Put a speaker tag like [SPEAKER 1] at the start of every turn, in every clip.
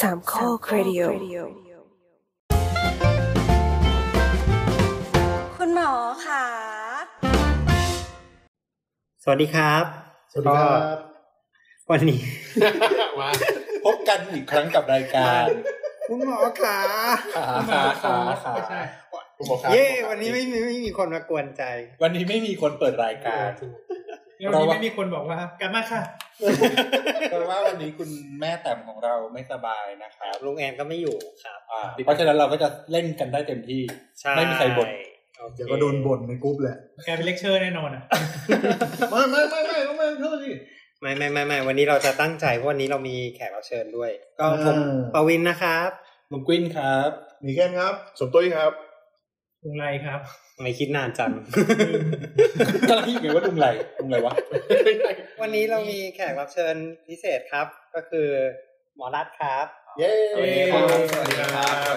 [SPEAKER 1] สามข้อครดิโอ
[SPEAKER 2] คุณหมอค่ะ
[SPEAKER 3] สวัสดีครับ
[SPEAKER 4] สวัสดีครับ
[SPEAKER 3] วันนี้
[SPEAKER 4] มาพบกันอีกครั้งกับรายการ
[SPEAKER 3] คุณหมอขา
[SPEAKER 4] ขาขาขาขาคุณหมอขา
[SPEAKER 3] เย้วันนี้ไม่มีไม่มีคนมากวนใจ
[SPEAKER 4] วันนี้ไม่มีคนเปิดรายการ
[SPEAKER 5] เดี๋ยววันนี้ไม่มีคนบอกว่า กลับมาค่ะ
[SPEAKER 4] เพราะว่าวันนี้คุณแม่แต้มของเราไม่สบายนะครับ
[SPEAKER 3] ลุงแอนก็ไม่อยู่ครับ
[SPEAKER 4] อ่าเพราะฉะนั้นเราก็จะเล่นกันได้เต็มที่
[SPEAKER 3] ใช่
[SPEAKER 4] ไม่มีใครบ่น
[SPEAKER 3] โอเค
[SPEAKER 6] เดี๋ยวก็โดนบ่นในกรุ๊ปแหละ
[SPEAKER 5] กลายเป็นเลคเชอร์แน่นอนอ่ะ
[SPEAKER 6] ไม่ไม่ไม่ไม่ไม่เท่าที่
[SPEAKER 3] ไม่ไม่ไม่ไม่วันนี้เราจะตั้งใจเพราะวันนี้เรามีแขกรับเชิญด้วย ก็ผม
[SPEAKER 6] อ่า
[SPEAKER 3] ปวินนะครับ
[SPEAKER 4] มุงกวินครับ
[SPEAKER 6] มีแค่นครับ สมตุ้ยครับ
[SPEAKER 5] ลุงไรครับ
[SPEAKER 3] ไม่คิดนาน จัง
[SPEAKER 4] ก็ที่ไงว่าลุงไรลุงไรวะ
[SPEAKER 3] วันนี้เรามีแขกรับเชิญพิเศษครับ ก็คือหมอรัฐครับ
[SPEAKER 6] เย้
[SPEAKER 5] สวัสดีครับ
[SPEAKER 4] สวัสดีครับสวัสดีครับ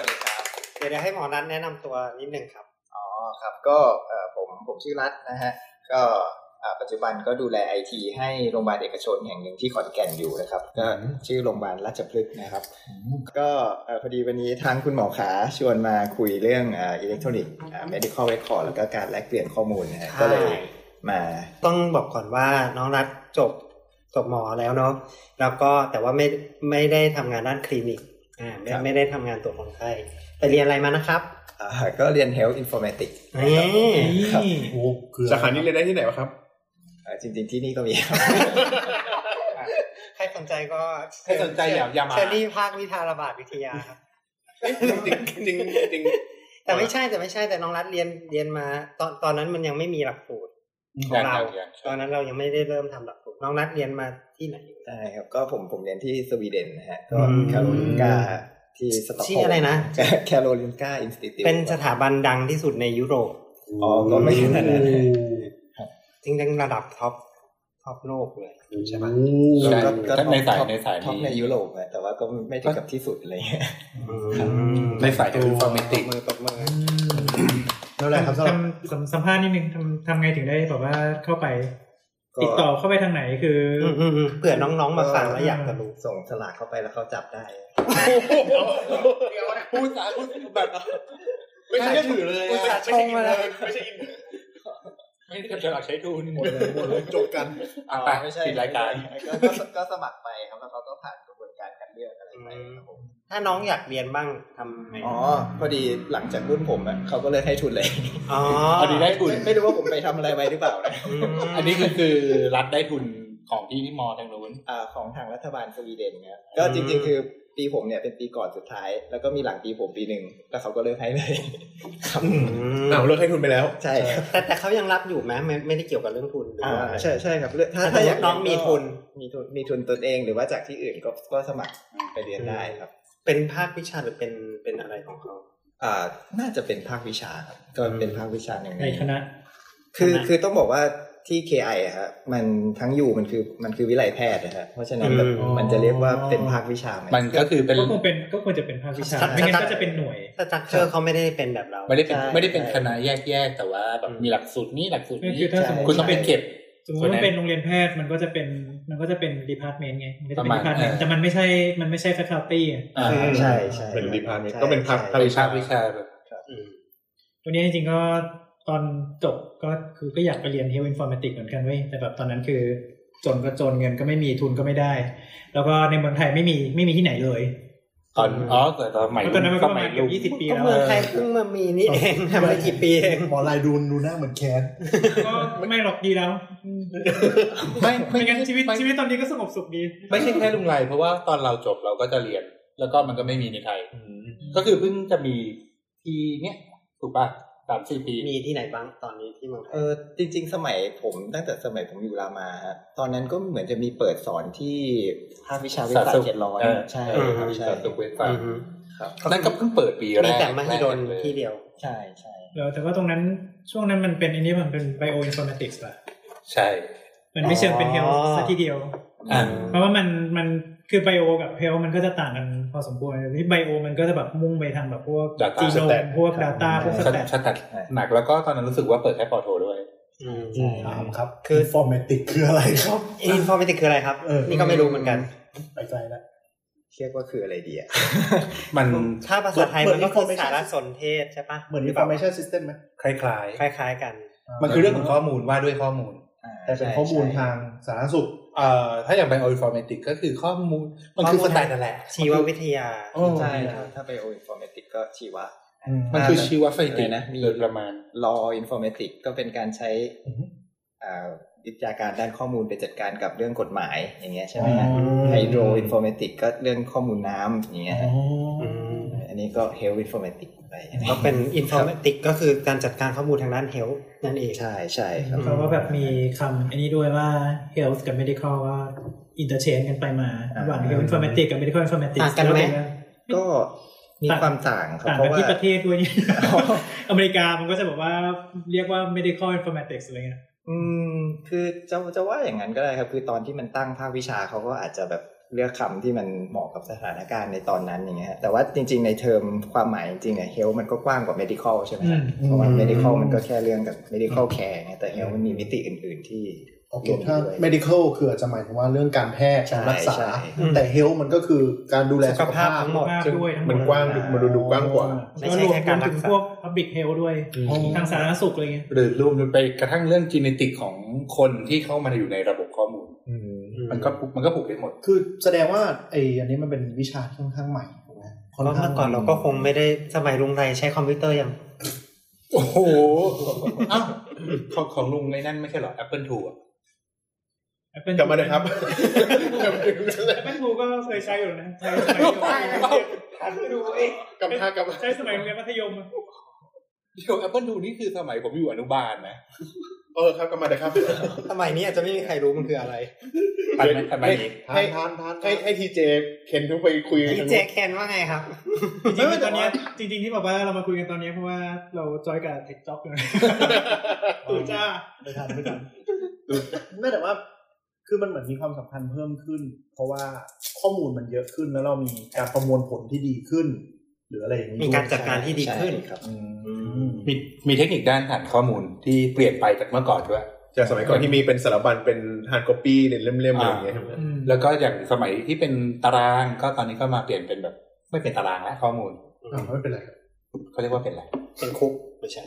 [SPEAKER 3] เดี๋ยวเดี๋ยวให้หมอรัฐแนะนำตัวนิดนึงครับ
[SPEAKER 7] อ๋อครับก็เอ่อผมผมชื่อรัตนะฮะก็อ่าปัจจุบันก็ดูแลไอทีให้โรงพยาบาลเอกชนแห่งหนึ่งที่ขอนแก่นอยู่นะครับก็ชื่อโรงพยาบาลราชพฤกษ์นะครับก็เอ่อพอดีวันนี้ทางคุณหมอขาชวนมาคุยเรื่องอิเล็กทรอนิกส์เมดิคอลเรคคอร์ดแล้วก็การแลกเปลี่ยนข้อมูลนะฮะก็เลยมา
[SPEAKER 3] ต้องบอกก่อนว่าน้องรัฐจบจบหมอแล้วเนาะแล้วก็แต่ว่าไม่ไม่ได้ทำงานด้านคลินิกอ่าไม่ไม่ได้ทำงานตัวจคนไข้ไปเรียนอะไรมานะครับ
[SPEAKER 7] อ่าก็เรียน Health Informatics
[SPEAKER 3] นี่
[SPEAKER 5] นี่
[SPEAKER 6] โอ้เกือบ
[SPEAKER 8] สาขานี้เรียนได้ที่ไหนวะครับ
[SPEAKER 7] อ่าจริง ๆ ที่นี่ก็ มีครับ
[SPEAKER 3] ใครสนใจก็
[SPEAKER 4] ใครสนใจอย่าอย่ามา
[SPEAKER 3] เชอรี่ภาควิทาระบาดวิทยาครับ
[SPEAKER 8] จริงจริงจริง
[SPEAKER 3] แต่ไม่ใช่แต่ไม่ใช่แต่น้องรัฐเรียนเรียนมาตอนตอนนั้นมันยังไม่มีหลักสูตรของเรา
[SPEAKER 4] อย่าง
[SPEAKER 3] ตอนนั้นเรายังไม่ได้เริ่มทำหลักสูตรน้องรัฐเรียนมาที่ไหน
[SPEAKER 7] ใช่ครับก็ผมผมเรียนที่สวีเดนนะฮะก็
[SPEAKER 3] อืม
[SPEAKER 7] แคโรลินกาที่สต็อกโฮล์
[SPEAKER 3] ชื่ออะไรนะ
[SPEAKER 7] แคโรลินกาอินสติทิว
[SPEAKER 3] เป็นสถาบันดังที่สุดในยุโรป
[SPEAKER 7] อ๋อ ก็ไม่ขนาดนั้นนะ
[SPEAKER 3] จริงๆระดับท็อปท็อปโลกเลย
[SPEAKER 6] ใช่ไหม
[SPEAKER 7] ก็ก็
[SPEAKER 4] ก็
[SPEAKER 7] ก็
[SPEAKER 4] ในสาย
[SPEAKER 7] ท็อป
[SPEAKER 4] ในสาย
[SPEAKER 7] ท็อปใน
[SPEAKER 4] นี้
[SPEAKER 7] ยุโรปอะแต่ว่าก็ไม่ถึงกับที่สุดอะไรเงี้ย
[SPEAKER 4] ในสายอินฟอร์เมติก
[SPEAKER 3] มือตบมือ
[SPEAKER 6] นั่นแหละครับสำหรับ
[SPEAKER 5] ทำทำสัมภาษณ์นิดนึงทำทำไงถึงได้แบบว่าเข้าไป ติดต่อเข้าไปทางไหนคืออ
[SPEAKER 3] เผื่อน้องๆมาฟังแล้วอยากจะรู้
[SPEAKER 7] ส่งสลากเข้าไปแล้วเขาจับได้
[SPEAKER 4] พูดสารพูดแบบ
[SPEAKER 8] ไม่ใช่ถือเลย
[SPEAKER 3] อุตส่าห์ชงมาแล้ว
[SPEAKER 8] ไม่ใช่อิน
[SPEAKER 4] ไม่ได้จะหลักใช้ทุน
[SPEAKER 6] หมดเลยหมดเลยจบกัน
[SPEAKER 4] อ่ะไป
[SPEAKER 7] ไม่ใช่
[SPEAKER 4] ปิดรายการ
[SPEAKER 7] ก็ก็ก็สมัครไปครับ แล้วเขาก็ผ่านกระบวนการคัดเลือกอะไรไปครับผม
[SPEAKER 3] ถ้าน้องอยากเรียนบ้างทำไง
[SPEAKER 7] อ๋อ พอดีหลังจากรุ่นผมอะเขาก็เลยให้ทุนเลย
[SPEAKER 3] อ๋อ
[SPEAKER 4] พอดีได้ทุน
[SPEAKER 7] ไม่รู้ว่าผมไปทำอะไรไปหรือเปล่านะ
[SPEAKER 3] อืม
[SPEAKER 4] อันนี้คือคือรัฐได้ทุนของที่ที่มอทางนู้น
[SPEAKER 7] อ่าของทางรัฐบาลสวีเดนครับก็จริง ๆ คือปีผมเนี่ยเป็นปีก่อนสุดท้าย แล้วก็มีหลังปีผมปีหนึ่งแล้วเขาก็เลิกให้เลยครับ
[SPEAKER 8] อ้าวเลิกให้ทุนไปแล้ว
[SPEAKER 7] ใช่ครับ
[SPEAKER 3] แต่แต่เขายังรับอยู่ไหมไม่ไม่ได้เกี่ยวกับเรื่องทุนหรือว่าอะไร
[SPEAKER 7] ใช่ใช่ครับเลือกถ้า
[SPEAKER 3] ถ้า
[SPEAKER 7] ถ้าอยา
[SPEAKER 3] ส
[SPEAKER 7] ก
[SPEAKER 3] มมุติน้องมีทุน
[SPEAKER 7] มีทุนมีทุนตนเองหรือว่าจากที่อื่นก็ก็สมัครไปเรียนได้ครับ
[SPEAKER 3] เป็นภาควิชาหรือเป็นเป็นอะไรของเขา
[SPEAKER 7] อ่าน่าจะเป็นภาควิชาครับก็เป็นภาควิชาหนึ่ง
[SPEAKER 5] ในคณะ
[SPEAKER 7] คือ
[SPEAKER 3] คณะ
[SPEAKER 7] คือต้องบอกว่าที่ KI อะฮะมันทั้งอยู่มันคือมันคือวิไลแพทย์นะฮะเพราะฉะนั้นแบบ
[SPEAKER 5] อืม
[SPEAKER 7] มันจะเรียกว่าเป็นภาควิชาไหม
[SPEAKER 4] มันก็คือเป็น
[SPEAKER 5] ก็คงเป็นก็ควรจะเป็นภาควิชา
[SPEAKER 3] ครับ
[SPEAKER 5] ไม่งั้นก็จะเป็นหน่วย
[SPEAKER 3] สตรัคเจอร์เขาไม่ได้เป็นแบบเรา
[SPEAKER 4] ไม่ได้เป็น
[SPEAKER 7] ใช่
[SPEAKER 4] ไม่ได้เป็น
[SPEAKER 7] ใช่
[SPEAKER 4] คณะแยกๆ แต่ว่าแบบ
[SPEAKER 3] อืม
[SPEAKER 4] มีหลักสูตรนี้หลักสูตรนี้
[SPEAKER 5] ก็คือถ้าสมมุติ
[SPEAKER 4] คุณต้องไปเก็บ
[SPEAKER 5] สมมติว่าเป็นโรงเรียนแพทย์มันก็จะเป็นมันก็จะเป็นดีพาร์ตเมนต์ไงมันก็จะเป็น
[SPEAKER 4] ประมาณ
[SPEAKER 5] ดีพาร์ตเมน
[SPEAKER 4] เอ
[SPEAKER 5] ต์
[SPEAKER 4] อ
[SPEAKER 5] แต่มันไม่ใช่มันไม่ใช่แฟคทอตี้
[SPEAKER 4] อ่า
[SPEAKER 7] ใช่ใช่
[SPEAKER 8] เป็น department
[SPEAKER 7] ใช่
[SPEAKER 8] ก็เป็นภาค
[SPEAKER 7] ใช่
[SPEAKER 4] ภาควิชาวิชาแบบ
[SPEAKER 3] อืม
[SPEAKER 5] วันนี้จริงๆก็ตอนจบก็คือก็อยากไปเรียนเฮลท์อินฟอร์มติกเหมือนกันเว้ยแต่แบบตอนนั้นคือ จนก็จนเงินก็ไม่มีทุนก็ไม่ได้ แล้วก็ในเมืองไทยไม่มีไม่มีที่ไหนเลย
[SPEAKER 4] ตอนอ๋อแต่ตอนใหม่
[SPEAKER 5] ก็ตอนนั้นมันก็ประมาณ
[SPEAKER 4] ลูก
[SPEAKER 5] ยี่สิบปี
[SPEAKER 3] ก็
[SPEAKER 5] แล้ว
[SPEAKER 3] เมืองไทยเพิ่งมามีนี่เองทำไม่กี่ปีเอง
[SPEAKER 6] หมอลายดูดูหน้าเหมือนแคน
[SPEAKER 5] ก็ไม่หรอกดีแล้ว
[SPEAKER 4] ไม่ไม่
[SPEAKER 5] ไม่งั้นชีวิต
[SPEAKER 4] ไม่
[SPEAKER 5] ชีวิตตอนนี้ก็สงบสุขดี
[SPEAKER 4] ไม่ใช่แค่ลุงไรเพราะว่าตอนเราจบเราก็จะเรียน แล้วก็มันก็ไม่มีในไทย ก็คือเพิ่งจะมีที่เนี้ยถูกป่ะสามสี่ปี
[SPEAKER 3] มีที่ไหนบ้างตอนนี้ที่เมืองไทย
[SPEAKER 7] เออจริง ๆ สมัยผมตั้งแต่สมัยผมอยู่รามาฮะตอนนั้นก็เหมือนจะมีเปิดสอนที่ภาควิชาวิทยาศาสตร์เจ็ดร้อยใช่ครับ
[SPEAKER 4] วิ
[SPEAKER 7] ใช่
[SPEAKER 4] ชาสุขเวชศาสต
[SPEAKER 3] อื
[SPEAKER 4] ร์
[SPEAKER 3] อฮึ
[SPEAKER 7] ครับ
[SPEAKER 4] นั่นก็เพิ่งเปิดปีแร
[SPEAKER 3] มี
[SPEAKER 4] ก
[SPEAKER 3] แต่มหิดล
[SPEAKER 4] แรกเลย
[SPEAKER 3] ที่เดียว
[SPEAKER 7] ใช่ใช่
[SPEAKER 5] เออแต่ว่าตรงนั้นช่วงนั้นมันเป็นอันนี้มันเป็นไบโออินฟอร์มติกส์ป่ะ
[SPEAKER 4] ใช่
[SPEAKER 5] มันไม่เชิงเป็นเฮล
[SPEAKER 3] อ๋
[SPEAKER 5] ท์
[SPEAKER 3] อ
[SPEAKER 5] ซะทีเดียว
[SPEAKER 4] อ่า
[SPEAKER 5] เพราะว่ามันมันคือไบโอกับเฮลท์มันก็จะต่างกันพอสมควรที่ไบโอมันก็จะแบบมุ่งไปทางแบบพวก
[SPEAKER 4] Data
[SPEAKER 5] จีโนม
[SPEAKER 4] stat
[SPEAKER 5] พวก Data พวกส
[SPEAKER 4] ชัด
[SPEAKER 5] แตท
[SPEAKER 4] ชัดตัดหนักแล้วก็ตอนนั้นรู้สึกว่าเปิดแค่ปอโทด้วย
[SPEAKER 3] อืม
[SPEAKER 6] อืมครับ คือฟอร์แมติกคืออะไรครับ
[SPEAKER 3] อินฟอร์มติกคืออะไรครับ
[SPEAKER 6] เออ
[SPEAKER 3] นี่ก็ไม่รู้เหมือนกัน
[SPEAKER 6] ไปไกลแล้ว
[SPEAKER 7] เรียกว่าคืออะไรดีอะ
[SPEAKER 4] มัน
[SPEAKER 3] ถ้าภาษาไทย
[SPEAKER 6] เหมื
[SPEAKER 3] มั
[SPEAKER 6] อนน
[SPEAKER 3] ก็คือ
[SPEAKER 6] information
[SPEAKER 3] สารสนเทศใช่ปะ
[SPEAKER 6] เหมือน information system ไหม
[SPEAKER 4] คล้าย
[SPEAKER 3] คล้าย ๆ กัน
[SPEAKER 4] ๆ มันคือเรื่องของข้อมูลว่าด้วยข้อมูล
[SPEAKER 6] แต่เป็นข้อมูลทางสาธารณสุข
[SPEAKER 4] เอ่อถ้าอย่างไบโออินฟอร์เมติกก็คือข้อมูล มันคือ
[SPEAKER 3] ข้
[SPEAKER 4] ส
[SPEAKER 3] อมูล
[SPEAKER 4] แตนนั่นแหละ
[SPEAKER 3] ชีววิทยา
[SPEAKER 4] โอ้
[SPEAKER 7] ใช่ครับถ้าไปโออินฟอร์เมติกก็ชีวะ
[SPEAKER 4] มันคือชีวไฟติก
[SPEAKER 7] อะไรนะมี
[SPEAKER 4] โดยประมาณ
[SPEAKER 7] ลออินฟอร์เมติกก็เป็นการใช้อ่าวิทยาการด้านข้อมูลไปจัดการกับเรื่องกฎหมายอย่างเงี้ยใช่ไหมฮะ
[SPEAKER 6] อืม
[SPEAKER 7] ไฮโดรอินฟอร์เมติกก็เรื่องข้อมูลน้ำอย่างเงี้ยฮะ
[SPEAKER 3] อืม
[SPEAKER 7] อันนี้ก็เฮลท์อินฟอร์เมติกไป
[SPEAKER 3] ก็เป็นอินฟอร์มติกก็คือการจัดการข้อมูลทางด้านเฮลท์นั่นเอง
[SPEAKER 7] ใช่ใช่ครับ
[SPEAKER 5] เขาก็แบบมีคำอันนี้ด้วยว่า health กับ medical ก็ interchange กันไปมาระหว่าง health informatics กับ medical informatics
[SPEAKER 3] ต่างกันไหม
[SPEAKER 7] ก็มีความต่างครับ
[SPEAKER 5] ต่าง
[SPEAKER 7] เพ
[SPEAKER 5] กัน
[SPEAKER 7] ราะว่า
[SPEAKER 5] ที่ประเทศด้วยนี่ อเมริกามันก็จะบอกว่าเรียกว่า medical informatics อะไรเงี้ย
[SPEAKER 7] อืมคือจะจะว่าอย่างนั้นก็ได้ครับ คือตอนที่มันตั้งภาควิชาเขาก็อาจจะแบบเลือกคำที่มันเหมาะกับสถานการณ์ในตอนนั้นอย่างเงี้ยฮะแต่ว่าจริง ๆ ในเทอมความหมายจริงๆอะเฮลมันก็กว้างกว่า medical ใช่ไหมฮะ
[SPEAKER 6] อืม
[SPEAKER 7] เพราะว่า medical มันก็แค่เรื่องกับ medical care ไงแต่เฮลมันมีมิติอื่น ๆ ที่
[SPEAKER 6] โอเค
[SPEAKER 7] รวม
[SPEAKER 6] ถ้า
[SPEAKER 7] ด้วย
[SPEAKER 6] medical คืออาจจะหมายถึงว่าเรื่องการแพทย์การรักษา
[SPEAKER 7] ใช่ใช่
[SPEAKER 6] แต่ health มันก็คือการดูแลสุขภาพ
[SPEAKER 3] สุขภาพทั้งหมด
[SPEAKER 5] ซึ่งด้วยทั้งหมด
[SPEAKER 8] มันกว้างดูมันดูดูกว้างกว่า
[SPEAKER 3] ไม่
[SPEAKER 5] แล้ว
[SPEAKER 3] ใช่
[SPEAKER 5] รวม
[SPEAKER 3] แค่การรัก
[SPEAKER 5] ถึง
[SPEAKER 3] ษา
[SPEAKER 5] พวก public health ด้วย
[SPEAKER 8] อืม
[SPEAKER 5] ทางสาธารณสุขอะไรเงี้ย
[SPEAKER 4] หรือรวมไปกระทั่งเรื่องจีเนติกของคนที่เข้ามาอยู่ในระบบข้อมูล มันก็ผูกมันก็ผูกได้หมด
[SPEAKER 6] คือแสดงว่าไออันนี้มันเป็นวิชาที่ค่อนข้างใหม่ถูกไหม
[SPEAKER 3] เพราะเมื่อก่อนเราก็คงไม่ได้สมัยลุงไรใช้คอมพิวเตอร์ยัง
[SPEAKER 4] โอ้โหอ้าวของของลุงไอ้นั่นไม่ใช่เหรอ Apple II อะ
[SPEAKER 8] กลับมาเลยครับ
[SPEAKER 5] แอปเปิลทูก็เคยใช้อยู่นะใช้สมัยเดียว
[SPEAKER 8] หันไปดูเอ้กลับมากลับมา
[SPEAKER 5] ใช้สมัยโรงเรียนมัธยมอะ
[SPEAKER 4] เดี๋ยว Apple II นี่คือสมัยผมอยู่อนุบาลนะ
[SPEAKER 8] เออครับกลับมาเลยครับ
[SPEAKER 3] สมัยนี้อาจจะไม่มีใครรู้มันคืออะไร
[SPEAKER 4] ทันไหมทันไหม
[SPEAKER 6] ทา
[SPEAKER 8] ให้
[SPEAKER 6] นทานทาน
[SPEAKER 8] ให้ให้ทีเจเข็นทุกไปคุยกัน
[SPEAKER 3] พี่
[SPEAKER 8] ทาง
[SPEAKER 3] เจ
[SPEAKER 8] นู้น
[SPEAKER 3] เคนว่าไงครับ
[SPEAKER 5] จริง
[SPEAKER 8] ไม่
[SPEAKER 5] ๆตอนเนี้ย
[SPEAKER 8] แต่ว่า
[SPEAKER 5] จริง ๆ ที่บอกว่าเรามาคุยกันตอนเนี้ยเพราะว่าเราจอยกับเทคจ็อกอยู่นะ ตู่จ้า
[SPEAKER 6] ไปทานไปท านไม่แต่ว่า คือมันเหมือนมีความสำคัญเพิ่มขึ้น เพราะว่าข้อมูลมันเยอะขึ้นแล้วเรามีการประมวลผลที่ดีขึ้น หรืออะไรอย่างนี้
[SPEAKER 3] มีการจัดการที่ดีขึ้น
[SPEAKER 7] ใช่ครับ
[SPEAKER 6] อืม
[SPEAKER 4] มีมีเทคนิคด้านฐานข้อมูลที่เปลี่ยนไปจากเมื่อก่อนด้วย
[SPEAKER 8] จากสมัยก่อนที่มีเป็นสารบัญเป็นฮาร์ดคอปปี้เล่มๆอะไรอย่างเงี้ยใช่ไหม
[SPEAKER 4] แล้วก็อย่างสมัยที่เป็นตารางก็ตอนนี้ก็มาเปลี่ยนเป็นแบบ ไม่เป็นตารางแล้วข้อมูล
[SPEAKER 6] อ่าไม่เป็นไรครับ
[SPEAKER 4] เขาเรียกว่าเป็นอะไร
[SPEAKER 3] เป็นคุกไม่ใช่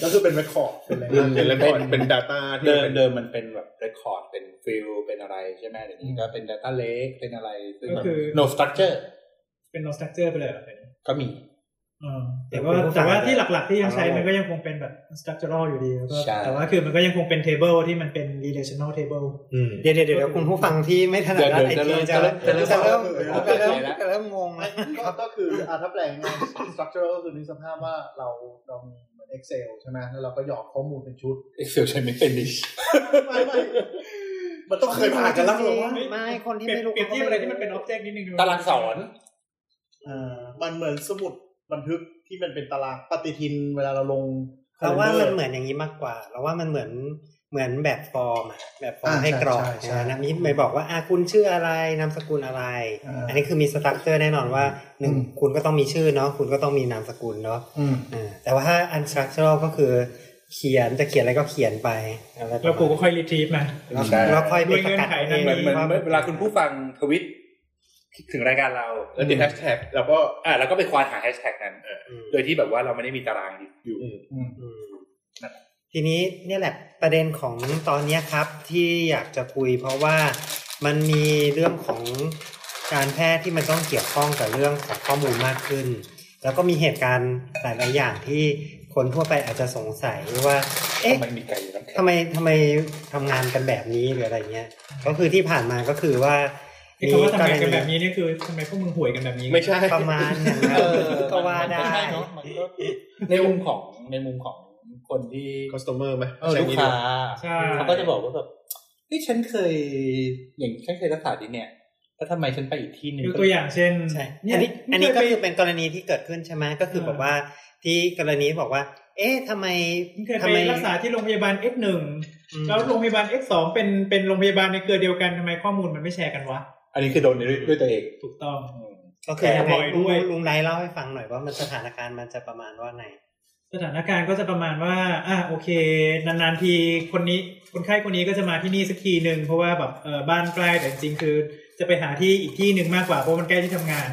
[SPEAKER 6] แล้วคือเป็นเรคคอร์ดเป็นอะไรนะ
[SPEAKER 8] เป็นแล้วก็เป็น Data ที่
[SPEAKER 4] เดิม
[SPEAKER 8] เป็น
[SPEAKER 4] เดิมมันเป็นแบบเรคคอร์ดเป็นฟิลเป็นอะไรใช่ไหมเดี๋ยวนี้ก็เป็น Data Lake เป็นอะไรซึ่งแบ
[SPEAKER 5] ก็
[SPEAKER 4] บ
[SPEAKER 5] คือ
[SPEAKER 4] no structure
[SPEAKER 5] เป็น non structure ไปเลยเหรอ
[SPEAKER 4] ก็มี
[SPEAKER 5] อ่าแต่ว่าแต่ว่าที่หลักๆที่ยังใช้มันก็ยังคงเป็นแบบ structural อยู่ดีแล้วก็
[SPEAKER 4] ใช่
[SPEAKER 5] แต่ว่าคือมันก็ยังคงเป็น table ที่มันเป็น relational table
[SPEAKER 3] เดี๋ยวเดี๋ยวเดี๋ยวคุณผู้ฟังที่ไม่ถนัดด้านไอ
[SPEAKER 4] เดี๋ยว
[SPEAKER 3] ที
[SPEAKER 4] เดี๋ยว
[SPEAKER 3] จะ
[SPEAKER 4] จะเริ่ม
[SPEAKER 3] จะเริ่ม
[SPEAKER 4] จะ
[SPEAKER 3] จะเริ่มจะ
[SPEAKER 4] เริ่ม
[SPEAKER 3] เริ่มงงไหม
[SPEAKER 6] ก็ก็คืออาถ้าแปลงใน structural ก็คือในกสภาพว่าเราเรามีเหมือน Excel ใช่ไหมแล้วเราก็หยอกข้อมูลเป็นชุด
[SPEAKER 4] Excel ใช้ไม่เป็นดิ
[SPEAKER 6] ไม่ไม่มันต้องเคยผ่านกันแล้วหรือว่า
[SPEAKER 3] ไม่คนที่
[SPEAKER 5] เปรียบ
[SPEAKER 3] ไม่รู้
[SPEAKER 5] เปรียบเทียบอะไรที่มันเป็น object นิดนึง
[SPEAKER 4] ตารางสอน
[SPEAKER 6] เออมันเหมือนสมุดบันทึกที่มันเป็นตารางปฏิทินเวลาเราลง
[SPEAKER 3] เราว่า
[SPEAKER 6] calendar
[SPEAKER 3] มันเหมือนอย่างนี้มากกว่า เราว่ามันเหมือนเหมือนแบบฟอร์มอะแบบฟอร์ม
[SPEAKER 6] อ่า
[SPEAKER 3] ให้กรอก
[SPEAKER 6] ใช่ใช่
[SPEAKER 3] นะนะมีไม่บอกว่าอ่ะคุณชื่ออะไรนามสกุลอะไร
[SPEAKER 6] อ่า
[SPEAKER 3] อันนี้คือมีสตรัคเจอร์แน่นอนว่าหนึ่ง
[SPEAKER 6] อืม
[SPEAKER 3] คุณก็ต้องมีชื่อเนาะคุณก็ต้องมีนามสกุลเนาะ
[SPEAKER 6] อืม
[SPEAKER 3] อ่าแต่ว่าถ้า unstructural ก็คือเขียนจะเขียนอะไรก็เขียนไปอะไรประมาณ
[SPEAKER 5] แล้วกูก็ค่อย retrieve มา
[SPEAKER 3] แล้ว
[SPEAKER 8] ได้
[SPEAKER 3] แล้วค่อยไป
[SPEAKER 5] ด้วย
[SPEAKER 3] ส
[SPEAKER 5] เงื่อน
[SPEAKER 3] กัด
[SPEAKER 5] ไขนั้
[SPEAKER 3] เอน ง
[SPEAKER 4] เหมือนเหมือน
[SPEAKER 3] ว่า
[SPEAKER 4] เหมือนเวลาคุณผู้ฟังทวิตถึงรายการเราแล้วติดแฮชแท็กเราก็อ่าแล้วก็ไปควานหาแฮชแท็กนั้นเออ
[SPEAKER 3] อืม
[SPEAKER 4] โดยที่แบบว่าเราไม่ได้มีตารางอยู่
[SPEAKER 3] อืมทีนี้เนี่ยแหละประเด็นของตอนเนี้ยครับที่อยากจะคุย เพราะว่ามันมีเรื่องของการแพทย์ที่มันต้องเกี่ยวข้องกับเรื่องของข้อมูลมากขึ้น แล้วก็มีเหตุการณ์หลายๆอย่างที่คนทั่วไปอาจจะสงสัยว่าเอ๊ะ
[SPEAKER 4] ทำไมมีไก่อยู่น้ำแข็ง
[SPEAKER 3] ทำไมทำไมทำงานกันแบบนี้หรืออะไรเงี้ย ก็คือที่ผ่านมาก็คือว่า
[SPEAKER 5] ไอ้คำว่าทำงานกันแบบนี้นี่คือทำไมพวกมึงห่วยกันแบบนี้
[SPEAKER 8] ไม่ ใช่
[SPEAKER 3] ประมาณอย่างนั้น
[SPEAKER 4] เออ
[SPEAKER 3] ก็ว่าได้
[SPEAKER 4] มันก็ใช่เนอะมันก็ในมุมของในมุมของคนที่
[SPEAKER 8] customer ไหม
[SPEAKER 4] เออ
[SPEAKER 8] ใช่
[SPEAKER 4] ลูก
[SPEAKER 8] นี้
[SPEAKER 4] ค้า
[SPEAKER 5] ใช่
[SPEAKER 4] เขาก็จะบอกว่าแบบที่ฉันเคย อย่างฉันเคยรักษาดินเนี่ยแล้วทำไมฉันไปอีกที่หนึ่ง
[SPEAKER 5] ยกตัวอย่างเช่น
[SPEAKER 3] ใช่
[SPEAKER 5] เนี่ย
[SPEAKER 3] อันนี้อันนี้
[SPEAKER 5] เค
[SPEAKER 3] ก็
[SPEAKER 5] ยไป
[SPEAKER 3] คือเป็นกรณีที่เกิดขึ้นใช่ไหมก็คือ
[SPEAKER 5] เออ
[SPEAKER 3] แบบว่าที่กรณีบอกว่า เอ๊ะทำไม
[SPEAKER 5] เคย
[SPEAKER 3] ทำ
[SPEAKER 5] ไป
[SPEAKER 3] ไม
[SPEAKER 5] รักษาที่โรงพยาบาล X1
[SPEAKER 3] อืม
[SPEAKER 5] แล้วโรงพยาบาล X2 เป็นเป็นโรงพยาบาลในเครือเดียวกันทำไมข้อมูลมันไม่แชร์กันวะ
[SPEAKER 4] อันนี้คือโดนด้วยด้วยตัวเอง
[SPEAKER 5] ถูกต้อง
[SPEAKER 3] ก็คือยังไง
[SPEAKER 5] แอบบ่อย
[SPEAKER 3] ลุง
[SPEAKER 5] ด้วย
[SPEAKER 3] ลุงไนท์เล่าให้ฟังหน่อยว่ามันสถานการณ์มันจะประมาณว่าไง
[SPEAKER 5] สถานการณ์ก็จะประมาณว่า อ่ะโอเค นานๆทีคนนี้คนไข้คนนี้ก็จะมาที่นี่สักทีหนึ่งเพราะว่าแบบเออบ้านใกล้แต่จริงๆคือ จะไปหาที่อีกที่หนึ่งมากกว่าเพราะมันใกล้ที่ทำงาน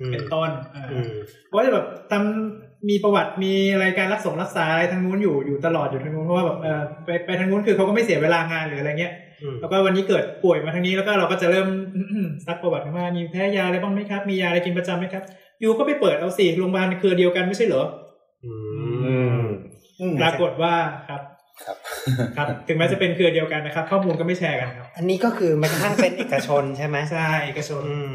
[SPEAKER 3] อืม
[SPEAKER 5] เป็นต้นอ่า
[SPEAKER 3] อืม
[SPEAKER 5] เพราะว่าจะแบบทำมีประวัติมีรายการรักษารักษาอะไรทางนู้นอยู่อยู่ตลอดอยู่ทางนู้นเพราะว่าแบบเออไปไปทางนู้นคือเขาก็ไม่เสียเวลางานหรืออะไรเงี้ย
[SPEAKER 3] อืม
[SPEAKER 5] แล้วก็วันนี้เกิดป่วยมาทางนี้แล้วก็เราก็จะเริ่ม ซักประวัติว่ามีแพ้ยาอะไรบ้างไหมครับ มียาอะไรกินประจำไหมครับอยู่ก็ไปเปิดเอาสิโรงพยาบาลเครือเดียวกันไม่ใช่เหรอ
[SPEAKER 3] อื
[SPEAKER 8] อื
[SPEAKER 3] ม
[SPEAKER 8] ม
[SPEAKER 5] ปรากฏว่าครับ
[SPEAKER 4] ครับ
[SPEAKER 5] ครับ ถึงแม้จะเป็นเครือเดียวกันนะครับ ข้อมูลก็ไม่แชร์กันครับ
[SPEAKER 3] อันนี้ก็คือมันกระทั่งเป็นเอกชนใช่ไหม
[SPEAKER 5] ใช่เอกระชน
[SPEAKER 3] อืม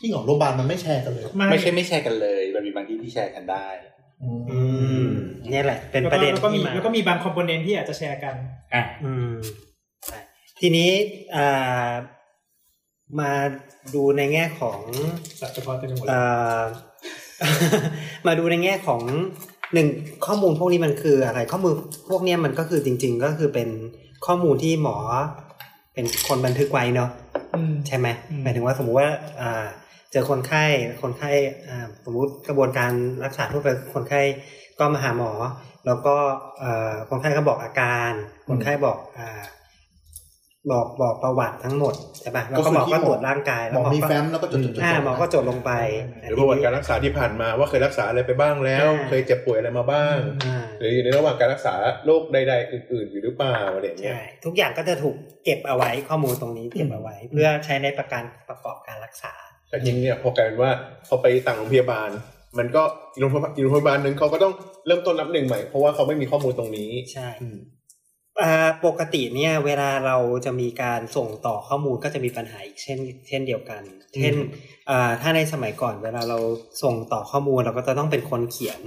[SPEAKER 6] ที่ของโรงพยาบาลมันไม่แชร์กันเลย
[SPEAKER 4] ไม่ใช่ไม่แชร์กันเลย มันมีบางที่ที่แชร์กันได้
[SPEAKER 3] อืมเนี่ยแหละ เป็น
[SPEAKER 5] แล้ว
[SPEAKER 3] ป
[SPEAKER 5] ก็
[SPEAKER 3] ระเด็น
[SPEAKER 5] แล้วก็มี
[SPEAKER 3] ที่มา
[SPEAKER 5] แล้วก็มีบางคอมโพเนนที่อาจจะแชร์กัน
[SPEAKER 4] อ่ะ
[SPEAKER 3] อืมใช่ทีนี้อ่ามาดูในแง่ของ
[SPEAKER 5] สัตว์เฉพาะเต็มไปหมดเลย
[SPEAKER 3] อ่ า มาดูในแง่ของหนึ่งข้อมูลพวกนี้มันคืออะไร ข้อมูลพวกเนี้ยมันก็คือจริง ๆ ก็คือเป็นข้อมูลที่หมอ เป็นคนบันทึกไว้เนาะ
[SPEAKER 5] อืม
[SPEAKER 3] ใช่ไหม
[SPEAKER 5] อืม
[SPEAKER 3] หมายถึงว่าสมมุติว่าอ่าเจอคนไข้คนไข้อ่าสมมุติกระบวนการรักษาทั่วไปคนไข้ก็มาหาหมอ แล้วก็เอ่อคนไข้ก็บอกอาการ คนไข้บอกอ่าบอกบอกประวัติทั้งหมดใช่ปะแล้วก็หมอ
[SPEAKER 6] ก็คือที่
[SPEAKER 3] ก็
[SPEAKER 6] หมอ
[SPEAKER 3] ตรวจร่างกาย
[SPEAKER 6] หมอ
[SPEAKER 3] ก็
[SPEAKER 6] มีแฟ้มแล้วก็จดจดจด
[SPEAKER 3] อ่าหมอก็จดลงไป
[SPEAKER 8] หรือประวัติการรักษาที่ผ่านมาว่าเคยรักษาอะไรไปบ้างแล้ว เคยเจ็บป่วยอะไรมาบ้าง
[SPEAKER 3] อ่า
[SPEAKER 8] หรืออยู่ในระหว่างการรักษาโรคใด ๆ อื่น ๆ อยู่หรือเปล่าอะไรอย่างเงี้ย
[SPEAKER 3] ใช่ทุกอย่างก็จะถูกเก็บเอาไว้ข้อมูลตรงนี้เก็บเอาไว้ เพื่อใช้ในประกันประกอบการรักษา
[SPEAKER 8] แต่ทีนี้เนี่ยพอกลายเป็นว่าพอไปต่างโรงพยาบาล มันก็อีกโรงพยาบาลอีกโรงพยาบาลหนึ่งเขาก็ต้องเริ่มต้นนับหนึ่งใหม่เพราะว่าเขาไม่มีข้อมูลตรงนี้
[SPEAKER 3] ใช่
[SPEAKER 8] อืม
[SPEAKER 3] อ่าปกติเนี่ยเวลาเราจะมีการส่งต่อข้อมูลก็จะมีปัญหาอีกเช่น เช่นเดียวกัน เช่นอ่าถ้าในสมัยก่อนเวลาเราส่งต่อข้อมูลเราก็จะต้องเป็นคนเขียน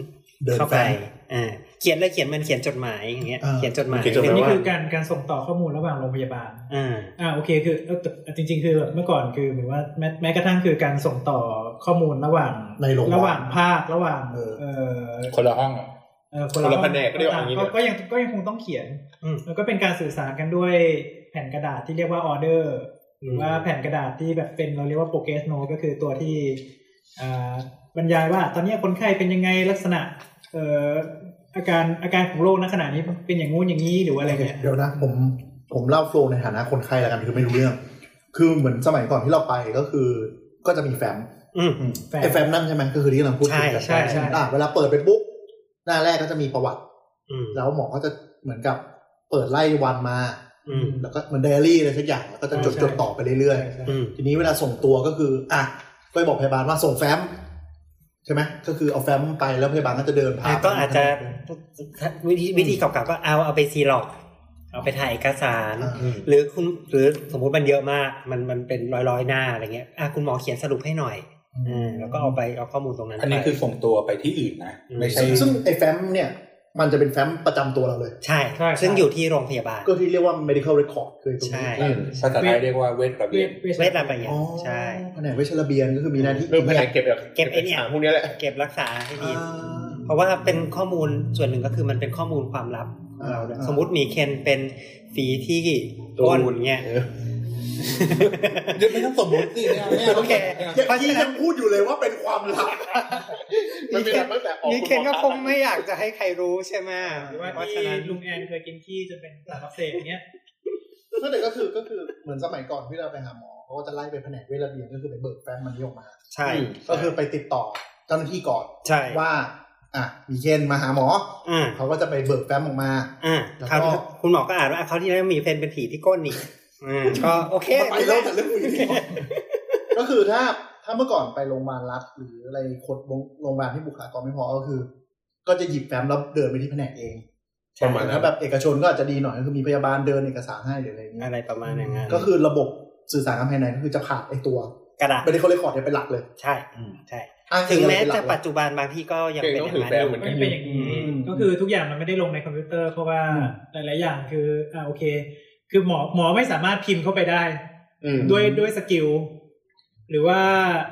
[SPEAKER 6] เดิน
[SPEAKER 3] เข้าไป
[SPEAKER 6] แฟ้ม
[SPEAKER 3] อ่าเขียนเลยเขียนมันเขียนจดหมายอย่างเงี้ย
[SPEAKER 6] อ่า
[SPEAKER 3] เขียนจดหมาย
[SPEAKER 8] เขียนจดห
[SPEAKER 5] อัน
[SPEAKER 8] มาย
[SPEAKER 5] นี้
[SPEAKER 8] แปลว่า
[SPEAKER 5] คือการการส่งต่อข้อมูลระหว่างโรงพยาบาล
[SPEAKER 3] อ่า
[SPEAKER 5] อ่าโอเคคือเออแต่จริง ๆ คือแบบเมื่อก่อนคือเหมือนว่าแม้แม้กระทั่งคือการส่งต่อข้อมูลระหว่าง
[SPEAKER 6] ในโรงพยาบาล
[SPEAKER 5] ระหว่างภาคระหว่าง
[SPEAKER 6] เออ
[SPEAKER 5] เออ
[SPEAKER 4] คนละห้องอะ
[SPEAKER 5] เออ
[SPEAKER 8] คนละ
[SPEAKER 5] ห้อง
[SPEAKER 8] แผนกก็เรียกว่าอย่างนี้
[SPEAKER 5] ก็
[SPEAKER 8] ดีกว่า
[SPEAKER 5] ก็ยังก็ยังคงต้องเขียน
[SPEAKER 3] อืม
[SPEAKER 5] แล้วก็เป็นการสื่อสารกันด้วยแผ่นกระดาษที่เรียกว่าออเดอร์หรือว่าแผ่นกระดาษที่แบบเป็นเราเรียกว่าโปรเกสโนก็คือตัวที่อ่าบรรยายว่า ตอนเนี้ยคนไข้เป็นยังไงลักษณะเอ่ออาการอาการของโรคณขณะนี้เป็นอย่างงู้นอย่างนี้หรือว่าอะไรเงี้ย
[SPEAKER 6] เดี๋ยวนะผมผมเล่าโฟล์ในฐานะคนไข้แล้วกันคือไม่รู้เรื่อง คือเหมือนสมัยก่อนที่เราไปก็คือ ก็จะมีแฟ้ม
[SPEAKER 3] อืม
[SPEAKER 5] แฟ้ม
[SPEAKER 6] ไอ้แฟ้มนั่นใช่ไหมก็คือที่กำลังพูดถึงกัน
[SPEAKER 5] ใช่ใช่ใช่
[SPEAKER 6] อ่ะเวลาเปิดไปปุ๊บหน้าแรกก็จะมีประวัติ
[SPEAKER 3] อืม
[SPEAKER 6] แล้วหมอก็จะเหมือนกับเปิดไล่วันมา
[SPEAKER 3] อืม
[SPEAKER 6] แล้วก็เหมือนไดอารี่อะไรสักอย่างแล้วก็จะจดจดต่อไปเรื่อย
[SPEAKER 5] ใช่
[SPEAKER 3] อืม
[SPEAKER 6] ๆทีนี้เวลาส่งตัวก็คืออ่ะก็ไปบอกพยาบาลว่าส่งแฟ้มใช่ไหมก็คือเอาแฟ้มไปแล้วพยาบาลก็จะเดินพา
[SPEAKER 3] อ่าก็อาจจะวิธีวิธีเก่าๆก็เอาเอาไปซีหลอก เอาไปถ่ายเอกสาร
[SPEAKER 6] อ่า
[SPEAKER 3] หรือคุณหรือสมมุติมันเยอะมาก มันมันเป็นร้อยร้อยๆหน้าอะไรเงี้ยอ่ะคุณหมอเขียนสรุปให้หน่อยอ่าแล้วก็เอาไปเอาข้อมูลตรงนั้น
[SPEAKER 4] อันนี้
[SPEAKER 3] ไป
[SPEAKER 4] คือส่งตัวไปที่อื่นนะ ไม่ใช่
[SPEAKER 6] ซึ่งซึ่งไอ้แฟ้มเนี่ย มันจะเป็นแฟ้มประจำตัวเราเลย
[SPEAKER 3] ใช่
[SPEAKER 5] ใช่ใช่
[SPEAKER 3] ซึ่งอยู่ที่โรงพยาบาล
[SPEAKER 6] ก็ที่เรียกว่า medical record คือตรงนี้
[SPEAKER 3] ใช่
[SPEAKER 6] อืม
[SPEAKER 4] ภาษาไทยเรียกว่าเวทระเบียน
[SPEAKER 3] เวชระเบียน
[SPEAKER 6] อ๋อ
[SPEAKER 3] ใช่
[SPEAKER 6] แผนกเวชระเบียนก็คือมีหน้าที่
[SPEAKER 8] เริ่มแผนก
[SPEAKER 6] เ
[SPEAKER 8] เก็บ
[SPEAKER 3] เก็บไอเนี่ย
[SPEAKER 8] พวกเนี้ยแหละ
[SPEAKER 3] เก็บรักษาให้ดี
[SPEAKER 6] อ่า
[SPEAKER 3] เพราะว่าเป็นข้อมูลส่วนหนึ่งก็คือมันเป็นข้อมูลความลับของเราด้วย
[SPEAKER 6] อ่า
[SPEAKER 3] สมมติมีเคนเป็นฝีที่
[SPEAKER 8] ตูน
[SPEAKER 3] อ้นเนี่ย
[SPEAKER 4] เดี๋ยวไม่ต้องสมมติสิไม่เอาไม่เอา
[SPEAKER 3] โอเค
[SPEAKER 6] นี่ยเมื่อกี้ยังพูดอยู่เลยว่าเป็นความลับ
[SPEAKER 8] มันเป็นตั้งแต่ออก
[SPEAKER 3] นี่เคนก็คงไม่อยากจะให้ใครรู้ใช่ไหม
[SPEAKER 5] หรือว่า
[SPEAKER 3] เพราะ
[SPEAKER 5] ที่
[SPEAKER 3] ฉะนั้น
[SPEAKER 5] ลุงแอนเคยกินขี้จนเป็นตับอักเสบเนี้ย
[SPEAKER 6] นั่นแต่ก็คือก็คือเหมือนสมัยก่อนที่เราไปหาหมอเขาก็จะไล่ไปแผนกเวชระเบียนก็คือไปเบิกแฟ้มมันนี้ออกมา
[SPEAKER 3] ใช่
[SPEAKER 6] ก็คือไปติดต่อเจ้าหน้าที่ก่อน
[SPEAKER 3] ใช่
[SPEAKER 6] ว่า อ่ะมีเคนมาหาหมอ
[SPEAKER 3] อ่า
[SPEAKER 6] เขาก็จะไปเบิกแฟ้มออกมา
[SPEAKER 3] อ่า
[SPEAKER 6] แล้วก็
[SPEAKER 3] คราวนี้คุณหมอก็อ่านว่าเขาวที่แล้วมีเคนเป็นผีที่ก้นนี่อ่าก็โอเค
[SPEAKER 6] ไปเล่าแต่เรื่องอื่นดีกว่าก็คือถ้าถ้าเมื่อก่อนไปโรงพยาบาลรัฐหรืออะไรคนโรงพยาบาลที่บุคลากรไม่พอก็คือ ก็จะหยิบแฟ้มแล้วเดินไปที่แผนกเอง
[SPEAKER 8] ประมาณ
[SPEAKER 6] แต่
[SPEAKER 8] นั้
[SPEAKER 6] ถ้าน แบบเอกชนก็อาจจะดีหน่อยก็คือมีพยาบาลเดินเอกสารให้หรืออะไรอย่างเงี้ย
[SPEAKER 3] อะไรประมาณอย่างนั้น
[SPEAKER 6] ก็คือระบบสื่อสารทางภายในก็คือจะผ่านไอตัว
[SPEAKER 3] กระดาษ
[SPEAKER 6] ไม่ได้เขาเลยขอร์ดเนี่ยเป็นหลักเลย
[SPEAKER 3] ใช่ใช่
[SPEAKER 6] อ้า
[SPEAKER 3] ถึงแม้
[SPEAKER 6] เป็นหลั
[SPEAKER 3] จะ
[SPEAKER 6] กเลย
[SPEAKER 3] ปัจจุบันบางที่ก็ยังเป็นอย่างนั้นอยู่
[SPEAKER 8] มันก็
[SPEAKER 5] มัน
[SPEAKER 8] อยู่
[SPEAKER 5] เป็นอย่างนี้
[SPEAKER 3] อืม
[SPEAKER 5] ก็คือทุกอย่างมันไม่ได้ลงในคอมพิวเตอร์เพราะว่า
[SPEAKER 6] อืม
[SPEAKER 5] หลาย ๆ อย่างคืออ่าโอเค คือหมอหมอไม่สามารถพิมพ์เข้าไปได้
[SPEAKER 8] อืม
[SPEAKER 5] ด้วยด้วยสกิล หรือว่า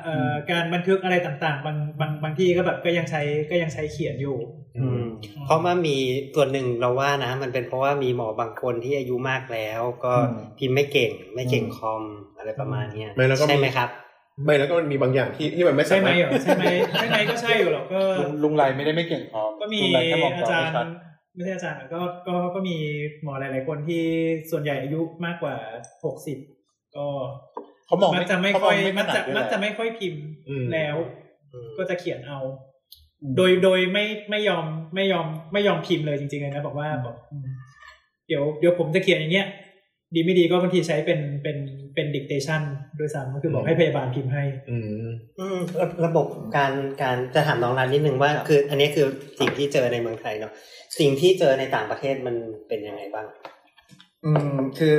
[SPEAKER 5] เอ่ออการบันทึกอะไรต่าง ๆ บางบางบางที่ก็แบบก็ยังใช้ก็ยังใช้เขียนอยู่
[SPEAKER 3] อืมเพราะว่ามีส่วนหนึ่งเราว่านะ มันเป็นเพราะว่ามีหมอบางคนที่อายุมากแล้ว ก็
[SPEAKER 6] อืม
[SPEAKER 3] พิมพ์ไม่เก่งไม่เก่งคอมอะไรประมาณเนี้ย
[SPEAKER 8] ไม่แล้วก็มี
[SPEAKER 3] ใช่ไหมครับ
[SPEAKER 8] ไม่แล้วก็มันมีบางอย่างที่ที่มันไม่
[SPEAKER 5] ใช่
[SPEAKER 8] สา
[SPEAKER 5] ไหม
[SPEAKER 8] มารถ
[SPEAKER 5] เหรอใช่ไหมใช่ไหมก็ใช่อยู่หรอกก็
[SPEAKER 4] ลุงลุงไรไม่ได้ไม่เก่งพอ
[SPEAKER 5] ก็มี
[SPEAKER 4] ลุงไรแค่มอง
[SPEAKER 5] อา
[SPEAKER 4] จอ
[SPEAKER 5] จารย์
[SPEAKER 4] ไม่ชัด
[SPEAKER 5] ไม่ใช่อาจารย์อะก็ก็ก็มีหมอหลาย ๆ คนที่ส่วนใหญ่อายุมากกว่าหกสิบก็
[SPEAKER 4] เขามอง
[SPEAKER 5] มันจะไม่
[SPEAKER 4] เขา
[SPEAKER 5] ค่อย
[SPEAKER 4] ง
[SPEAKER 5] มันจะ
[SPEAKER 4] ถดด้วย
[SPEAKER 5] มัน
[SPEAKER 4] แหล
[SPEAKER 5] จะไม่ค่อยพิมพ์
[SPEAKER 8] อืม
[SPEAKER 5] แล้ว
[SPEAKER 3] อืม
[SPEAKER 5] ก็จะเขียนเอา
[SPEAKER 6] อืม
[SPEAKER 5] โดยโดยไม่ไม่ยอมไม่ยอมไม่ยอมพิมพ์เลยจริงๆเลยนะบอกว่าบอกอืมเดี๋ยวเดี๋ยวผมจะเขียนอย่างเงี้ย ดีไม่ดีก็บางทีใช้เป็นเป็นเป็นดิกเตชันโดยสามก็คือบอกให้พยาบาลพิมพ์ให้
[SPEAKER 8] อืม
[SPEAKER 3] อืมระระบบการการจะถามน้องรันนิดนึงว่า คือ อันนี้คือสิ่งที่เจอในเมืองไทยเนาะสิ่งที่เจอในต่างประเทศมันเป็นยังไงบ้าง
[SPEAKER 7] อืมคือ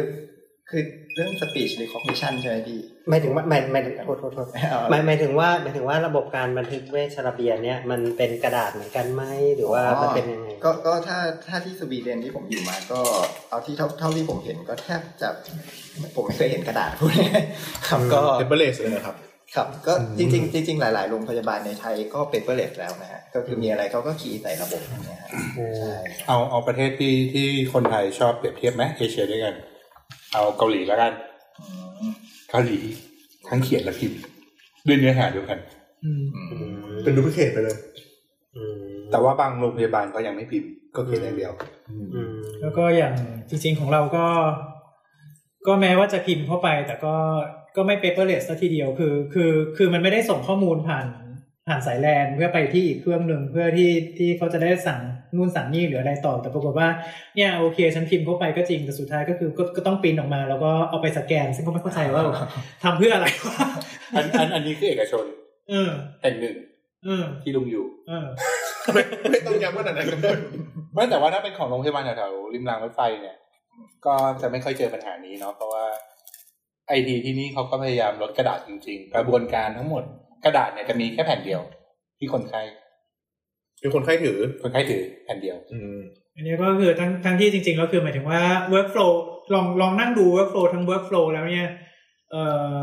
[SPEAKER 7] คือเรื่อง speech recognition ใช่ไหมพี่
[SPEAKER 3] หมายถึงว่าหมายหมายถึงโทษโทษโทษ
[SPEAKER 7] เอา
[SPEAKER 3] หมายหมายถึงว่าหมายถึงว่าระบบการบันทึกเวชระเบียนเนี่ยมันเป็นกระดาษเหมือนกันไหมหรือว่ามันเป็นยังไง
[SPEAKER 7] ก็ก็ถ้าถ้าที่สวีเดนที่ผมอยู่มาก็เอาที่เท่าเท่าที่ผมเห็นก็แทบจะผมไม่เคยเห็นกระดาษพวกนี้ครับก็
[SPEAKER 8] เทเบเลสเลยนะครับ
[SPEAKER 7] ครับก็
[SPEAKER 8] อืม
[SPEAKER 7] จริงๆจริงๆหลาย ๆ โรงพยาบาลในไทยก็เป็นเปอร์เลสแล้วนะฮะก็คือมีอะไรเขาก็คีย์ใส่ระบบอย่างเงี้ยฮะ
[SPEAKER 3] โอ้
[SPEAKER 7] ใช่
[SPEAKER 4] เอาเอาประเทศที่ที่คนไทยชอบเปรียบเทียบไหมเอเชียด้วยกัน เอาเกาหลีแล้วกัน
[SPEAKER 7] อืม
[SPEAKER 4] เกาหลีทั้งเขียนและพิมพ์ด้วยเนื้อหาเดียวกัน
[SPEAKER 5] อืม
[SPEAKER 7] อืม
[SPEAKER 8] เป็นดูพิเคทไปเลย
[SPEAKER 3] อืม
[SPEAKER 4] แต่ว่าบางโรงพยาบาลก็ยังไม่พิมพ์ก็เขียนอย่างเดียว
[SPEAKER 3] อืม
[SPEAKER 5] แล้วก็อย่างจริงๆของเราก็ ก็แม้ว่าจะพิมพ์เข้าไป แต่ก็ก็ไม่เปเปอร์เลสซะทีเดียวคือ คือคือมันไม่ได้ส่งข้อมูลผ่านผ่านสายแลนเพื่อไปที่อีกเครื่องหนึ่งเพื่อที่ที่เขาจะได้สั่งนู่นสั่งนี่หรืออะไรต่อ แต่ปรากฏว่าเนี่ยโอเคฉันพิมพ์เข้าไปก็จริงแต่สุดท้ายก็คือก็ก็ต้องปริ้นออกมา แล้วก็เอาไปสแกน ซึ่งก็ไม่เข้าใจว่าทำเพื่ออะไรวะ
[SPEAKER 4] อันอันอันนี้คือเอกชน
[SPEAKER 5] เออ
[SPEAKER 4] แห่งหนึ่ง
[SPEAKER 5] เออ
[SPEAKER 4] ที่ลุงอยู่
[SPEAKER 5] เออ
[SPEAKER 8] ไม่ไม่ต้องย้ำขนาดนั้นก็ได้
[SPEAKER 4] ไม่แต่ว่าถ้าเป็นของโรงพยาบาลแถวๆริมรางรถไฟเนี่ย ก็จะไม่ค่อยเจอปัญหานี้เนาะเพราะว่าไอทีที่นี่เขาก็พยายามลดกระดาษจริง ๆ กระบวนการทั้งหมดกระดาษเนี่ยจะมีแค่แผ่นเดียว ที่คนไข้
[SPEAKER 8] มีคนไข้ถือ
[SPEAKER 4] คนไข้ถือแผ่นเดียว
[SPEAKER 8] อืม
[SPEAKER 5] อันนี้ก็คือทั้งทั้งที่จริงๆแล้วคือหมายถึงว่า workflow ลองลองนั่งดู workflow ทั้ง workflow แล้วเนี่ย เอ่อ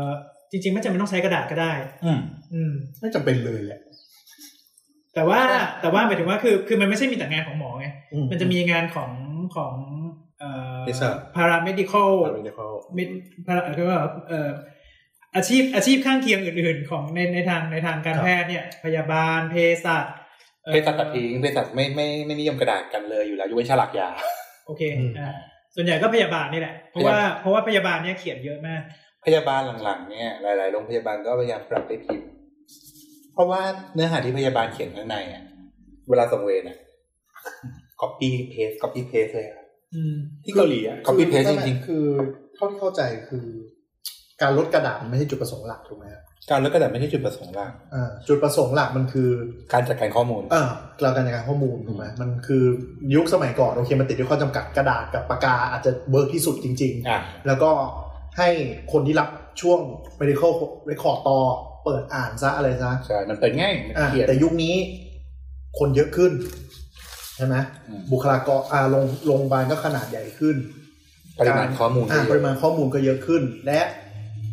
[SPEAKER 5] จริงๆไม่จำเป็นต้องใช้กระดาษก็ได้
[SPEAKER 4] อืม
[SPEAKER 5] อืม
[SPEAKER 8] ไม่จำเป็นเลยแหละ
[SPEAKER 5] แต่ว่าแต่ว่าหมายถึงว่าคือคือมันไม่ใช่มีแต่งานของหมอไง
[SPEAKER 8] อืม
[SPEAKER 5] มันจะมีงานของของเอ่อ
[SPEAKER 8] ไม่ทราบ
[SPEAKER 5] paramedical
[SPEAKER 8] ตามนี้เขา
[SPEAKER 5] มิดพระคือว่าเอ่ออาชีพอาชีพข้างเคียงอื่น ๆ ของในในทางในทางการแพทย์เนี่ย พยาบาลเภสัชอ่อ
[SPEAKER 4] เภสัชตัดทิ้งเภสัชไม่ไม่ไม่นิยมกระดาษกันเลยอยู่แล้วยกเว้นฉลากยา
[SPEAKER 5] โอเคอ่าส่วนใหญ่ก็พยาบาลนี่แหละ เพราะว่าเพราะว่าพยาบาลเนี่ยเขียนเยอะมาก
[SPEAKER 4] พยาบาลหลังๆเนี่ยหลาย ๆ โรงพยาบาลก็พยายามปรับไปพิมพ์ เพราะว่าเนื้อหาที่พยาบาลเขียนข้างในอ่ะ เวลาส่งเวรอ่ะ copy paste copy paste เลยอะ
[SPEAKER 5] อืม
[SPEAKER 4] ที่เกาหลีอ่ะ copy paste จริง
[SPEAKER 6] คือเท่าที่เข้าใจคือ การลดกระดาษมันไม่ใช่จุดประสงค์หลักถูกไหมฮะ
[SPEAKER 4] ๆการลดกระดาษไม่ใช่จุดประสงค์หลัก
[SPEAKER 6] อ่าจุดประสงค์หลักมันคือ
[SPEAKER 4] การจัดการข้อมูล
[SPEAKER 6] เออเราการจัดการข้อมูลถูกไหมมันคือยุคสมัยก่อนโอเคมันติดด้วยข้อจำกัดกระดาษกับปากกาอาจจะเบิร์กที่สุดจริง
[SPEAKER 4] อ่ะ
[SPEAKER 6] ๆ แล้วก็ให้คนที่รับช่วง medical record ต่อเปิดอ่านซะอะไรซะ
[SPEAKER 4] ใช่มันเป็นง่ายมัน
[SPEAKER 6] อ่ะ
[SPEAKER 4] เขียน
[SPEAKER 6] แต่ยุคนี้คนเยอะขึ้น ใช่ไหม
[SPEAKER 4] อืม
[SPEAKER 6] บุคลากรอ่าโรงโรงพยาบาลก็ขนาดใหญ่ขึ้น
[SPEAKER 4] ปริมาณข้อมูล
[SPEAKER 6] อ่าป
[SPEAKER 4] เย
[SPEAKER 6] ริ
[SPEAKER 4] อะ
[SPEAKER 6] มาณข้อมูลก็เยอะขึ้น และ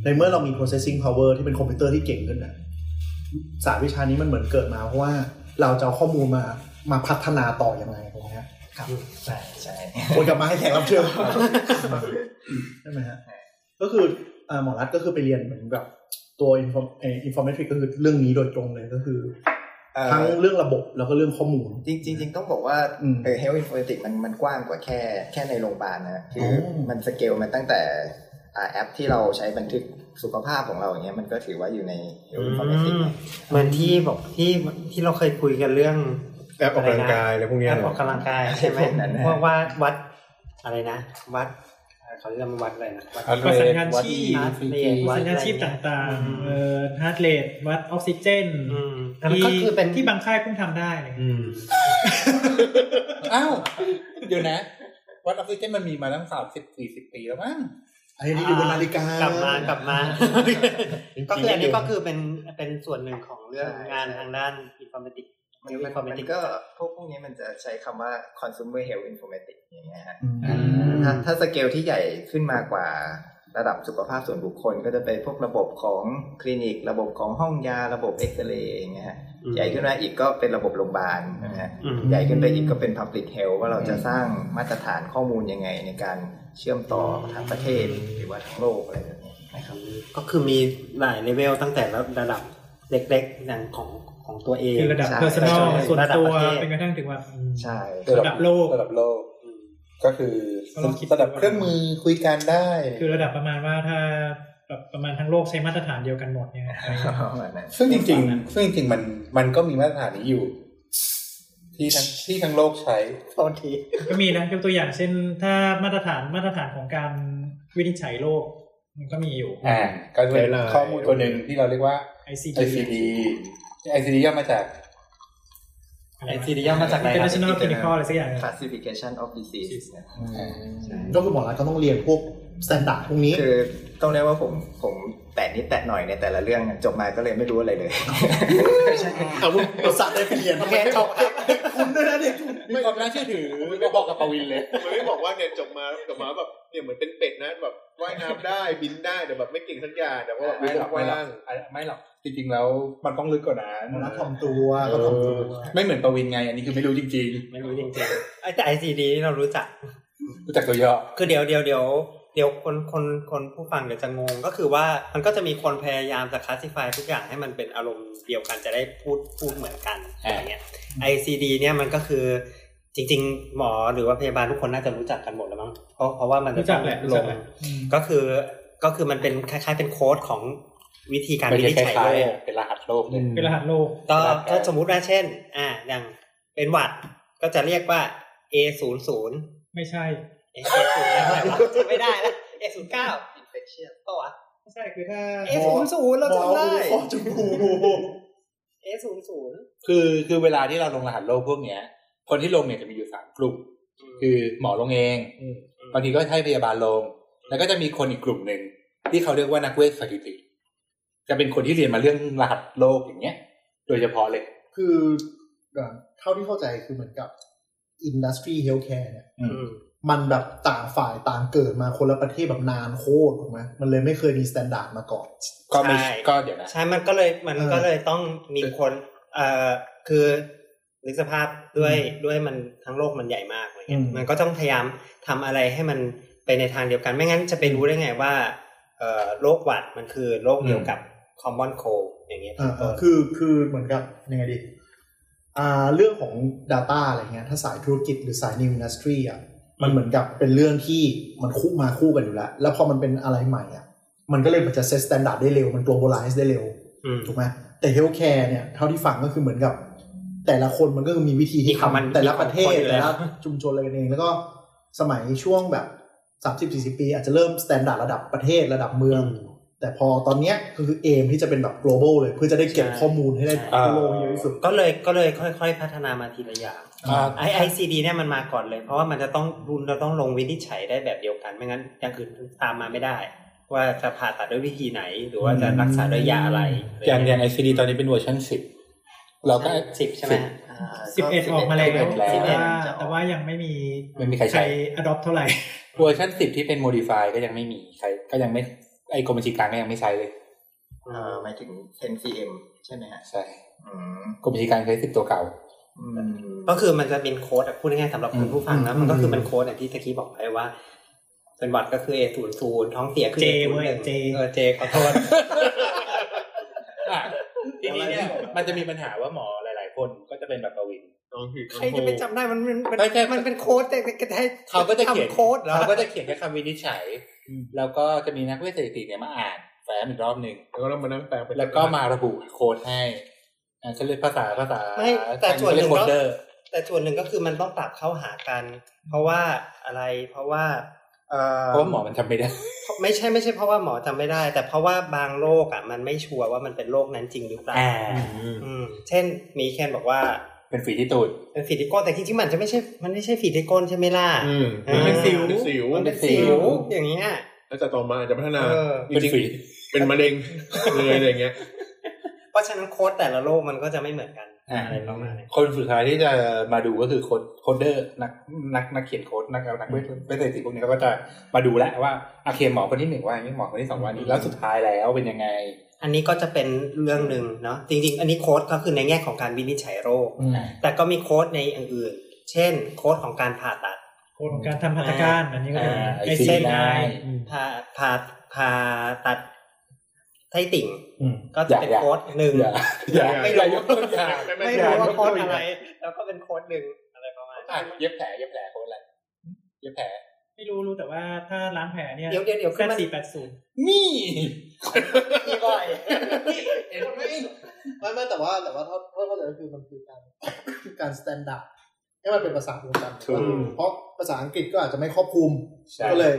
[SPEAKER 6] ในเมื่อเรามี processing power ที่เป็นคอมพิวเตอร์ที่เก่งขึ้นนะศาสตร์วิชานี้มันเหมือนเกิดมาเพราะว่าเราจะเอาข้อมูลมามาพัฒนาต่ออยังไงถูกไหมฮะ
[SPEAKER 7] ใช่ใช่
[SPEAKER 6] คนกลับมาให้แขกรับเชิญใช่ไหมฮะก็คืออ่าหมอรัฐก็คือไปเรียนเหมือนแบบตัว inform เอ่อ informatics ก็คือเรื่องนี้โดยตรงเลยก็คือ
[SPEAKER 7] เอ่
[SPEAKER 6] ทั้ง
[SPEAKER 7] อ
[SPEAKER 6] เรื่องระบบแล้วก็เรื่องข้อมูล
[SPEAKER 7] จริงจริง ๆ ต้องบอกว่า
[SPEAKER 6] อืม
[SPEAKER 7] เออ health informatics มันมันกว้างกว่าแค่แค่ในโรงพยาบาลนะคืออ
[SPEAKER 6] อ
[SPEAKER 7] มันสเกลมันตั้งแต่อ่าแอปที่เราใช้บันทึกสุขภาพของเราอย่างเงี้ยมันก็ถือว่าอยู่ใน health informatics นะ
[SPEAKER 3] เหมือนที่บอกที่ที่เราเคยคุยกันเรื่อง
[SPEAKER 8] แอปออกกำลังกายอะไรพวกเนี้ย
[SPEAKER 3] แอป
[SPEAKER 8] เห
[SPEAKER 3] อ
[SPEAKER 8] รอ
[SPEAKER 3] อกกำลังกายใช่ไหม
[SPEAKER 7] พวกนั้นนะ
[SPEAKER 3] ว่าว่าวัดอะไรนะ วัดเขาเรียกว่าวัดอะไรนะวัด
[SPEAKER 4] อันเร
[SPEAKER 5] ประสาน
[SPEAKER 4] ท
[SPEAKER 5] งาน
[SPEAKER 4] วัด
[SPEAKER 5] ชี
[SPEAKER 4] อี
[SPEAKER 5] พ
[SPEAKER 4] ซี
[SPEAKER 3] เรี
[SPEAKER 4] ที
[SPEAKER 3] ยน
[SPEAKER 5] สัญญาณชีพต่าง
[SPEAKER 3] อืม
[SPEAKER 5] ๆเอ่อฮาร์ดเรทวัดออกซิเจน
[SPEAKER 3] อืมอันนั้นก็คือเป็น
[SPEAKER 5] ที่บางค่ายเพิ่งทำได้เลย
[SPEAKER 8] อืม
[SPEAKER 4] อ้าว เดี๋ยวนะ วัดออกซิเจนมันมีมาตั้งสามสิบสี่สิบปีแล้วมั้ง
[SPEAKER 6] ไอ้นี่ดูเป็นนาฬิกาก ก
[SPEAKER 3] ลับมากลับ มา
[SPEAKER 8] จริงๆ
[SPEAKER 3] ก็คืออันนี้ก็คือเป็นเป็นส่วนหนึ่งของเรื่องงานทางด้านอินฟอร์มติก
[SPEAKER 7] มันมันก็พวกพวกนี้มันจะใช้คำว่า consumer health informatics อย่างเงี้ยฮะ
[SPEAKER 6] อืม
[SPEAKER 7] ถ้าถ้าสเกลที่ใหญ่ขึ้นมากว่าระดับสุขภาพส่วนบุคคล ก็จะเป็นพวกระบบของคลินิก ระบบของห้องยาระบบเอ็กซเรย์อย่างเงี้ยฮะ
[SPEAKER 3] อืม
[SPEAKER 7] ใหญ่ขึ้นมาอีกก็เป็นระบบโรงพยาบาลนะฮะ
[SPEAKER 3] อืม
[SPEAKER 7] ใหญ่ขึ้นไปอีกก็เป็น Public Health ว่าเราจะสร้างมาตรฐานข้อมูลยังไงในการเชื่อมต่อทั้งประเทศหรือว่าทั้งโลกอะไรแบบเนี้ยนะครับ
[SPEAKER 3] ก็คือมีหลายเลเวลตั้งแต่ระดับเล็กๆอย่างของของตัวเอง
[SPEAKER 5] คือระดับ
[SPEAKER 7] ใช่
[SPEAKER 5] personal
[SPEAKER 7] ใช่
[SPEAKER 5] ส่วน
[SPEAKER 3] ระดับ
[SPEAKER 5] ตัว
[SPEAKER 3] ประเทศ
[SPEAKER 5] เป็นกระทั่งถึงว่า
[SPEAKER 7] ใช่
[SPEAKER 5] ระดับโลก
[SPEAKER 4] ระดับโลก ก็คือ
[SPEAKER 5] ก็ลองคิด
[SPEAKER 4] ระดับเครื่องมือคุยกันได้
[SPEAKER 5] คือระดับประมาณว่าถ้า แบบประมาณทั้งโลกใช้มาตรฐานเดียวกันหมดเนี่ยอะไรอย่างเงี้ย
[SPEAKER 7] ประมาณนั้น
[SPEAKER 4] ซึ่งจริงๆซึ่งจริงๆมันมันก็มีมาตรฐานนี้อยู่ ที่ทั้งที่ทั้งโลกใช้
[SPEAKER 7] โทษที
[SPEAKER 5] ก็มีนะยกตัวอย่างเช่น ถ้ามาตรฐานมาตรฐานของการวินิจฉัยโรคมันก็มีอยู่
[SPEAKER 4] อ่า ก็เป็น
[SPEAKER 8] ไกด์ไลน์
[SPEAKER 4] ข้อมูลตัวหนึ่งที่เราเรียกว่า
[SPEAKER 5] ICD
[SPEAKER 4] ICD ICD ย่อมาจาก
[SPEAKER 5] อะไร
[SPEAKER 3] ไอ
[SPEAKER 5] วะ
[SPEAKER 3] ซีดีย่อมาจากไหนครับ
[SPEAKER 5] International Clinical อะไรสักอย่างเนี่ย
[SPEAKER 7] classification of disease นะครับใช่
[SPEAKER 6] ก็คือหมอรัฐก็ต้องเรียนพวกสแตนดาร์ดพวกนี้
[SPEAKER 7] คือต้องเรียกว่าผมผมแตะนิดแตะหน่อยในแต่ละเรื่องจบมาก็เลยไม่รู้อะไรเลย
[SPEAKER 6] เอาพวกประสาทได้เปลี่ยนทำไมไม่บอกคุณด้วยนะเนี่ย
[SPEAKER 4] มีความน่าเชื่อถือไม่บอกกับปวินเลย
[SPEAKER 8] มันไม่บอกว่าเนี่ยจบมาจบมาแบบเนี่ยเหมือนเป็นเป็ดนะแบบว่ายน้ำได้บินได้แต่แบบไม่เก่งสักอย่างแต่ว่าแบบ
[SPEAKER 4] ไม่หรอก
[SPEAKER 8] ว่าย
[SPEAKER 4] ไม่หรอ
[SPEAKER 8] ล่าก ง
[SPEAKER 4] ไม่หรอกจริงๆแล้วมันต้องลึกกว่านั้น
[SPEAKER 6] หมอรัฐถ่อมตัวก็ถ่อมตัว
[SPEAKER 4] ไม่เหมือนปวินไง อันนี้คือไม่รู้จริง
[SPEAKER 3] ไม่รู้จริงๆแต่ไอซีดีเรารู้จัก
[SPEAKER 4] ๆรู้จักตัวย่อ
[SPEAKER 3] คือเดี๋ยวเดี๋ยวเดี๋ยวเดี๋ยวคนคนคนผู้ฟังเดี๋ยวจะงงก็คือว่ามันก็จะมีคนพยายามจะคลาสสิฟายทุกอย่างให้มันเป็นอารมณ์เดียวกันจะได้พูดพูดเหมือนกันอะไรเงี้ย ICD เนี่ยมันก็คือจริง ๆ หมอหรือว่าพยาบาลทุกคนน่าจะรู้จักกันหมดแล้วมั้งเพราะเพราะว่ามัน
[SPEAKER 5] รู้จักแหละรู้
[SPEAKER 3] ล
[SPEAKER 5] จั
[SPEAKER 3] ง
[SPEAKER 5] กแหละอืม
[SPEAKER 3] ก็คือก็คือมันเป็นคล้ายๆเป็นโค้ดของวิธีการ
[SPEAKER 4] ไม่
[SPEAKER 3] วิ
[SPEAKER 4] ใช่
[SPEAKER 3] นิจ
[SPEAKER 4] ค
[SPEAKER 3] ฉัย
[SPEAKER 4] ล้าย
[SPEAKER 3] โรค
[SPEAKER 4] ๆเป็นรหัสโลกเลย
[SPEAKER 5] เป็นรหัสโลก
[SPEAKER 3] ก็
[SPEAKER 4] ครับ
[SPEAKER 3] ถ้าสมมุติว่าเช่น อ่า อย่างเป็นหวัดก็จะเรียกว่า A ศูนย์ศูนย์
[SPEAKER 5] ไม่ใช่
[SPEAKER 3] A ศูนย์อะไรวะจำไม่ได้แล้ว A ศูนย์เก้าอินเฟคเชียนก็วะ
[SPEAKER 5] ไม่ใช่คือถ้า
[SPEAKER 3] A ศูนย์ศูนย์เราจำได้
[SPEAKER 6] หมอจมูก
[SPEAKER 3] A ศูนย์ศูนย์
[SPEAKER 4] คือคือเวลาที่เราลงรหัสโลกพวกเนี้ย คนที่ลงเนี่ยจะมีอยู่สามกลุ่ม คือหมอลงเองบางทีก็ให้พยาบาลลง แล้วก็จะมีคนอีกกลุ่มหนึ่งที่เขาเรียกว่านักเวชสถิติ จะเป็นคนที่เรียนมาเรื่องรหัสโลกอย่างเงี้ย โดยเฉพาะเลย
[SPEAKER 6] คือเท่าที่เข้าใจคือเหมือนกับอินดัสทรีเฮลท์แคร์เนี่ย
[SPEAKER 4] อืม
[SPEAKER 6] มันแบบต่างฝ่ายต่างเกิดมาคนละประเทศแบบนานโคตรถูกไหมมันเลยไม่เคยมีสแตนดาร์ดมาก่อน
[SPEAKER 4] ก็ไม่ก็เดี๋ยวนะ
[SPEAKER 3] ใช่ มันก็เลยมัน
[SPEAKER 6] เออ
[SPEAKER 3] ก็เลยต้องมีคนเอ่อคือนึกสภาพด้วยด้วยมันทั้งโลกมันใหญ่มากอะไรเงี้ยมันก็ต้องพยายามทำอะไรให้มันไปในทางเดียวกันไม่งั้นจะไปรู้ได้ไงว่าเอ่อโรคหวัดมันคือโรคเดียวกับคอมมอนโคอย่างเงี้ย
[SPEAKER 6] อ่า
[SPEAKER 3] ต้น
[SPEAKER 6] ๆคือคือเหมือนกับยังไงดีอ่าเรื่องของ Data อะไรเงี้ยถ้าสายธุรกิจหรือสาย New Industry อ่ะมันเหมือนกับเป็นเรื่องที่มันคู่มาคู่กันอยู่แล้ว แล้วพอมันเป็นอะไรใหม่อ่ะมันก็เลยมันจะเซตสแตนดาร์ดได้เร็ว มัน globalize ได้เร็ว
[SPEAKER 3] อืม
[SPEAKER 6] ถูกไหมแต่ healthcare เนี่ยเท่าที่ฟังก็คือเหมือนกับ แต่ละคนมันก็มีวิธีที่
[SPEAKER 3] มีของมัน
[SPEAKER 6] ทำแต่ละประเทศ
[SPEAKER 3] มีของคนอยู่แล้
[SPEAKER 6] แต่
[SPEAKER 3] ว
[SPEAKER 6] ละชุมชนอะไรกันเอง แล้วก็สมัยช่วงแบบสามสิบสี่สิบปี อาจจะเริ่มสแตนดาร์ดระดับประเทศระดับเมือง แต่พอตอนเนี้ยคือเอมที่จะเป็นแบบ global เลย เพื่อจะได้เก็บข้อมูลให้ได้
[SPEAKER 4] อ่า
[SPEAKER 6] ทั่วโลกเยอะที่สุด
[SPEAKER 3] ก็เลยก็เลยค่อยๆ พัฒนามาทีละอย่าง
[SPEAKER 4] อ่า
[SPEAKER 3] IICD เนี่ยมันมาก่อนเลย เพราะว่ามันจะต้องรุนเราต้องลงวินิจฉัยได้แบบเดียวกัน ไม่งั้นอย่างอื่นตามมาไม่ได้ ว่าจะผ่าตัดด้วยวิธีไหน หรือว่าจะรักษาด้วยยาอะไร
[SPEAKER 4] อย่างอย่างไอซีดีตอนนี้เป็นเวอร์ชันสิบเราก็
[SPEAKER 3] สิบใช่ไหม
[SPEAKER 5] สิบเอ็ดออกมาแล้ว
[SPEAKER 4] 11แล้ว
[SPEAKER 5] แต่ว่าแต่ว่ายังไม่มี
[SPEAKER 4] ไม่มีใคร
[SPEAKER 5] ใคร
[SPEAKER 4] ใช้
[SPEAKER 5] อดอปเท่าไหร่
[SPEAKER 4] เวอร์ชันสิบที่เป็นโมดิฟายก็ยังไม่มีใครก็ยังไม่ไอกรมบัญชีกลางก็ยังไม่ใช้เลย
[SPEAKER 7] เอ่อหมายถึง 10cm ใช่ไหมฮะ
[SPEAKER 4] ใช่
[SPEAKER 7] อืม
[SPEAKER 4] กรมบัญชีกลางใช้สิบตัวเก่า
[SPEAKER 7] อืม
[SPEAKER 3] ก็คือมันจะเป็นโค้ดอะพูดง่ายๆสำหรับคุณผู้ฟังนะ
[SPEAKER 6] อืม
[SPEAKER 3] มันก็คือเป็นโค้ดอย่างที่ตะกี้บอกไปว่าเป็นหวัดก็คือ A ศูนย์ศูนย์ท้องเสียคือ
[SPEAKER 5] J
[SPEAKER 3] A01
[SPEAKER 5] เว้ย J
[SPEAKER 3] เออเจขอโทษ
[SPEAKER 4] อ่ะทีนี้เนี่ยมันจะมีปัญหาว่าหมอหลาย ๆ คนก็จะเป็นแบบประวิน
[SPEAKER 3] ใครจะไปจำได้มันมันมัน
[SPEAKER 4] ไม่ใช่
[SPEAKER 3] มันเป็นโค้ดแต่แต่ให้
[SPEAKER 4] เขาก็จะเขียน
[SPEAKER 3] ทำโค้ดแล้ว
[SPEAKER 4] เราก็จะเขียนแค่คำวินิจฉัย แล้วก็จะมีนักเวชสถิติเนี่ยมาอ่านแฟ้มอีกรอบหนึ่ง
[SPEAKER 8] แล้วก็ต้องมานั่งแปลเป็น
[SPEAKER 4] แล้วก็มาระบุโค้ดให้อ่าจะเรียกภาษาภาษา
[SPEAKER 3] ไม่แต่ส่วนหนึ่งก็
[SPEAKER 4] เรียกโคดเดอร์
[SPEAKER 3] แต่ส่วนหนึ่งก็คือมันต้องปรับเข้าหากัน เพราะว่าอะไรเพราะว่าเออ
[SPEAKER 4] เพราะว่าหมอมันทำไม่ได้
[SPEAKER 3] ไม่ใช่ไม่ใช่เพราะว่าหมอจำไม่ได้ แต่เพราะว่าบางโรคอ่ะมันไม่ชัวร์ว่ามันเป็นโรคนั้นจริงหรือเปล่า
[SPEAKER 4] อ่า
[SPEAKER 3] อืมเช่นมีแคนบอกว่า
[SPEAKER 4] เป็นฝีที่ตูด
[SPEAKER 3] เป็นฝีติโกนแต่จริงๆมันจะไม่ใช่มันไม่ใช่ฝีติโกนใช่ไหมล่ะ
[SPEAKER 8] อืม
[SPEAKER 3] อ่า
[SPEAKER 8] เป็นสิวเป็นสิว
[SPEAKER 3] มันเป็นสิวอย่างเงี้ย
[SPEAKER 8] แล้วจะต่อมาอาจจะพัฒนา
[SPEAKER 3] เออ
[SPEAKER 8] จริงๆเป็นมะเร็งเลยอะไรเงี้ย
[SPEAKER 3] เพราะฉะนั้นโค้ดแต่ละโรคมันก็จะไม่เหมือนกัน
[SPEAKER 4] อ่า
[SPEAKER 3] อะไรประมาณนี้
[SPEAKER 4] คนสุดท้ายที่จะมาดูก็คือโค้ดโคดเดอร์นักนักนักเขียนโค้ดนักนักเวทเวทสถิติพวกนี้ก็จะมาดูแหละว่าอาเคหมอคนที่หนึ่งว่าอย่างนี้หมอคนที่สองว่านี้แล้วสุดท้ายแล้วเป็นยังไง
[SPEAKER 3] อันนี้ก็จะเป็นเรื่องหนึ่งเนาะจริง ๆ อันนี้โค้ดก็คือในแง่ของการวินิจฉัยโรค แต่ก็มีโค้ดในอย่างอื่น เช่น โค้ดของการผ่าตัด
[SPEAKER 5] โค้ดของการทำพัฒการ อันนี้ก็เป็น
[SPEAKER 4] อ่า
[SPEAKER 5] ICD ไอ
[SPEAKER 4] ICD
[SPEAKER 5] ซี
[SPEAKER 4] ได้
[SPEAKER 5] ไ
[SPEAKER 3] ผ่าผ่าผ่าตัดไส้ติ่ง
[SPEAKER 6] อืม
[SPEAKER 3] ก็จะเป็น
[SPEAKER 4] อย่า
[SPEAKER 3] โค้ดหนึ่ง
[SPEAKER 4] อย่าอย่า
[SPEAKER 3] ไม่รู้
[SPEAKER 4] อย่ายกตัวอย่าง
[SPEAKER 3] ไม่
[SPEAKER 4] อย่า
[SPEAKER 3] รู้ว่าย
[SPEAKER 4] ก
[SPEAKER 3] โค้ด
[SPEAKER 4] ตัย่
[SPEAKER 3] อะ
[SPEAKER 4] ง
[SPEAKER 3] ไร แล้วก็เป็นโค้ดหนึ่งอะไรประมาณ
[SPEAKER 4] อ่ะ
[SPEAKER 3] นั้น
[SPEAKER 4] เย็บแผลเย็บแผลโค้ดอะไรเย็บแผล
[SPEAKER 5] อ ไม่รู้รู้แต่ว่าถ้าล้างแผลเนี่ย
[SPEAKER 3] เดี๋ยวเดี๋ยวเดี๋ยว
[SPEAKER 5] แซ
[SPEAKER 3] คือ
[SPEAKER 5] ด
[SPEAKER 3] มัน
[SPEAKER 5] สี่แปดศูนย์
[SPEAKER 4] นี่
[SPEAKER 7] มีบ่อย
[SPEAKER 4] เห็นไหม
[SPEAKER 6] ไม่ไม่แต่ว่าแต่ว่าถ้าถ้าเข้าใจก็คือมันคือการคือการสแตนดาร์ดให้มันเป็นภาษาเดียวกัน
[SPEAKER 4] ถูก
[SPEAKER 6] เพราะภาษาอังกฤษก็อาจจะไม่ครอบคลุม
[SPEAKER 4] ใช่
[SPEAKER 6] ก็เลย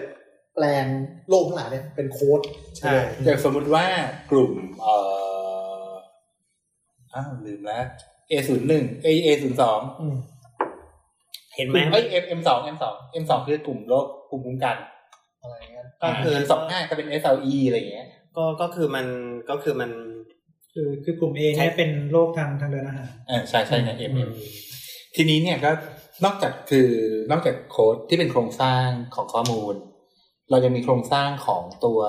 [SPEAKER 6] แปลงโลกทั้งหลายเนี่ยเป็นโค้ด
[SPEAKER 4] ใช่อย่างสมมุติว่ากลุ่มเอ่ออ้าวลืมแล้ว A ศูนย์หนึ่งเอศูนย์สอง
[SPEAKER 6] อืม
[SPEAKER 3] เห็นไหม
[SPEAKER 4] เอ้ย M M สอง M สอง M สองคือกลุ่มโรคภูมิคุ้มกัน
[SPEAKER 6] อะไรเงี้ย
[SPEAKER 4] ก็คือสองห้าก็เป็น SLE อะไรอย่างเงี้ย
[SPEAKER 3] ก็ก็คือมันก็คือมัน
[SPEAKER 5] คือคือกลุ่ม A เนี่ยเป็นโรคทางทางเดินอาหาร
[SPEAKER 4] เออใช่ใช่ไง M M ทีนี้เนี่ยก็นอกจากคือนอกจากโค้ดที่เป็นโครงสร้างของข้อมูล เรายังมีโครงสร้างของตัว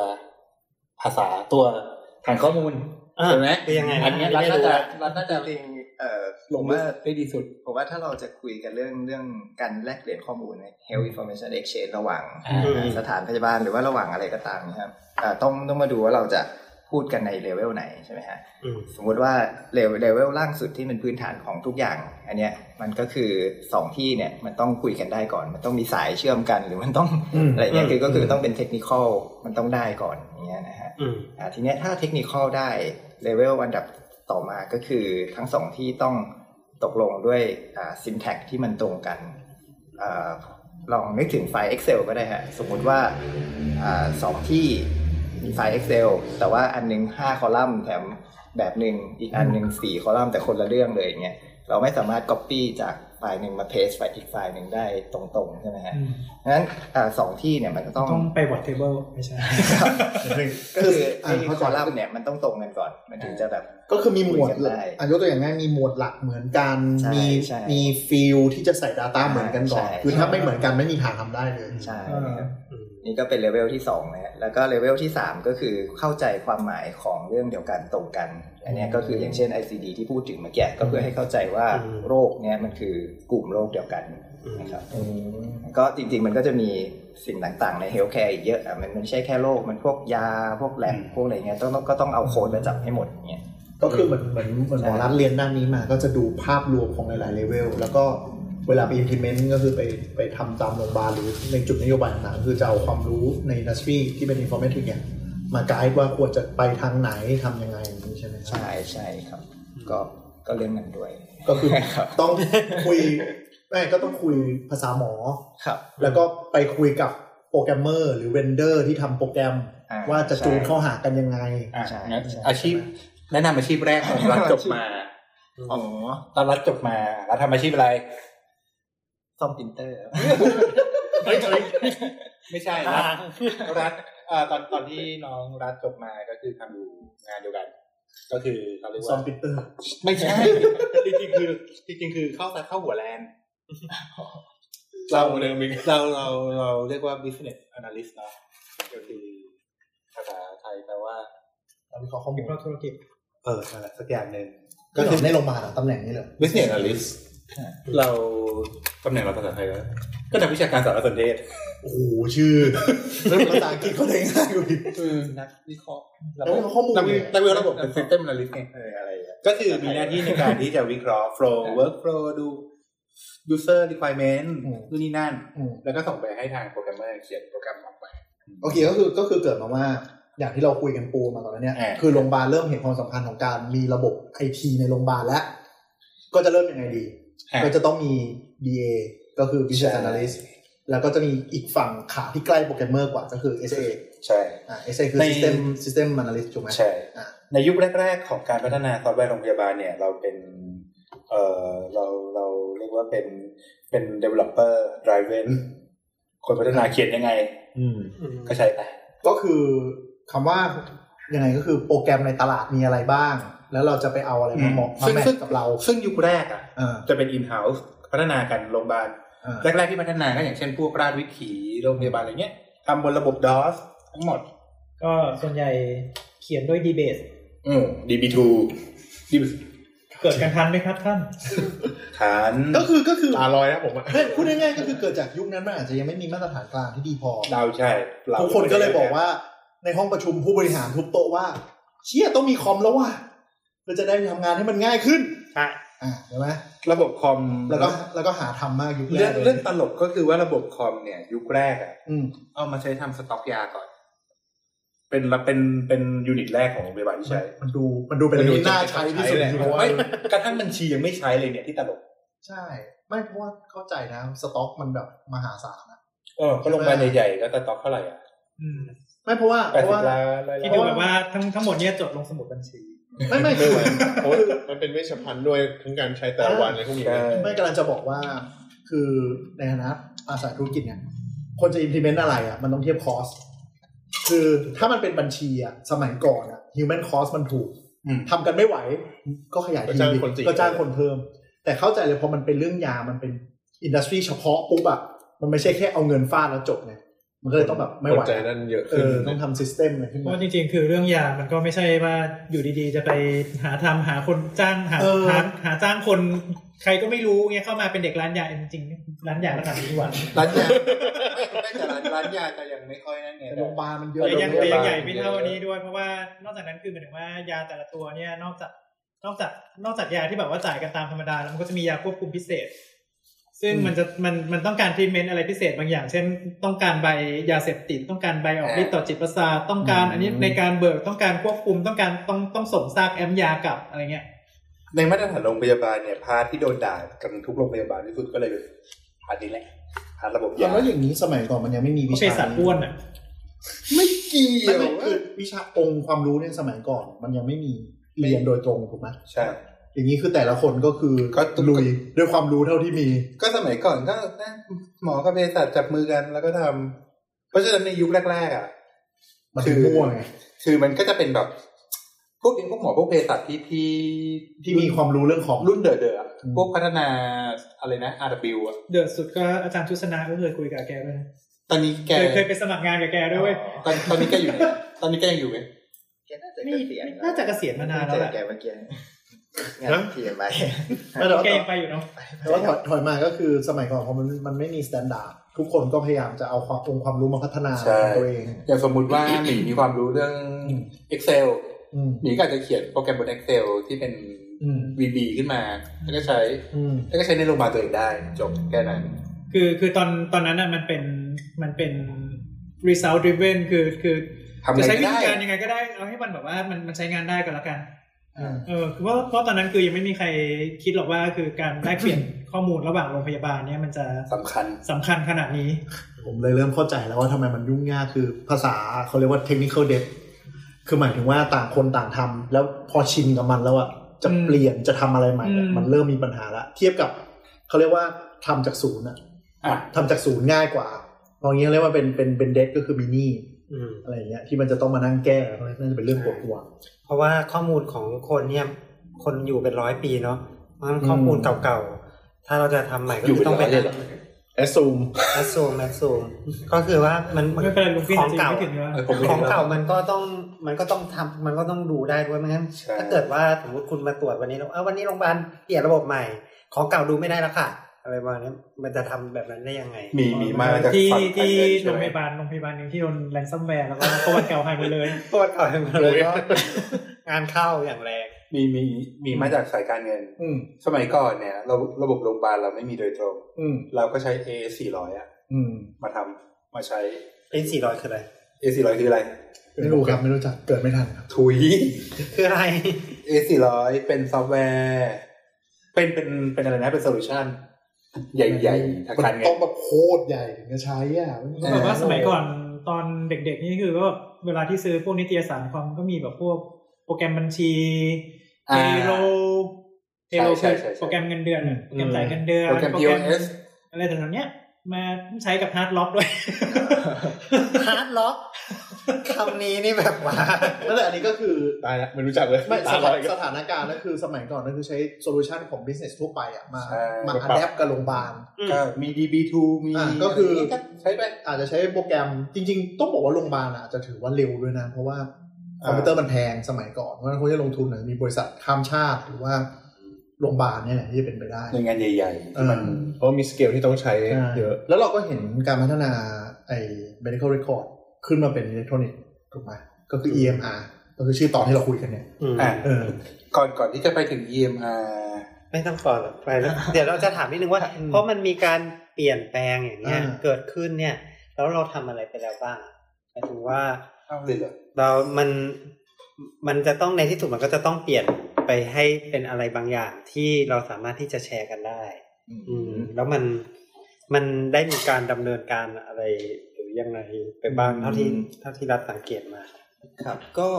[SPEAKER 4] ภาษาตัวฐานข้อมูล
[SPEAKER 3] อ่า
[SPEAKER 4] เห็นไหม
[SPEAKER 3] เป็นยังไงนะ
[SPEAKER 4] อันเนี้ยรัฐ
[SPEAKER 3] ไม่
[SPEAKER 4] น่า
[SPEAKER 3] รู้
[SPEAKER 4] จะ
[SPEAKER 3] อะ
[SPEAKER 4] รัฐน่าจะ
[SPEAKER 7] จริงเอ่อผ
[SPEAKER 4] ลง
[SPEAKER 7] ม
[SPEAKER 4] ว่า
[SPEAKER 7] ว่า
[SPEAKER 4] ได้ดีสุด
[SPEAKER 7] ผมว่าถ้าเราจะคุยกันเรื่องเรื่องการแลกเปลี่ยนข้อมูลเนี่ย health information exchange ระหว่าง
[SPEAKER 4] อ่า
[SPEAKER 7] เอ่อสถานพยาบาลหรือว่าระหว่างอะไรก็ตามนะครับอ่าต้องต้องมาดูว่าเราจะพูดกันในเลเวลไหนใช่ไหมฮะ
[SPEAKER 3] อืม
[SPEAKER 7] สมมติว่าเลเวลเลเวลล่างสุดที่เป็นพื้นฐานของทุกอย่าง อันเนี้ยมันก็คือสองที่เนี่ยมันต้องคุยกันได้ก่อน มันต้องมีสายเชื่อมกันหรือมันต้องอะไรเงี้ยคือก็คือต้องเป็นเทคนิคอลมันต้องได้ก่อนอย่างเงี้ยนะฮะ
[SPEAKER 3] อืม
[SPEAKER 7] อ่าทีเนี้ยถ้าเทคนิคอลได้เลเวลอันดับต่อมาก็คือทั้งสองที่ต้องตกลงด้วยอ่าซินแท็กที่มันตรงกันอาลองนึกถึงไฟล์ Excel ก็ได้ฮะ สมมุติว่าอาสองที่มีไฟล์ Excel แต่ว่าอันหนึง 5 คอลัมน์แถมแบบหนึ่งอีกอันหนึ่ง4 คอลัมน์แต่คนละเรื่องเลยอย่างเงี้ยเราไม่สามารถ Copy จากไฟล์หนึ่งมาเพสไฟล์อีกไฟล์หนึ่งได้ตรงๆใช่ไหมฮะงั้นอาสองที่เนี่ยมันก็ต้อง
[SPEAKER 5] ต้องไปวอ r เทเบิลไม่ใช่
[SPEAKER 7] ก็คือไอ้คอลัมน์เนี่ยมันต้องตรงกันก่อน มันถึงจะแบบ
[SPEAKER 6] ก็คือมีหมวด
[SPEAKER 7] คุยกันได้
[SPEAKER 6] อ่ะยกตัวอย่างง่ายมีหมวดหลักเหมือนกัน
[SPEAKER 7] ใช่
[SPEAKER 6] มี
[SPEAKER 7] ใช่
[SPEAKER 6] มีฟิลที่จะใส่ Data เหมือนกันก่อน
[SPEAKER 7] ใช่
[SPEAKER 6] คือถ้าไม่เหมือนกันไม่มีทางทำได้เลย
[SPEAKER 7] ใช่
[SPEAKER 5] อ่า
[SPEAKER 7] ครับนี่ก็เป็นเลเวลที่สองนะฮะแล้วก็เลเวลที่สามก็คือเข้าใจความหมายของเรื่องเดียวกันตรงกัน อันเนี้ยก็คืออย่างเช่น ICD ที่พูดถึงเมื่อกี้ก็เพื่อให้เข้าใจว่า
[SPEAKER 3] อืม
[SPEAKER 7] โรคเนี่ยมันคือกลุ่มโรคเดียวกันนะครับ
[SPEAKER 6] อืม
[SPEAKER 7] ก็จริงๆมันก็จะมีสิ่งต่างๆในเฮลท์แคร์อีกเยอะอ่ะมันไม่ใช่แค่โรคมันพวกยาพวกแลบพวกอะไรเงี้ยต้องต้องก็ต้องเอาโค้ดมาจับให้หมดอย่างเงี้ย
[SPEAKER 6] ก็คือเหมือนเหมือนเหมือนหมอรัฐเรียนด้านนี้มา ก็จะดูภาพรวมของหลาย ๆ เลเวล แล้วก็เวลาไป implement ก็คือไปไปทำตามโรงพยาบาลหรือในจุดนโยบายต่างๆก็คือจะเอาความรู้ใน industry ที่เป็น informatics เนี่ยมาไกด์ว่าควรจะไปทางไหนทำยังไงอย่างนี้ใช่ไหมครับ
[SPEAKER 7] ใช่ใช่ครับ ก็ก็เล่นกันด้วย
[SPEAKER 6] ก็คือ
[SPEAKER 7] ครับ
[SPEAKER 6] ต้องคุยไม่ก็ต้องคุยภาษาหมอ
[SPEAKER 7] ครับ
[SPEAKER 6] แล้วก็ไปคุยกับโปรแกรมเมอร์หรือเวนเดอร์ที่ทำโปรแกรม
[SPEAKER 7] อ่า
[SPEAKER 6] ว่าจะจูน
[SPEAKER 7] ใช่
[SPEAKER 6] เข้าหากันยังไง
[SPEAKER 4] อ่ะ
[SPEAKER 7] ใช่
[SPEAKER 4] งั้น
[SPEAKER 7] ใช่
[SPEAKER 4] อาชีพแนะนำอาชีพแรกของรัฐจบมา
[SPEAKER 7] อ๋อ
[SPEAKER 4] ตอนรัฐจบมา รัฐทำอาชีพอะไร
[SPEAKER 7] ซ่อมปรินเตอร์ครับ
[SPEAKER 4] ไม่ใช่รัฐรัฐเอ่อตอนตอนที่น้องรัฐจบมาก็คือทำอยู่งานเดียวกัน ก็คือเขาเรียก
[SPEAKER 6] ซอ
[SPEAKER 4] ว่า
[SPEAKER 6] มปิเตอร์
[SPEAKER 4] ไม่ใช่ จริงๆคือจริงๆคือเข้าเข้าหัวแลนด์เราเราเราเราเรียกว่า business analyst เนาะก็คือภาษาไทยแปลว่า
[SPEAKER 6] วิเคราะห์ข้อมู
[SPEAKER 5] วิ
[SPEAKER 6] ล
[SPEAKER 5] เคราะห์ธุรกิจ
[SPEAKER 4] เออนั่นแหละสักอย่างหนึ่ง
[SPEAKER 6] ก็คือในโรงพยาบาลอะตำแหน่งนี้เลย
[SPEAKER 4] business analyst เราตำแหน่งเราภาษาไทยแล้วก็นักวิชาการสารสนเทศ
[SPEAKER 6] โอ้โหชื่อภาษาอังกฤษก็เลย ง่ายกว่าอีก
[SPEAKER 4] นักวิเคราะห์
[SPEAKER 6] ระบบ
[SPEAKER 4] นักวิ
[SPEAKER 6] นักวิ
[SPEAKER 4] เค
[SPEAKER 6] เค
[SPEAKER 4] ราะ
[SPEAKER 6] ราะห์ระ
[SPEAKER 4] ห์ระ
[SPEAKER 6] บบ บบ เป็น
[SPEAKER 4] เป็นซิสเต็มนาลิสไง
[SPEAKER 7] เอออะไรอ่ะ
[SPEAKER 4] ก็คือมีหน้าที่ในการที่จะวิเคราะห์ flow workflow ดู user requirement
[SPEAKER 6] อืม
[SPEAKER 4] นู่นนี่นั่น
[SPEAKER 6] อืม
[SPEAKER 4] แล้วก็ส่งไปให้ทางโปรแกรมเมอร์เขียนโปรแกรมออกมา
[SPEAKER 6] โอเคก็คือก็คือเกิดมาว่าอย่างที่เราคุยกันปูมาก่อนแล้วเนี่ย
[SPEAKER 4] อ่า
[SPEAKER 6] คือโรงพยาบาลเริ่มเห็นความสำคัญของการมีระบบไอทีในโรงพยาบาลแล้ว ก็จะเริ่มยังไงดี
[SPEAKER 4] อ่ะ
[SPEAKER 6] ก็จะต้องมี BA ก็คือ Business Analyst แล้วก็จะมีอีกฝั่งขาที่ใกล้โปรแกรมเมอร์กว่าก็คือ SA
[SPEAKER 4] ใช่
[SPEAKER 6] อ่า SA คือ
[SPEAKER 4] ใน
[SPEAKER 6] System System Analyst ถูกไหม
[SPEAKER 4] ใช่
[SPEAKER 6] อ่า
[SPEAKER 4] ในยุคแรก ๆ ของการพัฒนาซอฟต์แวร์โรงพยาบาลเนี่ย เราเป็น เออเราเราเรียกว่าเป็นเป็น developer driven คนพัฒนาเขียนยังไง
[SPEAKER 6] อืม
[SPEAKER 3] อืม
[SPEAKER 4] ก็ใช้ไป
[SPEAKER 6] ก็คือคำว่ายังไงก็คือโปรแกรมในตลาดมีอะไรบ้าง แล้วเราจะไปเอาอะไรมาเหมาะมา
[SPEAKER 4] ซึ่ง
[SPEAKER 6] แม
[SPEAKER 4] ซึ่
[SPEAKER 6] ท
[SPEAKER 4] ง
[SPEAKER 6] กับเรา
[SPEAKER 4] ซึ่งยุคแรกอ่ะ
[SPEAKER 6] อ่า
[SPEAKER 4] จะเป็น in house พัฒนากันโรงพยาบาล
[SPEAKER 6] อ่า
[SPEAKER 4] แรกๆที่พัฒนาก็อย่างเช่นพวกราชวิถีโรงพยาบาลอะไรเงี้ยทำบนระบบ DOS ทั้งหมด
[SPEAKER 5] ก็ส่วนใหญ่เขียนด้วยดีเบส
[SPEAKER 4] อืม DB2 DB
[SPEAKER 5] เกิดกันทันไหมครับท่าน
[SPEAKER 4] ฐาน
[SPEAKER 6] ก็คือก็คือ
[SPEAKER 8] ตาลอยนะผมอะ
[SPEAKER 6] เฮ้ยพูดง่ายๆก็คือเกิดจากยุคนั้นมันอาจจะยังไม่มีมาตรฐานกลางที่ดีพอ
[SPEAKER 4] เราใช่เรา
[SPEAKER 6] ทุกคนก็เลยบอกว่า ในห้องประชุมผู้บริหารทุกโต๊ะว่า เชี่ยต้องมีคอมแล้วว่ะเพื่อจะได้ทำงานให้มันง่ายขึ้น
[SPEAKER 3] ใช่
[SPEAKER 6] อ่าใช่ไหม
[SPEAKER 4] ระบบคอม
[SPEAKER 6] แล้วก็แล้วก็หาทำมากยุคแร
[SPEAKER 4] เรื่อง
[SPEAKER 6] กลย
[SPEAKER 4] เรื่องตลกก็คือว่าระบบคอมเนี่ย ยุคแรกอะ
[SPEAKER 6] อืม
[SPEAKER 4] เอามาใช้ทำสต็อกยาก่อน เป็นละเป็นเป็นยูนิตแรกของโรงพยาบาลที่ใช้
[SPEAKER 6] มันดูมันดูเป็นอะไรที่น่าใช้ที่สุด
[SPEAKER 4] เลย
[SPEAKER 6] เพราะว่า
[SPEAKER 4] ไม่กระทั่งบัญชียังไม่ใช้เลยเนี่ยที่ตลก
[SPEAKER 6] ใช่ ไม่เพราะว่าเข้าใจนะ สต็อกมันแบบมหาศาลนะ
[SPEAKER 4] เออก็โรงพยาบาลใหญ่ๆก็สต็อกเท่าไหร่อ่ะ
[SPEAKER 5] อืม
[SPEAKER 6] ไม่เพราะว่า
[SPEAKER 4] แป
[SPEAKER 6] เพ
[SPEAKER 4] ด
[SPEAKER 6] ราะ
[SPEAKER 4] สิบ
[SPEAKER 6] ว่า
[SPEAKER 4] ล้านอะไร
[SPEAKER 5] ที่
[SPEAKER 4] ล้
[SPEAKER 5] ดู
[SPEAKER 4] ว
[SPEAKER 5] แบบว่าทั้งทั้งหมดเนี่ยจดลงสมุดบัญชี
[SPEAKER 6] ไม่ไม่
[SPEAKER 8] ไม่
[SPEAKER 6] คือ
[SPEAKER 8] ไหวเพราะว่ามันเป็นเวชภัณฑ์ด้วยทั้งการใช้แต่ละวันอะไรพวกนี้นะ
[SPEAKER 6] ไม่กำลังจะบอกว่า คือในฐานะอาสายธุรกิจเนี่ย คนจะ implement อะไรอ่ะ มันต้องเทียบคอสคือถ้ามันเป็นบัญชีอ่ะ สมัยก่อนอ่ะ human cost มันถูก
[SPEAKER 4] อืม
[SPEAKER 6] ทำกันไม่ไหว ก็ขยายทีมดิก็จ้างคนเพิ่ม แต่เข้าใจเลยพอมันเป็นเรื่องยามันเป็นอินดัสทรีเฉพาะปุ๊บอ่ะมันไม่ใช่แค่เอาเงินฟาดแล้วจบไงมันก็เลยต้องแบบไม่ไหว
[SPEAKER 8] สนใจนั่นเยอะ
[SPEAKER 6] เอ
[SPEAKER 8] ขึ้
[SPEAKER 6] อ
[SPEAKER 8] น
[SPEAKER 6] ต้องทำซิสเต็มอะไรขึ้น
[SPEAKER 5] เพ
[SPEAKER 6] มา
[SPEAKER 5] ราะจริงๆ คือเรื่องยา มันก็ไม่ใช่ว่าอยู่ดีๆ จะไปหาทำหาคนจ้างหา
[SPEAKER 6] เออ
[SPEAKER 5] หาหาจ้างคนใครก็ไม่รู้เงี้ยเข้ามาเป็นเด็กร้านยาจริงๆร้านยาระดับนี้ดีกว่า
[SPEAKER 4] ร้านยาไม่แต่ร้านร้านยาจะยังไม่ค่อยนั่นไง
[SPEAKER 6] แต่โรงพยาบาลมันเยอะ
[SPEAKER 5] แต่ยัง
[SPEAKER 4] โรงพ
[SPEAKER 5] แต่
[SPEAKER 4] ยา
[SPEAKER 5] ยั
[SPEAKER 4] บาล
[SPEAKER 5] งใหญ่ไม่เท่าอันนี้ด้วยเพราะว่านอกจากนั้นคือหมายถึงว่ายาแต่ละตัวเนี่ยนอกจากนอกจากนอกจากยาที่แบบว่าจ่ายกันตามธรรมดาแล้วมันก็จะมียาควบคุมพิเศษ ซึ่งมันจะมันมันต้องการทรีทเมนต์อะไรพิเศษบางอย่าง เช่น ต้องการใบยาเสพติดต้องการใบออกฤทธิ์ต่อจิตประสาทต้องการอันนี้ในการเบิกต้องการควบคุมต้องการต้องต้องส่งซากแอมยากลับอะไรเงี้ย
[SPEAKER 4] ในมาตรฐานโรงพยาบาลเนี่ยพาร์ทที่โดนด่ากันทุกโรงพยาบาลที่สุดก็เลยพาร์ทนี้แหละพาร์ทระบ
[SPEAKER 6] อย่าย
[SPEAKER 4] บาง
[SPEAKER 6] แล้วอย่างนี้สมัยก่อนมันยังไม่มีวิ
[SPEAKER 5] ไม่
[SPEAKER 6] ชา
[SPEAKER 5] ใช่สัตว์อ้วนอ่ะ
[SPEAKER 4] ไม่เกี่
[SPEAKER 6] ไม่
[SPEAKER 4] ยว
[SPEAKER 6] ไม่คือวิชาองค์ความรู้เนี่ยสมัยก่อน มันยังไม่มีเรียนโดยตรงถูกไหม
[SPEAKER 4] ใช่
[SPEAKER 6] อย่างนี้คือแต่ละคนก็คือ
[SPEAKER 4] ก็ตุก
[SPEAKER 6] ลุยด้วยความรู้เท่าที่มี
[SPEAKER 4] ก็สมัยก่อนก็นะหมอกับเภสัชจับมือกันแล้วก็ทำเพราะฉะนั้นในยุคแรกๆอ่ะ
[SPEAKER 6] มันถึงมั่วไง
[SPEAKER 4] คือมันก็จะเป็นแบบ พวกเป็นพวกหมอพวกเภสัชที่ที่
[SPEAKER 6] ที่มีความรู้เรื่องของ
[SPEAKER 4] รุ่นเดอะเดอะ
[SPEAKER 6] อืม
[SPEAKER 4] พวกพัฒนาอะไรนะ RW อ่ะ
[SPEAKER 5] เดือดสุดก็อาจารย์ชุสนาก็เคยคุยกับแกด้วยนะ
[SPEAKER 4] ตอนนี้แก
[SPEAKER 5] เคยเคยไปสมัครงานกับแกด้วยเว้ย
[SPEAKER 4] ตอนตอนนี้แกอยู่ไหนตอนนี้แกยังอยู่ไหม
[SPEAKER 7] แกน่าจะ
[SPEAKER 5] ไม่
[SPEAKER 7] เกษียณ
[SPEAKER 5] น่าจะเกษียณมานานแล้วแหละ
[SPEAKER 7] แกเมื่อกี้งานทีมไป
[SPEAKER 6] ไม่แต่ว่า
[SPEAKER 5] แกยังไปอยู่เนาะ
[SPEAKER 6] แต่ว่าถอยถอยมาก็คือสมัยก่อนพอมันมันไม่มีมาตรฐานทุกคนก็พยายามจะเอาความองค์ความรู้มาพัฒนา
[SPEAKER 4] ใช่
[SPEAKER 6] ตัวเอง
[SPEAKER 4] อย่างสมมุติว่าหมีมีความรู้เรื่อง
[SPEAKER 6] อืม
[SPEAKER 4] Excel
[SPEAKER 6] อืม
[SPEAKER 4] หมีก็อาจจะเขียนโปรแกรมบน Excel ที่เป็น
[SPEAKER 6] อืม
[SPEAKER 4] VB ขึ้นมา แล้วก็ใช้
[SPEAKER 6] อืม
[SPEAKER 4] แล้วก็ใช้ในโรงพยาบาลตัวเองได้จบแค่นั้น
[SPEAKER 5] คือคือตอนตอนนั้นน่ะมันเป็นมันเป็น result driven คือคือ
[SPEAKER 4] ทำอะไร
[SPEAKER 5] จะใช้วิ
[SPEAKER 4] ก็
[SPEAKER 5] ธี
[SPEAKER 4] ได้
[SPEAKER 5] การยังไงก็ได้เอาให้มันแบบว่ามันมันใช้งานได้ก็แล้วกัน
[SPEAKER 6] อืม
[SPEAKER 5] เออคือว่าเพราะตอนนั้นคือยังไม่มีใครคิดหรอกว่าคือการแลกเปลี่ยนข้อมูลระหว่างโรงพยาบาลเนี่ยมันจะ
[SPEAKER 4] สำคัญ
[SPEAKER 5] สำคัญขนาดนี้
[SPEAKER 6] ผมเลยเริ่มเข้าใจแล้วว่าทำไมมันยุ่งยากคือภาษาเขาเรียกว่า technical debt คือหมายถึงว่าต่างคนต่างทำแล้วพอชินกับมันแล้วอ่ะจะ
[SPEAKER 5] อืม
[SPEAKER 6] เปลี่ยนจะทำอะไรใหม่อะ
[SPEAKER 5] อืม
[SPEAKER 6] มันเริ่มมีปัญหาละเทียบกับเขาเรียกว่าทำจากศูนย์อะ
[SPEAKER 4] อ่ะ
[SPEAKER 6] ทำจากศูนย์ง่ายกว่าตรงนี้ยเรียกว่าเป็นเป็นเป็นเด t ก็คือมีหนี้
[SPEAKER 3] อืม
[SPEAKER 6] อะไรอย่างเงี้ยที่มันจะต้องมานั่งแก้เพราะฉะนั่นจะเป็นเรื่องปวดหัว
[SPEAKER 3] เพราะว่าข้อมูลของคนเนี่ยคนอยู่เป็นร้อยปีเนาะเพราะฉะนั้นข้อมูลเก่าๆ ถ้าเราจะทำใหม่ก็
[SPEAKER 4] อยู่
[SPEAKER 3] คื
[SPEAKER 4] เป็
[SPEAKER 3] อน ต้อง
[SPEAKER 4] ร้
[SPEAKER 3] เป็
[SPEAKER 4] อย
[SPEAKER 3] น
[SPEAKER 4] เลยเหรอ
[SPEAKER 8] แอสซูม
[SPEAKER 3] แอสซูมแอสซูมก็คือว่ามัน
[SPEAKER 5] ไม่เป็นไรลุงพี่
[SPEAKER 3] ข
[SPEAKER 5] จ
[SPEAKER 3] อง
[SPEAKER 5] ริงๆ
[SPEAKER 3] เก่า
[SPEAKER 5] ไม่ถึงว่า
[SPEAKER 4] เออผมไม่
[SPEAKER 3] ของ
[SPEAKER 4] รู้
[SPEAKER 3] เก่ามันก็ต้องมันก็ต้องทำมันก็ต้องดูได้ด้วยไม่งั้น
[SPEAKER 4] ใช่
[SPEAKER 3] ถ้าเกิดว่าสมมติคุณมาตรวจวันนี้แล้วเอาวันนี้โรงพยาบาลเปลี่ยนระบบใหม่ ของเก่าดูไม่ได้แล้วค่ะอะไรประมาณนี้มันจะทำแบบนั้นได้ยังไง
[SPEAKER 4] มีมีมาจาก
[SPEAKER 5] ที่
[SPEAKER 4] ฝั่งไทย
[SPEAKER 5] ที่
[SPEAKER 4] เลย
[SPEAKER 5] โร
[SPEAKER 4] ใช่
[SPEAKER 5] งพ
[SPEAKER 4] ไหม
[SPEAKER 5] ยาบาลโรงพยาบาลหนึ่งที่โดนแรนซัมแวร์แล้วก็ ประวัติเก่าหายหมดเลย
[SPEAKER 3] โคตรก่อนเลยก็ งานเข้าอย่างแรง
[SPEAKER 4] มีมีมีมาจากสายการเงิน
[SPEAKER 6] อืม
[SPEAKER 4] สมัยก่อนเนี่ยเราระบบโรงพยาบาลเราไม่มีโดยตรง
[SPEAKER 6] อืม
[SPEAKER 4] เราก็ใช้ A 4 0 0อะ
[SPEAKER 6] อืม
[SPEAKER 4] มาทำมาใช้
[SPEAKER 3] เป็นสี่ร้อยคืออะไร
[SPEAKER 4] A 4 0 0คืออะไร
[SPEAKER 6] ไม่รู้ครับไม่รู้จักเกิดไม่ทันครับ
[SPEAKER 4] ถุย
[SPEAKER 3] คืออะไร
[SPEAKER 4] A 4 0 0เป็นซอฟต์แวร์ เป็นเป็นเป็นอะไรนะเป็นโซลูชันใหญ่ๆทาง
[SPEAKER 6] มัน
[SPEAKER 4] การเงิ
[SPEAKER 6] ต้อน งแบบโคตรใหญ่ถึงจะใช้อ่ะมันต้
[SPEAKER 4] เ
[SPEAKER 6] อง
[SPEAKER 5] แบบว่าสมัยก่อนตอนเด็กๆ นี่คือก็เวลาที่ซื้อพวกนิตยสารความก็มีแบบพวกโปรแกรมบัญชีเท
[SPEAKER 4] อ่า
[SPEAKER 5] โลเทโล
[SPEAKER 4] ใช่
[SPEAKER 5] คือ
[SPEAKER 4] ใช่ใช่
[SPEAKER 5] โปรแกรมเงินเดือนอะโปรแกรมจ่ายเงินเดือน
[SPEAKER 4] โปรแกรม POS
[SPEAKER 5] อะไรต่างๆเนี้ยมาใช้กับฮาร์ดล็อกด้วย
[SPEAKER 3] ฮาร์ดล็อกคำนี้นี่แบบว่า
[SPEAKER 6] นั่นแหละอันนี้ก็คือ
[SPEAKER 8] ตายละไม่รู้จักเลย
[SPEAKER 6] ไม่
[SPEAKER 8] ตา
[SPEAKER 6] ส
[SPEAKER 8] ล
[SPEAKER 6] ถา
[SPEAKER 8] อน ยกัน
[SPEAKER 6] สถานการณ์ก็คือสมัยก่อนก็คือใช้โซลูชันของ business ทั่วไปอ่ะมา
[SPEAKER 4] ใช่
[SPEAKER 6] มา
[SPEAKER 4] มา
[SPEAKER 6] อั
[SPEAKER 4] ปรับ
[SPEAKER 6] แอปกับโรงพยาบาล
[SPEAKER 4] ก็มี DB2 มี
[SPEAKER 6] อ่าก็คืออ
[SPEAKER 4] ะไรย่างเงี้ยใช้ไป
[SPEAKER 6] อาจจะใช้โปรแกรมจริงๆ ต้องบอกว่าโรงพยาบาลอะอาจจะถือว่าเร็วด้วยนะ เพราะว่าคอมพิวเตอร์มันแพงสมัยก่อนเพราะฉะนั้นคนที่ลงทุนเนี่ยมีบริษัทข้ามชาติหรือว่าโรงพยาบาลเนี่ยแหละที่จะเป็นไปได้
[SPEAKER 4] หน่วยงานใหญ่ๆที่มัน
[SPEAKER 6] เออ
[SPEAKER 8] เพราะมีสเกลที่ต้องใช้
[SPEAKER 6] ใช่
[SPEAKER 8] เยอะ
[SPEAKER 6] แล้วเราก็เห็นการพัฒนาไอ้ medical record ขึ้นมาเป็นอิเล็กทรอนิกส์ถูกไหมก็คือ EMR ก็คือชื่อตอนที่เราคุยกันเนี่ย
[SPEAKER 3] อืม
[SPEAKER 4] อ่ะ
[SPEAKER 6] เออ
[SPEAKER 4] ก่อนก่อนที่จะไปถึง EMR
[SPEAKER 3] ไม่ต้องก่อนหรอกไปแล้ว เดี๋ยวเราจะถามนิดนึงว่า เพราะมันมีการเปลี่ยนแปลงอย่างเงี้ย
[SPEAKER 6] อ่า
[SPEAKER 3] เกิดขึ้นเนี่ย แล้วเราทำอะไรไปแล้วบ้างหมายถึงว่า
[SPEAKER 4] เอาเลยเหรอ
[SPEAKER 3] เรา มัน มันจะต้องในที่สุดมันก็จะต้องเปลี่ยนไปให้เป็นอะไรบางอย่างที่เราสามารถที่จะแชร์กันได้ อืม แล้วมัน มันได้มีการดำเนินการอะไรหรือยังไงไปบ้างเท่าที่เท่าที่รัฐสังเกตมา
[SPEAKER 7] ครับก็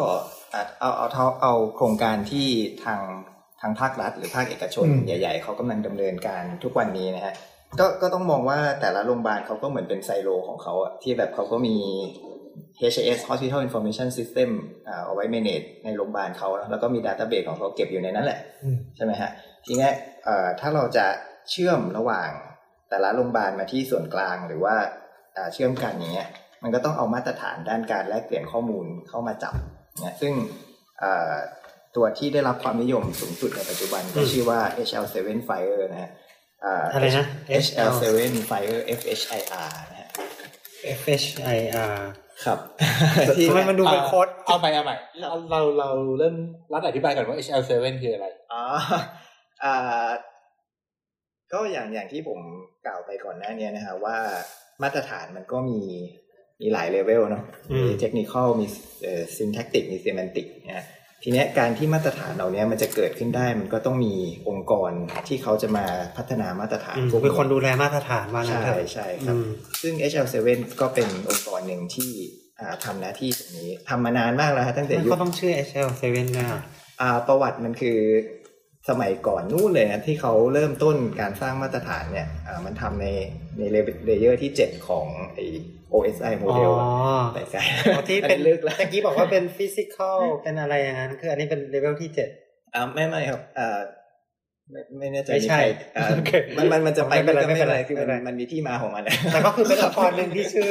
[SPEAKER 7] อ่ะเอาเอาเอาเอาโครงการที่ทางทางภาครัฐ หรือภาคเอกชน
[SPEAKER 6] อืม
[SPEAKER 7] ใหญ่ ๆเขากำลังดำเนินการทุกวันนี้นะฮะก็ก็ต้องมองว่าแต่ละโรงพยาบาลเขาก็เหมือนเป็นไซโลของเขาอะที่แบบเขาก็มี HIS Hospital Information System อ่าเอาไว้ manage ในโรงพยาบาลเขาแล้วแล้วก็มี database ของเขาเก็บอยู่ในนั้นแหละ ใช่ไหมฮะทีเนี้ยเอ่อถ้าเราจะเชื่อมระหว่างแต่ละโรงพยาบาลมาที่ส่วนกลางหรือว่าอ่าเชื่อมกันอย่างเงี้ยมันก็ต้องเอามาตรฐานด้านการแลกเปลี่ยนข้อมูลเข้ามาจับเนี่ยซึ่งเอ่อตัวที่ได้รับความนิยมสูงสุดในปัจจุบันก็
[SPEAKER 3] อืม
[SPEAKER 7] ชื่อว่า HL7 Fire นะฮะเอ่อ
[SPEAKER 3] อะไรนะ
[SPEAKER 7] HL7 Fire FHIR นะฮะ
[SPEAKER 3] F H I R
[SPEAKER 7] ครับ
[SPEAKER 3] ทำไมมันดู เป็น
[SPEAKER 4] อ่า
[SPEAKER 3] โค้ด
[SPEAKER 4] เอาไปเอาใหม่เราเราเราเริ่มรัฐอธิบายก่อนว่า HL7 คืออะไร
[SPEAKER 7] อ๋อ อ่าก็อย่างอย่างที่ผมกล่าวไปก่อนหน้าเนี้ยนะฮะว่ามาตรฐานมันก็มีมีหลายเลเวลเนาะ
[SPEAKER 3] อืม
[SPEAKER 7] มีเทคนิคอลมีซินแทคติกมีเซม a นติกนะฮะทีเนี้ยการที่มาตรฐานเหล่าเนี้ยมันจะเกิดขึ้นได้ มันก็ต้องมีองค์กรที่เขาจะมาพัฒนามาตรฐาน
[SPEAKER 3] อืม
[SPEAKER 7] พวก
[SPEAKER 3] เป็นคนดูแลมาตรฐานมานะ
[SPEAKER 7] ใช่
[SPEAKER 3] ครับ
[SPEAKER 7] ใช่ครับ
[SPEAKER 3] อืม
[SPEAKER 7] ซึ่ง HL7 ก็เป็นองค์กรหนึ่งที่อ่าทำหน้าที่ตรงนี้ทำมานานมากแล้วฮะตั้งแต่
[SPEAKER 3] มัน
[SPEAKER 7] ยุค
[SPEAKER 3] ก็ต้องชื่อ H L 7นะ
[SPEAKER 7] อ่าประวัติมันคือสมัยก่อนนู่นเลยนะที่เขาเริ่มต้นการสร้างมาตรฐานเนี่ยอ่ามันทำในในเลเยอร์ที่ 7 ของไอ OSI โม
[SPEAKER 3] อ๋อ
[SPEAKER 7] เดลอะไปไกล
[SPEAKER 3] ที่เป็น
[SPEAKER 7] อัลึกแล้ว
[SPEAKER 3] ตะกี้บอกว่าเป็นฟิสิกอลเป็นอะไรอย่างนั้น คืออันนี้เป็นเลเวลที่เจ็ด
[SPEAKER 7] อ่าไม่ไม่ครับอ่าไม่ไม่แน่ใจ
[SPEAKER 3] ไม่ใช่
[SPEAKER 7] ใครอ่า
[SPEAKER 3] โอเค
[SPEAKER 7] มันมันมันจะไป
[SPEAKER 3] ไม่เป็นไร
[SPEAKER 7] ก็
[SPEAKER 3] ไม่เป็นไร
[SPEAKER 7] คือ
[SPEAKER 3] ไม่
[SPEAKER 7] มั
[SPEAKER 3] เป็น นไร
[SPEAKER 7] มันมีที่มาของมัน
[SPEAKER 3] แต่ก็คือเป็นละครหนึ่งที่ชื่อ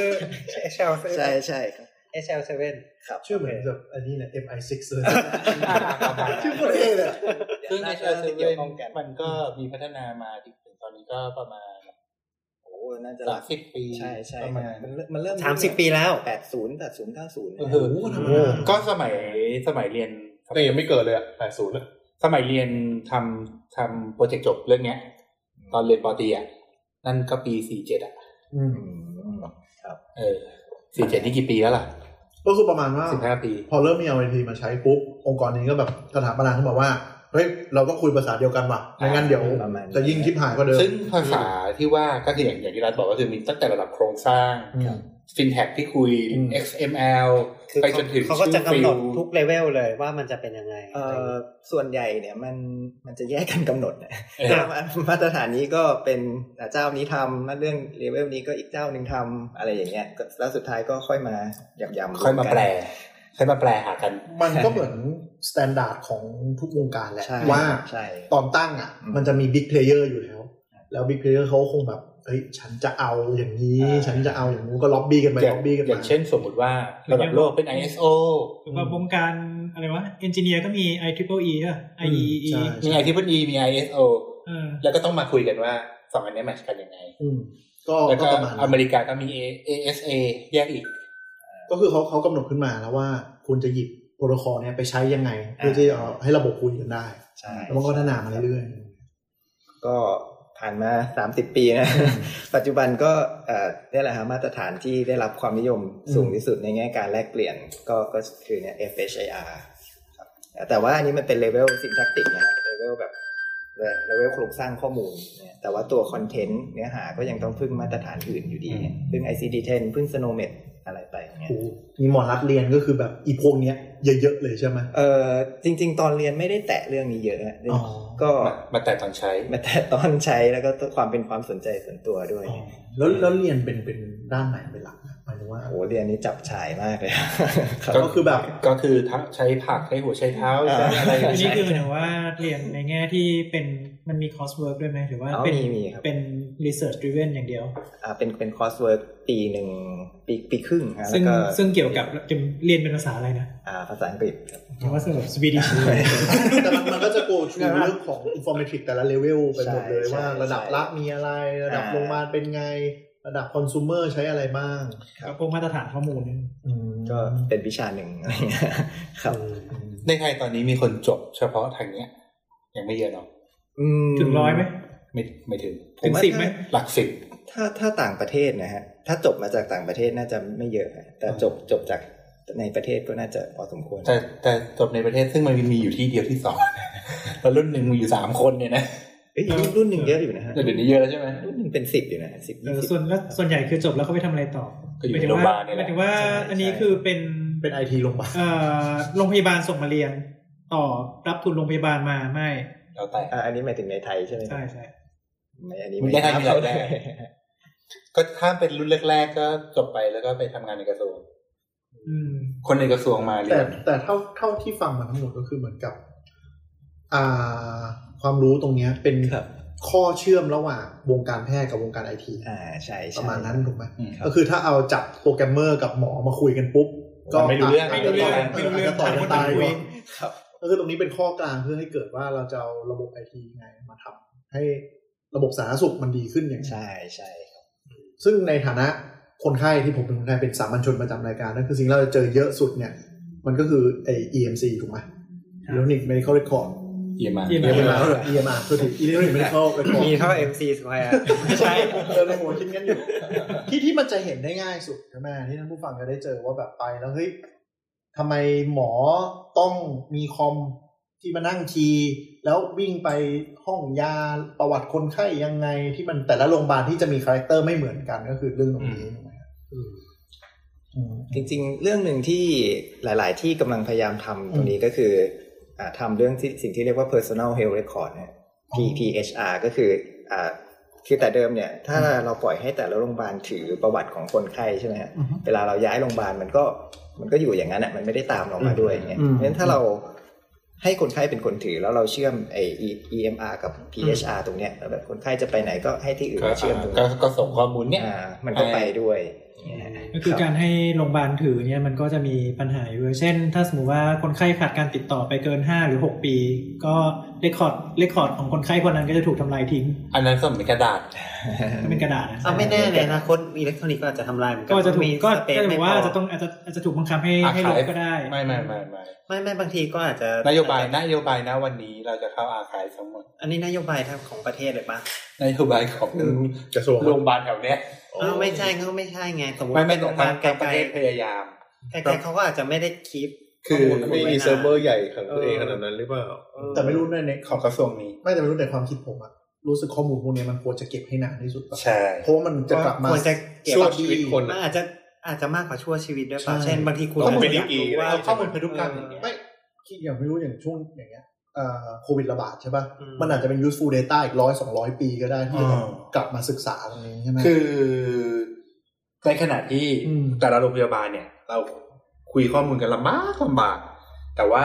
[SPEAKER 3] H L
[SPEAKER 7] ใช่ใช่ครับ
[SPEAKER 3] H L 7
[SPEAKER 6] ชื่อเหมือนแบบอันนี้เนี่ย MI6 เลย
[SPEAKER 7] ชื่อคนเอเลย
[SPEAKER 4] ซึ่ง
[SPEAKER 7] น่าจะ
[SPEAKER 4] HL7
[SPEAKER 7] เกี่ยวข้องกัน
[SPEAKER 4] มันก็มีพัฒนามาจนถึงตอนนี้ก็ประมาณ
[SPEAKER 7] โอ้น่าจะห
[SPEAKER 4] สา
[SPEAKER 7] ลั
[SPEAKER 4] ม
[SPEAKER 7] ก
[SPEAKER 4] สิบปี
[SPEAKER 7] ใช่ใช่
[SPEAKER 4] ประมาณ
[SPEAKER 7] มันเริ่มมันเริ่ม
[SPEAKER 3] สามสิบปีแล้ว
[SPEAKER 7] แปดศูนย์แปดศูนย์เก้าศูนย์
[SPEAKER 4] เออ
[SPEAKER 6] ธรรมดา
[SPEAKER 4] ก็สมัยสมัยเรียน
[SPEAKER 8] แต่ยังไม่เกิดเลยอะแปดศูนย์อะ
[SPEAKER 4] สมัยเรียนทำทำโปรเจกต์จบเรื่องเนี้ย ตอนเรียนปอตรีอ่ะนั่นก็ปีสี่เจ็ดอ่ะ เออสี่เจ็ดนี่กี่ปีแล้วล่ะ
[SPEAKER 6] ก็คือประมาณว่า
[SPEAKER 4] สิบห้าปี
[SPEAKER 6] พอเริ่มมี RIP มาใช้ปุ๊บ องค์กรนี้ก็แบบสถาปนาขึ้นมาว่า เฮ้ย เราต้องคุยภาษาเดียวกันว่ะไม่งั้นเดี๋ยว
[SPEAKER 7] ประมาณนี้
[SPEAKER 6] จะยิ่งทิพหายก็เดิม
[SPEAKER 4] ซึ่งภาษาที่ว่าก็คืออย่างอย่างที่รัฐบอกก็คือมีตั้งแต่ระดับโครงสร้าง
[SPEAKER 6] อืม
[SPEAKER 4] FinTech ที่คุย
[SPEAKER 6] อืม
[SPEAKER 4] XML
[SPEAKER 3] คือ
[SPEAKER 4] ไปจนถึง
[SPEAKER 3] เขาก็จะกำหนด
[SPEAKER 4] ชื่อฟิล
[SPEAKER 3] ทุกเลเวลเลยว่ามันจะเป็นยังไง
[SPEAKER 7] เอ่อส่วนใหญ่เนี่ยมันมันจะแยกกันกำหนดนะ
[SPEAKER 4] เออ
[SPEAKER 7] มา มาตรฐานนี้ก็เป็นอ่ะเจ้านี้ทำมาเรื่องเลเวลนี้ก็อีกเจ้าหนึ่งทำอะไรอย่างเงี้ยก็แล้วสุดท้ายก็ค่อยมายำยำๆรว
[SPEAKER 4] ค่อยมาแปล
[SPEAKER 7] กัน
[SPEAKER 4] ค่อยมาแปลหากัน
[SPEAKER 6] มันก็เหมือนสแตนดาร์ดของทุกวงการแหละ
[SPEAKER 7] ใช่
[SPEAKER 6] ว่า
[SPEAKER 7] ใช่
[SPEAKER 6] ตอนตั้งอ่ะ
[SPEAKER 7] อืม
[SPEAKER 6] มันจะมีบิ๊กเพลเยอร์อยู่แล้ว แล้วบิ๊กเพลเยอร์เขาคงแบบเฮ้ยฉันจะเอาอย่างนี้
[SPEAKER 4] อ่า
[SPEAKER 6] ฉันจะเอาอย่างนู้นก็ล็อบบี้กันไป
[SPEAKER 4] อย่า
[SPEAKER 6] ล็
[SPEAKER 4] ง
[SPEAKER 6] อบบี้กัน
[SPEAKER 4] อ
[SPEAKER 6] มา
[SPEAKER 4] ย่างเช่นสมมุติว่าระดับโลกเป็น ISO
[SPEAKER 5] หรือว่าวงการอะไรวะเอนจิเนียร์ก็มี i t r i p l e e อ่ะ i e e
[SPEAKER 6] ใช่
[SPEAKER 4] มี
[SPEAKER 6] ใช่
[SPEAKER 4] IEEE มี ISO
[SPEAKER 5] เออ
[SPEAKER 4] แล้วก็ต้องมาคุยกันว่าสองอันเนี้แมทช์กันยังไง
[SPEAKER 6] อืมก็
[SPEAKER 4] แล้ว
[SPEAKER 6] ก็
[SPEAKER 4] ก็
[SPEAKER 6] ประมาณ
[SPEAKER 4] อ
[SPEAKER 6] นั้น
[SPEAKER 4] เมริกาก็มี A- ASA แยกอีก
[SPEAKER 6] ก็คือเขาเขากำหนดขึ้นมาแล้วว่าคุณจะหยิบโปรโตคอลเนี้ยไปใช้ยังไง เพื่อที่จะเอาให้ระบบคุยกันได้
[SPEAKER 7] ใช่
[SPEAKER 6] แล้วมันก็พัฒนามาเรื่อยๆ
[SPEAKER 7] ก็ผ่านมาสามสิบปีนะ ปัจจุบันก็เอ่อเนี่ยแหละฮะมาตรฐานที่ได้รับความนิยมสูงที่สุดในแง่การแลกเปลี่ยนก็ก็คือเนี่ย FHIR ครับแต่ว่าอันนี้มันเป็นเลเวลซินแทคติกนะครับเลเวลแบบเลเวลโครงสร้างข้อมูลเนี่ยแต่ว่าตัวคอนเทนต์เนื้อหาก็ยังต้องพึ่งมาตรฐานอื่นอยู่ดีเนี่ยพึ่ง ICD-10 พึ่ง Snowmet อะไรไปเนี่ย
[SPEAKER 6] โอ้โหมีหมอรัดเรียนก็คือแบบอีพวกเนี้ยเยอะๆเลยใช่ไหม
[SPEAKER 7] เออจริง ๆ ตอนเรียนไม่ได้แตะเรื่องนี้เยอะนะ
[SPEAKER 6] อ๋อ
[SPEAKER 7] ก็
[SPEAKER 4] มามาแต่ตอนใช้
[SPEAKER 7] มาแตะตอนใช้แล้วก็ความเป็นความสนใจส่วนตัวด้วย
[SPEAKER 6] แล้วแล้วเรียนเป็นเป็นด้านไหนเป็นหลักนะหมายถึงว่า
[SPEAKER 7] โอ้โหเรียนนี้จับฉายมากเลย
[SPEAKER 6] ก็คือ แบบ
[SPEAKER 4] ก็คือทั้งใช้ผักใช้หัวใช้เท้า
[SPEAKER 7] อ่า
[SPEAKER 4] ใช้อะไร
[SPEAKER 5] อันนี้คือหมายถึงว่าเรียนในแง่ที่เป็นมันมีคอสเวิร์กด้วยไหมหรือว่า
[SPEAKER 7] อ๋อ
[SPEAKER 5] เป็น
[SPEAKER 7] มีมีครับ
[SPEAKER 5] เป็นรีเสิร์ชดริเวนอย่างเดียว
[SPEAKER 7] อ่าเป็นเป็นคอร์สเวิร์กปีหนึ่งปีปีครึ่งฮะ
[SPEAKER 5] ซึ่ง
[SPEAKER 7] แล้วก็
[SPEAKER 5] ซึ่งเกี่ยวกับจะเรียนเป็นภาษาอะไรนะ
[SPEAKER 7] อ่าภาษาอังกฤษครับ
[SPEAKER 5] หรือว่าสำหรับสวีดิช
[SPEAKER 6] แต่มันมันก็จะโกทรูเรื่องของอินฟอร์ม i ติกแต่ละเลเวลไปหมดเลย
[SPEAKER 7] ใช่
[SPEAKER 6] ว่าระดับ
[SPEAKER 7] ใช่
[SPEAKER 6] ละมีอะไร ระดับ
[SPEAKER 7] อ่า
[SPEAKER 6] โรงพยาบาลเป็นไง ระดับคอน sumer ใช้อะไรบ้าง
[SPEAKER 5] แล้วพวกมาตรฐานข้อมูลเนี่ย
[SPEAKER 7] ก็เป็นวิชาหนึ่งอะไรเงี้ยครับ
[SPEAKER 4] ในไทยตอนนี้มีคนจบเฉพาะทางเนี้ยยังไม่เยอะเนาะ
[SPEAKER 3] อืม
[SPEAKER 5] ถึงร้อยไหม
[SPEAKER 4] ไม่ไม่ถึง
[SPEAKER 5] ถึง
[SPEAKER 7] ว่า
[SPEAKER 5] สิบไหม
[SPEAKER 7] ถ้า
[SPEAKER 4] หลักสิบ
[SPEAKER 7] ถ้าถ้าต่างประเทศนะฮะ ถ้าจบมาจากต่างประเทศน่าจะไม่เยอะนะแต่จบจบจากในประเทศก็น่าจะพอสมควร
[SPEAKER 4] แต่แต่จบในประเทศซึ่งมันมีอยู่ที่เดียวที่สอน แล้วรุ่นหนึ่งมีอยู่สามคนเนี่ยนะ
[SPEAKER 7] เอ้ยรุ่นรุ่นหนึ่งเยอะอยู่นะฮะ
[SPEAKER 4] แต่เดี๋ยวนี้เยอะแล้วใช่ไหม
[SPEAKER 7] รุ่นหนึ่งเป็นสิบอยู่นะสิบ
[SPEAKER 5] เอ
[SPEAKER 7] ยี่
[SPEAKER 5] อ
[SPEAKER 7] สิบ
[SPEAKER 5] ส่วนแล้วส่วนใหญ่คือจบแล้วเขาไปทำอะไรต่อ
[SPEAKER 4] ก็อยู่ในโรงพยาบาลเนี่ย
[SPEAKER 5] ห
[SPEAKER 4] แห
[SPEAKER 5] มาย
[SPEAKER 4] ละ
[SPEAKER 5] ถึงว่า
[SPEAKER 7] ใช่
[SPEAKER 5] อันนี้คือเป็น
[SPEAKER 6] เป็นไอทีลงมา
[SPEAKER 5] เอ่อโรงพยาบาลส่งมาเรียน ต่อรับทุนโรงพยาบาลมาไม่
[SPEAKER 4] แล้วแต่
[SPEAKER 7] อ่ะอันนี้หมายถึงในไทยใช่ไหม
[SPEAKER 5] ใช่ใช่
[SPEAKER 7] ไม่อันนี้
[SPEAKER 4] ในไทยมีหลายแบบ
[SPEAKER 7] ได้
[SPEAKER 4] ก็ถ้าเป็นรุ่นแรกๆก็จบไปแล้วก็ไปทำงานในกระทรวง
[SPEAKER 5] อืม
[SPEAKER 4] คนในกระทรวงมาเรี
[SPEAKER 6] แต่
[SPEAKER 4] ยน
[SPEAKER 6] แต่เท่าเท่าที่ฟังมาทั้งหมดก็คือเหมือนกับ อ่า ความรู้ตรงเนี้ยเป็น
[SPEAKER 7] ครับ
[SPEAKER 6] ข้อเชื่อมระหว่างวงการแพทย์กับวงการไอที
[SPEAKER 7] อ่าใช่
[SPEAKER 6] ป
[SPEAKER 7] ใช่
[SPEAKER 6] ระมาณนั้นถูกไหม
[SPEAKER 4] อืม
[SPEAKER 6] ก็คือถ้าเอาจับโปรแกรมเมอร์กับหมอมาคุยกันปุ๊บ ก็
[SPEAKER 4] มันไม่รู้เรื่อง
[SPEAKER 6] าจจะต่
[SPEAKER 5] ไม่รู้เรื่อง
[SPEAKER 6] าจจะต่อกันตาย
[SPEAKER 5] ไม่รู้เรื่อง
[SPEAKER 6] ก่อนก็คือตรงนี้เป็นข้อกลางเพื่อให้เกิดว่าเราจะเอาระบบไอทีไงมาทำให้ระบบสาธารณสุขมันดีขึ้นอย่าง
[SPEAKER 7] ใช่ใช่ครับ
[SPEAKER 6] ซึ่งในฐานะคนไข้ที่ผมเป็นคนไข้เป็นสามัญชนประจำรายการนั่นคือสิ่งที่เราจะเจอเยอะสุดเนี่ย มันก็คือไอ EMC ถูกไหม Electronic Medical Record
[SPEAKER 4] เยี่ยมมาก
[SPEAKER 5] เยี่ยมมาก
[SPEAKER 6] EMR ด้วย EMR คือถึง Electronic Medical Record
[SPEAKER 3] มีเท่า MC Square
[SPEAKER 6] ใช่เออในหัวคิดงั้ นอยู่ ที่ที่มันจะเห็นได้ง่ายสุดใช่ไหมที่ท่านผู้ฟังจะได้เจอว่าแบบไปแล้วเฮ้ยทำไมหมอต้องมีคอมที่มานั่งคีย์แล้ววิ่งไปห้องยาประวัติคนไข้ยังไงที่มันแต่ละโรงพยาบาลที่จะมีคาแรคเตอร์ไม่เหมือนกันก็คือเรื่องตรงนี้ถูกไหมครับอืมอืม
[SPEAKER 7] จริงๆ เรื่องหนึ่งที่หลาย ๆ ที่กำลังพยายามทำตรงนี้ก็คืออ่าทำเรื่องที่สิ่งที่เรียกว่า personal health record นะฮะ
[SPEAKER 6] อ๋อ
[SPEAKER 7] PPHR ก็คืออ่าคือแต่เดิมเนี่ย ถ้าเราปล่อยให้แต่ละโรงพยาบาลถือประวัติของคนไข้ใช่ไหมฮะ
[SPEAKER 6] อือฮึ
[SPEAKER 7] เวลาเราย้ายโรงพยาบาลมันก็มันก็อยู่อย่างนั้นอ่ะมันไม่ได้ตามเรามาด้วยอย่างเงี้ย
[SPEAKER 6] อืม
[SPEAKER 7] เพราะฉะนั้นถ้าเราให้คนไข้เป็นคนถือแล้วเราเชื่อมไอ EMR กับ PHR ตรงเนี้ยแล้วแบบคนไข้จะไปไหนก็ให้ที่อื่น
[SPEAKER 4] ก็
[SPEAKER 7] มาเชื่อมตรง
[SPEAKER 4] ก็
[SPEAKER 7] นี้
[SPEAKER 4] ก็ส่งข้อมูลเนี่ย
[SPEAKER 7] อ่ามันก็ไปด้วย
[SPEAKER 5] ก็คือการให้โรงพยาบาลถือเนี่ยมันก็จะมีปัญหาอยู่ด้วยเช่น ถ้าสมมติว่าคนไข้ขาดการติดต่อไปเกิน 5 หรือ 6 ปี ก็เรคคอร์ดเรคคอร์ดของคนไข้คนนั้นก็จะถูกทำลายทิ้ง
[SPEAKER 4] อันนั้นสมัยกระดาษ
[SPEAKER 5] ก็เป็นกระดาษนะ
[SPEAKER 3] เอาไม่แน่เลยนะคนอิเล็กทรอนิกส์ก็อาจจะทำลายเหมือนกั
[SPEAKER 5] ก็จะถูก
[SPEAKER 3] มี
[SPEAKER 5] ก็
[SPEAKER 3] สเปซ
[SPEAKER 5] ก็จะบ
[SPEAKER 3] ไม่
[SPEAKER 5] อก
[SPEAKER 3] พ
[SPEAKER 5] ว่า
[SPEAKER 3] อ
[SPEAKER 5] จะต้องอาจจะอาจจะถูกบังคับให้
[SPEAKER 4] อ่ะ
[SPEAKER 5] ให้ลบ
[SPEAKER 4] ขาย
[SPEAKER 5] ก็ได้
[SPEAKER 4] ไม่ไม่ไม่ไม่
[SPEAKER 3] ไม่ไม่บางทีก็อาจจะ
[SPEAKER 4] นโยบายนโยบายนะวันนี้เราจะเข้าอาคายทั้งหมด
[SPEAKER 3] อันนี้นโยบายทางของประเทศเลยปะ
[SPEAKER 4] นโยบายของ
[SPEAKER 8] กระทรวง
[SPEAKER 4] โรงพยาบาลแถวเนี้ย
[SPEAKER 3] เอ้าไม่ใช่ก็ไม่ใช่ไงสมมติ
[SPEAKER 4] ไม่ไม่
[SPEAKER 3] เป็น
[SPEAKER 4] ต
[SPEAKER 3] โร
[SPEAKER 4] รง ง
[SPEAKER 3] พยา
[SPEAKER 4] ทา
[SPEAKER 3] บาง ลไก
[SPEAKER 4] ทางประ
[SPEAKER 3] ล
[SPEAKER 4] เทศพยายาม
[SPEAKER 3] ๆไกลๆเขาก็อาจจะไม่ได้คีป
[SPEAKER 8] คือไม่มีเซิร์ฟเวอร์ใหญ่ของ
[SPEAKER 3] เอ
[SPEAKER 8] ตัว
[SPEAKER 3] อ
[SPEAKER 8] เองขนาดนั้นหรือเปล่า
[SPEAKER 6] แต่ไม่รู้ในใน
[SPEAKER 4] ของกระทรวงนี้
[SPEAKER 6] ไม่แต่ไม่รู้แต่ความคิดผมอะรู้สึกข้อมูลพวกนี้มันควรจะเก็บให้นานที่สุดปะ
[SPEAKER 4] ใช่
[SPEAKER 6] เพราะว่ามันจะกลับมา
[SPEAKER 3] ควรจะเก็บ
[SPEAKER 8] ชั่วชีวิตคน
[SPEAKER 3] มันอาจจะอาจจะมากกว่าชั่วชีวิตด้วย
[SPEAKER 6] ใช่
[SPEAKER 3] ป่ะเช่นบางทีคุณ
[SPEAKER 8] ต้องเป็น
[SPEAKER 3] อาจจะอยาก
[SPEAKER 8] ดี
[SPEAKER 3] รู้
[SPEAKER 8] ๆ
[SPEAKER 3] ว่า
[SPEAKER 4] เอาข้อมูลพันธุกรรมอย่างเงี้ย
[SPEAKER 6] ไม่ที่อย่างไม่รู้อย่างช่วงอย่างเงี้ยเอ่อโควิดระบาดใช่ป่ะ
[SPEAKER 3] อืม
[SPEAKER 6] มันอาจจะเป็น useful data อีกร้อยสองร้อยปีก็ได้ที่จะ
[SPEAKER 4] อ่า
[SPEAKER 6] กลับมาศึกษาตรงนี้ใช่ไหม
[SPEAKER 4] คือในขณะที่
[SPEAKER 6] อืม
[SPEAKER 4] แต่ละโรงพยาบาลเนี่ย เราคุยข้อมูลกันลำบากลำบาก แต่ว่า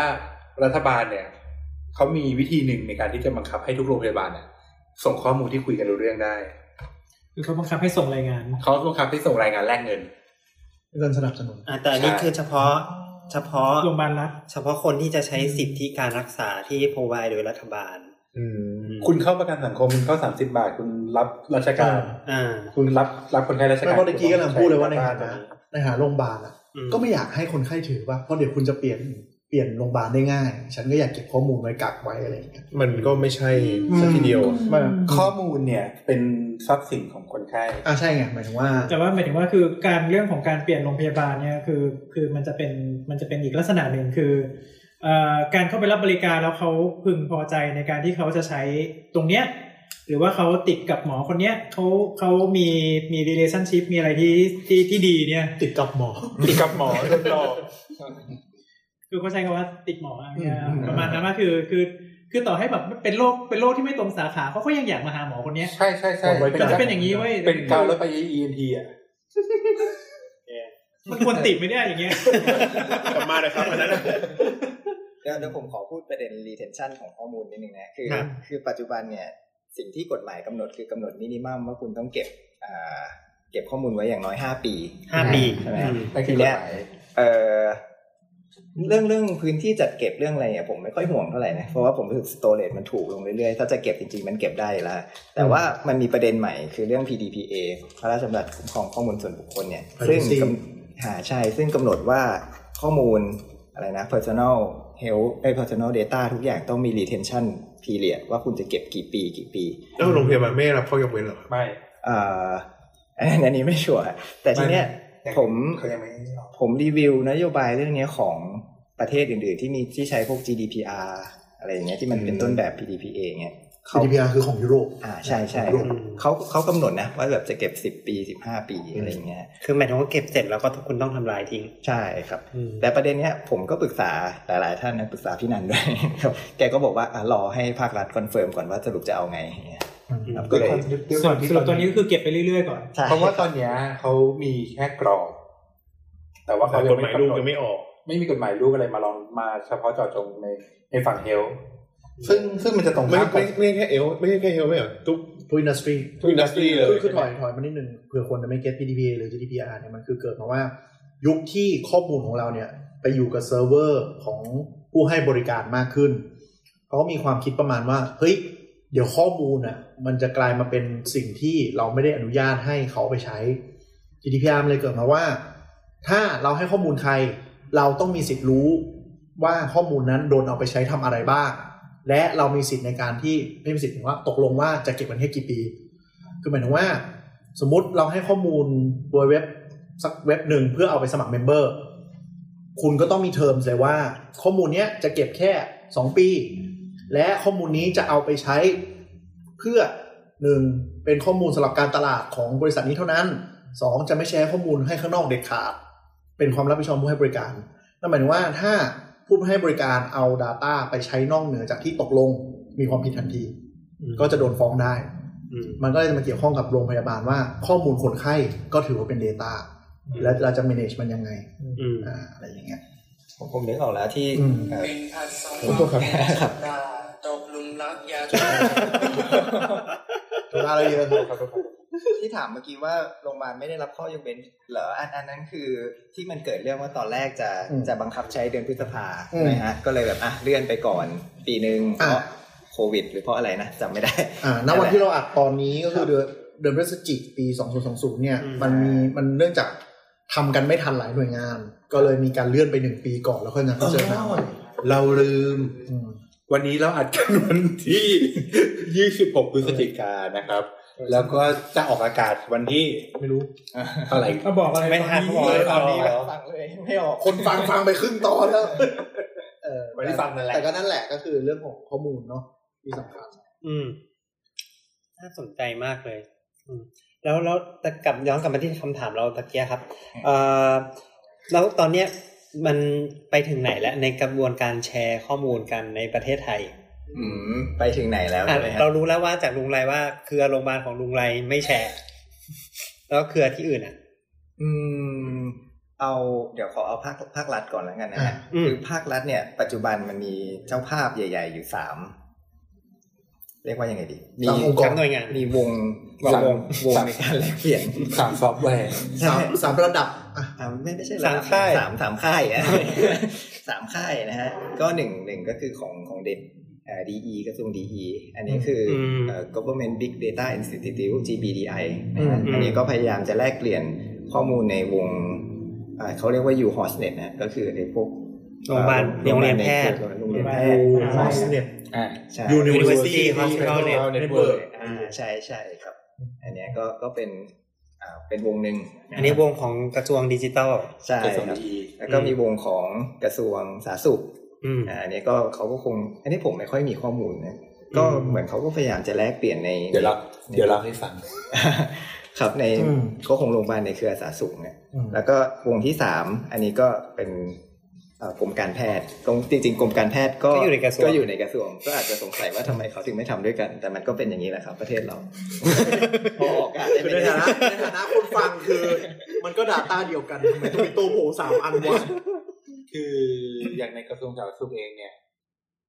[SPEAKER 4] รัฐบาลเนี่ยเขามีวิธีหนึ่งในการที่จะบังคับให้ทุกโรงพยาบาลเนี่ยส่งข้อมูลที่คุยกันรู้เรื่องได้
[SPEAKER 5] คือเขาบังคับให้ส่งรายงาน
[SPEAKER 4] เขาบังคับให้ส่งรายงานแลกเงิน
[SPEAKER 6] เงินสนับสนุน
[SPEAKER 3] อ่ะแต่อันนี่คือเฉพาะเฉพาะ
[SPEAKER 5] โรงพยาบาลรัฐ
[SPEAKER 3] เฉพาะคนที่จะใช้สิทธิการรักษาที่ provide โดยรัฐบาล
[SPEAKER 8] อืม
[SPEAKER 4] คุณเข้าประกันสังคมคุณเข้าสามสิบาท คุณรับราชการ
[SPEAKER 3] อ่า
[SPEAKER 4] คุณรับรับคนไข้ราช
[SPEAKER 6] ไม่
[SPEAKER 4] การ
[SPEAKER 6] เพราะเมื่อกี้กำลังพูดเลยว่าใน
[SPEAKER 4] ใช้
[SPEAKER 6] ฐา
[SPEAKER 4] ดต
[SPEAKER 6] นะในฐานะโรงพยาบาลอ่ะ
[SPEAKER 3] อืม
[SPEAKER 6] ก็ไม่อยากให้คนไข้ถือว่าเพราะเดี๋ยวคุณจะเปลี่ยนเปลี่ยนโรงพยาบาลได้ง่าย ฉันก็อยากเก็บข้อมูลไว้กักไว้อะไรอย่างเงี้ย
[SPEAKER 8] มันก็ไม่ใช่สักทีเดียว
[SPEAKER 6] มัน
[SPEAKER 4] ข้อมูลเนี่ย เป็นทรัพย์สินของคนไข้
[SPEAKER 6] อ่าใช่ไงหมายถึงว่า
[SPEAKER 5] แต่ว่าหมายถึงว่าคือการเรื่องของการเปลี่ยนโรงพยาบาลเนี่ยคือคือมันจะเป็นมันจะเป็นอีกลักษณะหนึ่งคือเอ่อการเข้าไปรับบริการแล้วเขาพึงพอใจในการที่เขาจะใช้ตรงเนี้ยหรือว่าเขาติดกับหมอคนเนี้ยเขาเขามีมี relationship มีอะไรที่ที่ที่ดีเนี่ย
[SPEAKER 6] ติดกับหมอ
[SPEAKER 4] ที่กับหมอทดลอง
[SPEAKER 5] คือเขาใช้คำว่าติดหมออะเนี่ย
[SPEAKER 6] อืม
[SPEAKER 5] ประมาณนั้นว่าคือคือคือต่อให้แบบเป็นโรคเป็นโรคที่ไม่ตรงสาขาเขาก็ยังอยากมาหาหมอคนเนี้ ย
[SPEAKER 4] ใช่ใช่ใช่
[SPEAKER 6] ผมไว้ก่
[SPEAKER 5] มันจะเป็นอย่างนี้เว้ย
[SPEAKER 4] เป็นการรถไป ENT อ่ะ
[SPEAKER 5] มันควรติดไหมเนี่ยอย่างเงี้ย
[SPEAKER 8] กลับมาเลยครับอันนั้นนะ
[SPEAKER 7] เดี๋ยวเดี๋ยวผมขอพูดประเด็น retention ของข้อมูลนิดนึงนะคือ
[SPEAKER 3] ครับ
[SPEAKER 7] คือปัจจุบันเนี่ยสิ่งที่กฎหมายกำหนดคือกำหนดมินิมัมว่าคุณต้องเก็บอ่าเก็บข้อมูลไว้อย่างน้อยห้าปี
[SPEAKER 3] ห้าปี
[SPEAKER 7] ใช่ไหม
[SPEAKER 3] อื
[SPEAKER 7] ฮะ
[SPEAKER 3] ม
[SPEAKER 4] นั่นคือกฎหมาย
[SPEAKER 7] เออเรื่องเรื่องพื้นที่จัดเก็บเรื่องอะไรเนี่ยผมไม่ค่อยห่วงเท่าไหร่นะเพราะว่าผมรู้สึกสโตเรจมันถูกลงเรื่อยๆ ถ้าจะเก็บจริงๆ มันเก็บได้อยู่แล้ว แต่ว่ามันมีประเด็นใหม่คือเรื่อง PDPA พระราชบัญญัติคุ้มครองข้อมูลส่วนบุคคลเนี่ย ซึ่ง
[SPEAKER 6] Privacy
[SPEAKER 7] กำหาใช่ ซึ่งกำหนดว่าข้อมูลอะไรนะ personal health ไอ้ย personal data ทุกอย่างต้องมี retention พีเรียดว่าคุณจะเก็บกี่ปีกี่ปี
[SPEAKER 8] แล้วโรงพยาบาลไม่ได้รับข้อยกเว้นเหรอครับ
[SPEAKER 4] ไม่
[SPEAKER 7] เอ่ออันนี้ไม่ชัวร์แต่ทีเนี้ย
[SPEAKER 4] ไม่
[SPEAKER 7] ผม
[SPEAKER 4] เขายังไม่ได้ออก
[SPEAKER 7] ผมรีวิวนโยบายเรื่องเนี้ยของประเทศอื่นๆ ที่มีที่ใช้พวก GDPR อะไรอย่างเงี้ยที่มันเป็นต้นแบบ PDPA เงี้ยเขา
[SPEAKER 6] GDPR คือของยุโรป
[SPEAKER 7] อ่าใช่ใช่ครับเขาเขากำหนดนะว่าแบบจะเก็บสิบปีสิบห้าปีอะไรอย่างเงี้ย
[SPEAKER 3] คือหมายถึงว่าเก็บเสร็จแล้วก็ทุกคุณต้องทำลายทิ้ง
[SPEAKER 7] ใช่ครับ
[SPEAKER 3] อืม
[SPEAKER 7] แต่ประเด็นเนี้ยผมก็ปรึกษาหลายๆ ท่านนะปรึกษาพี่นันด้วย ครับแกก็บอกว่าอ่ะรอให้ภาครัฐคอนเฟิร์มก่อนว่าสรุปจะเอาไงอย่างเงี้ยครับก็
[SPEAKER 4] ด้วยความ
[SPEAKER 7] เลย
[SPEAKER 4] ด้วยค
[SPEAKER 5] ส่ว
[SPEAKER 4] วาน มที่
[SPEAKER 5] ส่วนตัวนี้ก็คือเก็บไปเรื่อยๆก่อน
[SPEAKER 7] ใช่
[SPEAKER 4] เพราะว่าตอนเนี้ยเขามีแค่กรอบแต่ว่าเขายั
[SPEAKER 8] ก
[SPEAKER 4] งไม่
[SPEAKER 8] ฎหมาย
[SPEAKER 4] กำ
[SPEAKER 8] ลูก
[SPEAKER 4] หนด
[SPEAKER 8] ยังไม่ออก
[SPEAKER 4] ไม่มีกฎหมายลูกอะไรมาลองมาเฉพาะเจาะจงในในฝั่งเฮลท์ซึ่งซึ่งมันจะตรง
[SPEAKER 8] ไม่
[SPEAKER 4] ข้ามกั
[SPEAKER 8] ไม่
[SPEAKER 4] บ
[SPEAKER 8] ไม่ใช่แค่เอลไม่ใช่แค่เอลไม่เหรอทุก
[SPEAKER 6] ทุกอินดัสทรี
[SPEAKER 8] ทุกอินดัสทรีเลย
[SPEAKER 6] คือคือถอยถอยมานิดนึงเผื่อคนจะไม่เก็ต PDPA หรือ GDPR เนี่ยมันคือเกิดมาว่า ยุคที่ข้อมูลของเราเนี่ย ไปอยู่กับเซิร์ฟเวอร์ของผู้ให้บริการมากขึ้นเขาก็มีความคิดประมาณว่า เฮ้ย เดี๋ยวข้อมูลอ่ะ มันจะกลายมาเป็นสิ่งที่เราไม่ได้อนุญาตให้เขาไปใช้ GDPR มันเลยเกิดมาว่า ถ้าเราให้ข้อมูลใคร เราต้องมีสิทธิ์รู้ว่าข้อมูลนั้นโดนเอาไปใช้ทำอะไรบ้าง และเรามีสิทธิ์ในการที่ไม่มีสิทธิ์หมายถึงว่าตกลงว่าจะเก็บมันแค่กี่ปี คือหมายถึงว่า สมมติเราให้ข้อมูลโดยเว็บสักเว็บหนึ่งเพื่อเอาไปสมัครเมมเบอร์ คุณก็ต้องมีเทอมเลยว่า ข้อมูลเนี้ยจะเก็บแค่ 2 ปี และข้อมูลนี้จะเอาไปใช้เพื่อหนึ่งเป็นข้อมูลสำหรับการตลาดของบริษัทนี้เท่านั้น 2 จะไม่แชร์ข้อมูลให้ข้างนอกเด็ดขาด เป็นความรับผิดชอบผู้ให้บริการ นั่นหมายถึงว่าถ้าผู้ให้บริการเอา Data ไปใช้นอกเหนือจากที่ตกลงมีความผิดทันที
[SPEAKER 3] อืม
[SPEAKER 6] ก็จะโดนฟ้องได้
[SPEAKER 3] อืม
[SPEAKER 6] มันก็เลยจะมาเกี่ยวข้องกับโรงพยาบาลว่า ข้อมูลคนไข้ก็ถือว่าเป็น Data แล้วเราจะ manage มันยังไง
[SPEAKER 3] อืม
[SPEAKER 6] อ่าอะไรอย่างเงี้ย
[SPEAKER 7] ผมผมนึกออกแล้วที่
[SPEAKER 6] อืม
[SPEAKER 7] เอ่อ
[SPEAKER 1] เป็นพันสอง
[SPEAKER 7] ขอโทษครับ
[SPEAKER 1] ด่าตกหลุมรักยาจน
[SPEAKER 6] เวลาเราเยอะครับ
[SPEAKER 7] ที่ถามเมื่อกี้ว่าโรงพยาบาลไม่ได้รับข้อยกเว้นเหรออันอันนั้นคือที่มันเกิดเรื่องว่าตอนแรกจะ
[SPEAKER 6] อืม
[SPEAKER 7] จะบังคับใช้เดือนพฤษภา
[SPEAKER 6] อืม
[SPEAKER 7] นะฮะก็เลยแบบอ่ะเลื่อนไปก่อนปีหนึ่งเพ
[SPEAKER 6] อ่ะ
[SPEAKER 7] ราะโควิด หรือเพราะอะไรนะจำไม่ได้
[SPEAKER 6] อ่าณวันที่เราอัดตอนนี้ก็คือเดือนเดือนพฤศจิกปี 2020 เนี่ย
[SPEAKER 3] อืม
[SPEAKER 6] มันมีมันเนื่องจากทำกันไม่ทันหลายหน่วยงาน ก็เลยมีการเลื่อนไปหนึ่งปีก่อนแล้วค่อยมาพิจารณาใหม่
[SPEAKER 8] เราลืม
[SPEAKER 6] อืม
[SPEAKER 8] วันนี้เราอัดกันวันที่ 26พฤศจิกายนนะครับ แล้วก็จะออกอากาศวันที่
[SPEAKER 6] ไม่รู้
[SPEAKER 8] เท่าไหร่
[SPEAKER 5] ก็บอกอะไร
[SPEAKER 3] ไม่ทัน
[SPEAKER 5] ตอ
[SPEAKER 3] เขาบอกเลยตอนนี้แบบ
[SPEAKER 7] ฟังเลยไม่ออก
[SPEAKER 6] คนฟังฟังไปครึ่งตอนแล้วเออ
[SPEAKER 8] ไม่ได้ฟังนั่นแหละ
[SPEAKER 6] แต่ก็นั่นแหละก็คือเรื่องของข้อมูลเนาะที่สำคัญ
[SPEAKER 3] อืมน่าสนใจมากเลย อืม แล้วแล้วแต่กลับย้อนกลับมาที่คำถามเราตะเกียครับ เอ่อแล้วตอนเนี้ยมันไปถึงไหนแล้วในกระบวนการแชร์ข้อมูลกันในประเทศไทย
[SPEAKER 7] อืมไปถึงไหนแล้ว
[SPEAKER 3] อ่ะ
[SPEAKER 7] ใช่ไหมฮะ
[SPEAKER 3] เรารู้แล้วว่าจากลุงไรว่าเครือโรงพยาบาลของลุงไรไม่แชร์ แล้วเครือที่อื่นอ่ะ
[SPEAKER 7] อืม เอาเดี๋ยวขอเอาภาคภาครัฐก่อนแล้วกันนะฮะ
[SPEAKER 3] อืม
[SPEAKER 7] คือภาครัฐเนี่ย ปัจจุบันมันมีเจ้าภาพใหญ่ ๆ อยู่สามเรียกว่ายังไงดีมี
[SPEAKER 6] สามองค์กร
[SPEAKER 3] สามหน่วยงาน
[SPEAKER 7] มีวง
[SPEAKER 4] วง
[SPEAKER 7] วงวงในการแลกเปลี่ยน
[SPEAKER 4] สามซอฟต์แวร์
[SPEAKER 6] สามสามระดับอ่ะ
[SPEAKER 7] อ่าไม่ไม่ใช่
[SPEAKER 3] สามค่าย
[SPEAKER 7] สามสามค่ายอะ สามค่ายนะฮะ ก็หนึ่งหนึ่งก็คือของของเด็กดีอีกระทรวงดีอีอันนี้คืออ
[SPEAKER 3] ม
[SPEAKER 7] เอ่อ government big data institute GBDI นะฮะ
[SPEAKER 6] อืม
[SPEAKER 7] อันนี้ก็พยายามจะแลกเปลี่ยนข้อมูลในวงอ่าเขาเรียกว่า u h o s n e t นะฮะก็คือไอ้พวก
[SPEAKER 3] โรงพยาบาลโรงเรียนแพทย์
[SPEAKER 7] โรงเรียนแพทย์
[SPEAKER 5] มหาลัย
[SPEAKER 6] เนี่ย
[SPEAKER 7] อ่าใช่
[SPEAKER 3] University Hospital
[SPEAKER 8] Network
[SPEAKER 7] อ่าใช่ใช่ครับ อันเนี้ยก็ก็เป็นอ่าเป็นวงหนึ่งะ
[SPEAKER 3] อันนี้วงของกระทรวงดิจิทัล
[SPEAKER 7] ใช่
[SPEAKER 4] กระทรวง
[SPEAKER 7] ครับ
[SPEAKER 4] ดี
[SPEAKER 7] แล้วก็มีวงของกระทรวงสาธารณสุข
[SPEAKER 3] อืม
[SPEAKER 7] อ่าอันนี้ก็เขาก็คง อันนี้ผมไม่ค่อยมีข้อมูลนะก็
[SPEAKER 3] อืม
[SPEAKER 7] เหมือนเขาก็พยายามจะแลกเปลี่ยนใน
[SPEAKER 4] เดี๋ยวเราเดี๋ยวเราให้ฟัง
[SPEAKER 7] ครับใน
[SPEAKER 6] อืม
[SPEAKER 7] ก็คงโรงพยาบาลในเครือสาธารณสุขเนี่ย
[SPEAKER 6] อืม
[SPEAKER 7] แล้วก็วงที่สามอันนี้ก็เป็นเอ่อกรมการแพทย์กรมจริงๆกรมการแพทย์ก็
[SPEAKER 3] ก็อยู่ในกระทรวง
[SPEAKER 7] อยู่ในกระทรวง ก็อาจจะสงสัยว่าทำไมเขาถึงไม่ทำด้วยกัน แต่มันก็เป็นอย่างนี้แหละครับ ประเทศเรา พอออกอากาศได้
[SPEAKER 6] คือ
[SPEAKER 7] ไม่
[SPEAKER 6] ใน
[SPEAKER 7] ได้
[SPEAKER 6] ฐานะในฐานะคนฟังคือ มันก็ดาต้าเดียวกันทำไมต้องมีโตโผสามอันวะ
[SPEAKER 4] คืออย่างในกระทรวงสาธารณสุขเองเนี่ย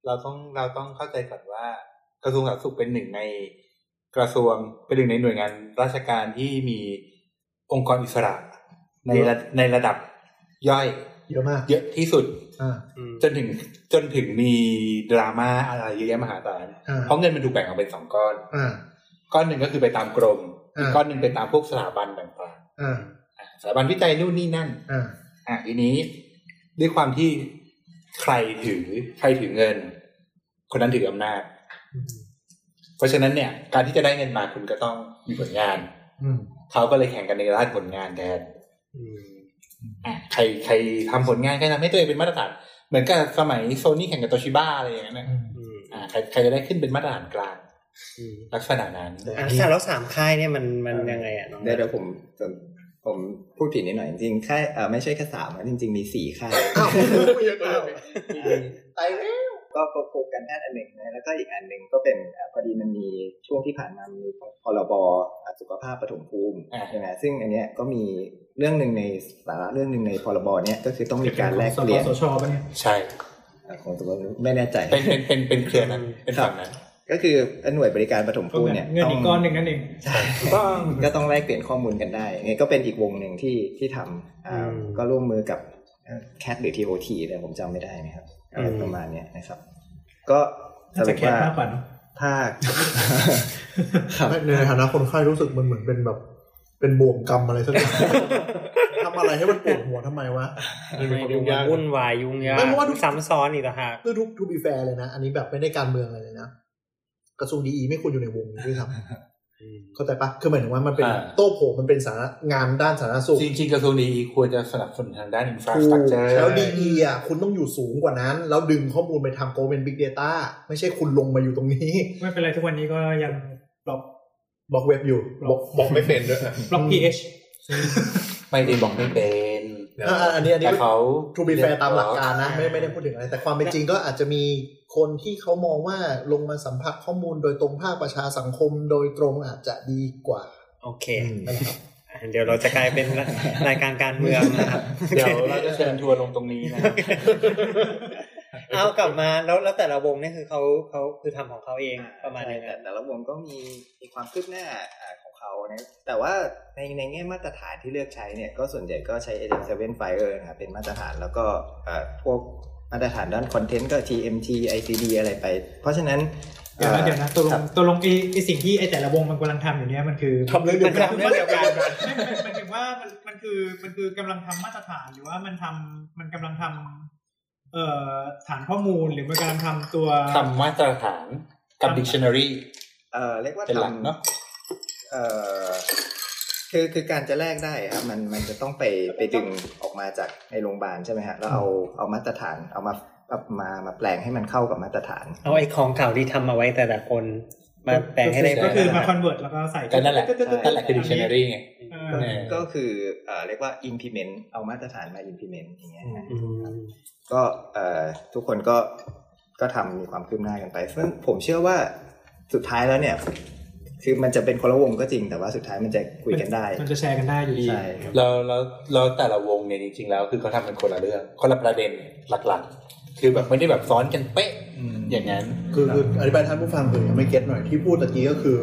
[SPEAKER 4] เราต้องเราต้องเข้าใจก่อนว่ากระทรวงสาธารณสุขเป็นหนึ่งในกระทรวงเป็นหนึ่งในหน่วยงานราชการที่มีองค์กรอิสระ ในระในระดับย่อย
[SPEAKER 6] เยอะมาก
[SPEAKER 4] เยอะที่สุด
[SPEAKER 6] อ่า
[SPEAKER 3] อืม
[SPEAKER 4] จนถึงจนถึงมีดราม่าอะไรเยอะแยะมหาศาล
[SPEAKER 6] อ่า
[SPEAKER 4] เพราะเงินมันถูกแบ่งออกเป็นสองก้อน
[SPEAKER 6] อ่า
[SPEAKER 4] ก้อนหนึ่งก็คือไปตามกรม
[SPEAKER 6] อ่า
[SPEAKER 4] อีกก้อนหนึ่งไปตามพวกสถาบันต่าง
[SPEAKER 6] อ่า
[SPEAKER 4] ๆอ่ะสถาบันวิจัยนู่นนี่นั่น
[SPEAKER 6] อ่า
[SPEAKER 4] อ่ะทีนี้ด้วยความที่ใครถือใครถือเงิน คนนั้นถืออำนาจ เพราะฉะนั้นเนี่ย การที่จะได้เงินมาคุณก็ต้องมีผลงาน
[SPEAKER 6] อืม
[SPEAKER 4] เขาก็เลยแข่งกันในด้านผลงานแทนอ่ะใครใครทำผลงานใครทำให้ตัวเองเป็นมาตรฐาน เหมือนกับสมัยโซนี่แข่งกับโตชิบ้าอะไรอย่างเงี้ยนะอ่ะใครใครจะได้ขึ้นเป็นมาตรฐานกลาง ลักษณะนั้น
[SPEAKER 3] อ่ะแต่แล้วสามค่ายเนี่ยมันมันยังไงอ่ะน้อง
[SPEAKER 7] เดี๋ยวเดี๋ยวผมผมผมพูดผิดนิดหน่อยจริงๆค่ายเอ่อไม่ใช่แค่สามนะจริง ๆ มีสี่ค่าย
[SPEAKER 8] ไม่เยอะเลย
[SPEAKER 7] ตายแล้วก็ประกบกันแพทย์อันหนึ่งนะแล้วก็อีกอันหนึ่งก็เป็นเอ่อพอดีมันมีช่วงที่ผ่านมามีพรบสุขภาพปฐมภูมิ
[SPEAKER 4] อ่า
[SPEAKER 7] ใช่ไหมซึ่งอันเนี้ยก็มีเรื่องหนึ่งในสาระเรื่องหนึ่งในพรบเนี้ยก็คือต้องมีการแลกเปลี่ยน
[SPEAKER 5] สปสชปะเนี่ย
[SPEAKER 4] ใช่
[SPEAKER 7] เอ่อของตัวไม่แน่ใจ
[SPEAKER 4] เป็นเป็นเป็นเป็นเครือนั้นเป็นฝั่งนั้น
[SPEAKER 7] ก็คือหน่วยบริการปฐม
[SPEAKER 5] ก็
[SPEAKER 7] ภู
[SPEAKER 5] เหมือ
[SPEAKER 7] มิ
[SPEAKER 5] น
[SPEAKER 7] เนี่ย
[SPEAKER 5] เงิน
[SPEAKER 7] ต้
[SPEAKER 5] อี
[SPEAKER 7] อกง
[SPEAKER 5] ก้อนหนึ่งนั่นเอง
[SPEAKER 7] ต้องก็ต้องแลกเปลี่ยนข้อมูลกันได้ไงก็เป็นอีกวงหนึ่งที่ที่ทำอ่าก็ร่วมมือกับแคทหรือ TOT เลยผมจำไม่ได้นะครับอะไรประมาณเนี้ยนะครับ ก็ส
[SPEAKER 5] น่า
[SPEAKER 7] รุ
[SPEAKER 5] จะ
[SPEAKER 7] ป
[SPEAKER 5] แคสภา
[SPEAKER 7] ว่า
[SPEAKER 5] พก่อนเนอะ
[SPEAKER 7] ภาคครับ
[SPEAKER 6] ในในฐานะคนไข้รู้สึกมันเหมือนเป็นแบบ เป็นบ่วงกรรมอะไรสักอย่าง ทำอะไรให้มันปวดหัวทำไมวะ
[SPEAKER 8] มันเป็นความยุ่งยาก
[SPEAKER 3] วุ่นวายยุ่งยาก
[SPEAKER 6] ไม่เพราะว่าทุก
[SPEAKER 3] ซ้ำซ้อนอีกต่างหาก
[SPEAKER 6] คือทุกทุกบีแฟร์เลยนะ อันนี้แบบไม่ได้การเมืองอะไรเลยนะ กระทรวงดีไม่ควรอยู่ในวงนี้ด้วยซ้ำเข้าใจปะคือหมายถึงว่ามันเป็น
[SPEAKER 4] อ่า
[SPEAKER 6] โต้โผมันเป็นสาระงานด้านสาธารณสุข
[SPEAKER 4] จริงๆกระทรวงดีควรจะสนับสนุนทางด้านอินฟรา
[SPEAKER 6] ถู
[SPEAKER 4] สตรั
[SPEAKER 6] ก
[SPEAKER 4] กเจอ
[SPEAKER 6] แล้วดีอ่ะคุณต้องอยู่สูงกว่านั้น แล้วดึงข้อมูลไปทำโกเป็นบิ๊กเดต้าไม่ใช่คุณลงมาอยู่ตรงนี้
[SPEAKER 5] ไม่เป็นไรทุกวันนี้ก็ยังบล็อก
[SPEAKER 6] บล็อกเว็บอยู่
[SPEAKER 8] บอกบอกไม่เป็นด้วยนะ
[SPEAKER 5] บล็อก ph
[SPEAKER 4] ไม่ได้บอกไม่เป็น
[SPEAKER 6] อ่าอันนี้อันนี้
[SPEAKER 4] แต่เขา
[SPEAKER 6] ทูบีแฟร์ตามหลักการนะไม่ไม่ได้พูดถึงอะไร แต่ความเป็นจริงก็อาจจะมีคนที่เขามองว่าลงมาสัมผัสข้อมูลโดยตรงภาคประชาสังคมโดยตรงอาจจะดีกว่า
[SPEAKER 3] โอเค
[SPEAKER 6] นั่นแหละครับ
[SPEAKER 3] เดี๋ยวเราจะกลายเป็นรายการการเมืองนะครับ
[SPEAKER 4] เดี๋ยวเราจะเชิญทัวร์ลงตรง นี้นะครับ
[SPEAKER 3] เอากลับมาแล้วแล้วแต่ละวงเนี่ยคือเขาเขาคือทำของเขาเองประมาณ
[SPEAKER 7] ใช่
[SPEAKER 3] ยังไง
[SPEAKER 7] แต่แต่ละวงก็มีมีความคืบหน้าอ่าของเขานะแต่ว่าในในแง่มาตรฐานที่เลือกใช้เนี่ยก็ส่วนใหญ่ก็ใช้ a d m 7 Fire นะครับเป็นมาตรฐานแล้วก็อ่าพวกมาตรฐานด้านคอนเทนต์ก็ TMT ICD อะไรไป เพราะฉะนั้น
[SPEAKER 5] เดี๋ยวนะเดี๋ยวนะตัวล
[SPEAKER 7] ครั
[SPEAKER 5] ง
[SPEAKER 7] บ
[SPEAKER 5] ตัวลงไอ้ไอ้สิ่งที่ไอ้แต่ละวงมันกำลังทำอยู่เนี่ยมันคือ
[SPEAKER 6] ทำเรื่องเดียวกัน
[SPEAKER 5] เรื่องเดียวกันไม่ไม่หมายถึงว่ามันมันคือมันคือกำลังทำมาตรฐานหรือว่ามันทำมันกำลังทำเอ่อฐานข้อมูลหรือมันกำลังทำตัว
[SPEAKER 4] ทำมาตรฐานกับ dictionary
[SPEAKER 7] เอ่อเรียกว่า
[SPEAKER 4] เป็นหลัก
[SPEAKER 7] ทำ
[SPEAKER 4] เนอะ
[SPEAKER 7] เอ่อคือคือการจะแลกได้ครับมันมันจะต้องไปไปดึงออกมาจากในโรงพยาบาลใช่ไหมฮะแล้วเอาเอามาตรฐานเอามาเอามามาแปลงให้มันเข้ากับมาตรฐาน
[SPEAKER 3] เอาไอ้ของเก่าที่ทำเอาไว้แต่ละคนมาแปลงให้ได้
[SPEAKER 5] ก็คือ
[SPEAKER 3] มา
[SPEAKER 5] มาคอนเวิร์ตแล้วก็ใส่
[SPEAKER 4] ก็นั่นแหละ
[SPEAKER 5] ตึ๊ดตึ๊ดตึ๊ด
[SPEAKER 4] นั่นแหละคือ dictionary ไง
[SPEAKER 5] เออ
[SPEAKER 4] เออ
[SPEAKER 7] ก็คือเอ่อเรียกว่า implement เอามาตรฐานมา implement อย่างเงี้ยฮะ
[SPEAKER 3] อืม
[SPEAKER 7] ก็เอ่อทุกคนก็ก็ทำมีความคืบหน้ากันไปซึ่งผมเชื่อว่าสุดท้ายแล้วเนี่ย คือมันจะเป็นคนละวงก็จริงแต่ว่าสุดท้ายมันจะคุยกันได้
[SPEAKER 5] มันจะแชร์กันได้อยู่ดี
[SPEAKER 7] ใช่
[SPEAKER 4] แล้วแล้วแล้วแต่ละวงเนี่ยจริงๆแล้วคือเขาทำเป็นคนละเรื่อง คนละประเด็นหลักๆ คือแบบไม่ได้แบบซ้อนกันเป๊ะอย่างนั้น
[SPEAKER 6] คือคืออธิบายท่านผู้ฟังเผื่อยังไม่เก็ตหน่อยที่พูดตะกี้ก็คือ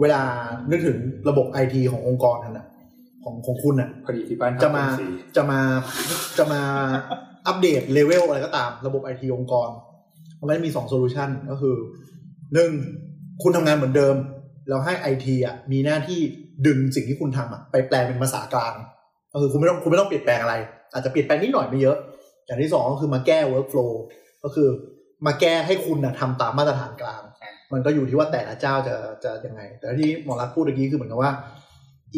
[SPEAKER 6] เวลานึกถึงระบบไอทีขององค์กรนั่นน่ะของของคุณน่ะ
[SPEAKER 4] พอดีที่บ้าน
[SPEAKER 6] จะมา
[SPEAKER 4] ทำเป็นสี
[SPEAKER 6] จะมาจะมาอัปเดตเลเวลอะไรก็ตามระบบไอทีองค์กรเพราะฉะนั้นมีสองโซลูชันก็คือหนึ่งคุณทำงานเหมือนเดิม แล้วให้ไอทีอ่ะมีหน้าที่ดึงสิ่งที่คุณทำอ่ะไปแปลเป็นภาษากลางก็คือคุณไม่ต้องคุณไม่ต้องเปลี่ยนแปลงอะไร อาจจะเปลี่ยนแปลงนิดหน่อยไม่เยอะ อย่างที่สองก็คือมาแก้ workflow ก็คือมาแก้ให้คุณนะทำตามมาตรฐานกลาง มันก็อยู่ที่ว่าแต่ละเจ้าจะจะยังไง แต่ที่หมอรักพูดเมื่อกี้คือเหมือนกับว่า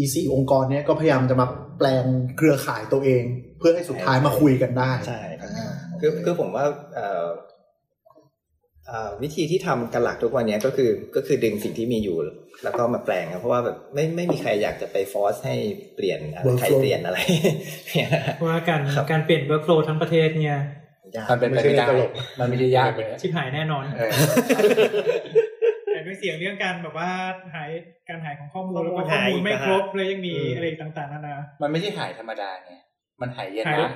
[SPEAKER 6] EC องค์กรเนี้ยก็พยายามจะมาแปลงเครือข่ายตัวเอง เพื่อให้สุดท้ายมาคุยกันได้
[SPEAKER 7] ใช่ครับ
[SPEAKER 6] อ่า
[SPEAKER 7] คือคือผมว่าเอ่อเอ่อวิธีที่ทำกันหลักทุกวันเนี้ยก็คือก็คือดึงสิ่งที่มีอยู่ แล้วก็มาแปลงครับเพราะว่าแบบไม่ไม่มีใครอยากจะไปฟอสให้เปลี่ยนอะไรใครเปลี่ยนอะไร เนี่ยนะ
[SPEAKER 5] เพราะว่าการ
[SPEAKER 7] ครับ
[SPEAKER 5] การเปลี่ยนเวิร์กโฟลทั้งประเทศเนี่ย
[SPEAKER 7] ยาก
[SPEAKER 4] มันเป็นไปไม่ได้มันไม่ได้ยากเลย
[SPEAKER 5] ชิบหายแน่นอน
[SPEAKER 4] เออ
[SPEAKER 5] แต่ด้วยเสียงเรื่องการแบบว่าหายการหายของข้อมูลแล้วก็
[SPEAKER 3] า
[SPEAKER 5] ข้อ
[SPEAKER 3] หาย
[SPEAKER 5] มูลไม่
[SPEAKER 3] อีกอะ
[SPEAKER 5] ครบเลยยังมี
[SPEAKER 3] อืม
[SPEAKER 5] อะไรต่างๆนานา
[SPEAKER 4] มันไม่ใช่หายธรรมดาไงมันหายเย็น
[SPEAKER 5] หาย
[SPEAKER 4] นะ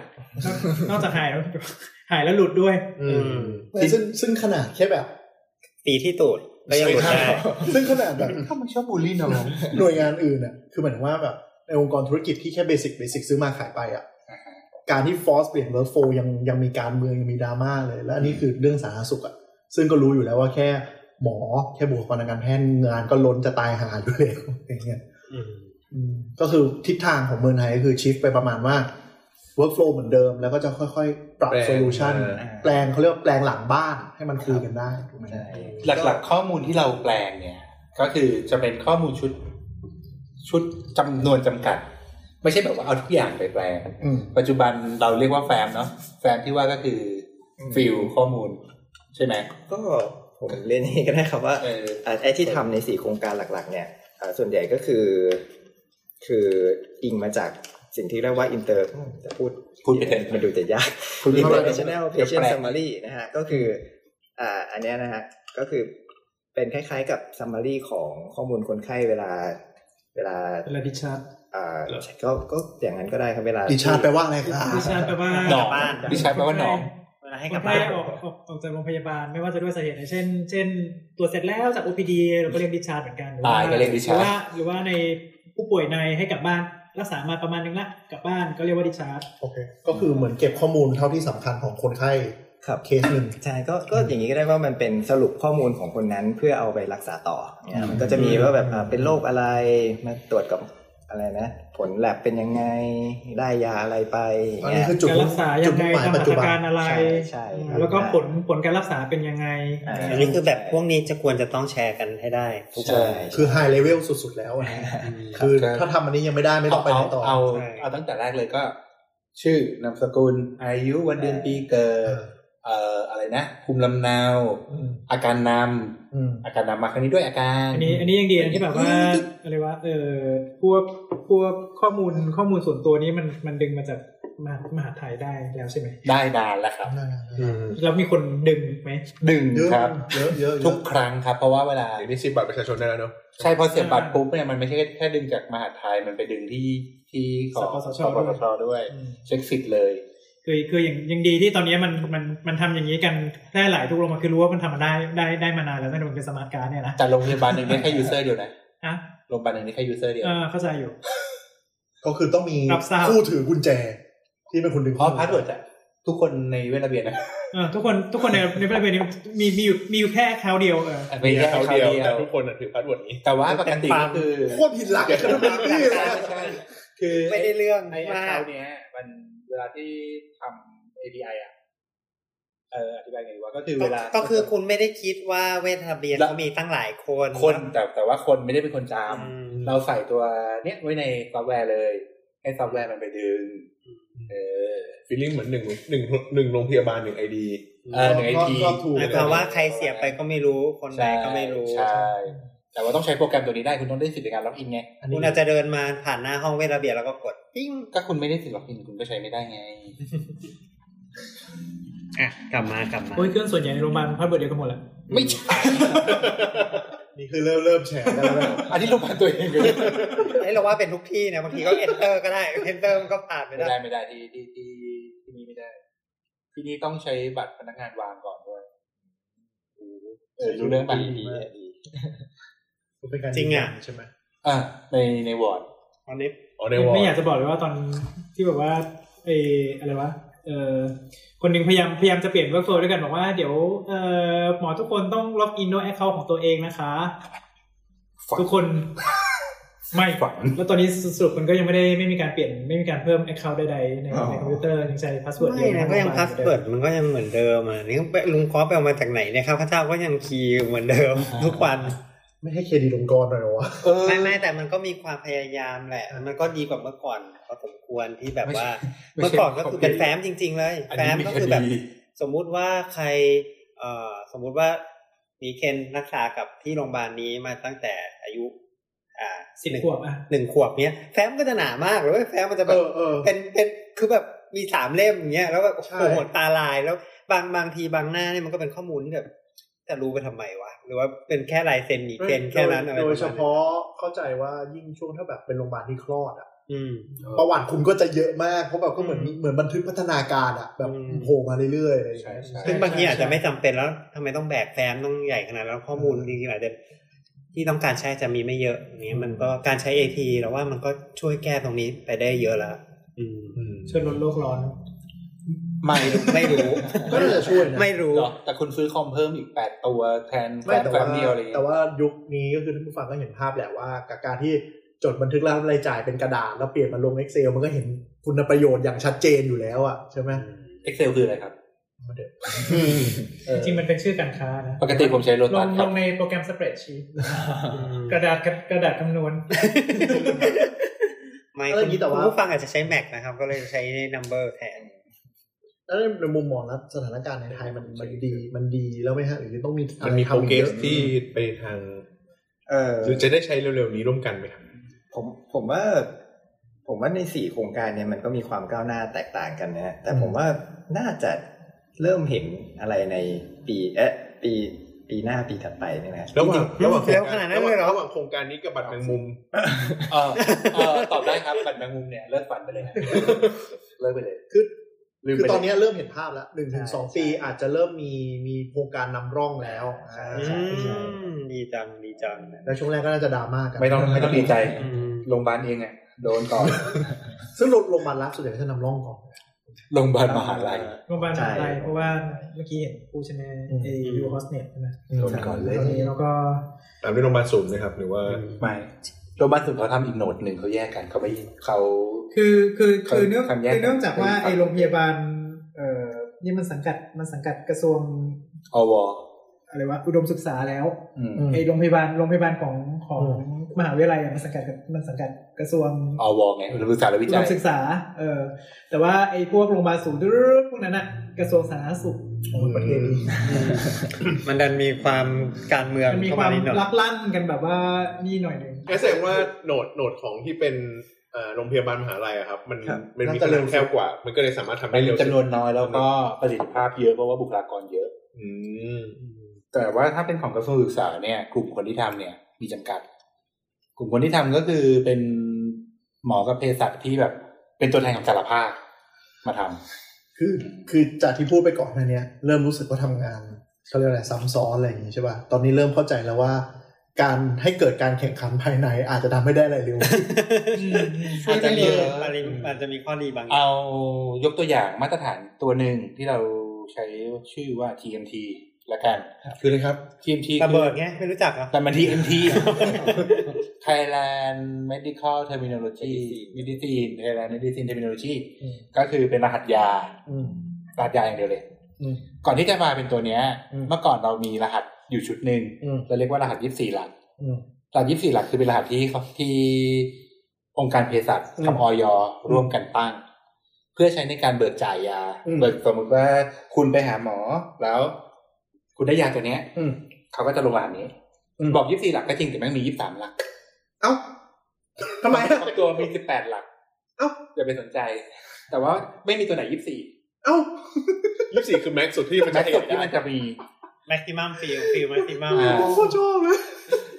[SPEAKER 5] นอกนอกจากหายแล้วหายแล้วหลุดด้วย
[SPEAKER 3] อืม
[SPEAKER 6] ซึ่งซึ่งซึ่งขนาดแค่แบบ
[SPEAKER 3] ปีที่ตูดก็ยังหลุดได้
[SPEAKER 6] ซึ่งขนาดแบบ
[SPEAKER 4] ถ้ามันชอบบูลลี่น้อง
[SPEAKER 6] หน่วยงานอื่นน่ะคือหมายถึงว่าแบบในองค์กรธุรกิจที่แค่เบสิกเบสิกซื้อมาขายไปอ่ะการที่ฟอสเปลี่ยนเวิร์กโฟยังยังมีการเมืองยังมีดราม่าเลย และอันนี้คือเรื่องสาธารณสุขอ่ะซึ่งก็รู้อยู่แล้วว่าแค่หมอแค่บุคลากรทางการแพทย์งานก็ล้นจะตายหาด้วยแล้วอย่างเงี้ย
[SPEAKER 3] อืม
[SPEAKER 6] ก็คือทิศทางของเมืองไทยก็คือชิฟไปประมาณว่า workflow เหมือนเดิม แล้วก็จะค่อยๆ ปรับ
[SPEAKER 8] แปลง
[SPEAKER 6] solution
[SPEAKER 8] อ่า
[SPEAKER 6] แปลงเขาเรียกว่าแปลงหลังบ้านให้มันคุยกันได้ถูกไหม
[SPEAKER 7] ใช่
[SPEAKER 4] หลักๆ ข้อมูลที่เราแปลงเนี่ย ก็คือจะเป็นข้อมูลชุด ชุดจำนวนจำกัด ไม่ใช่แบบว่าเอาทุกอย่างไปแปลง
[SPEAKER 6] อืม
[SPEAKER 4] ปัจจุบันเราเรียกว่าแฟมเนาะแฟมที่ว่าก็คือฟิลข้อมูล ใช่ไหม
[SPEAKER 7] ก็ผมเรียนอย่างนี้ก็ได้ครับว่า
[SPEAKER 4] เออ
[SPEAKER 7] อ่ะไอ้ที่ทำในสี่โครงการหลักๆ เนี่ยอ่ะส่วนใหญ่ก็คือ คืออิงมาจากสิ่งที่เรียกว่าอินเตอร์จะพูด
[SPEAKER 4] พูดไปเถอะ
[SPEAKER 7] มันดูจะยาก
[SPEAKER 6] คุณเข้าใจ
[SPEAKER 7] International Patient Summary นะฮะก็คืออ่าอันเนี้ยนะฮะก็คือเป็นคล้ายๆกับ summary ของข้อมูลคนไข้เวลา เวลา
[SPEAKER 5] เป็นอะไรดิชาร์ด
[SPEAKER 7] อ่าก็ก็อย่างนั้นก็ได้ครับเวลา
[SPEAKER 6] ดิชาร์ดแปลว่าอะไรค
[SPEAKER 5] ดิชา
[SPEAKER 6] รั
[SPEAKER 5] ร์ด
[SPEAKER 6] บ
[SPEAKER 5] แปลว่า
[SPEAKER 4] หนอง
[SPEAKER 3] บ้าน
[SPEAKER 4] ดิฉันแปลว่าหนอง
[SPEAKER 3] เวลาให้
[SPEAKER 5] ให้
[SPEAKER 3] ก
[SPEAKER 5] กั
[SPEAKER 3] ลั
[SPEAKER 5] บบ บ้า
[SPEAKER 3] บ้าน
[SPEAKER 5] นออกออกออกจากโรงพยาบาลไม่ว่าจะด้วยสาเหตุไหนเช่น เช่นตรวจเสร็จแล้วจาก OPD เราก็เรียกดิชาร์ดเหมือนกันหรือว่
[SPEAKER 4] ตายก็เรียก
[SPEAKER 5] หรือ
[SPEAKER 4] discharge
[SPEAKER 5] ว่าหรือว่าในผู้ป่วยในให้กลับบ้านรักษามาประมาณนึงละกลับบ้านก็เรียกว่าดิชาร์ด
[SPEAKER 6] โอเค ก็คือเหมือนเก็บข้อมูลเท่าที่สำคัญของคนไข้
[SPEAKER 7] ครับ
[SPEAKER 6] เคสหนึ่ง
[SPEAKER 7] ใช่ก็ก็อย่างนี้ก็ได้ว่ามันเป็นสรุปข้อมูลของคนนั้นเพื่อเอาไปรักษาต่อเนี่ยมันก็จะมีว่าแบบอ่ะเป็นโรคอะไรมาตรวจกับอะไรนะ ผลแลบเป็นยังไงได้ยาอะไรไป
[SPEAKER 6] ตอน
[SPEAKER 7] เนี่
[SPEAKER 6] นี้
[SPEAKER 7] ย
[SPEAKER 6] คือจุด
[SPEAKER 5] การรักษายั
[SPEAKER 6] จุด
[SPEAKER 5] งไง
[SPEAKER 6] มุ่งหมาย
[SPEAKER 5] ทำ
[SPEAKER 6] ปั
[SPEAKER 5] หั
[SPEAKER 6] จ
[SPEAKER 5] ต
[SPEAKER 6] จุ
[SPEAKER 5] ถ
[SPEAKER 6] บัน
[SPEAKER 5] การอะไร
[SPEAKER 7] ใช่ใช่
[SPEAKER 5] อืมแล้วก็ผลผลการรักษาเป็นยังไง
[SPEAKER 7] อ่า
[SPEAKER 3] อันนี้คือแบบพวกนี้จะควรจะต้องแชร์กันให้ได้ทุกค
[SPEAKER 7] ใช่
[SPEAKER 3] น
[SPEAKER 6] คือไฮเลเวลสุดๆแล้วอะ
[SPEAKER 4] ครับ
[SPEAKER 6] คือถ้าทำอันนี้ยังไม่ได้ไม่ต้องไปไหนต่อ
[SPEAKER 4] เอา
[SPEAKER 3] ใช่
[SPEAKER 4] เอาเอาตั้งแต่แรกเลยก็ ชื่อนามสกุล อายุวันเดือนปีเกิดเอ่ออะไรนะภูมิลำเนา
[SPEAKER 6] อืม
[SPEAKER 4] อาการน
[SPEAKER 6] อืม
[SPEAKER 4] ำอาการนำมาครั้งนี้ด้วยอาการ
[SPEAKER 5] อันนี้อันนี้ยังดีนะที่แบบว่าอะไรวะเออพวกพวกข้อมูลข้อมูลส่วนตัวนี้มันมันดึงมาจากมหามหาไทยได้แล้วใช่ไหม
[SPEAKER 4] ได้นานแล้วครับ
[SPEAKER 5] แล้วมีคนดึงไหม
[SPEAKER 4] ดึง
[SPEAKER 6] เยอะ
[SPEAKER 4] ครับ
[SPEAKER 6] เยอะเยอะเยอะ
[SPEAKER 4] ทุกครั้งครับ เพราะว่าเวลา
[SPEAKER 8] เดี๋ยวนี้สิบบัตรประชาชนได้แล้วเนาะ
[SPEAKER 4] ใช่เพราะเสียบบัตรปุ๊บเนี่ยมันไม่ใช่แค่ดึงจากมหาดไทยมันไปดึงที่ที่ของ
[SPEAKER 5] ปสช
[SPEAKER 4] ปสชด้วย
[SPEAKER 5] อืม
[SPEAKER 4] เช็คสิทธิ์เลย
[SPEAKER 5] คือคืออย่างยังดีที่ตอนนี้มันมันมันทำอย่างนี้กันได้หลายทุกโรงพยาบาลคือรู้ว่ามันทำมาได้ได้ได้มานานแล้วตั้งแต่มันเป็นสมาร์ทการ์ดเนี่ยนะ
[SPEAKER 4] แต่โรงพยาบาลหนึ่งเนี่ยแค่ยูเซอร์เดียวนะ
[SPEAKER 5] ฮะ
[SPEAKER 4] โรงพยาบาลหนึ่งนี่แค่ยูเซอร์เดียว
[SPEAKER 5] เออเข้าใจอยู่
[SPEAKER 6] ก็คือต้องมี
[SPEAKER 5] รับทราบ
[SPEAKER 6] ผู้ถือกุญแจ ที่เป็นคนดึง
[SPEAKER 4] เพราะพาสเวิร์ดอะทุกคนในเวทระเบียนนะ
[SPEAKER 5] เออทุกคนทุกคนในในประเด็นนี้มีมีอยู่มีอยู่แค่เขาเดียวเออ
[SPEAKER 4] มีแค่เขาเดียว
[SPEAKER 8] แต่ทุกคนน่ะถือพาสเวิร์ดนี้
[SPEAKER 4] แต่ว่าปกติก็คือ
[SPEAKER 6] โคตรผิดหลักเลยนะ
[SPEAKER 4] ใช่
[SPEAKER 6] พี่
[SPEAKER 4] ใช่ใช่คือ
[SPEAKER 3] ไม่ได้เรื่อง
[SPEAKER 4] ไอ้แอค
[SPEAKER 3] มา
[SPEAKER 4] เคาก ท์เนี้ยมันเวลาที่ทำ API อะเอออธิบายไงดีวะก็คือเวลา
[SPEAKER 3] ก็คือคุณไม่ได้คิดว่าเวทระเบียน
[SPEAKER 4] แล้ว
[SPEAKER 3] เขามีตั้งหลายคน
[SPEAKER 4] คนแต่แต่ว่าคนไม่ได้เป็นคนจาม
[SPEAKER 3] อืม
[SPEAKER 4] เราใส่ตัวเนี้ยไว้ในซอฟต์แวร์เลย ให้ซอฟต์แวร์มันไปดึง เออ
[SPEAKER 8] ฟีลลิ่งเหมือนหนึ่งหนึ่งหนึ่งโรงพยาบาลหนึ่งไอดี
[SPEAKER 4] เออหนึ่งไอที
[SPEAKER 6] ก็ถูก
[SPEAKER 3] หมายความว่าใครเสียไปก็ไม่รู้ คนไหนก็ไม่รู้
[SPEAKER 4] ใช่ แต่ว่าต้องใช้โปรแกรมตัวนี้ได้คุณต้องได้สิทธิ์ในการล็อกอินไง
[SPEAKER 3] คุณอาจจะเดินมาผ่านหน้าห้องเวทระเบียนแล้วก็กดปิ้ง
[SPEAKER 4] ก็คุณไม่ได้สิทธิ์ล็อกอินคุณก็ใช้ไม่ได้ไง
[SPEAKER 3] อ่ะกลับมากลับมา
[SPEAKER 5] โอ้ยเครื่องส่วนใหญ่ในโรงพยาบาลพาสเวิร์ดเดียวกันหมดแหละ
[SPEAKER 4] ไม่ใช่
[SPEAKER 6] นี่คือเริ่มเริ่มแชร์กันแล้วนะ
[SPEAKER 4] อันนี้ลงมาตัวเองเลย
[SPEAKER 3] เอ้ยเราว่าเป็นทุกที่นะบางทีก็ enter ก็ได้ enter มันก็ผ่านไป
[SPEAKER 4] ไม่
[SPEAKER 3] ได้
[SPEAKER 4] ได้ไม่ได้ที่ที่ที่ที่นี่ไม่ได้ ที่นี่ต้องใช้บัตรพนักงานวางก่อนด้วยเออรู้เรื่องบัตรอีกที
[SPEAKER 6] มันเป็นการ
[SPEAKER 3] จริงอะ
[SPEAKER 6] ใช่ไหม
[SPEAKER 4] อ่าในในวอร์ด
[SPEAKER 3] ตอนนี้
[SPEAKER 8] อ๋อในวอล
[SPEAKER 5] ไม่อยากจะบอกเลยว่าตอนที่แบบว่าเอออะไรวะเออคนหนึ่งพยายามพยายามจะเปลี่ยนเวิร์กโฟลด้วยกันบอกว่าเดี๋ยวเออหมอทุกคนต้องล็อกอินโนแอคเคาท์ของตัวเองนะคะ
[SPEAKER 4] ฝัน
[SPEAKER 5] ทุก คนไม่
[SPEAKER 4] ฝัน
[SPEAKER 5] แล้วตอนนี้สรุปมันก็ยังไม่ได้ไม่มีการเปลี่ยนไม่มีการเพิ่มแอคเคาท์ใดๆในในคอมพิวเตอร์ยังใช้พาสเวิร์ดเดี
[SPEAKER 3] ไม่
[SPEAKER 5] ยว
[SPEAKER 3] นะก็ยังพาสเวิร์ดมันก็ยังเหมือนเดิมอ่ะนี่ลุงคอปไปเอามาจากไหนเนี่ยครับพระเจ้าก็ยังคีย์เหมือนเดิม ทุกวัน
[SPEAKER 6] ไม่ให้เครดิตองค์กรหน่อยเหรอวะ
[SPEAKER 4] เออ
[SPEAKER 3] ไม่ไม่แต่มันก็มีความพยายามแหละ มันก็ดีกว่าเมื่อก่อนพอสมควรที่แบบว่า
[SPEAKER 4] ไม่ใช่
[SPEAKER 3] เมื่อก่อนก็คือเป็นแฟ้มจริง ๆ เลย
[SPEAKER 4] อัน
[SPEAKER 3] แฟ้
[SPEAKER 4] นี้
[SPEAKER 3] ม
[SPEAKER 4] มี
[SPEAKER 3] ก็คือแบบ
[SPEAKER 4] คดี
[SPEAKER 3] สมมุติว่าใครเอ่อสมมุติว่ามีเคนรักษากับที่โรงพยาบาลนี้มาตั้งแต่อายุ อ่า
[SPEAKER 5] สิบ
[SPEAKER 3] หนึ่ง
[SPEAKER 5] ขวบอ่ะ
[SPEAKER 3] หนึ่งขวบเนี้ยแฟ้มก็จะหนามากเลยเว้ยแฟ้มมันจะแบ
[SPEAKER 6] เอบ อเออ
[SPEAKER 3] เป็นเป็นคือแบบมีสามเล่มอย่างเงี้ยแล้วแบบโอ้
[SPEAKER 6] ใช่
[SPEAKER 3] โหตาลายแล้วบางบางทีบางหน้าเนี่ยมันก็เป็นข้อมูลที่แบบจะรู้ไปทำไมวะหรือว่าเป็นแค่ลายเซ็นมีเซ็นแค่นั้นอะไร
[SPEAKER 6] โด
[SPEAKER 3] ประ
[SPEAKER 6] ยเฉ
[SPEAKER 3] มาณนั้น
[SPEAKER 6] พาะเข้าใจว่ายิ่งช่วงถ้าแบบเป็นโรงพยาบาลที่คลอดอ่ะ
[SPEAKER 3] อืม
[SPEAKER 6] ประวัติคุณก็จะเยอะมากเพราะแบบก็เหมือนมีเหมือนบันทึกพัฒนาการอ่ะแบบ
[SPEAKER 3] อืม
[SPEAKER 6] โผล่มาเรื่อยๆอะไรอย่าง
[SPEAKER 4] ใช่
[SPEAKER 6] เงี้ย
[SPEAKER 4] ใช่
[SPEAKER 3] ซึ่งบางทีอาจจะไม่จำเป็นแล้วทำไมต้องแบกแฟ้มต้องใหญ่ขนาดนั้นแล้วข้อมูลจริงๆอาจจะที่ต้องการใช้จะมีไม่เยอะอย่างเงี้ยมันก็การใช้เอทีแล้วว่ามันก็ช่วยแก้ตรงนี้ไปได้เยอะละอืม
[SPEAKER 5] ช่วยลดโลกร้อน
[SPEAKER 4] ไม่
[SPEAKER 3] ไม่รู้
[SPEAKER 6] ก็น่าจะช่วยนะ
[SPEAKER 3] ไม่รู้
[SPEAKER 4] หรอกแต่คุณซื้อคอมเพิ่มอีกแปดตัวแทนแฟ
[SPEAKER 6] ไม่
[SPEAKER 4] น
[SPEAKER 6] แต่
[SPEAKER 4] แฟ
[SPEAKER 6] ว่าน
[SPEAKER 4] เดียวอะไรอย่าง
[SPEAKER 6] แต่
[SPEAKER 4] เงี้ย
[SPEAKER 6] ว่ายุคนี้ก็คือท่านผู้ฟังก็เห็นภาพแหละว่ากับการที่จดบันทึกรายรับรายจ่ายเป็นกระดาษแล้วเปลี่ยนมาลง Excel มันก็เห็น คุณประโยชน์อย่างชัดเจนอยู่แล้วอ่ะใช่ไหม
[SPEAKER 4] Excel คืออะไรครับ
[SPEAKER 5] จริงๆมันเป็นชื่อการค้านะ
[SPEAKER 4] ปกติผมใช้โล
[SPEAKER 5] ล
[SPEAKER 4] ตัส
[SPEAKER 5] งล
[SPEAKER 4] ครับ
[SPEAKER 5] งในโปรแกรมสเปรดชีกระดาษกระดาษคำนวณ
[SPEAKER 3] ไม่
[SPEAKER 6] เออ
[SPEAKER 3] คุณ
[SPEAKER 6] อย่างนี้แต่ว่า
[SPEAKER 3] คุณผู้ฟังอาจจะใช้ Mac นะครับ ก็เลยใช้ number แทน
[SPEAKER 6] แล้วในมุมมองแล้วสถานการณ์ในไทยมันมันดีมันดีแล้วไหมฮะหรือต้องมี
[SPEAKER 8] มันมี
[SPEAKER 6] อะ
[SPEAKER 8] โปร
[SPEAKER 6] ไทำ
[SPEAKER 8] เกร
[SPEAKER 6] ย
[SPEAKER 8] ส
[SPEAKER 6] อะ
[SPEAKER 8] ที่ไปทาง
[SPEAKER 7] เออ
[SPEAKER 8] หรือจะได้ใช้เร็วๆนี้ร่วมกันไหมครับ
[SPEAKER 7] ผมผมว่าผมว่าในสี่โครงการเนี่ยมันก็มีความก้าวหน้าแตกต่างกันนะฮะแต่ผมว่าน่าจะเริ่มเห็นอะไรในปีเอ๊ะปีปีหน้าปีถัดไปเนี่ยนะ
[SPEAKER 8] ระหว่าง
[SPEAKER 3] จริงๆ
[SPEAKER 8] ระหว่างโครง
[SPEAKER 3] เร็วข
[SPEAKER 8] การ
[SPEAKER 3] นาดนั้น
[SPEAKER 8] ระห
[SPEAKER 3] เล
[SPEAKER 8] ว่าง
[SPEAKER 3] ยเหรอ
[SPEAKER 8] ระหว่างโครงการนี้กับบัตรแมงมุม
[SPEAKER 4] เออเออตอบได้ครับบัตรแมงมุมเนี่ยเลิกฝันไปเลย ฮะเลิกไปเลย
[SPEAKER 6] คือ
[SPEAKER 4] ลืมไป
[SPEAKER 6] คือตอน
[SPEAKER 4] เลย
[SPEAKER 6] เนี้ยเริ่มเห็นภาพแล้วหนึ่งถึงสองปีอาจจะเริ่มมีมีโครงการนำร่องแล้วอ่า
[SPEAKER 3] อืมดีจังดีจัง
[SPEAKER 6] แล้วช่วงแรกก็น่าจะดราม่ากัน
[SPEAKER 4] ไม่ต้องไม่ต้องดีใจ
[SPEAKER 3] อืม
[SPEAKER 4] โรงพยาบาลเองไงโดนก่อน
[SPEAKER 6] ซึ่งลงลงมาลรับส่วนใหญ่ก็จะนำร่องก่อน
[SPEAKER 4] โรงพยาบาลมหาลัย
[SPEAKER 5] โรงพยาบาลมหาลัยเพราะว่าเมื่อกี้เห็นผู้ใช่ไหม
[SPEAKER 6] อืม
[SPEAKER 5] เอยูโฮสเน็ตใช่ไหม
[SPEAKER 4] โดนก่อนเลย
[SPEAKER 5] ตอนนี้แล้วก็
[SPEAKER 8] ตามด้วยโรงพยาบาลศูนย์นะครับ หรือว่า
[SPEAKER 4] ไม่โรงพยาบาลสุดเขาทำอีกโหนดหนึ่งเขาแยกกันเขาไม่เขา
[SPEAKER 5] คือคือคือ
[SPEAKER 4] เขา
[SPEAKER 5] เนื่อง
[SPEAKER 4] ทำแยก
[SPEAKER 5] คือเนื่องจากว่า
[SPEAKER 4] เป็น
[SPEAKER 5] ไอโรงพยาบาลเอ่อนี่มันสังกัดมันสังกัดกระทรวง
[SPEAKER 4] อว
[SPEAKER 5] อะไรวะอุดมศึกษาแล้ว
[SPEAKER 4] อืม
[SPEAKER 5] ไอโรงพยาบาลโรงพยาบาลของของ
[SPEAKER 6] อืม
[SPEAKER 5] มหาวิทยาลัยอะมันสังกัดกับมันสังกัดกระทรวง
[SPEAKER 4] อวไงอุดมศึกษาและวิ
[SPEAKER 5] อุด
[SPEAKER 4] จัย
[SPEAKER 5] มศึกษาเออแต่ว่าไอพวกโรงพยาบาลศูนย์พวกนั้นอะกระทรวงสาธารณสุข
[SPEAKER 6] โอ้ยประเทศนี้
[SPEAKER 3] มันดันมีความการเมือง
[SPEAKER 5] มันมี
[SPEAKER 3] เข้ามาว
[SPEAKER 5] คาม
[SPEAKER 3] นิดหน่อย
[SPEAKER 5] ลักลั่นกันแบบว่านี่หน่อยหนึ่ง
[SPEAKER 8] งั้นแสดงว่าโหนดโหนดของที่เป็นเอ่อโรงพยาบาลมหาลัยอะครับ มัน
[SPEAKER 4] ครับ
[SPEAKER 8] มันมีกำลังแคบกว่า มันก็เลยสามารถทำได้
[SPEAKER 4] มัน
[SPEAKER 8] เร็ว
[SPEAKER 4] จำนวนน้อยแล้วก็ประสิทธิภาพเยอะเพราะว่าบุคลากรเยอะ
[SPEAKER 8] อืม
[SPEAKER 4] แต่ว่าถ้าเป็นของกระทรวงศึกษาเนี่ย กลุ่มคนที่ทำเนี่ย มีจำกัด กลุ่มคนที่ทำก็คือเป็นหมอกับเภสัชที่แบบ เป็นตัวแทนของแต่ละภาคมาทำ
[SPEAKER 6] คือคือจากที่พูดไปก่อนหนาเนี้ยเริ่มรู้สึกว่าทำงานเขาเรียกอะไรซ้ำซ้อนอะไรอย่างงี้ใช่ป่ะตอนนี้เริ่มเข้าใจแล้วว่า การให้เกิดการแข่งขันภายในอาจจะทำให้ได้อะไร เร็ว
[SPEAKER 3] อาจจะมีอาจจะมีอาจจะมีข้อดีบางอย่าง
[SPEAKER 4] เอายกตัวอย่างมาตรฐานตัวหนึ่งที่เราใช้ชื่อว่า TMT ละกัน
[SPEAKER 8] คือเลยครับ
[SPEAKER 4] TMT
[SPEAKER 3] ระเบิดไงไม่รู้จักเหรอ
[SPEAKER 4] แต่มัน TMT Thailand Medical Terminology Medicine Thailand Medicine Terminology
[SPEAKER 6] อืม
[SPEAKER 4] ก็คือเป็นรหัสยา
[SPEAKER 6] อืม
[SPEAKER 4] รหัสยาอย่างเดียวเลย
[SPEAKER 6] อืม
[SPEAKER 4] ก่อนที่จะมาเป็นตัวเนี้ย
[SPEAKER 6] อืม
[SPEAKER 4] เมื่อก่อนเรามีรหัสอยู่ชุดหนึ่ง
[SPEAKER 6] อืม
[SPEAKER 4] เราเรียกว่ารหัสยี่สี่หลัก
[SPEAKER 6] อืม
[SPEAKER 4] รหัสยี่สี่หลักคือเป็นรหัสที่เขาที่องค์การเภสัช
[SPEAKER 6] อืม
[SPEAKER 4] กับออยร่วมกันตั้ง เพื่อใช้ในการเบิกจ่ายยา
[SPEAKER 6] อืม
[SPEAKER 4] เบิกสมมติว่าคุณไปหาหมอแล้ว คุณได้ยาตัวเนี้ย
[SPEAKER 6] อืม
[SPEAKER 4] เขาก็จะลงรหัสนี้
[SPEAKER 6] อืม
[SPEAKER 4] บอกยี่สี่หลักก็จริงแต่แม่งมียี่สามหลัก
[SPEAKER 6] เอ้าทำไมอะ
[SPEAKER 4] เพราะตัวมีสิบแปดหลัก
[SPEAKER 6] เอ้า
[SPEAKER 4] อย่าไปสนใจ แต่ว่าไม่มีตัวไหนยี่สี่
[SPEAKER 6] เอ้า
[SPEAKER 8] ยี่สิบสี่คือแม็กซ์สุดที่มัน
[SPEAKER 4] แม้
[SPEAKER 8] จะ
[SPEAKER 4] สุดที่มันจะมี
[SPEAKER 3] maximum field field maximum
[SPEAKER 4] อ่า
[SPEAKER 6] โคตรชอบเลย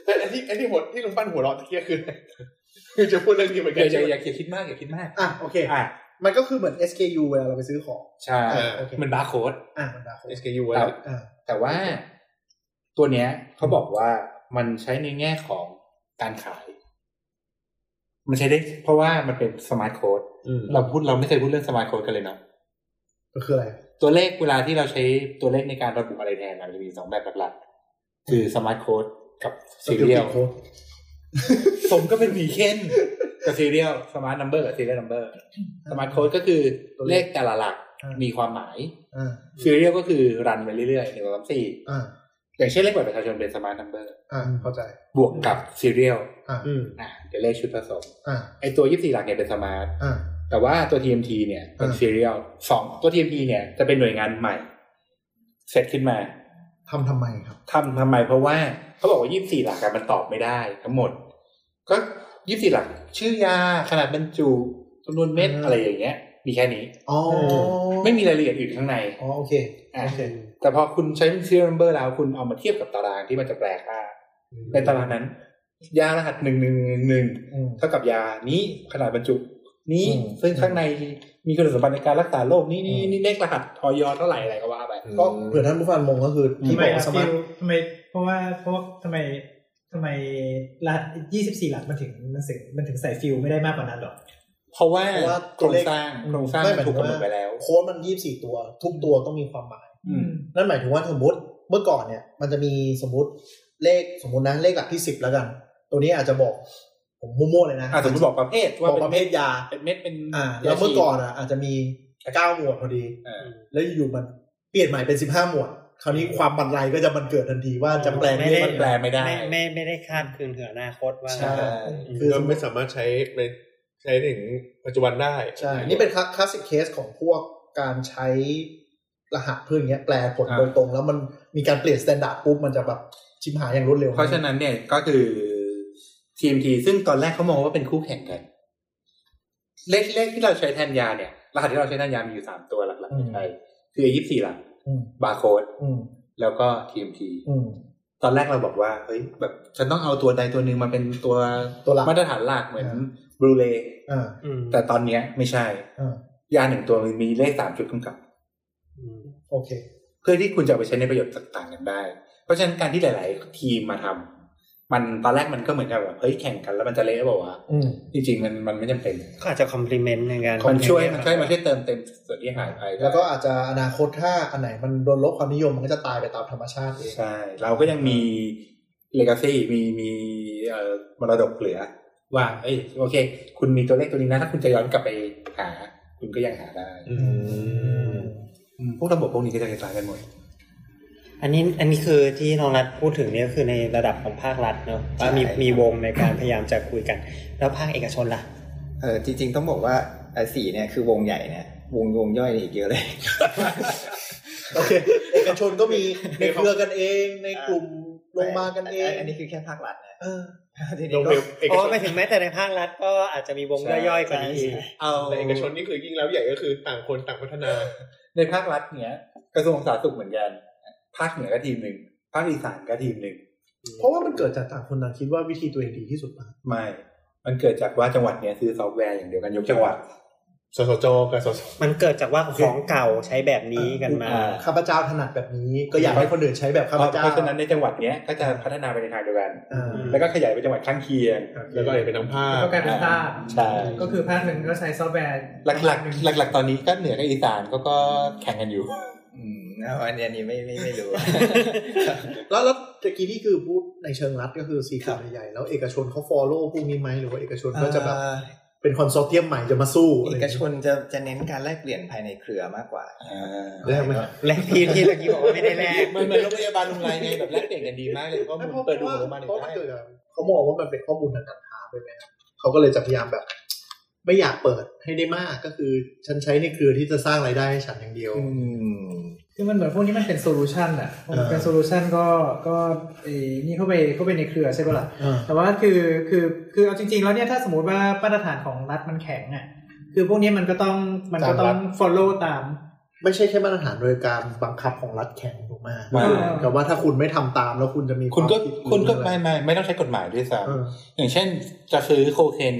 [SPEAKER 8] แต่อันที่อันที่หัวที่ลุงปั้นหัวเราะตะเกียคืออะไร คือจะพูดเรื่องนี้เหมือน
[SPEAKER 4] อ
[SPEAKER 8] กัน
[SPEAKER 4] ย่าอย่าอย่าอย่าคิดมากอย่าคิดมาก
[SPEAKER 6] อ่ะโอเค
[SPEAKER 4] อ่ะ
[SPEAKER 6] มันก็คือเหมือน SKU เวลาเราไปซื้อของ
[SPEAKER 4] ใช่
[SPEAKER 6] อ่าโอเค
[SPEAKER 4] มันบาร์โค้ด
[SPEAKER 6] อ่ะมันดาว
[SPEAKER 8] SKU
[SPEAKER 4] ค
[SPEAKER 8] ไว้
[SPEAKER 4] รับ
[SPEAKER 6] อ่ะ
[SPEAKER 4] แต่ว่าตัวเนี้ยเขาบอกว่ามันใช้ในแง่ของการขาย มันใช้ได้ เพราะว่ามันเป็นสมาร์ทโค้ด
[SPEAKER 8] อืม
[SPEAKER 4] เราพูดเราไม่เคยพูดเรื่องสมาร์ทโค้ดกันเลยเนาะ
[SPEAKER 6] ก็คืออะไร
[SPEAKER 4] ตัวเลขเวลาที่เราใช้ตัวเลขในการระบุอะไรแทนอะมันจะมีสองแบบหลักๆคือสมาร์ทโค้ดกับซีเรียล
[SPEAKER 6] Code
[SPEAKER 4] สมก็เป็นหมีเค้นกับซีเรียลสมาร์ทนัมเบอร์กับซีเรียลนัมเบอร์สมาร์ทโค้ดก็คือเลขแต่ละหลัก
[SPEAKER 6] อ่ามี
[SPEAKER 4] มีความหมาย
[SPEAKER 6] อ่ะ
[SPEAKER 4] ซีเรียลก็คือรันไปเรื่อยๆหนึ่งสองสามสี่
[SPEAKER 6] อ่ะ
[SPEAKER 4] อย่างเช่นเลขบัตรประชาชนเป็นสมาร์ทนัมเบอร์
[SPEAKER 6] อ่ะเข้าใจ
[SPEAKER 4] บวกกับซีเรียล
[SPEAKER 6] อ่ะ
[SPEAKER 3] อืม
[SPEAKER 4] อ่ะเป็นเลขชุดผสม
[SPEAKER 6] อ่ะ
[SPEAKER 4] ไอตัวยี่สี่หลักเนี่ยเป็นสมาร์ท
[SPEAKER 6] อ่ะ
[SPEAKER 4] แต่ว่าตัว TMT เนี่ยเป็น
[SPEAKER 6] อ่า
[SPEAKER 4] ซีเรียลสองตัว TMT เนี่ยจะเป็นหน่วยงานใหม่เซตขึ้นมา
[SPEAKER 6] ทำทำไมครับ
[SPEAKER 4] ทำทำไมเพราะว่าเขาบอกว่ายี่สี่หลักอะมันตอบไม่ได้ทั้งหมด ก็ยี่สี่หลัก ชื่อยาขนาดบรรจุจำนวนเม็ดอะไรอย่างเงี้ย มีแค่นี้
[SPEAKER 6] อ๋อ
[SPEAKER 4] ไม่มีรายละเอียดอื่นข้างใน
[SPEAKER 6] อ๋อโอเค
[SPEAKER 4] อ่ะ
[SPEAKER 6] โอเค
[SPEAKER 4] แต่พอคุณใช้ซีเรียลนัมเบอร์แล้วคุณเอามาเทียบกับตารางที่มันจะแปลค่าในตารางนั้น ยารหัสหนึ่งหนึ่งหนึ่ง
[SPEAKER 6] อืม
[SPEAKER 4] เท่ากับยานี้ขนาดบรรจุ นี้
[SPEAKER 6] อืม
[SPEAKER 4] ซึ่งข้างในมีคุณสมบัติในการรักษาโรคนี้นี่
[SPEAKER 6] อืม
[SPEAKER 4] นี่เลขรหัสออยเท่าไหร่อะไรก็ว่าไป
[SPEAKER 6] ก็เผื่อท่านผู้ฟังงงก็คือที่
[SPEAKER 5] ทำไม
[SPEAKER 6] บอก
[SPEAKER 5] อะ
[SPEAKER 6] ว่าส
[SPEAKER 5] ฟิ
[SPEAKER 6] มาร์ท
[SPEAKER 5] ลทำไมเพราะว่าเพราะว่าทำไมทำไมรหัสยี่สิบสี่หลักมันถึงมันถึงมันถึงใส่ฟิลไม่ได้มากกว่านั้นหรอ
[SPEAKER 4] เพราะว่า
[SPEAKER 6] เพราะว่า
[SPEAKER 4] โครงสร้างโครงสร้าง
[SPEAKER 6] ไม่
[SPEAKER 4] มันถูกกำหนดไปแล้ว
[SPEAKER 6] โค้ดมันยี่สิบสี่ตัว ทุกตัวต้องมีความหมาย
[SPEAKER 5] อ
[SPEAKER 6] นั่นหมายถึงว่าสมมติเมื่อก่อนเนี่ย มันจะมีสมมติเลขสมมตินะเลขหลักที่สิบแล้วกัน ตัวนี้อาจจะบอก ผมมั่วๆเลยนะ
[SPEAKER 4] อ่ะสมมติบอกประเภท
[SPEAKER 6] บ
[SPEAKER 4] ว่า
[SPEAKER 6] อก
[SPEAKER 4] เป็น
[SPEAKER 6] ประเภ
[SPEAKER 4] เม็ด
[SPEAKER 6] ทยา
[SPEAKER 4] เป็นเม็ดเป็น
[SPEAKER 6] อ่า แล้วเมื่อก่อนอ่ะอาจจะมีเก้าหมวดพอดี
[SPEAKER 4] อ่า
[SPEAKER 6] แล้วอยู่ๆมันเปลี่ยนใหม่เป็นสิบห้าหมวด คราวนี้ความบันไลก็จะมันเกิดทันทีว่าจะแปลง
[SPEAKER 3] ไม่
[SPEAKER 6] เล
[SPEAKER 3] ได้
[SPEAKER 6] ข
[SPEAKER 4] มันแปลไม่ได้
[SPEAKER 3] ไม่ไม่ไม่ได้คาดคืนถึงอนาคตว่า
[SPEAKER 6] ใช่
[SPEAKER 3] คื
[SPEAKER 6] คือ
[SPEAKER 8] ก็ไม่สามารถใช้ในใช้ถึงปัจจุบันได้
[SPEAKER 6] ใช่ นี่เป็นคลาสสิกเคสของพวกการใช้รหัสเพื่อนอย่างเงี้ยแปลผล
[SPEAKER 4] อ่า
[SPEAKER 6] โดยตรง แล้วมันมีการเปลี่ยนสแตนดาร์ดปุ๊บมันจะแบบชิมหายอย่างรวดเร็ว
[SPEAKER 4] เพราะฉะนั้นเนี่ยก็คือ TMT ซึ่งตอนแรกเขามองว่าเป็นคู่แข่งกัน เลขเลขที่เราใช้แทนยาเนี่ย รหัสที่เราใช้แทนยามีอยู่สามตัวหลัก
[SPEAKER 6] อื
[SPEAKER 4] ๆ
[SPEAKER 6] ม
[SPEAKER 4] ในไทยคือยี่สิบสี่หลัก
[SPEAKER 6] อืม
[SPEAKER 4] บาร์โค้ด
[SPEAKER 6] อืม
[SPEAKER 4] แล้วก็ TMT
[SPEAKER 6] อืม
[SPEAKER 4] ตอนแรกเราบอกว่าเฮ้ยแบบฉันต้องเอาตัวใดตัวหนึ่งมาเป็นตัว
[SPEAKER 6] ตัวหลัก
[SPEAKER 4] มาตรฐานหลักเหมือน
[SPEAKER 6] อ่า
[SPEAKER 4] บลูเล
[SPEAKER 6] อ่า
[SPEAKER 3] อืม
[SPEAKER 4] แต่ตอนเนี้ยไม่ใช่
[SPEAKER 6] อ่า
[SPEAKER 4] ยาหนึ่งตัวมันมีเลขสามจุดกำกับ
[SPEAKER 3] อืม
[SPEAKER 6] โอเค
[SPEAKER 4] เพื่อที่คุณจะเอาไปใช้ในประโยชน์ต่างๆกันได้ เพราะฉะนั้นการที่หลาย ๆ ทีมมาทำมันตอนแรกมันก็เหมือนกับแบบเฮ้ยแข่งกันแล้วมันจะเละบอกว่าวะ
[SPEAKER 6] อืม
[SPEAKER 4] จริงๆมันมันไม่จำเป็น
[SPEAKER 3] ก็อาจจะคอมพลีเมนต์ในการ
[SPEAKER 4] มันช่วยมันช่วยมาช่วยเติมเต็มส่วนที่หายไป
[SPEAKER 6] แล้วก็อาจจะอนาคตถ้าอันไหนมันโดนลดความนิยมมันก็จะตายไปตามธรรมชาติเอง
[SPEAKER 4] ใช่ เราก็ยังมีเลกาซี่มีมีเอ่อมรดกเหลือ ว่าเอ้ยโอเค คุณมีตัวเลขตัวนี้นะถ้าคุณจะย้อนกลับไปหา คุณก็ยังหาได้
[SPEAKER 8] อืม
[SPEAKER 4] อืมพวกระบบพวกนี้ก็จะคล้ายๆกันหมด
[SPEAKER 3] อันนี้อันนี้คือที่น้องรัฐพูดถึงเนี่ยก็คือในระดับของภาครัฐเนอะว่ามี
[SPEAKER 7] ใช่
[SPEAKER 3] มีวงในการพยายามจะคุยกัน แล้วภาคเอกชนล่ะ
[SPEAKER 7] เออจริง ๆ ต้องบอกว่าเอ่อสี่เนี่ยคือวงใหญ่เนี่ยวงวงย่อยเนี่ยอีกเยอะเลย
[SPEAKER 6] โอเค เอกชนก็มี ในเครือกันเอง ในกลุ่มลงมากันเอง
[SPEAKER 7] อันนี้คือแค่ภาครัฐนะ
[SPEAKER 6] เออ
[SPEAKER 7] ทีนี้
[SPEAKER 8] โรง
[SPEAKER 7] ก็
[SPEAKER 8] เรียนเอก
[SPEAKER 3] อ๋อ
[SPEAKER 8] ชน
[SPEAKER 3] ไม่ถึงแม้แต่ในภาครัฐก็อาจจะมีวงย่อยๆกว่านี้อีก
[SPEAKER 4] เอา
[SPEAKER 8] แต่เอกชนนี่คือยิ่งแล้วใหญ่ก็คือต่างคนต่างพัฒนา
[SPEAKER 4] ในภาครัฐเนี้ยกระทรวงสาธารณสุขเหมือนกัน ภาคเหนือก็ทีมหนึ่งภาคอีสานก็ทีมหนึ่ง
[SPEAKER 6] เพราะว่ามันเกิดจากต่างคนต่างคิดว่าวิธีตัวเองดีที่สุดนะ
[SPEAKER 4] ไม่ มันเกิดจากว่าจังหวัดเนี้ยซื้อซอฟต์แวร์อย่างเดียวกันยกจังหวัด
[SPEAKER 8] สสจกับสส
[SPEAKER 3] มันเกิดจากว่าของเก่าใช้แบบนี้กันมา
[SPEAKER 4] อ่า
[SPEAKER 6] ข้าพเจ้าถนัดแบบนี้ ก็อยากให้คนอื่นใช้แบบข้า
[SPEAKER 4] เพ
[SPEAKER 6] พ
[SPEAKER 4] ราะ
[SPEAKER 6] เจ้า
[SPEAKER 4] เพราะฉะนั้นในจังหวัดเนี้ยก็จะพัฒนาไปในทางเดียวกัน
[SPEAKER 6] อ่า
[SPEAKER 4] แล้วก็ขยายไปจังหวัดข้างเคียง
[SPEAKER 8] แล้วก็เลยเป็นทั้งภาค
[SPEAKER 5] ก็กลายเป็นภาค
[SPEAKER 4] ใช่
[SPEAKER 5] ก็คือภาคหนึ่งก็ใช้ซอฟต์แวร์
[SPEAKER 4] หลักหลัก
[SPEAKER 5] นึ่ง
[SPEAKER 4] หลักๆหลักๆตอนนี้ก็เหนือกับอีสานก็ก็แข่งกันอยู่
[SPEAKER 7] อืมเอาอันนี้อันนี้ไม่ไม่ไม่รู้
[SPEAKER 6] แล้วแล้วตะกี้นี่คือพูดในเชิงรัฐก็คือสี่กลุ่มใหญ่ๆแล้วเอกชนเขาฟอลโล่พวกนี้ไหมหรือว่าเอกชนก็จะแบบ
[SPEAKER 7] เอ่อ
[SPEAKER 6] เป็นคอนโซเทียมใหม่จะมาสู้อะไร
[SPEAKER 7] เอ
[SPEAKER 6] อย่าง
[SPEAKER 7] ก
[SPEAKER 6] เงี้ย
[SPEAKER 7] ชนจะจะเน้นการแลกเปลี่ยนภายในเครือมากกว่า
[SPEAKER 6] ได้ไหม
[SPEAKER 3] และ พี่ที่เมื่อกี้บอกว่าไม่ได้แลก
[SPEAKER 4] มันเป็นโรงพยาบาลลุงไรไงแบบแลกเปลี่ยนกันดีมากเลยข้อ
[SPEAKER 6] ไม่
[SPEAKER 4] มู
[SPEAKER 6] เพ
[SPEAKER 4] ล
[SPEAKER 6] ราะ
[SPEAKER 4] เปิดดู
[SPEAKER 6] ว่า
[SPEAKER 4] โรงพยาบาล
[SPEAKER 6] เพราะมัน
[SPEAKER 4] ได้
[SPEAKER 6] เกิดจากเขามองว่ามันเป็นข้อมูลทางการค้าด้วยไหมครับเขาก็เลยจะพยายามแบบ ไม่อยากเปิดให้ได้มากก็คือฉันใช้ในเครือที่จะสร้างรายได้ให้ฉันอย่างเดียว
[SPEAKER 7] อืม
[SPEAKER 5] คือมันเหมือนพวกนี้มันเป็นโซลูชันอ่ะพอมันเป็น
[SPEAKER 6] อ่า
[SPEAKER 5] โซลูชันก็ก็เอ้นี่เข้าไปเข้าไปในเครือใช่ปะล่ะ
[SPEAKER 6] อ่า
[SPEAKER 5] แต่ว่าคือคือคือเอาจริง ๆ แล้วเนี่ยถ้าสมมติว่ามาตรฐานของรัฐมันแข็งอ่ะ คือพวกนี้มันก็ต้องมันก็ต้อง follow ตาม
[SPEAKER 6] ไม่ใช่แค่มาตรฐานโดยการบังคับของรัฐแข่งถูกไหม
[SPEAKER 4] มา
[SPEAKER 5] เออ
[SPEAKER 6] แต่ว่าถ้าคุณไม่ทำตามแล้วคุณจะมีวาม
[SPEAKER 4] คุณก็
[SPEAKER 6] ผิดหรือ
[SPEAKER 4] คุณก็
[SPEAKER 6] อะร
[SPEAKER 4] ไม่ไม่ไม่ต้องใช้กฎหมายด้วยซ้
[SPEAKER 6] เออ
[SPEAKER 4] ำอย่างเช่น จะซื้อโคเคน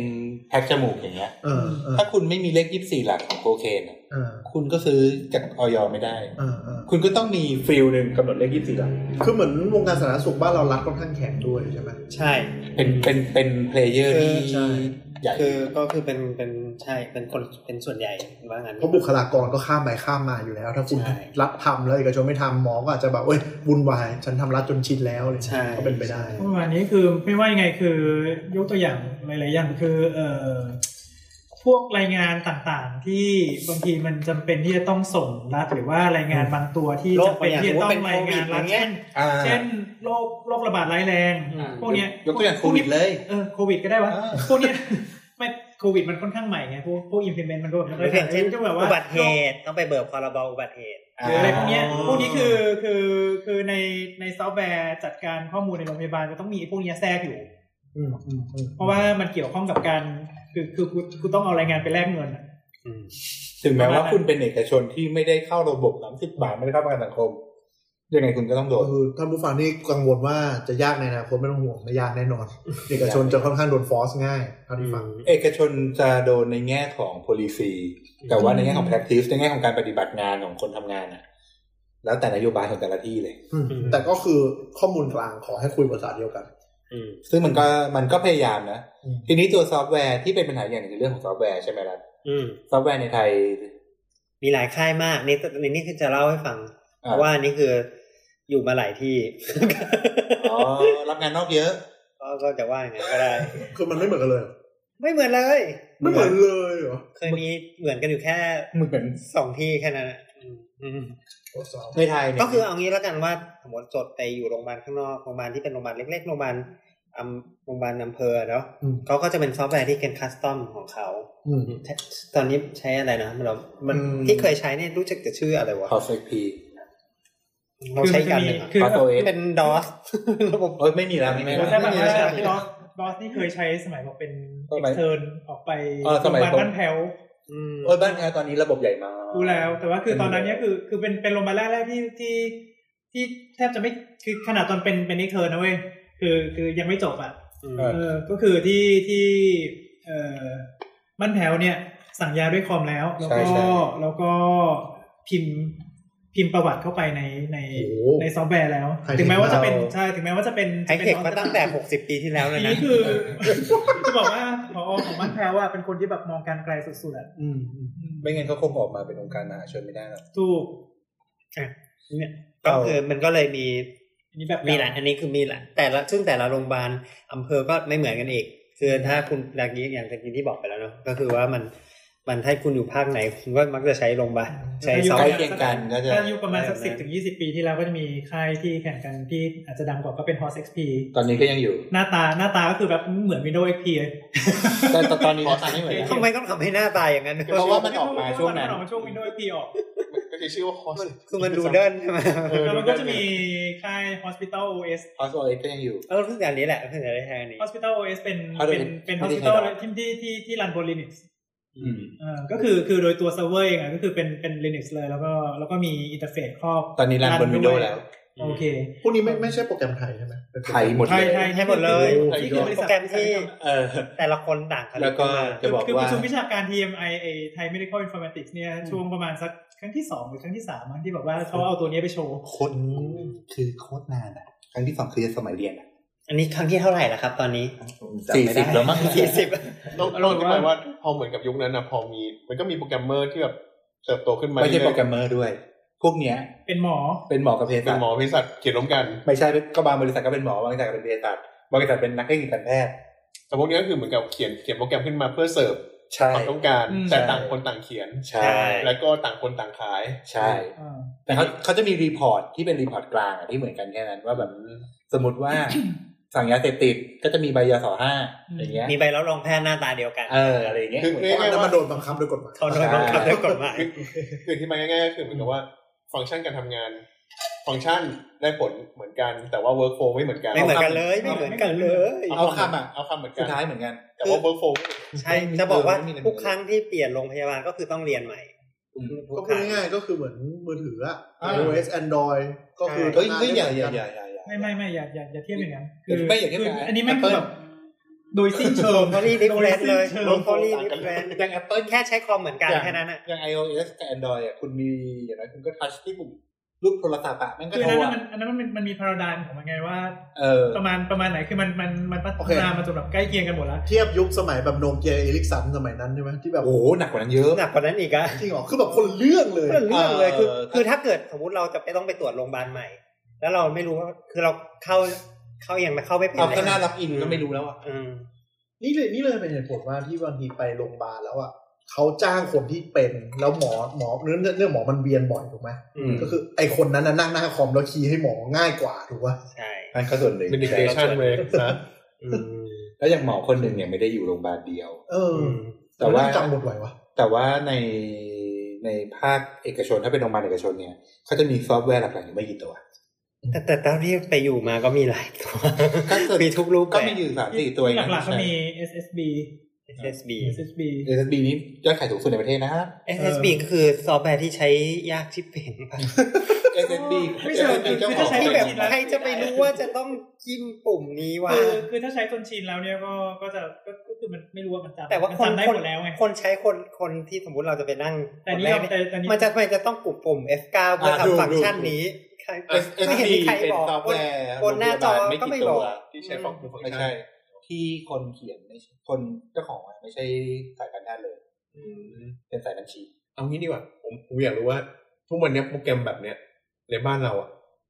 [SPEAKER 4] แพ็คจมูกอย่างเงี้ย
[SPEAKER 6] เออเออ
[SPEAKER 4] ถ้าคุณไม่มีเลขยี่สิบสี่หลักของโคเคนอะ
[SPEAKER 6] เออ
[SPEAKER 4] คุณก็ซื้อจากออยไม่ได้
[SPEAKER 6] เออเออ
[SPEAKER 4] คุณก็ต้องมีฟิลหนึ่งกำหนดเลขยี่สิบสี่หลัก
[SPEAKER 6] คือเหมือนวงการสาธารณสุขบ้านเรารัดค่อนข้างแข็งด้วยใช่ไหม
[SPEAKER 3] ใช่
[SPEAKER 4] เป็นเป็นเป็นเพลเยอร์ที่
[SPEAKER 6] ใช่
[SPEAKER 4] ใหญ่
[SPEAKER 3] คือก็คือเป็นเป็นใช่เป็นคนเป็นส่วนใหญ่ว่างั้น
[SPEAKER 6] เพราะบุคลากรก็ข้ามไปข้ามมาอยู่แล้ว ถ้าคุณ
[SPEAKER 3] ใช่
[SPEAKER 6] รัฐทำแล้วเอกชนไม่ทำหมอก็อาจจะแบบเอ้ยวุ่นวาย ฉันทำรัฐจนชินแล้วเลย
[SPEAKER 3] ใช่
[SPEAKER 6] ก็เป็นไปได้
[SPEAKER 5] เมื่อวานนี้คือไม่ว่ายังไงคือยกตัวอย่างหลายๆอย่างคือเอ่อพวกรายงานต่างๆ ที่บางทีมันจำเป็นที่จะต้องส่งรัฐหรือว่ารายงานบางตัวที่
[SPEAKER 3] โรค
[SPEAKER 5] จำเป็นที่จะต้องรายงานรัฐ
[SPEAKER 3] อย่างเงี้
[SPEAKER 5] เช่
[SPEAKER 3] ย
[SPEAKER 5] น
[SPEAKER 4] อ่า
[SPEAKER 5] เช่นโรคโรคระบาดร้ายแรง
[SPEAKER 3] อืม
[SPEAKER 5] พวกเนี้ย
[SPEAKER 4] ยกตัวอย่างโควิดเลย
[SPEAKER 5] เออโควิดก็ได้วะ
[SPEAKER 4] อ่า
[SPEAKER 5] พวกเนี้ย ไม่โควิดมันค่อนข้างใหม่ไงพวกพวก implement มันก็แบบ
[SPEAKER 3] ห
[SPEAKER 5] ไม่
[SPEAKER 3] รื
[SPEAKER 5] ค่อย
[SPEAKER 3] ออย่างเช่น
[SPEAKER 5] จะแบบว่า
[SPEAKER 3] อุบัติเหตุต้องไปเบิกพรบอุบัติเหตุ
[SPEAKER 5] หรืออะไรพวกเนี้ย
[SPEAKER 6] อ๋อ
[SPEAKER 5] พวกนี้คือคือคือในในซอฟต์แวร์จัดการข้อมูลในโรงพยาบาลก็ต้องมีพวกเนี้ยแทรกอยู่
[SPEAKER 6] อืมอืมอืม
[SPEAKER 5] เพราะว่ามันเกี่ยวข้องกับการคือคือกูกูต้องเอารายงานไปแลกเงินอะ
[SPEAKER 4] ถึงแม้ว่าคุณเป็นเอกชนที่ไม่ได้เข้าระบบสามสิบบาทไม่ได้เข้าประกันสังคม ยังไงคุณก็ต้องโดน
[SPEAKER 6] คือท่านผู้ฟังนี่กังวลว่าจะยากในอนาคตไม่ต้องห่วงไม่ยากแน่นอน เอกชนจะค่อนข้างโดนฟอสง่ายเท่าที่ฟัง
[SPEAKER 4] เอกชนจะโดนในแง่ของ policy แต่ว่าในแง่ของ practice ในแง่ของการปฏิบัติงานของคนทำงานอ่ะ แล้วแต่นโยบายของแต่ละที่เลย
[SPEAKER 6] อืมแต่ก็คือข้อมูลกลางขอให้คุยภาษาเดียวกัน
[SPEAKER 4] ซึ่งมันก็มันก็พยายามนะ
[SPEAKER 6] อืม
[SPEAKER 4] ทีนี้ตัวซอฟต์แวร์ที่เป็นปัญหาอย่างหนึ่งคือเรื่องของซอฟต์แวร์ใช่ไหมล่ะ
[SPEAKER 3] อืม
[SPEAKER 4] ซอฟต์แวร์ในไทย
[SPEAKER 3] มีหลายค่ายมากนี่นี่นี่คือจะเล่าให้ฟัง
[SPEAKER 4] อ่า
[SPEAKER 3] เพราะว่านี่คืออยู่มาหลายที่
[SPEAKER 4] อ๋อรับงานนอกเยอะ
[SPEAKER 3] ก็ ก็ก็จะว่าอย่างนั้นก็ได้
[SPEAKER 8] คือมันไม่เหมือนกันเลยเหรอ
[SPEAKER 3] ไม่เหมือนเลย
[SPEAKER 8] ไม่เหมือนเลยเหรอ
[SPEAKER 3] เคยมีเหมือนกันอยู่แค่
[SPEAKER 4] เหมือน
[SPEAKER 3] สองที่แค่นั้นอะอืม
[SPEAKER 6] ตรวจสอบ
[SPEAKER 4] ในไทยเนี่ย
[SPEAKER 3] ก็คือเอางี้แล้วกันว่าสมมติจดไปอยู่โรงพยาบาลข้างนอกโรงพยาบาลที่เป็นโรงพยาบาลเล็กๆโรงพยาบาลอำโรงพยาบาลอำเภอเนาะ
[SPEAKER 6] อืม
[SPEAKER 3] เขาก็จะเป็นซอฟต์แวร์ที่เป็นคัสตอมของเขา
[SPEAKER 6] อืม
[SPEAKER 3] แทตอนนี้ใช้อะไรนะเรามัน
[SPEAKER 6] อืม
[SPEAKER 3] ที่เคยใช้เนี่ยรู้จักแต่ชื่ออะไรวะ
[SPEAKER 4] พอเฟกพี
[SPEAKER 3] เราใช้กัน
[SPEAKER 5] มี
[SPEAKER 3] เลยอะ
[SPEAKER 5] คือ
[SPEAKER 4] พอ
[SPEAKER 5] แบบ
[SPEAKER 4] โตเอ
[SPEAKER 3] เป็น DOS ระบบ
[SPEAKER 4] เอ้ยไม่มีแล้วไม่มี
[SPEAKER 5] โอ้
[SPEAKER 4] แล้ว
[SPEAKER 5] ถ้าแบบว่า
[SPEAKER 3] ไม่มี
[SPEAKER 5] ดอสดอสนี่เคยใช้สมัยบอกเป็น
[SPEAKER 4] ส
[SPEAKER 5] เอ็ก
[SPEAKER 4] มัย
[SPEAKER 5] เทิร์นออกไป
[SPEAKER 4] เออส
[SPEAKER 5] โรงพ
[SPEAKER 4] มัย
[SPEAKER 5] ยาบาล
[SPEAKER 4] ผม
[SPEAKER 5] บ้านแถว
[SPEAKER 3] อืม
[SPEAKER 4] เอ้ยบ้านแค่ตอนนี้ระบบใหญ่มาก
[SPEAKER 5] ดูแล้ว แต่ว่าคือตอนนั้นเนี่ยคือคือเป็นเป็นโรงพยาบาลแรกๆที่ที่ที่แทบจะไม่คือขนาดตอนเป็นเป็นเอ็กเทิร์นนะเว้ยคือคือยังไม่จบอ่ะ
[SPEAKER 4] เออ
[SPEAKER 5] เออก็คือที่ที่เออบ้านแถวเนี่ย สั่งยาด้วยคอมแล้ว แล้วก็
[SPEAKER 4] ใช่ใช่
[SPEAKER 5] แล้วก็พิมพ์พิมพ์ประวัติเข้าไปในใน
[SPEAKER 6] โอ้
[SPEAKER 5] ในซอฟต์แวร์แล้ว
[SPEAKER 6] หมายถึง
[SPEAKER 5] ถึงแม้ว่าจะเป็น
[SPEAKER 6] เรา
[SPEAKER 5] ใช่ถึงแม้ว่าจะเป็น
[SPEAKER 3] ไอ
[SPEAKER 5] จะ
[SPEAKER 3] เท
[SPEAKER 5] เป็น
[SPEAKER 3] คมาตั้งแต่ 60 ปีที่แล้วเลย
[SPEAKER 5] นี่
[SPEAKER 3] นะ
[SPEAKER 5] คือจะบอกว่าพอของบ้านแถวอ่ะเป็นคนที่แบบมองการไกลสุดๆอ่ะ
[SPEAKER 6] อืมอืม
[SPEAKER 4] ไม่งั้นเขาคงออกมาเป็นองค์การมหาชนไม่ได้หรอก
[SPEAKER 5] ถูก
[SPEAKER 3] ก็คือมันก็เลยมี
[SPEAKER 5] อันนี้แบบ
[SPEAKER 3] มีหลายอันนี้คือมีหลายแต่ละซึ่งแต่ละโรงพยาบาลอำเภอก็ไม่เหมือนกันอีกคือถ้าคุณอย่างนี้อย่างที่ที่บอกไปแล้วเนาะก็คือว่ามันมันถ้าคุณอยู่ภาคไหนคุณก็มักจะใช้โรงพยาบาลใช้ซอฟต์
[SPEAKER 4] ใกล้เคียงกันก็จะ
[SPEAKER 5] ถ้าอายุประมาณสัก
[SPEAKER 3] ได้
[SPEAKER 5] สิบ
[SPEAKER 3] แบบนั้น
[SPEAKER 5] ถึงยี่สิบปีที่แล้วก็จะมีค่ายที่แข่งกันที่อาจจะดังกว่าก็เป็น Horse XP
[SPEAKER 4] ตอนนี้ก็ยังอยู่
[SPEAKER 5] หน้าตาหน้าตาก็คือแบบเหมือน Windows XP เลย
[SPEAKER 4] แต่แต่ตอนนี้หน้าตาไม่เหมือนแล้ว
[SPEAKER 3] ทำไมต้องทำให้หน้าตายอย่างนั้น
[SPEAKER 4] เพราะว่ามันออกมาช่วงนั้น
[SPEAKER 5] มัออกมาช่วง Windows XP ออก
[SPEAKER 8] ก็คือชื่อว่าคอส
[SPEAKER 3] คือมันดูเดินใช่ไหม
[SPEAKER 8] เออ
[SPEAKER 5] แล้วมันก็จะมีค่าย Hospital OS
[SPEAKER 4] พอสโตเอก็ยังอยู่
[SPEAKER 3] เออรู้สึกอย่างนี้แหละรู้สึกอย่างนี้แทนนี้
[SPEAKER 5] Hospital OS เป็น
[SPEAKER 4] Hardware
[SPEAKER 5] เป็นเป็น
[SPEAKER 4] Hardware
[SPEAKER 5] Hospital
[SPEAKER 4] ใช่ไหม
[SPEAKER 5] ที่ที่ที่ที่รันบน Linux
[SPEAKER 4] อืม
[SPEAKER 5] เออก็คือคือโดยตัวเซิร์ฟเวอร์เองอ่ะก็คือเป็นเป็น Linux เลยแล้วก็แล้วก็มีอินเทอร์เฟซครอบ
[SPEAKER 4] ตอนนี้รันบนวินโดว์แล้ว
[SPEAKER 5] โอเค
[SPEAKER 6] พวกนี้ไม่ไม่ใช่โปรแกรมไทยใช่ไหมเป็นโปรแกร
[SPEAKER 4] ไทยหมด
[SPEAKER 5] ใช่
[SPEAKER 4] เลย
[SPEAKER 5] ใช่
[SPEAKER 3] ให้หมดเลย
[SPEAKER 5] นี่คือบษัท
[SPEAKER 3] โปรแกรมที่
[SPEAKER 4] เออ
[SPEAKER 3] แต่ละคนต่างกัน
[SPEAKER 4] แล้วก็จะบอก
[SPEAKER 5] คือป
[SPEAKER 4] ว่า
[SPEAKER 5] ระชุมวิชาการ TMI ไอ้ Thai Medical Informatics เนี่ยช่วงประมาณสักครั้งที่สองหรือครั้งที่สามมั้งที่บอกว่าเขาเอาตัวเนี้ยไปโชว์
[SPEAKER 4] โคตรคือโคตรนานอ่ะ ครั้งที่สองคือสมัยเรียนอ่ะ
[SPEAKER 3] อันนี้ครั้งที่เท่าไหร่ละครับ ตอนนี้
[SPEAKER 4] สี่สิบแล้วมั้ง
[SPEAKER 3] สี่สิบ
[SPEAKER 8] ต้องต้องอธิบายว่าพอเหมือนกับยุคนั้นนะพอมี มันก็มีโปรแกรมเมอร์ที่แบบเติบโตขึ้นมา
[SPEAKER 4] ไม่ใช่
[SPEAKER 8] เยๆ
[SPEAKER 4] โปรแกรมเมอร์ด้วย พวกเนี้ย
[SPEAKER 5] เป็นหมอ
[SPEAKER 4] เป็นหมอกับเภสั
[SPEAKER 8] เป็น
[SPEAKER 4] ช
[SPEAKER 8] หมอเภสัชเขียนร่วมกัน
[SPEAKER 4] ไม่ใช่ก็บางบริษัทก็เป็นหมอบางบริษัทก็เป็นเภสัชบางบริษัทเป็นนักเทคนิคการแพทย์
[SPEAKER 8] แต่พวกนี้ก็คือเหมือนกับเขียนเขียนโปรแกรมขึ้นมาเพื่อเสิร์ฟ
[SPEAKER 4] ใช่
[SPEAKER 8] ความต้องการ
[SPEAKER 5] อืม
[SPEAKER 8] แต่ต่างคนต่างเขียน
[SPEAKER 4] ใช่
[SPEAKER 8] แล้วก็ต่างคนต่างขาย
[SPEAKER 4] ใช่
[SPEAKER 5] อ่า
[SPEAKER 4] แต่เขาเขาจะมีรีพอร์ตที่เป็นรีพอร์ตกลางอะที่เหมือนกันแค่นั้นว่าแบบสมมติว่า สั่งยาเสพติดก็จะมีใบยาสอห้า
[SPEAKER 5] อืม
[SPEAKER 4] อย่างเงี้ย
[SPEAKER 3] มีใบรับรองแพทย์หน้าตาเดียวกัน
[SPEAKER 4] เอออะไรอย่างเงี้ย
[SPEAKER 8] คือ
[SPEAKER 6] เพ
[SPEAKER 8] เรียก
[SPEAKER 6] ราะอัน
[SPEAKER 8] ง่ายๆ
[SPEAKER 6] นั้น
[SPEAKER 8] ว่า
[SPEAKER 6] มันโดนบังคับด้วยกฎหมาย
[SPEAKER 3] เขาโดนบังคับด้วยกฎหมาย
[SPEAKER 8] คือคือที่มันง่ายๆก็คือเหมือนกับว่าฟังก์ชันการทำงาน ฟังก์ชันได้ผลเหมือนกัน แต่ว่าเวิร์กโฟไม่เหมือนกัน
[SPEAKER 3] ไม่เหมือนกันเลยไม่เหมือนกันเลย
[SPEAKER 8] เอาคำอ่ะเอาคำเหมือนกั
[SPEAKER 4] สุ
[SPEAKER 8] น
[SPEAKER 4] ดท้ายเหมือนกัน
[SPEAKER 8] แต่ว่าเวิร์กโฟไม่เหมือนกัน
[SPEAKER 3] ใช่จะบอกว่า
[SPEAKER 4] ไม่มีเลย
[SPEAKER 3] ทุกครั้งที่เปลี่ยนโรงพยาบาลก็คือต้องเรียนใหม่ทุ
[SPEAKER 6] ก็
[SPEAKER 3] กค
[SPEAKER 6] พูด
[SPEAKER 3] รั้ง
[SPEAKER 6] ง่ายๆก็คือเหมือนมือถืออะ
[SPEAKER 4] อ่า
[SPEAKER 6] iOS Android ก็คือ
[SPEAKER 3] ใช่
[SPEAKER 4] เฮ้ยเฮ้ยอย่าอย่าอย่าอย่าอย่า
[SPEAKER 5] ไม่ไม่ไม่อย่าอย่าอย่าเทียบอย่างนั้น
[SPEAKER 4] คือไม่อย่าเทียบ
[SPEAKER 5] คื
[SPEAKER 4] กับ
[SPEAKER 5] อันนี้แม่ง
[SPEAKER 4] Apple
[SPEAKER 5] แบบโดยสิ้นเชิง
[SPEAKER 3] เขารีดิฟเฟนเลย
[SPEAKER 5] โดสิ้นชิง
[SPEAKER 3] ลงเขารีดิฟเฟน
[SPEAKER 4] อย่าง Apple
[SPEAKER 3] แค่ใช้คอมเหมือนกันแค่นั้นอ่ะ
[SPEAKER 4] อย่าง iOS กับ Android อ่ะคุณมีอย่างไรคุณก็ทัชที่ปุ่มรูปโทรศัพท์อะแม่งก็
[SPEAKER 5] คือ
[SPEAKER 4] โทร
[SPEAKER 5] อันนั้นมัน
[SPEAKER 4] อะ
[SPEAKER 5] อันนั้นมันมันมีพาราไดมของมันไงว่า
[SPEAKER 4] เออ
[SPEAKER 5] ประมาณประมาณไหนคือมันมันมันพั
[SPEAKER 6] โอ
[SPEAKER 5] ฒ
[SPEAKER 6] เค
[SPEAKER 5] นามาจนแบบใกล้เคียงกันหมดแล้ว
[SPEAKER 6] เทียบยุคสมัยแบบโนเกียเอลิกสันสมัยนั้นใช่ไหมที่แบบ
[SPEAKER 4] โอ้โหหนักกว่านั้นเยอะ
[SPEAKER 3] หนักกว่านั้นอีกอะ
[SPEAKER 6] จริงเหรอคือแบบคนละเรื่องเลย
[SPEAKER 3] เรื่องเรื่องเลยคือ
[SPEAKER 4] เออ
[SPEAKER 3] คือถ้าเกิดสมมติเราจะไปต้องไปตรวจโรงพยาบาลใหม่ แล้วเราไม่รู้ว่าคือเราเข้าเข้ายังไม่เข้าไม่เป็น
[SPEAKER 4] เอา
[SPEAKER 3] เลย
[SPEAKER 4] ก็น่ารับอินก็ไม่รู้แล้วอ่ะ
[SPEAKER 3] อืม
[SPEAKER 6] นี่เลยนี่เลยเป็นเหตุผลว่าที่บางทีไปโรงพยาบาลแล้วอ่ะเขาจ้างคนที่เป็นแล้วหมอหมอเรื่องเรื่องหมอมันเวียนบ่อยถูกไหม
[SPEAKER 3] อืม
[SPEAKER 6] ก็คือไอคนนั้นน่ะนั่งหน้าคอมแล้วคีย์ให้หมอง่ายกว่าถูกป่ะ
[SPEAKER 3] ใช่
[SPEAKER 4] อันก็ส่วนหนึ่ง
[SPEAKER 8] medication เวกนะ
[SPEAKER 3] อืม
[SPEAKER 4] แล้วอย่างหมอคนหนึ่งเนี่ยไม่ได้อยู่โรงพยาบาลเดียว
[SPEAKER 6] เออ
[SPEAKER 3] อืม
[SPEAKER 4] แต่ว่า
[SPEAKER 6] มันจำหมดไหววะ
[SPEAKER 4] แต่ว่าในในภาคเอกชนถ้าเป็นโรงพยาบาลเอกชนเนี่ยเขาจะมีซอฟต์แวร์หลักๆอยู่ไม่กี่ตัว
[SPEAKER 3] แต่แต่ตอนที่ไปอยู่มาก็มีหลายตัว
[SPEAKER 4] ก็คือ
[SPEAKER 3] มีทุกรูปแบ
[SPEAKER 4] ก็
[SPEAKER 3] บ
[SPEAKER 4] มีอยู่สามสี่ตัวเอง
[SPEAKER 5] หลั
[SPEAKER 4] นะ
[SPEAKER 5] กๆก็มี SSB
[SPEAKER 3] SSB
[SPEAKER 5] SSB
[SPEAKER 4] SSB นี้ยอดขายสูงสุดในประเทศนะ
[SPEAKER 3] SSB ก็คือซอฟต์แวร์ที่ใช้ยากชิบเป่งปะ
[SPEAKER 4] SSB
[SPEAKER 5] ไม่เชิง
[SPEAKER 4] SSB เจ้าของ
[SPEAKER 5] ใช้
[SPEAKER 3] ที่แบบ
[SPEAKER 5] จริงๆแล้ว
[SPEAKER 3] ใครจะไปรู้ว่าจะต้องจิ้มปุ่มนี้ว่า
[SPEAKER 5] คือคือถ้าใช้จนชินแล้วเนี่ยก็ก็จะก็ก็คือมันไม่รู้ว่ามันจำ
[SPEAKER 3] แต่ว่า
[SPEAKER 5] มัน
[SPEAKER 3] คน
[SPEAKER 5] จำได้
[SPEAKER 3] ค
[SPEAKER 5] ห
[SPEAKER 3] น
[SPEAKER 5] มดแล้วไง
[SPEAKER 3] คนใช้คนคนที่สมมุติเราจะไปนั่ง
[SPEAKER 5] แต่
[SPEAKER 3] คน
[SPEAKER 5] นี่
[SPEAKER 3] แร
[SPEAKER 5] เรา
[SPEAKER 3] กเนี่ย
[SPEAKER 5] แต่แต่นี่
[SPEAKER 3] มันจะไม่จะต้องกดปุ่ม F9 เพื่อ
[SPEAKER 4] อ่าดู
[SPEAKER 3] ทำฟังก์ชัน
[SPEAKER 4] ดู
[SPEAKER 3] นี้ใคร ไม่เห็น
[SPEAKER 4] SSB
[SPEAKER 3] มีใคร
[SPEAKER 4] เป็น
[SPEAKER 3] บอก
[SPEAKER 4] ซอฟต์แวร์
[SPEAKER 3] บนหน้าจอก็ไม่บอก
[SPEAKER 8] ที่ใช้ฟอกดูฟัง
[SPEAKER 4] ไม่
[SPEAKER 8] ก์ชั
[SPEAKER 4] ใช่
[SPEAKER 8] น
[SPEAKER 4] ที่คนเขียนไม่ใช่คนเจ้าของอะไม่ใช่สายการแพทย์เลย เป็นสายบัญชี
[SPEAKER 8] เอางี้ดีกว่าผมผมอยากรู้ว่าทุกวันเนี้ยโปรแกรมแบบเนี้ยในบ้านเราอ่ะ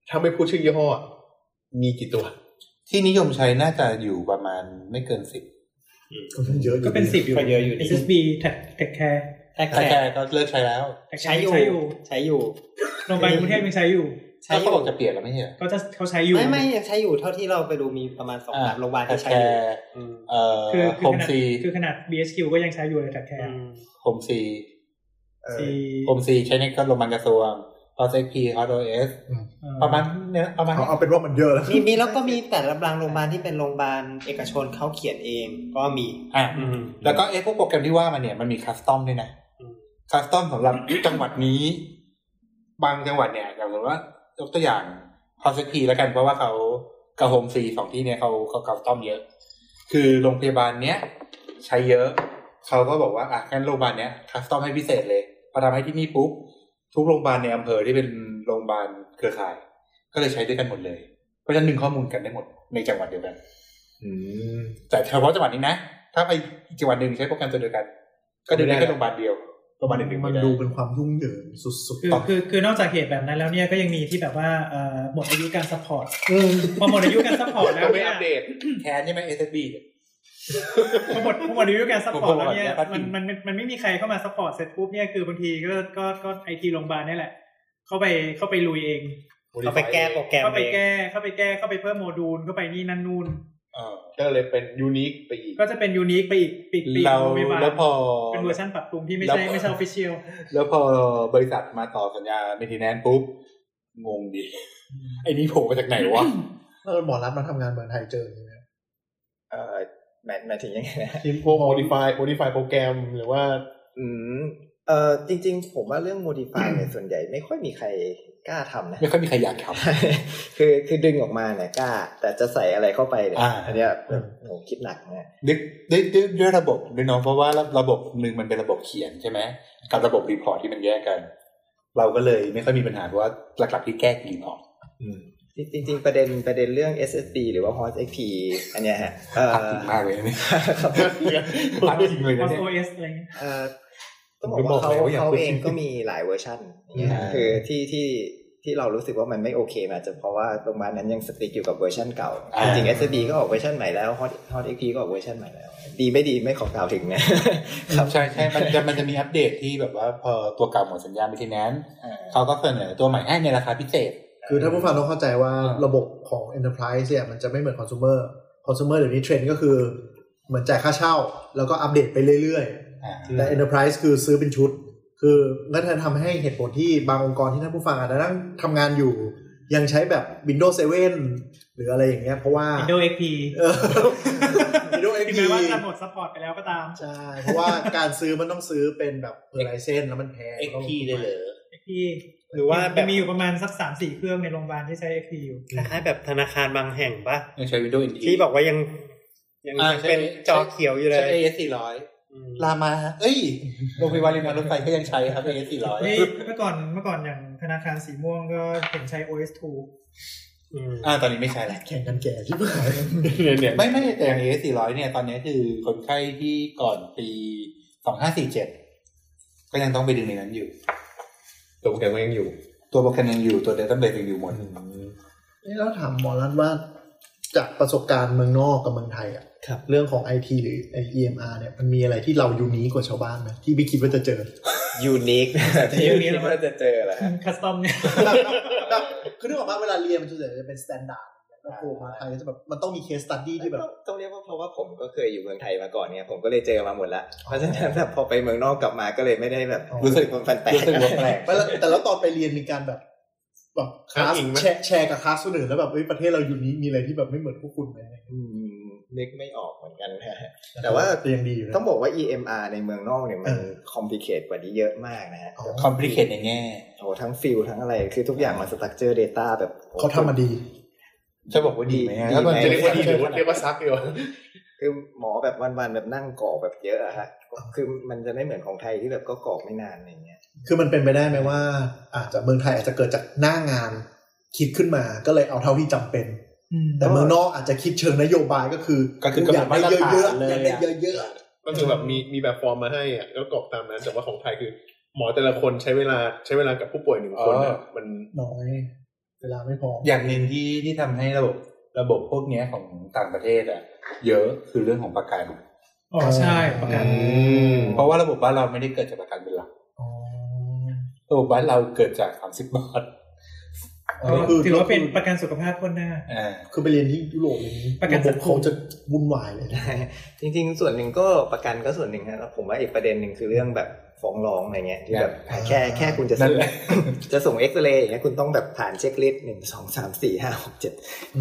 [SPEAKER 8] ถ้าไม่พูดชื่อยี่ห้ออะมีกี่ตัว
[SPEAKER 4] ที่นิยมใช้น่าจะอยู่ประมาณไม่เกินสิบ
[SPEAKER 6] ก็เยอะอยู่
[SPEAKER 5] ก็เป็นสิบอยู่
[SPEAKER 2] ก็เยอะอยู่ดิ
[SPEAKER 5] SSB Tech Tech Care
[SPEAKER 2] แต่
[SPEAKER 4] แต่
[SPEAKER 2] แต่
[SPEAKER 4] แกก็เลิกใช้แล้ว
[SPEAKER 5] Tech
[SPEAKER 2] ใช้
[SPEAKER 5] Care
[SPEAKER 2] อยู่
[SPEAKER 5] ใช้อยู่
[SPEAKER 2] ใช้อยู่
[SPEAKER 5] โรงพยาบาลกรุงเทพยังใช้อยู่
[SPEAKER 2] ใช้อ
[SPEAKER 4] แล้วเขา
[SPEAKER 2] ยู่
[SPEAKER 4] บอกจะเปลี่ยนแล้วไม่ใช่เหรอ
[SPEAKER 5] ก็จะเขาใช้อยู่
[SPEAKER 2] ไม่ไม่ยังใช้อยู่เท่าที่เราไปดูมีประมาณสองสามโรงพยาบาลที่ใช้
[SPEAKER 4] แก
[SPEAKER 2] อยู่อืม
[SPEAKER 4] เอ่อ
[SPEAKER 5] คือ
[SPEAKER 4] โฮ
[SPEAKER 5] คือข
[SPEAKER 4] ม
[SPEAKER 5] นาด
[SPEAKER 4] ซี
[SPEAKER 5] คือขนาด BSQ ก็ยังใช้อยู่เลย Tech
[SPEAKER 2] อื
[SPEAKER 5] Care
[SPEAKER 2] ม
[SPEAKER 4] โฮมซี
[SPEAKER 6] เออ
[SPEAKER 5] ซี
[SPEAKER 4] โฮมซีใช้ในก็โรงพยาบาลกระทรวงพอเซ็กพีฮอตโอเอส
[SPEAKER 5] เอ่อ
[SPEAKER 4] ประมาณเนี้ยประมาณ
[SPEAKER 6] เอาเอาเป็นว่ามันเยอะแล้ว
[SPEAKER 2] มีมีแล้วก็มีแต่ละบางโรงพยาบาลที่เป็นโรงพยาบาลเอกชนเขาเขียนเองก็มี
[SPEAKER 4] อ่ะ
[SPEAKER 2] อืม
[SPEAKER 4] แล้วก็เอะพวกโปรแกรมที่ว่ามาเนี่ยมันมีคัสตอมด้วยนะ
[SPEAKER 2] อืม
[SPEAKER 4] คัสตอมสำหรับ จังหวัดนี้ บางจังหวัดเนี่ยอย่างสมมติว่ายกตัวอย่างพอสักทีแล้วกันเพราะว่าเขากับโฮมซีสองที่เนี่ยเขาเขาคัสตอมเยอะ คือโรงพยาบาลเนี้ยใช้เยอะ เขาก็บอกว่าอ่ะงั้นโรงพยาบาลเนี้ยคัสตอมให้พิเศษเลยพอทำให้ที่นี่ปุ๊บทุกโรงพยาบาลในอำเภอที่เป็นโรงพยาบาลเครือข่าย ก็เลยใช้ด้วยกันหมดเลย เพราะฉะนั้นดึงข้อมูลกันได้หมดในจังหวัดเดียวกัน
[SPEAKER 8] อืม
[SPEAKER 4] แต่เฉพาะจังหวัดนี้นะ ถ้าไปอีกจังหวัดหนึ่งใช้โปรแกรมตัวเดียวกัน ก็ดึงได้
[SPEAKER 8] ไม่ได้
[SPEAKER 4] แค่โรงพยาบาลเดียวโรงพยาบาลหนึ่งดึง
[SPEAKER 6] มั
[SPEAKER 4] ไม่
[SPEAKER 6] น
[SPEAKER 4] ได้
[SPEAKER 6] ดูเป็นความยุ่งเหยิงสุด
[SPEAKER 5] คือคือคือนอกจากเหตุแบบนั้นแล้วเนี่ยก็ยังมีที่แบบว่าเอ่อหมดอายุการซัพพอร์ต
[SPEAKER 6] ๆอืม
[SPEAKER 5] พอหมดอายุการซัพพอร์ตแล้
[SPEAKER 8] ก็
[SPEAKER 5] ว
[SPEAKER 8] ไม่
[SPEAKER 5] เนี่ย
[SPEAKER 8] อัปเดต
[SPEAKER 4] แคนใช่ไหมเอสบี
[SPEAKER 5] พอหมดพอหมดอายุการซัพพอร์ตแล้วเนี่ย
[SPEAKER 4] ผมบอกก่อน
[SPEAKER 5] มันมัน
[SPEAKER 4] นะ
[SPEAKER 5] มันมันไม่มีใครเข้ามาซัพพอร์ตเสร็จปุ๊บเนี่ยคือบางทีก็ก็ก็ไอทีโรงพยาบาลเนี่ยแหละ เข้าไปเข้าไปลุยเอง
[SPEAKER 2] เขาไปแก้โปรแกรม
[SPEAKER 5] เข้าไป
[SPEAKER 2] เอง
[SPEAKER 5] แก้เข้าไปแก้เข้าไปเพิ่มโมดูลเข้าไปนี่นั่นนู่น
[SPEAKER 8] ก็เลยเป็นยูนิคไปอีก
[SPEAKER 5] ก็จะเป็นยูนิคไปอีกปีกปีก
[SPEAKER 4] เรา
[SPEAKER 5] โรงพยาบาล
[SPEAKER 4] แล้วพอ
[SPEAKER 5] เป็นเวอร์ชันปรับปรุงที่ไม่
[SPEAKER 4] แล้ว
[SPEAKER 5] ใช่ไม่ใช่ออฟฟิเชียล
[SPEAKER 4] แล้วพอบริษัทมาต่อสัญญาเมนทีแนนปุ๊บ งง ดิไอ้นี่โผล่มาจากไหนวะ
[SPEAKER 6] ถ้าเป็นหมอรัฐมาทำงานเมืองไทยเจออย่างเงี้ย
[SPEAKER 7] เอ่อหมายหมายถึงยังไงนะ
[SPEAKER 8] ทีมพวก modify modify โปรแกรมหรือว่า
[SPEAKER 7] อืมเออจริงๆ ผมว่าเรื่อง modify เนี่ยส่วนใหญ่ไม่ค่อยมีใครกล้าทำนะ
[SPEAKER 4] ไม่ค่อยมีใครอยากท
[SPEAKER 7] คือคือดึงออกมาเนี่ยกล้า แต่จะใส่อะไรเข้าไปเนี่ย
[SPEAKER 4] อ่า
[SPEAKER 7] อันเนี้ยแบบผมคิดหนักนะ
[SPEAKER 4] ำดึกด้วยด้วยด้วยระบบด้วยเน้องเพราะว่าระบบหนึ่งมันเป็นระบบเขียนใช่ไหมกับระบบรีพอร์ตที่มันแยกกัน เราก็เลยไม่ค่อยมีปัญหาเพราะว่าหลักๆที่แก้คือรีพอร์ต
[SPEAKER 7] จริงจริง ๆ ประเด็นประเด็นเรื่อง SSD หรือว่า host XP อันเนี้ยฮะเออ
[SPEAKER 4] ตัดจริงมากเลยนะเนี่ย
[SPEAKER 7] ครับ
[SPEAKER 4] ตัดจริงเลย
[SPEAKER 5] คอ
[SPEAKER 4] นะ
[SPEAKER 5] ส
[SPEAKER 4] เนี่ย
[SPEAKER 5] โอเอสอะไรเงี้ย
[SPEAKER 7] เอ่อต้องบอกว่าเขา
[SPEAKER 4] ผมไม่บอกเลยว่าอย่า
[SPEAKER 7] เขา
[SPEAKER 4] พูด
[SPEAKER 7] เองก็มีหลายเวอร์ชันอย่างเงี้ย
[SPEAKER 4] อ่า
[SPEAKER 7] คือที่ที่ที่เรารู้สึกว่ามันไม่โอเคมันอาจจะเพราะว่าตรงบ้านนั้นยังสติ๊กอยู่กับเวอร์ชันเก่า จริง SSD ก็ออกเวอร์ชันใหม่แล้ว hot hot XP ก็ออกเวอร์ชันใหม่แล้ว ดีไม่ดีไม่ขอกล่าวถึงนะ
[SPEAKER 4] ใช่ใช่มันจะมันจะมีอัปเดตที่แบบว่าพอตัวเก่าหมดสัญญาณไปทีนั้นเขาก็เสนอตัวใหม่ให้ในราคาพิเศษ
[SPEAKER 6] คือถ้าผู้ฟังต้องเข้าใจว่า
[SPEAKER 4] อืม
[SPEAKER 6] ระบบของ enterprise เนี่ยมันจะไม่เหมือน consumer consumer เดี๋ยวนี้เทรนด์ก็คือ เหมือนจ่ายค่าเช่า แล้วก็อัปเดตไปเรื่อย
[SPEAKER 4] อ่า
[SPEAKER 6] ๆ แต่ enterprise คือซื้อเป็นชุด คือนั่นจะทำให้เหตุผลที่บางองค์กรที่ท่านผู้ฟังอาจจะนั่งทำงานอยู่ ยังใช้แบบ Windows 7 หรืออะไรอย่างเงี้ยเพราะว่า
[SPEAKER 5] วินโดว์เอ็กพี
[SPEAKER 6] เออ Windows
[SPEAKER 5] ถึง
[SPEAKER 6] XP
[SPEAKER 5] แม้ว่าจะหมดซัพพอร์ตไปแล้วก็ตาม
[SPEAKER 6] ใช่ เพราะว่าการซื้อมันต้องซื้อเป็นแบบเออไลเซนแล้วมันแพง
[SPEAKER 5] XP มีอยู่ประมาณสักสามสี่เครื่องในโรงพยาบาลที่ใช้ XP อยู่
[SPEAKER 3] คล้ายๆแบบธนาคารบางแห่งปะ
[SPEAKER 4] ยังใช้ Windows NT
[SPEAKER 3] ที่บอกว่ายัง ยัง
[SPEAKER 4] อ่า
[SPEAKER 3] ยัง
[SPEAKER 4] ใช่
[SPEAKER 3] เป็นจอเขียวอยู่เล
[SPEAKER 4] ใช้
[SPEAKER 3] ย
[SPEAKER 4] AS 400
[SPEAKER 3] อืม
[SPEAKER 4] ลามา เอ้ยโรงพยาบาลริมทางรถไฟก็ยังใช้ครับ AS 400
[SPEAKER 5] เฮ้ยเมื่อก่อนเมื่อก่อนอย่างธนาคารสีม่วงก็เห็นใช้ OS
[SPEAKER 3] อืม
[SPEAKER 4] อ่าตอนนี้ไม่ใช่แล้ว
[SPEAKER 6] แข่งกันแก่ที่บ้าน
[SPEAKER 4] เนี่ยไม่ไม่แต่อย่าง AS 400เนี่ยตอนนี้คือคนไข้ที่ก่อนปี 2547 ก็ยังต้องไปดึงในนั้นอยู่
[SPEAKER 8] ตัวโปรแกรมก็ยังอยู่
[SPEAKER 4] ตัวโปรแกรมยังอยู่ตัว database ยังอยู่หมด
[SPEAKER 6] นี่เราถามหมอรัฐว่าจากประสบการณ์เมืองนอกกับเมืองไทยอะ
[SPEAKER 2] ครับ
[SPEAKER 6] เรื่องของไอทีหรือไอเอ็มอาร์เนี่ยมันมีอะไรที่เรายูนิคกว่าชาวบ้านไหมที่ไม่คิดว่าจะเจ อ
[SPEAKER 7] ยูนิคที่ยูนิคว่าจะเจอแหละ
[SPEAKER 5] 2คัสตอมเนี่ย
[SPEAKER 6] แบบแบบคือนึกออกมาเวลาเรียนมันส่วนใหญ่จะเป็นสแตนดาร์ดแล้วโผล่มาไทยก็จะแบบมันต้องมีเคสตัดดี้ที่ แบบ
[SPEAKER 7] ต้องเรียกว่าเพราะว่าผมก็เคยอยู่เมืองไทยมาก่อนเนี่ยผมก็เลยเจอมาหมดละ เพราะฉะนั้นแบบพอไปเมืองนอกกลับมาก็เลยไม่ได้แบบ
[SPEAKER 6] อ๋อ
[SPEAKER 7] รู้สึกมันแปลก
[SPEAKER 4] รู้สึกว่าแปลก
[SPEAKER 6] แต่ละแต่แล้วตอนไปเรียนมีการแบบแบบคลาสแชร์แชร์กับคลาสคนอื่นแล้วแบบเอ้ยประเทศเรายูนิคมีอะไรที่แบบไม่เหมือนพวกคุณไหม
[SPEAKER 7] อืมนึกไม่ออกเหมือนกันฮะ แต่ว่า
[SPEAKER 6] แต่ยังดีอยู่นะ
[SPEAKER 7] ต้องบอกว่า EMR ในเมืองนอกเนี่ยมัน
[SPEAKER 6] เออ
[SPEAKER 7] คอมพลีเคทกว่านี้เยอะมากนะฮะ
[SPEAKER 6] อ๋อ
[SPEAKER 4] complicate ในแง่
[SPEAKER 7] โอ้ทั้งฟิลทั้งอะไร คือทุกอย่างมันสตรัคเจอร์ Data แบบโอ้
[SPEAKER 6] เขาทำมาดี
[SPEAKER 4] จะบอกว่าดีไหม
[SPEAKER 7] ดี
[SPEAKER 4] ถ้ามัน
[SPEAKER 7] ไหม
[SPEAKER 4] จะ
[SPEAKER 8] จะ
[SPEAKER 4] เรี
[SPEAKER 8] เรี
[SPEAKER 4] ย
[SPEAKER 8] ย
[SPEAKER 4] กว่า
[SPEAKER 8] กว่า
[SPEAKER 4] ดีหรื
[SPEAKER 8] ดีหรือ อ
[SPEAKER 4] ว่าเรียกว่า
[SPEAKER 8] ว่าเรียกว่า
[SPEAKER 4] ซั
[SPEAKER 8] ซั
[SPEAKER 4] ก
[SPEAKER 8] ก
[SPEAKER 4] ดี
[SPEAKER 8] ดี
[SPEAKER 4] วะ
[SPEAKER 8] วะ
[SPEAKER 7] คือหมอแบบวันๆแบบนั่งกรอกแบบเยอะอะฮะคือมันจะไม่เหมือนของไทยที่แบบก็กรอกไม่นานอะไรอย่างเงี้ย
[SPEAKER 6] คือมันเป็นไปได้ไหมว่า อาจจะเมืองไทยอาจจะเกิดจากหน้างานคิดขึ้นมาก็เลยเอาเท่าที่จำเป็น แต่เมืองนอกอาจจะคิดเชิงนโยบายก็คือ
[SPEAKER 4] ก็คือกำหน
[SPEAKER 6] อยา
[SPEAKER 4] ด
[SPEAKER 6] ก
[SPEAKER 4] มา
[SPEAKER 6] ได้
[SPEAKER 4] ตร
[SPEAKER 6] เยอะ
[SPEAKER 4] ฐาน
[SPEAKER 6] ๆ
[SPEAKER 4] เลย
[SPEAKER 6] อยากได้เยอะ
[SPEAKER 8] ก็คือแบบมีมีแบบฟอร์มมาให้อ่ะแล้วกรอกตามนั้น แต่ว่าของไทยคือ หมอแต่ละคนใช้เวลาใช้เวลากับผู้ป่วยหนึ่งคน
[SPEAKER 4] อ๋อ
[SPEAKER 8] นะมัน
[SPEAKER 6] ๆน้อย เวลาไม่พอ
[SPEAKER 4] อย่างหนึ่งที่ที่ทำให้ระบบ ระบบพวกเนี้ยของต่างประเทศอ่ะเยอะคือเรื่องของประกัน
[SPEAKER 5] อ๋อใช่ประกัน
[SPEAKER 4] เพราะว่าระบบบ้านเราไม่ได้เกิดจากประกันเป็นหลักระบบบ้านเราเกิดจากสามสิบบาท
[SPEAKER 5] ก็ถือว่าเป็นประกันสุขภาพคนหน้า
[SPEAKER 4] อ่า
[SPEAKER 6] คือไปเรียนที่ยุโรปอย่างนี้
[SPEAKER 5] ประกันสั
[SPEAKER 6] บบ
[SPEAKER 5] งคม
[SPEAKER 6] เขาจะวุ่นวายเลยนะ
[SPEAKER 7] จริงๆ ส่วนหนึ่งก็ประกันก็ส่วนหนึ่งฮะแล้วผมว่าอีกประเด็นหนึ่งคือเรื่องแบบฟ้องร้องอะไรเงี้ยที่แบบ
[SPEAKER 6] อ่า
[SPEAKER 7] แค่แค่คุณจะ
[SPEAKER 4] นั่
[SPEAKER 7] ส่ง
[SPEAKER 4] นแหละ
[SPEAKER 7] จะส่งเอ็กซเรย์อย่างเงี้ยคุณต้องแบบผ่านเช็คลิสต์หนึ่งสองสามสี่ห้าหกเจ็ด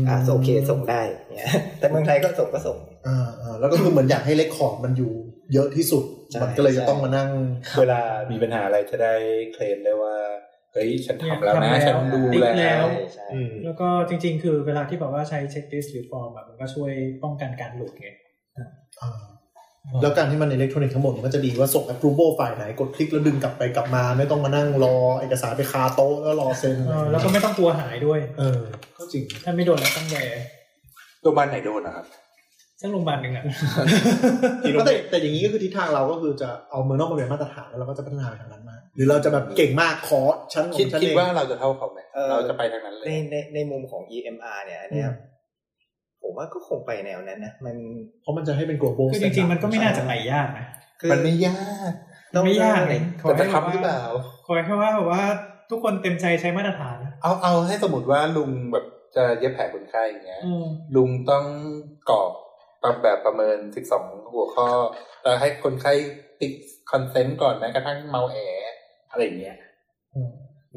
[SPEAKER 7] อ่าโอเคส่งได้เงี้ย แต่เมืองไทยก็ส่งก็ส่ง
[SPEAKER 6] อ่าอ่าแล้วก็คือเหมือนอยากให้เลคคอร์ดมันอยู่เยอะที่สุด
[SPEAKER 7] ใช่
[SPEAKER 6] มันก็เลยจะต้องมานั่ง
[SPEAKER 4] เวลามีปัญหาอะไรจะได้เคลมได้ว่าเฮ้ยฉันทำแล้วนะ
[SPEAKER 5] เนี่ยทำแล้ว
[SPEAKER 4] ฉันดูแล
[SPEAKER 5] แล้ว
[SPEAKER 7] ใช่
[SPEAKER 2] อืม
[SPEAKER 5] แล้วก็จริง ๆ คือเวลาที่แบบว่าใช้เช็คลิสต์หรือฟอร์มแบบมันก็ช่วยป้องกันการหลุดไง
[SPEAKER 6] อ่าแล้วการที่มันอิเล็กทรอนิกส์ทั้งหมดมันก็จะดีว่าส่ง approval ฝ่ายไหนกดคลิกแล้วดึงกลับไปกลับมา ไม่ต้องมานั่งรอเอกสารไปคาโต๊ะแล้วรอเซ็น
[SPEAKER 5] เออแล้วก็ไม่ต้องกลัวหายด้วย
[SPEAKER 6] เออก็จริง
[SPEAKER 5] ถ้าไม่โดนแล้วต้องแย่
[SPEAKER 4] โรงพยาบาลไหนโดนนะครับ
[SPEAKER 5] สักโรงพยาบาลหนึ่งอ่ะ
[SPEAKER 6] ก็แต่แต่อย่างนี้ก็คือทิศทางเราก็คือจะเอาเมืองนอกมาเป็นมาตรฐานแล้วเราก็จะพัฒนาไปทางนั้นมา หรือเราจะแบบเก่งมากคอร์สชั้นขอ
[SPEAKER 4] คิด
[SPEAKER 6] งชั้น
[SPEAKER 4] คิด
[SPEAKER 6] เอง
[SPEAKER 4] ว่าเราจะเท่าเขาไหม
[SPEAKER 7] เออ
[SPEAKER 4] เราจะไปทางนั้นเล
[SPEAKER 7] ใน
[SPEAKER 4] ย
[SPEAKER 7] ในในมุมของ EMR เนี่ยอันเนี้ย
[SPEAKER 6] อืม
[SPEAKER 7] ผมว่าก็คงไปแนวนั้นนะมัน
[SPEAKER 6] เพราะมันจะให้เป็น global
[SPEAKER 5] คือจริง ๆ มันก็ไม่น่าจะไหลยากนะ
[SPEAKER 4] มันไม่ยาก
[SPEAKER 7] ต้อง
[SPEAKER 5] ไม่ยาก
[SPEAKER 7] ได้
[SPEAKER 5] ขอ
[SPEAKER 4] แต่
[SPEAKER 5] ให้
[SPEAKER 4] จะ
[SPEAKER 5] แบบ
[SPEAKER 4] ทำหรือเป
[SPEAKER 5] ว่า
[SPEAKER 4] ล่า
[SPEAKER 5] ขอให้ว่าแบบว่าทุกคนเต็มใจใช้มาตรฐานนะ
[SPEAKER 4] เอาเอาให้สมมติว่าลุงแบบจะเย็บแผลคนไข้อย่างเงี้ย
[SPEAKER 5] อืม
[SPEAKER 4] ลุงต้องกรอกแบบประเมิน 12 หัวข้อ แล้วให้คนไข้ติ๊กคอนเซนต์ก่อนแม้กระทั่งเมาแออะไรอย่างเงี้ย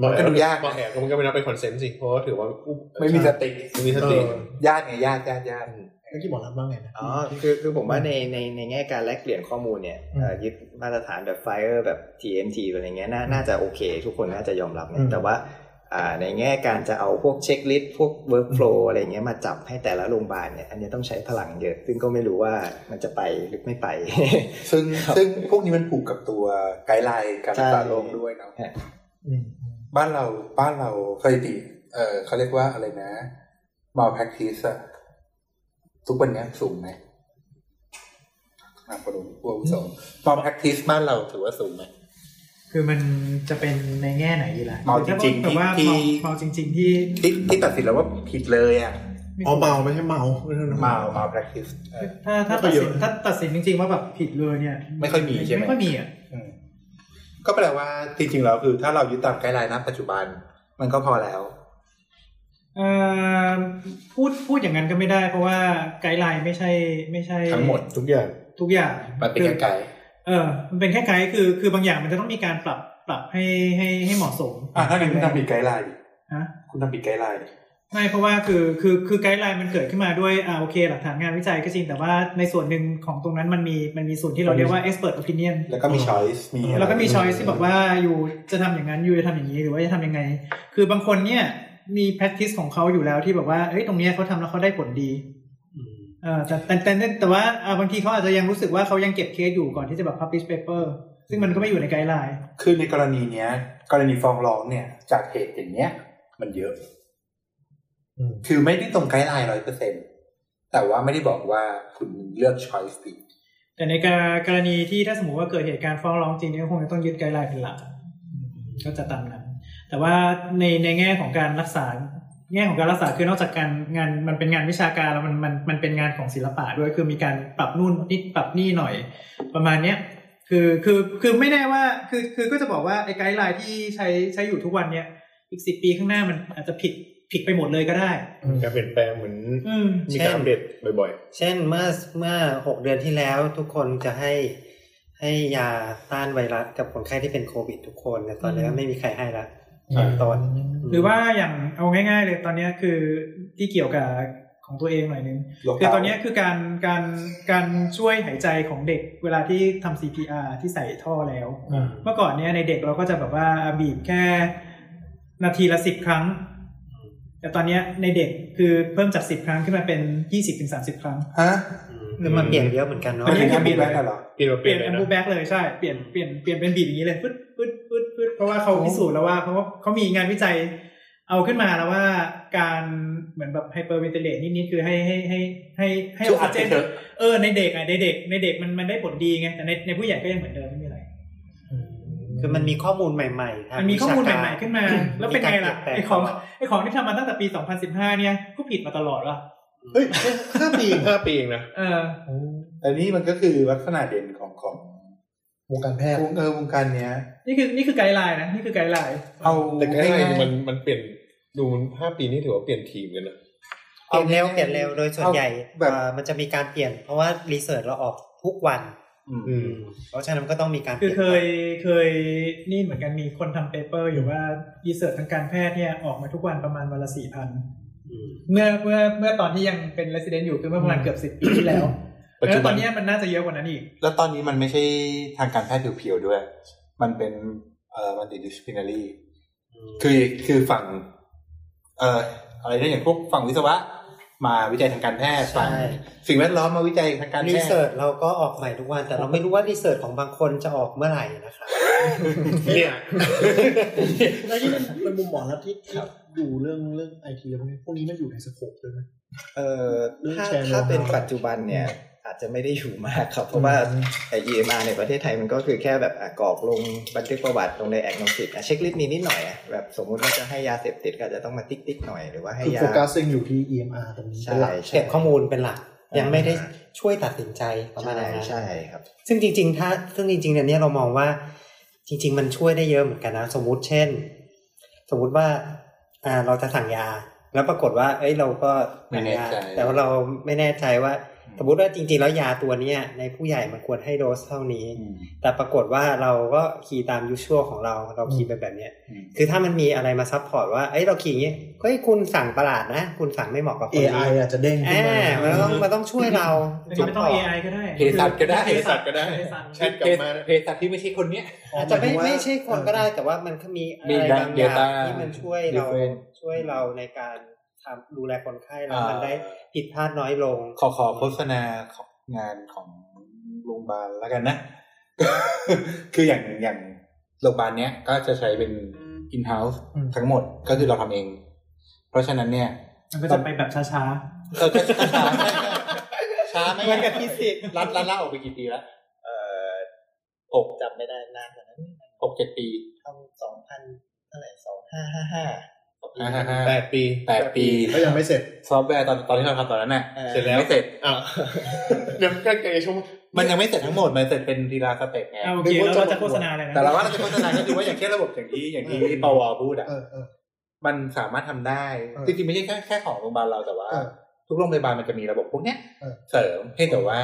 [SPEAKER 4] มันก็ดูยาก
[SPEAKER 8] มางแอบก็มันก็ไม่นับเป็นคอนเซนต์สิ เพราะว่าถือว่าอุ๊ย
[SPEAKER 4] ไม่มีสติ
[SPEAKER 8] ไม่มีสติ
[SPEAKER 6] เออ
[SPEAKER 4] ญาติไงญาติญาติญาติ
[SPEAKER 6] เมื่อกี้บอกรับว่าไงนะ
[SPEAKER 7] อ๋อ คือ คือผมว่าใน ใน ในแง่การแลกเปลี่ยนข้อมูลเนี่ยเอ่อยึดมาตรฐานแบบ Fire แบบ TMT อะไรเงี้ย น่า น่าจะโอเค ทุกคนน่าจะยอมรับ
[SPEAKER 6] อื
[SPEAKER 7] นะ
[SPEAKER 6] ม
[SPEAKER 7] แต่ว่า อ่า ในแง่การจะเอาพวกเช็คลิสต์พวก workflow อะไรเงี้ยมาจับให้แต่ละโรงพยาบาลเนี่ย อันนี้ต้องใช้พลังเยอะ ซึ่งก็ไม่รู้ว่ามันจะไปหรือไม่ไป
[SPEAKER 4] ซึ่งซึ่งพวกนี้มันผูกกับตัวไกด์ไลน์การรักษาโรคด้วยเนาะ
[SPEAKER 6] อืม
[SPEAKER 4] บ้านเราบ้านเราสถิติเออเขาเรียกว่าอะไรนะ malpractice อะทุกวันเนี้ยสูงไหมอ่ะคนรู้พวกผู้สง malpractice บ้านเราถือว่าสูงไหม
[SPEAKER 5] คือมันจะเป็นในแง่ไหนดีล่ะ
[SPEAKER 4] เมาจริงๆ
[SPEAKER 5] แบบว่า
[SPEAKER 4] ที่
[SPEAKER 5] เมาเมาจริง ๆ ที่
[SPEAKER 4] ที่ที่ตัดสินแล้วว่าผิดเลยอ่ะ
[SPEAKER 6] อ๋อเมาไม่ใช่เมาไม่ใช่
[SPEAKER 4] มา malpractice เออ
[SPEAKER 5] ถ้าถ้า
[SPEAKER 4] ไม่
[SPEAKER 5] ตัด
[SPEAKER 4] ค่อยเย
[SPEAKER 5] สิ
[SPEAKER 4] อะ
[SPEAKER 5] นถ้าตัดสินจริง ๆ ว่าแบบผิดเลยเนี่ย
[SPEAKER 4] ไม่ค่อยมีใช่ไหม
[SPEAKER 5] ไม่ค่อยมีอ่ะ
[SPEAKER 4] อืมก็แปลว่าจริงๆแล้วคือ ถ้าเรายึดตามไกด์ไลน์ณปัจจุบัน มันก็พอแล้ว
[SPEAKER 5] เอ่อพูดพูดอย่างนั้นก็ไม่ได้ เพราะว่าไกด์ไลน์ไม่ใช่ไม่ใช่
[SPEAKER 4] ทั้งหมด
[SPEAKER 6] ทุกอย่าง
[SPEAKER 5] ทุกอย่าง
[SPEAKER 4] มันเป็น
[SPEAKER 5] คือ
[SPEAKER 4] แค่ไกด์
[SPEAKER 5] เออ มันเป็นแค่ไกด์คือ คือบางอย่างมันจะต้องมีการปรับ ปรับให้ให้ให้เหมาะสม
[SPEAKER 4] อ่ะถ้างั้นคุณทำผิดไกด์ไลน์ดิ
[SPEAKER 5] ฮะ
[SPEAKER 4] คุณทำผิดไกด์ไลน์ดิ
[SPEAKER 5] ไม่เพราะว่าคือ คือ คือไกด์ไลน์มันเกิดขึ้นมาด้วย อ่า โอเค หลักฐานงานวิจัยก็จริง แต่ว่าในส่วนหนึ่งของตรงนั้นมันมี มันมีส่วนที่เราเรียกว่า expert opinion
[SPEAKER 4] แล้วก็มี choice มีอะไร
[SPEAKER 5] แล้วก็มีช้อยที่บอกว่าอยู่จะทำอย่างนั้นอยู่จะทำอย่างนี้หรือว่าจะทำยังไง คือบางคนเนี่ยมี practice ของเขาอยู่แล้วที่แบบว่าเอ้ยตรงเนี้ยเขาทำแล้วเขาได้ผลดีเออแต่แต่แต่แต่แต่ว่าอ่าบางทีเขาอาจจะยังรู้สึกว่าเขายังเก็บเคสอยู่ก่อนที่จะแบบ publish paper ซึ่งมันก็ไม่อยู่ในไกด์ไลน์
[SPEAKER 4] คือในกรณีเนี้ย กรณีฟ้องร้องเนี่ย จากเหตุอย่างเนี้ย มันเยอะ คือไม่ได้ตรงไกด์ไลน์ร้อยเปอร์เซ็นแต่ว่าไม่ได้บอกว่าคุณเลือกช้อยส์ผิด
[SPEAKER 5] แต่ในกรกรณีที่ถ้าสมมติว่าเกิดเหตุการณ์ฟ้องร้องจริงเนี่ยคงจะต้องยึดไกด์ไลน์เป็นหลักก็จะตามนั้น แต่ว่าในในแง่ของการรักษา แง่ของการรักษาคือนอกจากการงานมันเป็นงานวิชาการแล้วมันมันมันเป็นงานของศิลปะด้วยคือมีการปรับนู่นนิดปรับนี่หน่อย ประมาณเนี้ยคือคือคือไม่แน่ว่าคือคือก็จะบอกว่าไอ้ไกด์ไลน์ที่ใช้ใช้อยู่ทุกวันเนี่ยอีกสิปีข้างหน้ามันอาจจะผิดผิดไปหมดเลยก็ได้
[SPEAKER 8] การเปลี่ยนแปลงเหมือน
[SPEAKER 5] อืม
[SPEAKER 8] มีการอัปเดตบ่อย
[SPEAKER 2] เช่นเมื่อเมื่อหกเดือนที่แล้วทุกคนจะให้ให้ยาต้านไวรัสกับคนไข้ที่เป็นโควิดทุกคนแต่ตอนนี้
[SPEAKER 5] อืม
[SPEAKER 2] ไม่มีใครให้ละเป็นต้นม
[SPEAKER 5] หรือว่าอย่างเอาง่าย ๆ เลยตอนเนี้ยคือที่เกี่ยวกับของตัวเองหน่อยนึง
[SPEAKER 4] โลก
[SPEAKER 5] คือ
[SPEAKER 4] เก่า
[SPEAKER 5] ตอนเนี้ยคือการการการช่วยหายใจของเด็กเวลาที่ทำ CPR ที่ใส่ท่อแล้ว เมื่อก่อนเนี่ยในเด็กเราก็จะแบบว่าบีบแค่นาทีละสิบครั้ง แต่ตอนเนี้ยในเด็กคือเพิ่มจากสิบครั้งขึ้นมาเป็นยี่สิบถึงสามสิบครั้ง
[SPEAKER 4] ฮะ
[SPEAKER 2] อืมคือมันเปลี่ยนเยอะเหมือนกันเนาะ
[SPEAKER 5] อั
[SPEAKER 4] มันเป็น
[SPEAKER 5] แค่
[SPEAKER 4] แค่
[SPEAKER 5] บี
[SPEAKER 4] บี
[SPEAKER 5] บ
[SPEAKER 4] แบ
[SPEAKER 5] แบ็
[SPEAKER 4] ก
[SPEAKER 5] ค
[SPEAKER 4] เห
[SPEAKER 5] เห
[SPEAKER 4] ร
[SPEAKER 5] ร
[SPEAKER 4] อ
[SPEAKER 5] อ
[SPEAKER 8] ๆเปลี่ยนแบบ
[SPEAKER 5] เป
[SPEAKER 8] เปลี่
[SPEAKER 5] ลี่
[SPEAKER 8] ย
[SPEAKER 5] ย
[SPEAKER 8] น
[SPEAKER 5] นแอ
[SPEAKER 8] เล
[SPEAKER 5] ย มบู
[SPEAKER 8] นะ
[SPEAKER 5] แบ็กเลยใช่เปลี่ยนเปลี่ยนเปลี่ยนเป็นบีบอย่างนี้เลยปึ๊ดปึ๊ดปึ๊ดปึ๊ดเพราะว่าเขาพิสูจน์แล้วว่าเพราะว่าเขามีงานวิจัยเอาขึ้นมาแล้วว่าการเหมือนแบบไฮเปอร์เวนเทเลตนิดๆคือให้ให้ให้ให้ให้อ
[SPEAKER 4] ช่
[SPEAKER 5] อย
[SPEAKER 4] ว
[SPEAKER 5] ก
[SPEAKER 4] อั
[SPEAKER 5] ซิ
[SPEAKER 4] ด
[SPEAKER 5] เจน
[SPEAKER 4] ไปเถอะ
[SPEAKER 5] เออในเด็กอ่ะในเด็กในเด็กมันมันได้ผลดีไงแต่ในในผู้ใหญ่ก็ยังเหมือนเดิมไม่มีอะไร
[SPEAKER 2] คือมันมีข้อมูลใหม่ๆทาง
[SPEAKER 5] มันมีข้อมูล
[SPEAKER 2] วิชกร
[SPEAKER 5] ใหม่ ๆขึ้นมา แล้วเป็นไงล่ะ
[SPEAKER 2] มีการเปยนแปล
[SPEAKER 5] ไอของไอของที่ทำมาตั้งแต่ปี 2015 เนี่ยก็ผิดมาตลอดว่ะ
[SPEAKER 6] เฮ้ยห้าปีเองเหรอ
[SPEAKER 8] ห้าปีเองนะ
[SPEAKER 5] เออ
[SPEAKER 4] แต่นี่มันก็คือลักษณะเด่นของของ
[SPEAKER 6] วงการแพทย์
[SPEAKER 4] วงเออวงการเนี้ย
[SPEAKER 5] นี่คือนี่คือไกด์ไลน์นะ นี่คือไกด์ไลน์
[SPEAKER 4] เอา
[SPEAKER 8] แต่ก็ได้
[SPEAKER 4] ง่ายๆ
[SPEAKER 8] มันมันเปลี่ยนดูมันห้าปีนี่ถือว่าเปลี่ยนทีมกันนะ
[SPEAKER 3] เปลี่ยนเร็วเปลี่ยนเร็วโดยส่วนใหญ่
[SPEAKER 4] เอาแบบ
[SPEAKER 3] เอ่อมันจะมีการเปลี่ยน เพราะว่ารีเสิร์ชเราออกทุกวัน
[SPEAKER 4] อืม
[SPEAKER 8] อืม
[SPEAKER 3] เพราะฉะนั้นก็ต้องมีการป
[SPEAKER 5] คื
[SPEAKER 3] ลี่
[SPEAKER 5] อน เคยเคยนี่เหมือนกันมีคนทำเปเปอร์อยู่ว่ารีเสิร์ชทางการแพทย์เนี่ยออกมาทุกวันประมาณวันละสี่พันเมื่อเมื่อเมื่อตอนที่ยังเป็นเรสซิเดนต์อยู่คือเมื่อประมาณเกือบสิบปีที่แล้ว
[SPEAKER 8] ปัจจุ
[SPEAKER 5] แล้ว
[SPEAKER 8] บัน
[SPEAKER 5] ตอนเนี้ยมันน่าจะเยอะกว่านั้นอีก
[SPEAKER 4] แล้วตอนนี้มันไม่ใช่ทางการแพทย์เพียวๆด้วย มันเป็นเอ่อมันติดดิสพินารีคือคือฝั่ง เอ่ออะไรนะอย่างพวกฝั่งวิศวะ มาวิจัยทางการแพทย์ฝั่ง
[SPEAKER 3] ใช่
[SPEAKER 4] สิ่งแวดล้อมมาวิจัยทางการแพ
[SPEAKER 3] รี
[SPEAKER 4] ทย์
[SPEAKER 3] เสิร์ชเราก็ออกใหม่ทุกวันแต่เราไม่รู้ว่ารีเสิร์ชของบางคนจะออกเมื่อไหร่นะคะ
[SPEAKER 8] เนี่ย
[SPEAKER 6] แล้วยิ่งเป็นมุมหมอแล้วที่ที่ดูเรื่องเรื่องไอทีแล้วพวกนี้พวกนี้มันอยู่ในสโคปด้วยไหม
[SPEAKER 7] เอ่อ
[SPEAKER 6] เรื่อง
[SPEAKER 7] ถ้า
[SPEAKER 6] แชร์
[SPEAKER 7] ถ้าเป็น
[SPEAKER 6] โลหะ
[SPEAKER 7] ปัจจุบันเนี่ย อาจจะไม่ได้อยู่มากครับ เพราะว่าไอเอ็มอาในประเทศไทยมันก็คือแค่แบบอ่ะกรอกลงบันทึกประวัติลงในแอกนองสิตอ่ะเช็คลิสต์นี้นิดหน่อยอ่ะแบบสมมุติว่าจะให้ยาเสพติดก็อาจจะต้องมาติ๊กติ๊กๆหน่อยหรือว่า
[SPEAKER 6] คือย
[SPEAKER 7] ให้า
[SPEAKER 6] โฟกัสยังอยู่ที่ EMR ตรงนี้เป็น
[SPEAKER 7] ใช่
[SPEAKER 6] หลัก
[SPEAKER 7] ใช่
[SPEAKER 3] เก็บข้อมูลเป็นหลัก ยังไม่ได้ช่วยตัดสินใจประมาณ
[SPEAKER 7] ใช่
[SPEAKER 3] นั้น
[SPEAKER 7] ใช่ครับ
[SPEAKER 3] ซึ่งจริง ๆ ถ้าซึ่งจริงๆเนี่ยเนี่ยเรามองว่า จริง ๆ มันช่วยได้เยอะเหมือนกันนะ สมมุติเช่น สมมุติว่า อ่าเราจะสั่งยา แล้วปรากฏว่า เอ้ยเราก็สั่งยาแต่ว่าเราไม่แน่ใจว่า สมมติว่าจริง ๆ แล้วยาตัวเนี้ยในผู้ใหญ่มันควรให้โดสเท่านี้
[SPEAKER 4] อืม
[SPEAKER 3] แต่ปรากฏว่าเราก็คีย์ตามยูชัวของเราเราคีย์ไปแบบเนี้ย
[SPEAKER 4] อืม
[SPEAKER 3] คือถ้ามันมีอะไรมาซัพพอร์ตว่าเอ้ยเราคีย์อย่างเงี้ยเฮ้ยคุณสั่งประหลาดนะ คุณสั่งไม่เหมาะกับคน
[SPEAKER 6] AI อาจจะเด้งขึ้น
[SPEAKER 3] อ่ามั
[SPEAKER 6] มา
[SPEAKER 3] นต้องมันต้องช่วยเรา
[SPEAKER 5] ไม่ต้อง AI ก็ได้
[SPEAKER 4] เภสัชก็ได้
[SPEAKER 5] เภสัช
[SPEAKER 8] ก็ได้
[SPEAKER 5] เภสัช
[SPEAKER 8] แชทกลับมา
[SPEAKER 4] เพศสัตว์ที่ไม่ใช่คนเนี้ย
[SPEAKER 3] อาจจะไม่ไม่ใช่คนก็ได้แต่ว่ามันก็มีอะไร
[SPEAKER 4] มี
[SPEAKER 3] บางอย่าง
[SPEAKER 4] data
[SPEAKER 3] ที่มันช่วยเรา
[SPEAKER 4] different
[SPEAKER 3] ช่วยเราในการทำดูแลคนไข้แล้ว
[SPEAKER 4] อ่ามั
[SPEAKER 3] มันได้ผิดพลาดน้อยลง
[SPEAKER 4] ขอขอโฆษณาของงานของโรงพยาบาลแล้วกันนะ คืออย่างอย่างโรงพยาบาลเนี้ยก็จะใช้เป็น in-house ทั้งหมดก็คือเราทำเอง เพราะฉะนั้นเนี่ย
[SPEAKER 5] มันก็จะไปแบบช้า
[SPEAKER 4] เออก็ช้าช้าไม่เหมือนกับพี่สิรัดรัดล่าออกไปกี่ปีแล้ว
[SPEAKER 7] เอ่อ
[SPEAKER 4] หก
[SPEAKER 7] จำไม่ได้นานกว่านั้น
[SPEAKER 4] หกเจ็ดปี
[SPEAKER 7] ทำสองพันเท่าไหร่สองห้าห้าห้า
[SPEAKER 4] แปดปีแปดปี
[SPEAKER 6] ก็ยังไม่เสร็จ
[SPEAKER 4] ซอฟต์แวร์ตอนตอนที่เราทำตอนนั้นน่ะ
[SPEAKER 7] เออ
[SPEAKER 4] เสร็จแล้วไม่เสร็จ
[SPEAKER 8] อ่ะ เดี๋ยวก็เกยชม
[SPEAKER 4] มันยังไม่เสร็จทั้งหมด มันเสร็จเป็นทีละสเต็ปไง
[SPEAKER 5] ๆเอาโอเคแล้วเราจะโฆษณาอะไรนะ
[SPEAKER 4] แต่เราว่าเราจะโฆษณาก็คือว่าอย่างเช่นระบบอย่างที่อย่างที่ปวพูดอ่ะ
[SPEAKER 6] เออเออ
[SPEAKER 4] มันสามารถทำได้
[SPEAKER 6] เออ
[SPEAKER 4] จริงๆ ไม่ใช่แค่แค่ของโรงพยาบาลเราแต่ว่า
[SPEAKER 6] เออ
[SPEAKER 4] ทุกโรงพยาบาลมันจะมีระบบพวกเนี้ย
[SPEAKER 6] เออ
[SPEAKER 4] เสริมเพียงแต่ว่า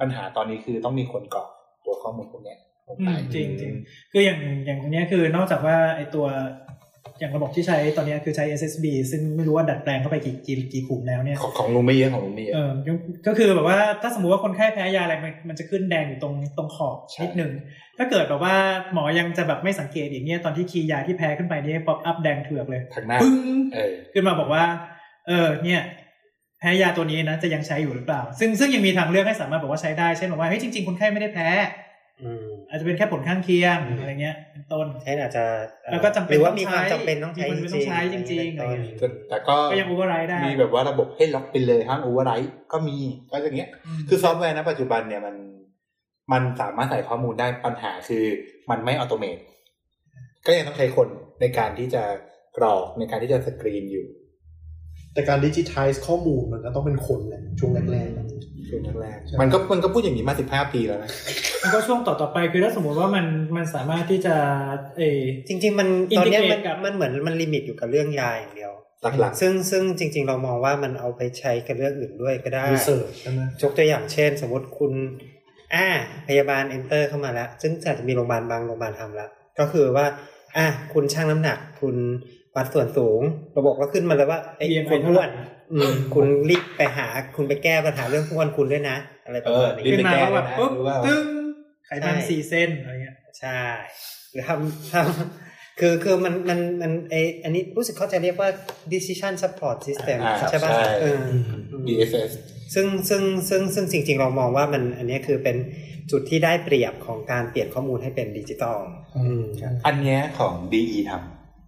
[SPEAKER 4] ปัญหาตอนนี้คือต้องมีคนกรอกตัวข้อมูลพวกเนี้ยลง
[SPEAKER 5] อื
[SPEAKER 4] ไป
[SPEAKER 5] มจริงจริงคืออย่างอย่างตรงเนี้ยคือนอกจากว่าไอตัวอย่างระบบที่ใช้ตอนเนี้ยคือใช้ SSB ซึ่งไม่รู้ว่าดัดแปลงเข้าไปกี่กี่กี่ขุมแล้วเนี่ย
[SPEAKER 4] ของของลุงไม่เยอะของลุงไม่เยอะ
[SPEAKER 5] เออก็ก็คือแบบว่าถ้าสมมุติว่าคนไข้แพ้ยาอะไรมันมันจะขึ้นแดงอยู่ตรงตรงขอบ
[SPEAKER 4] ใช่
[SPEAKER 5] นิดหนึ่ง ถ้าเกิดแบบว่าหมอยังจะแบบไม่สังเกตอีกเนี่ยตอนที่คีย์ยาที่แพ้ขึ้นไปนี่ป๊อปอัพแดงเถือกเลย
[SPEAKER 4] ทางหน้า
[SPEAKER 5] ปึ้ง
[SPEAKER 4] เออ
[SPEAKER 5] ขึ้นมาบอกว่า เออเนี่ย แพ้ยาตัวนี้นะจะยังใช้อยู่หรือเปล่า ซึ่งซึ่งยังมีทางเลือกให้สามารถบอกว่าใช้ได้เช่นบอกว่าเฮ้ยจริงๆคนไข้ไม่ได้แพ้
[SPEAKER 3] อืม
[SPEAKER 5] อาจจะเป็นแค่ผลข้างเคียงอะไรเงี้ยเป็นต้น
[SPEAKER 3] เช่นอาจจะเอ่อ
[SPEAKER 5] แล้วก็จำเป็น
[SPEAKER 3] หรือว่า
[SPEAKER 5] ต้อง
[SPEAKER 3] มีความ
[SPEAKER 5] ใช้
[SPEAKER 3] จำเป็นต้องใช้
[SPEAKER 5] มีความจำเป็นต้องใช้
[SPEAKER 3] จริง
[SPEAKER 5] จริงๆ
[SPEAKER 3] อะไอ
[SPEAKER 5] อะ
[SPEAKER 3] ย่าง
[SPEAKER 5] ไรเงี้ย
[SPEAKER 3] เงี้ย
[SPEAKER 4] แต่แต่ก็
[SPEAKER 5] ก็ยังโอเวอร์ไรได้
[SPEAKER 4] มีแบบว่าระบบให้ล็อกไปเลยห้ามโอเวอร์ไรก็มีก็อย่างเงี้ย
[SPEAKER 5] อืม
[SPEAKER 4] คือซอฟต์แวร์ณปัจจุบันเนี่ยมันมันสามารถใส่ข้อมูลได้ปัญหาคือมันไม่อัตโนมัติก็ยังต้องใช้คนในการที่จะกรอกในการที่จะสกรีนอยู่
[SPEAKER 6] แต่การดิจิทัลข้อมูลมันก็ต้องเป็นคนแหละช่วงแรกๆอะ
[SPEAKER 4] ช่วงแรกๆมันก็มันก็พูดอย่างนี้มาสิบห้าปีแล้วนะ
[SPEAKER 5] มันก็ช่วงต่อต่อๆไปคือถ้าสมมุติว่ามันมันสามารถที่จะเออ
[SPEAKER 3] จริง ๆ มันตอนเนี้ยมัน
[SPEAKER 5] Integrate กับ
[SPEAKER 3] มันเหมือนมันลิมิตอยู่กับเรื่องยาอย่างเดียว
[SPEAKER 4] หลักๆ
[SPEAKER 3] ซึ่งซึ่งจริง ๆ เรามองว่ามันเอาไปใช้กับเรื่องอื่นด้วยก็ได้
[SPEAKER 6] รีเสิร์ชใช่ไหม
[SPEAKER 3] ยกตัวอย่างเช่น สมมติคุณอ่าพยาบาลเอนเตอร์เข้ามาแล้ว ซึ่งอาจจะมีโรงพยาบาลบางโรงพยาบาลทำแล้ว ก็คือว่าอ่ะคุณชั่งน้ำหนัก คุณวัดส่วนสูง ระบบก็ขึ้นมาแล้วว่าไอ้ย
[SPEAKER 5] BMI
[SPEAKER 3] คุณ
[SPEAKER 5] เท่า
[SPEAKER 3] อ้
[SPEAKER 5] ไหร่
[SPEAKER 3] วนอืมคุณรีบไปหาคุณไปแก้ปัญหาเรื่องอ้วนคุณด้วยนะ อะไรประมาณ
[SPEAKER 4] เออรี
[SPEAKER 3] นี้
[SPEAKER 4] บ
[SPEAKER 5] ขึ้นมาแล้วแบบปุ๊บ
[SPEAKER 4] หรือว่า
[SPEAKER 5] ตึ้งไขมันสี่เส้นอะไรเงี้ย
[SPEAKER 3] ใช่หรือทำทำคือคือมันมันมันไออันนี้รู้สึกเขาจะเรียกว่า decision support system
[SPEAKER 4] อ่า
[SPEAKER 3] ใช่ปะ
[SPEAKER 4] ใช่
[SPEAKER 3] เออ
[SPEAKER 4] DSS
[SPEAKER 3] ซึ่งซึ่งซึ่งซึ่งจริงๆเรามองว่ามันอันเนี้ยคือเป็นจุดที่ได้เปรียบของการเปลี่ยนข้อมูลให้เป็นดิจิตอล
[SPEAKER 4] อันเนี้ยของ DE ท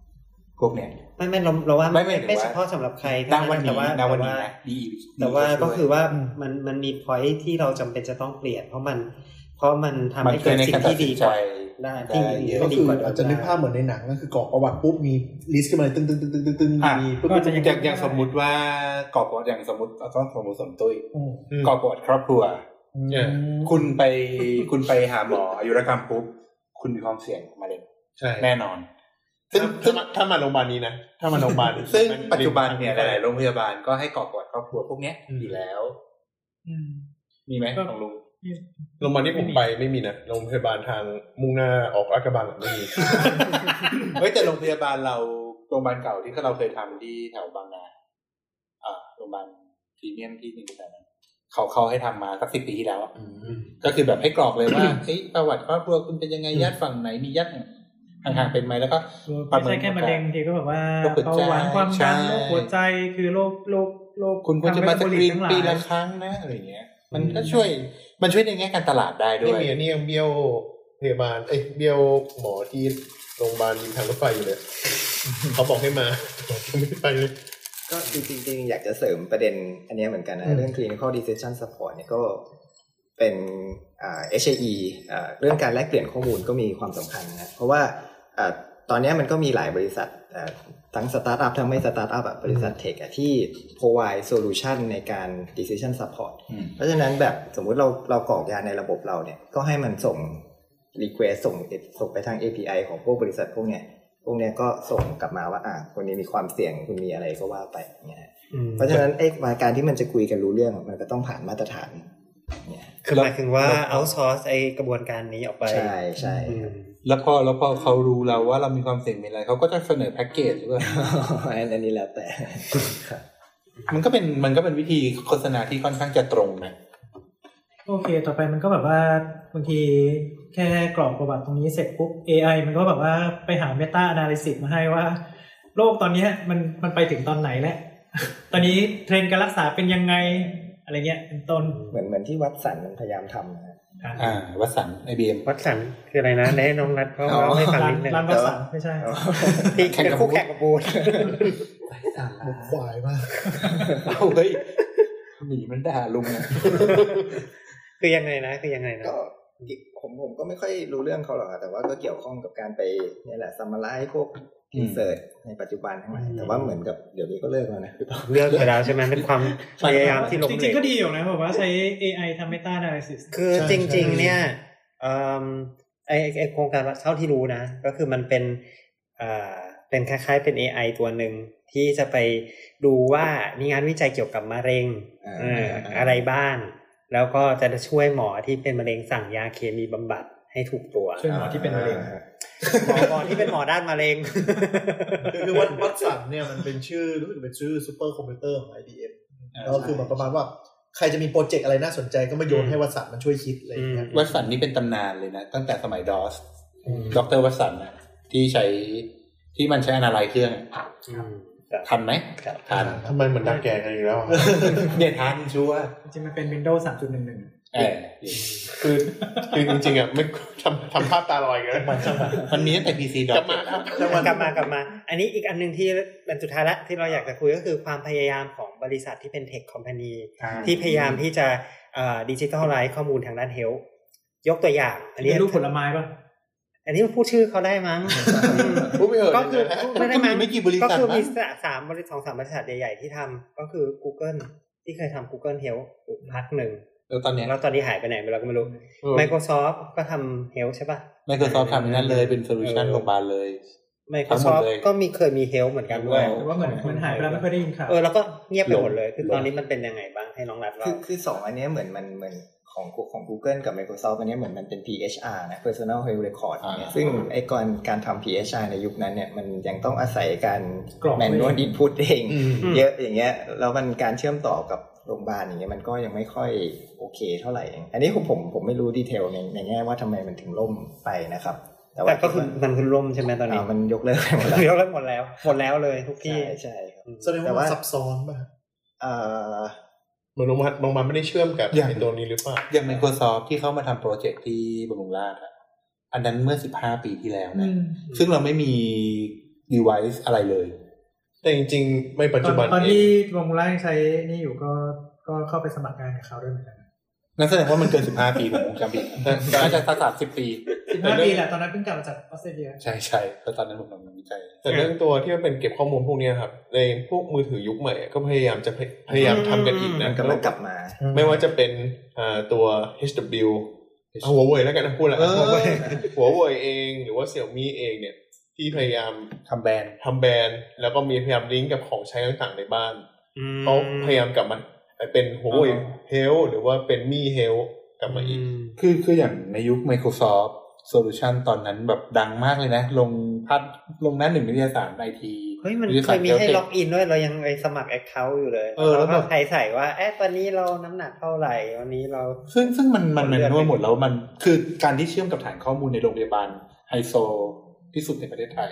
[SPEAKER 4] ำพวกเนี้ย
[SPEAKER 3] ไม่ไม่เราเราว่า
[SPEAKER 4] ไม่
[SPEAKER 3] ไม่
[SPEAKER 4] ไม่ถึ
[SPEAKER 3] ไม่
[SPEAKER 4] งว่า
[SPEAKER 3] เฉพาะสำหรับใคร
[SPEAKER 4] ณ
[SPEAKER 3] ทั้ง
[SPEAKER 4] วันนี้
[SPEAKER 3] แต่ว่า
[SPEAKER 4] ณวันนี้
[SPEAKER 3] แต่ว่า
[SPEAKER 4] นะ DE
[SPEAKER 3] แต่ว่าก็คือว่ามันมันมี point ที่เราจำเป็นจะต้องเปลี่ยน เพราะมัน เพราะมันทำ
[SPEAKER 4] มัน
[SPEAKER 3] ให้
[SPEAKER 4] ช่ว
[SPEAKER 3] เกิ
[SPEAKER 4] ย
[SPEAKER 3] ด
[SPEAKER 4] ใน
[SPEAKER 3] สิ่
[SPEAKER 4] การ
[SPEAKER 3] ง
[SPEAKER 4] ตัด
[SPEAKER 3] ที่
[SPEAKER 4] สิ
[SPEAKER 3] ดี
[SPEAKER 4] น
[SPEAKER 3] ก
[SPEAKER 4] ใจ
[SPEAKER 3] ว่า
[SPEAKER 4] ได้
[SPEAKER 3] ที่ดี
[SPEAKER 4] เยอะ
[SPEAKER 6] ก็คืออาจจะนึกภาพเหมือนในหนังก็คือกรอกประวัติปุ๊บมีลิสต์ขึ้นมาเลยตึ้งตึ้งตึ้งตึ้งตึ้งตึ้ง
[SPEAKER 4] อ่ะ
[SPEAKER 6] มี
[SPEAKER 4] ก็
[SPEAKER 6] ปุ๊บ
[SPEAKER 4] จะอย่างอย่างสมมุติว่ากรอบประวัติอย่างสมมติเอาต้องสมมติสมตุ้ย
[SPEAKER 6] อืม
[SPEAKER 4] กรอบประวัติครอบครัว
[SPEAKER 8] เนี่ย
[SPEAKER 4] คุณไปคุณไปหาหมออายุรกรรมปุ๊บคุณมีความเสี่ยงมะเร็ง
[SPEAKER 8] ใช่
[SPEAKER 4] แน่นอน ซึ่
[SPEAKER 8] ซึ่
[SPEAKER 4] ง
[SPEAKER 8] ง
[SPEAKER 4] ซึ่ง
[SPEAKER 8] ถ้าถ้ามาโรงพยาบาลนี้นะ ถ้ามาโรงพยาบาล
[SPEAKER 4] ซึ่งปัจจุบันเนี่ยหลายๆโรงพยาบาลก็ให้กรอบประวัติครอบครัวพวกเนี้ยอยู่แล้ว
[SPEAKER 5] อืม
[SPEAKER 4] มีไหม
[SPEAKER 5] ก็
[SPEAKER 4] ของ ลุง
[SPEAKER 8] โรงพยาบาลที่ผมไปไม่มีนะโรงพยาบาลทางมุ่งหน้าออกรักบังไม่มี
[SPEAKER 4] เฮ้ยแต่โรงพยาบาลเราโรงพยาบาลเก่าที่เราเคยทำที่แถวบางนาอ่าโรงพยาบาลพรีเมียมที่หนึ่งแต่นั้นเขาเขาให้ทำมาสักสิบปีที่แล้วอะก็คือแบบให้กรอกเลยว่า เฮ้ยประวัติครอบครัวคุณเป็นยังไงญาติฝั่งไหนมีญาติห่างๆเป็นไหมแล้วก็
[SPEAKER 5] ไม่ใช่แค่มะเร็งทีก็แบบว่า
[SPEAKER 4] โรคหัวใจ
[SPEAKER 5] เบาหวานความดัน
[SPEAKER 4] ใช่
[SPEAKER 5] โรคหัวใจคือโรคโรคโรค
[SPEAKER 4] คุณควรจะมาสกรีน
[SPEAKER 5] ทงเทอโบ
[SPEAKER 4] ปี
[SPEAKER 5] ลิทั้
[SPEAKER 4] ละ
[SPEAKER 5] งหาย
[SPEAKER 4] ครั้งนะอะไรอย่างเงี้ย มันก็ช่วย มันช่วยในแง่การตลาดได้ด้
[SPEAKER 8] ไม่
[SPEAKER 4] วย
[SPEAKER 8] มีอันนี้ยังเบี้ยวพยาบาลเอ้ยเบี้ยวหมอที่โรงพยาบาลริมทางรถไฟอยู่เลยเขาบอกให้มาไม่ได้ไปเลย
[SPEAKER 7] ก็จริงๆจริงๆอยากจะเสริมประเด็นอันเนี้ยเหมือนกัน
[SPEAKER 6] อื
[SPEAKER 7] นะ
[SPEAKER 6] ม
[SPEAKER 7] เรื่อง clinical decision support เนี่ยก็เป็นอ่า HAE อ่าเรื่องการแลกเปลี่ยนข้อมูลก็มีความสำคัญนะเพราะว่าอ่าตอนเนี้ยมันก็มีหลายบริษัทอ่าทั้งสตาร์ทอัพทั้งไม่สตาร์ทอัพอะบริษัทเทคอะที่ provide solution ในการ decision support
[SPEAKER 4] อืม
[SPEAKER 7] เพราะฉะนั้นแบบสมมุติเราเรากรอกยาในระบบเราเนี่ยก็ให้มันส่ง request ส่งส่งไปทาง API ของพวกบริษัทพวกเนี้ยพวกเนี้ยก็ส่งกลับมาว่าอ่ะคนนี้มีความเสี่ยงคุณมีอะไรก็ว่าไปอย่างเงี้ยฮะเพราะฉะนั้นไอ้มาการที่มันจะคุยกันรู้เรื่องมันก็ต้องผ่านมาตรฐานเนี่ย
[SPEAKER 3] คือหมายถึงว่าเอาซอร์สไอกระบวนการนี้ออกไป
[SPEAKER 7] ใช่ใช่
[SPEAKER 3] อืม
[SPEAKER 4] แล้วพอแล้วพอเขารู้เราว่าเรามีความเสี่ยงมีอะไรเขาก็จะเสนอแพ็กเกจด้วย
[SPEAKER 7] อันอันนี้แล้วแต่ครับ
[SPEAKER 4] มันก็เป็นมันก็เป็นวิธีโฆษณาที่ค่อนข้างจะตรงนะ
[SPEAKER 5] โอเค ต่อไปมันก็แบบว่าบางทีแค่กรอกประวัติตรงนี้เสร็จปุ๊บ AI มันก็แบบว่าไปหา Meta Analysis มาให้ว่า โรคตอนเนี้ยมันมันไปถึงตอนไหนแล้ว ตอนนี้เทรนด์การรักษาเป็นยังไง อะไรเงี้ยเป็นต้น
[SPEAKER 7] เหมือนเหมือนที่วัดสันมันพยายามทำนะฮะ
[SPEAKER 5] อ่ะ
[SPEAKER 4] อ่าวัสันไอบีเอ็ม
[SPEAKER 3] วัดสันคืออะไรนะได้น้องนัดเขา
[SPEAKER 7] อ๋อ
[SPEAKER 3] เล่าให้ฟัง
[SPEAKER 5] ร้าน
[SPEAKER 3] นิดนึง
[SPEAKER 5] ร้าน
[SPEAKER 7] แต่
[SPEAKER 5] วั
[SPEAKER 7] ว่า
[SPEAKER 5] สันไม่ใช่
[SPEAKER 3] ที่เป็นคู่แข่งกับบูน
[SPEAKER 6] ควายมาก
[SPEAKER 4] เอาเฮ้ยหมีมันด่าลุงนะ
[SPEAKER 3] คือยังไงนะ คือยังไงนะ
[SPEAKER 7] ก็อีกผมผมก็ไม่ค่อยรู้เรื่องเขาหรอกอะแต่ว่าก็เกี่ยวข้องกับการไปเนี่ยแหละซัมมาไลพวกรีเสิร์ชในปัจจุบันทั้งหลายแต่ว่าเหมือนกับเดี๋ยวนี้ก็เลิกแล้วนะหรือเปล่า
[SPEAKER 3] เลือกไปแล้วใช่ไหมเป็นความพยายามที่ล้ม
[SPEAKER 5] จ
[SPEAKER 3] เหล
[SPEAKER 5] ริง
[SPEAKER 3] ว
[SPEAKER 5] ๆก็ดีอยู่นะแบบว่าใช้ AI ทำ Meta Analysis
[SPEAKER 3] คือจริง ๆ เนี่ยเอิ่มไอไอ้ไอโครงการเท่าที่รู้นะ ก็คือมันเป็นอ่าเป็นคล้าย ๆ เป็น AI ตัวหนึ่งที่จะไปดูว่ามีงานวิจัยเกี่ยวกับมะเร็ง
[SPEAKER 7] อ่า
[SPEAKER 3] เออ
[SPEAKER 7] อ่า
[SPEAKER 3] อะไรบ้าง แล้วก็จะช่วยหมอที่เป็นมะเร็งสั่งยาเคมีบำบัดให้ถูกตัว
[SPEAKER 5] ช่วยหมอที่เป็นมะเร็ง
[SPEAKER 3] หมอหมอที่เป็นหมอด้านมะเร็ง
[SPEAKER 6] คือคือวัดวัดสันเนี่ยมันเป็นชื่อรู้สึกเป็นชื่อซูเปอร์คอมพิวเตอร์ของ IBM แล้วคือแบบประมาณว่าใครจะมีโปรเจกต์อะไรน่าสนใจก็มาโยนให้วัดสันมันช่วยคิดอะไรอย่างเงี้ย
[SPEAKER 4] วัสันนี่เป็นตำนานเลยนะ ตั้งแต่สมัยดอสด็อกเตอร์วัสันนะที่ใช้ที่มันใช้อนาลัยเครื่องอะทันไหม
[SPEAKER 3] ครับ
[SPEAKER 4] ทัน
[SPEAKER 8] ทำไมเหมือนดักแก่กันอีกแล้วอะ
[SPEAKER 4] เนี่ยทันชัวร์
[SPEAKER 5] จริงๆมันเป็น Windows 3.11
[SPEAKER 4] เออ
[SPEAKER 8] คือคือจริงๆอ่ะไม่ทำทำภาพตาลอยกันแล้วมัน
[SPEAKER 4] มันมีตั้งแต่พีซีดอก
[SPEAKER 8] ลับมาครับ
[SPEAKER 3] กลับมากลับมา อันนี้อีกอันหนึ่งที่เป็นสุดท้ายละที่เราอยากจะคุยก็คือความพยายามของบริษัทที่เป็นเทคคอมพานี ที่พยายามที่จะดิจิทัลไลซ์ข้อมูลทางด้านเฮลท์ยกตัวอย่าง อันนี้
[SPEAKER 5] เป็นรูปผลไม้ป่ะ
[SPEAKER 3] อันนี้พูดชื่อเขาได้มั้ง
[SPEAKER 8] พูดไม่เอ่ย
[SPEAKER 3] ก็คือ
[SPEAKER 8] นะ
[SPEAKER 3] ไม่ได้มั้ง
[SPEAKER 4] ไม่กี่บริ
[SPEAKER 3] ก็
[SPEAKER 4] ษัท
[SPEAKER 3] คือ
[SPEAKER 4] มั้
[SPEAKER 3] มี
[SPEAKER 4] ง
[SPEAKER 3] สามบริษัทสองสามบริษัทใหญ่ๆที่ทำก็คือ Google ที่เคยทำ Google Health อยู่พักหนึ่ง
[SPEAKER 4] แล้วตอนเนี้ย
[SPEAKER 3] แล้วตอนนี้หายไปไหนไม่รู้ก็ไม่รู้ Microsoft ก็ทำ Health ใช่ป่ะ
[SPEAKER 4] Microsoft ทำนั่นเลยเป็นโซลูชัน
[SPEAKER 3] เออ
[SPEAKER 4] โรงพยาบาลเลย ทั้งหม
[SPEAKER 3] Microsoft
[SPEAKER 4] ดเลย
[SPEAKER 3] ก็มีเคยมี Health เหมือนกันด้วย
[SPEAKER 5] แต่ว่าเหมือนเหมันหายไปแล้วไม่ค่อยได้ยินข่าว
[SPEAKER 3] เออแล้วก็เงียบไปหมดเลย คือตอนนี้มันเป็นยังไงบ้างให้น้องรัดเรา
[SPEAKER 7] คือคือสองอันเนี้ยเหมือนมันเหมือนของของ Google กับ Microsoft อันเนี้ยเหมือนมันเป็น PHR นะ Personal Health Record
[SPEAKER 4] อ่า
[SPEAKER 7] เนี่ยซึ่งไอ้ก่อนการทำ PHR ในยุคนั้นเนี่ยมันยังต้องอาศัยการ
[SPEAKER 5] กรอกไว้
[SPEAKER 7] แมนนวลอินพุตเอง
[SPEAKER 3] อืม
[SPEAKER 7] เยอะอย่างเงี้ยแล้วมันการเชื่อมต่อกับโรงพยาบาลอย่างเงี้ยมันก็ยังไม่ค่อยโอเคเท่าไหร่เองอันนี้ผมผมผมไม่รู้ดีเทลในในแง่ว่าทำไมมันถึงล่มไปนะครับ แต่ว่า
[SPEAKER 3] แต่ก็คือมันคือล่มใช่ไหมตอนนี้
[SPEAKER 7] อ่ามันยกเลิกไปหมดแล้ว
[SPEAKER 3] ยกเลิกหมดแล้วหมดแล้วเลยทุกที่
[SPEAKER 7] ใช่ใช่ครับ
[SPEAKER 6] แสดง
[SPEAKER 7] แต่
[SPEAKER 6] ว่ามั
[SPEAKER 7] ว่า
[SPEAKER 6] นซับซ้อนป่ะ
[SPEAKER 7] เอ่อ
[SPEAKER 8] เหมือนโรงพยาบาลโรงพยาบาลไม่ได้เชื่อมกับ
[SPEAKER 4] อย่าง
[SPEAKER 8] ไอ้ตัวนี้หรือเปล่า
[SPEAKER 4] อย่าง Microsoft ที่เข้ามาทำโปรเจกต์ที่บำรุงราษฎร์อะอันนั้นเมื่อ 15 ปีที่แล้วนะ ซึ่งเราไม่มี device อะไรเลย
[SPEAKER 8] แต่จริงๆ ไม่ปัจ
[SPEAKER 5] ตอ
[SPEAKER 8] จุ
[SPEAKER 5] น
[SPEAKER 8] บัน
[SPEAKER 5] ตอน
[SPEAKER 8] เอ
[SPEAKER 5] ที่
[SPEAKER 8] ง
[SPEAKER 5] วงล่างใช้นี่อยู่ก็ก็เข้าไปสมัครงานกับเขาด้วยเหมือนกัน
[SPEAKER 4] นั่นแสดงว่ามันเกินสิบห้าปีผมจำผิดน่าจะสักสามสิบปี
[SPEAKER 5] สิบห้าปีแหละตอนนั้นเพิ่งกลับมาจากออสเตรเลีย
[SPEAKER 4] ใช่ใช่เพราะตอนนั้นผมทำงานวิจัย
[SPEAKER 8] แต่เรื่องตัวที่มันเป็นเก็บข้อมูลพวกเนี้ยครับ ในพวกมือถือยุคใหม่อะก็พยายามจะพยพยายามทำกันอีก
[SPEAKER 7] มั
[SPEAKER 8] นะ
[SPEAKER 7] นกำลังกลับมา
[SPEAKER 8] ไม่ว่าจะเป็นอ่าตัว HW เอาหัวเว่ยแล้วกันนะพูดละ
[SPEAKER 4] เออ
[SPEAKER 8] หัวเว่ย หัวเว่ยเองหรือว่าเสี่ยวมีเองเนี่ย ที่พยายาม
[SPEAKER 4] ทำแบรนด์
[SPEAKER 8] ทำแบรนด์แล้วก็มีพยายามลิงก์กับของใช้ต่างๆในบ้านเขาพยายามกลับมาเป็นหัวเว่ยเฮลหรือว่าเป็นมีเฮลกลับมาอีก
[SPEAKER 4] คือคืออย่างในยุค Microsoft Solution ตอนนั้นแบบดังมากเลยนะ ลงพัดลงหนั้นหนึ่งวิทยาศาสตร์ไอที
[SPEAKER 2] เฮ้ยมันเคยมีให้ล็อกอินด้วยเรายังไปสมัครแอคเคาท์อยู่เลย
[SPEAKER 4] เออแล้วแบบ
[SPEAKER 2] ก็ใครใส่ว่าเอ๊ะตอนนี้เราน้ำหนักเท่าไหร่วันนี้เรา
[SPEAKER 4] ซึ่งซึ่งมันมัน
[SPEAKER 2] มั
[SPEAKER 4] มันน
[SPEAKER 2] เลื่อน
[SPEAKER 4] นวด
[SPEAKER 2] ไป
[SPEAKER 4] หมดแล้วมันคือการที่เชื่อมกับฐานข้อมูลในโรงพยาบาลไฮโซที่สุดในประเทศไทย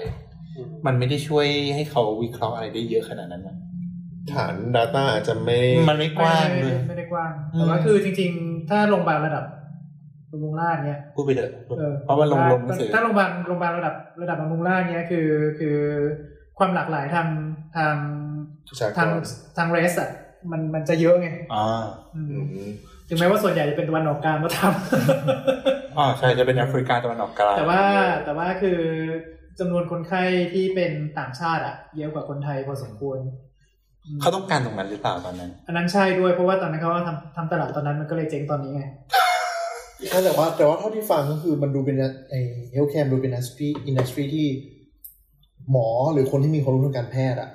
[SPEAKER 4] มันไม่ได้ช่วยให้เขาวิเคราะห์อะไรได้เยอะขนาดนั้นนะ
[SPEAKER 8] ฐาน Data อาจจะไม่
[SPEAKER 4] มันไม่กว้างเล
[SPEAKER 5] ไม่
[SPEAKER 4] ย
[SPEAKER 5] ได้ไม่ได้กว้าง
[SPEAKER 4] อืม
[SPEAKER 5] แต่ว่าคือจริงๆ ถ้าโรงพยาบาลระดับบำรุงราษฎร์เนี่ย
[SPEAKER 4] พูดไปเถอะ
[SPEAKER 5] ออ
[SPEAKER 4] เพราะว่าลงลงหนังสือ
[SPEAKER 5] ถ้าโรงพยาบาลโรงพยาบาลระดับระดับบำรุงราษฎร์เนี่ยคือคือความหลากหลายทางทาง
[SPEAKER 8] ประชาก
[SPEAKER 5] ทาง
[SPEAKER 8] ร
[SPEAKER 5] ทางเรสอ่ะมันมันจะเยอะไง
[SPEAKER 4] อ๋อ
[SPEAKER 5] อืม
[SPEAKER 8] อืม
[SPEAKER 5] ถึงแม้ว่าส่วนใหญ่จะเป็นตะวันออกกลางก็ท
[SPEAKER 4] อ๋อใช่จะเป็นแอฟริกาตะวันออกกลาง
[SPEAKER 5] ำ แต่ว่าแต่ว่าคือจำนวนคนไข้ที่เป็นต่างชาติอ่ะเยอะกว่าคนไทยพอสมควรอืม
[SPEAKER 4] เขาต้องการตรงนั้นหรือเปล่าตอนนั้น
[SPEAKER 5] อันนั้นใช่ด้วยเพราะว่าตอนนั้นเขาทำทำตลาดตอนนั้นมันก็เลยเจ๊งตอนนี้ไง
[SPEAKER 6] แต่ว่าแต่ว่าเท่าที่ฟังก็คือมันดูเป็นไอเฮลท์แคร์ดูเป็นอินดัสทรีอินดัสทรีที่หมอหรือคนที่มีความรู้ทางการแพทย์อะ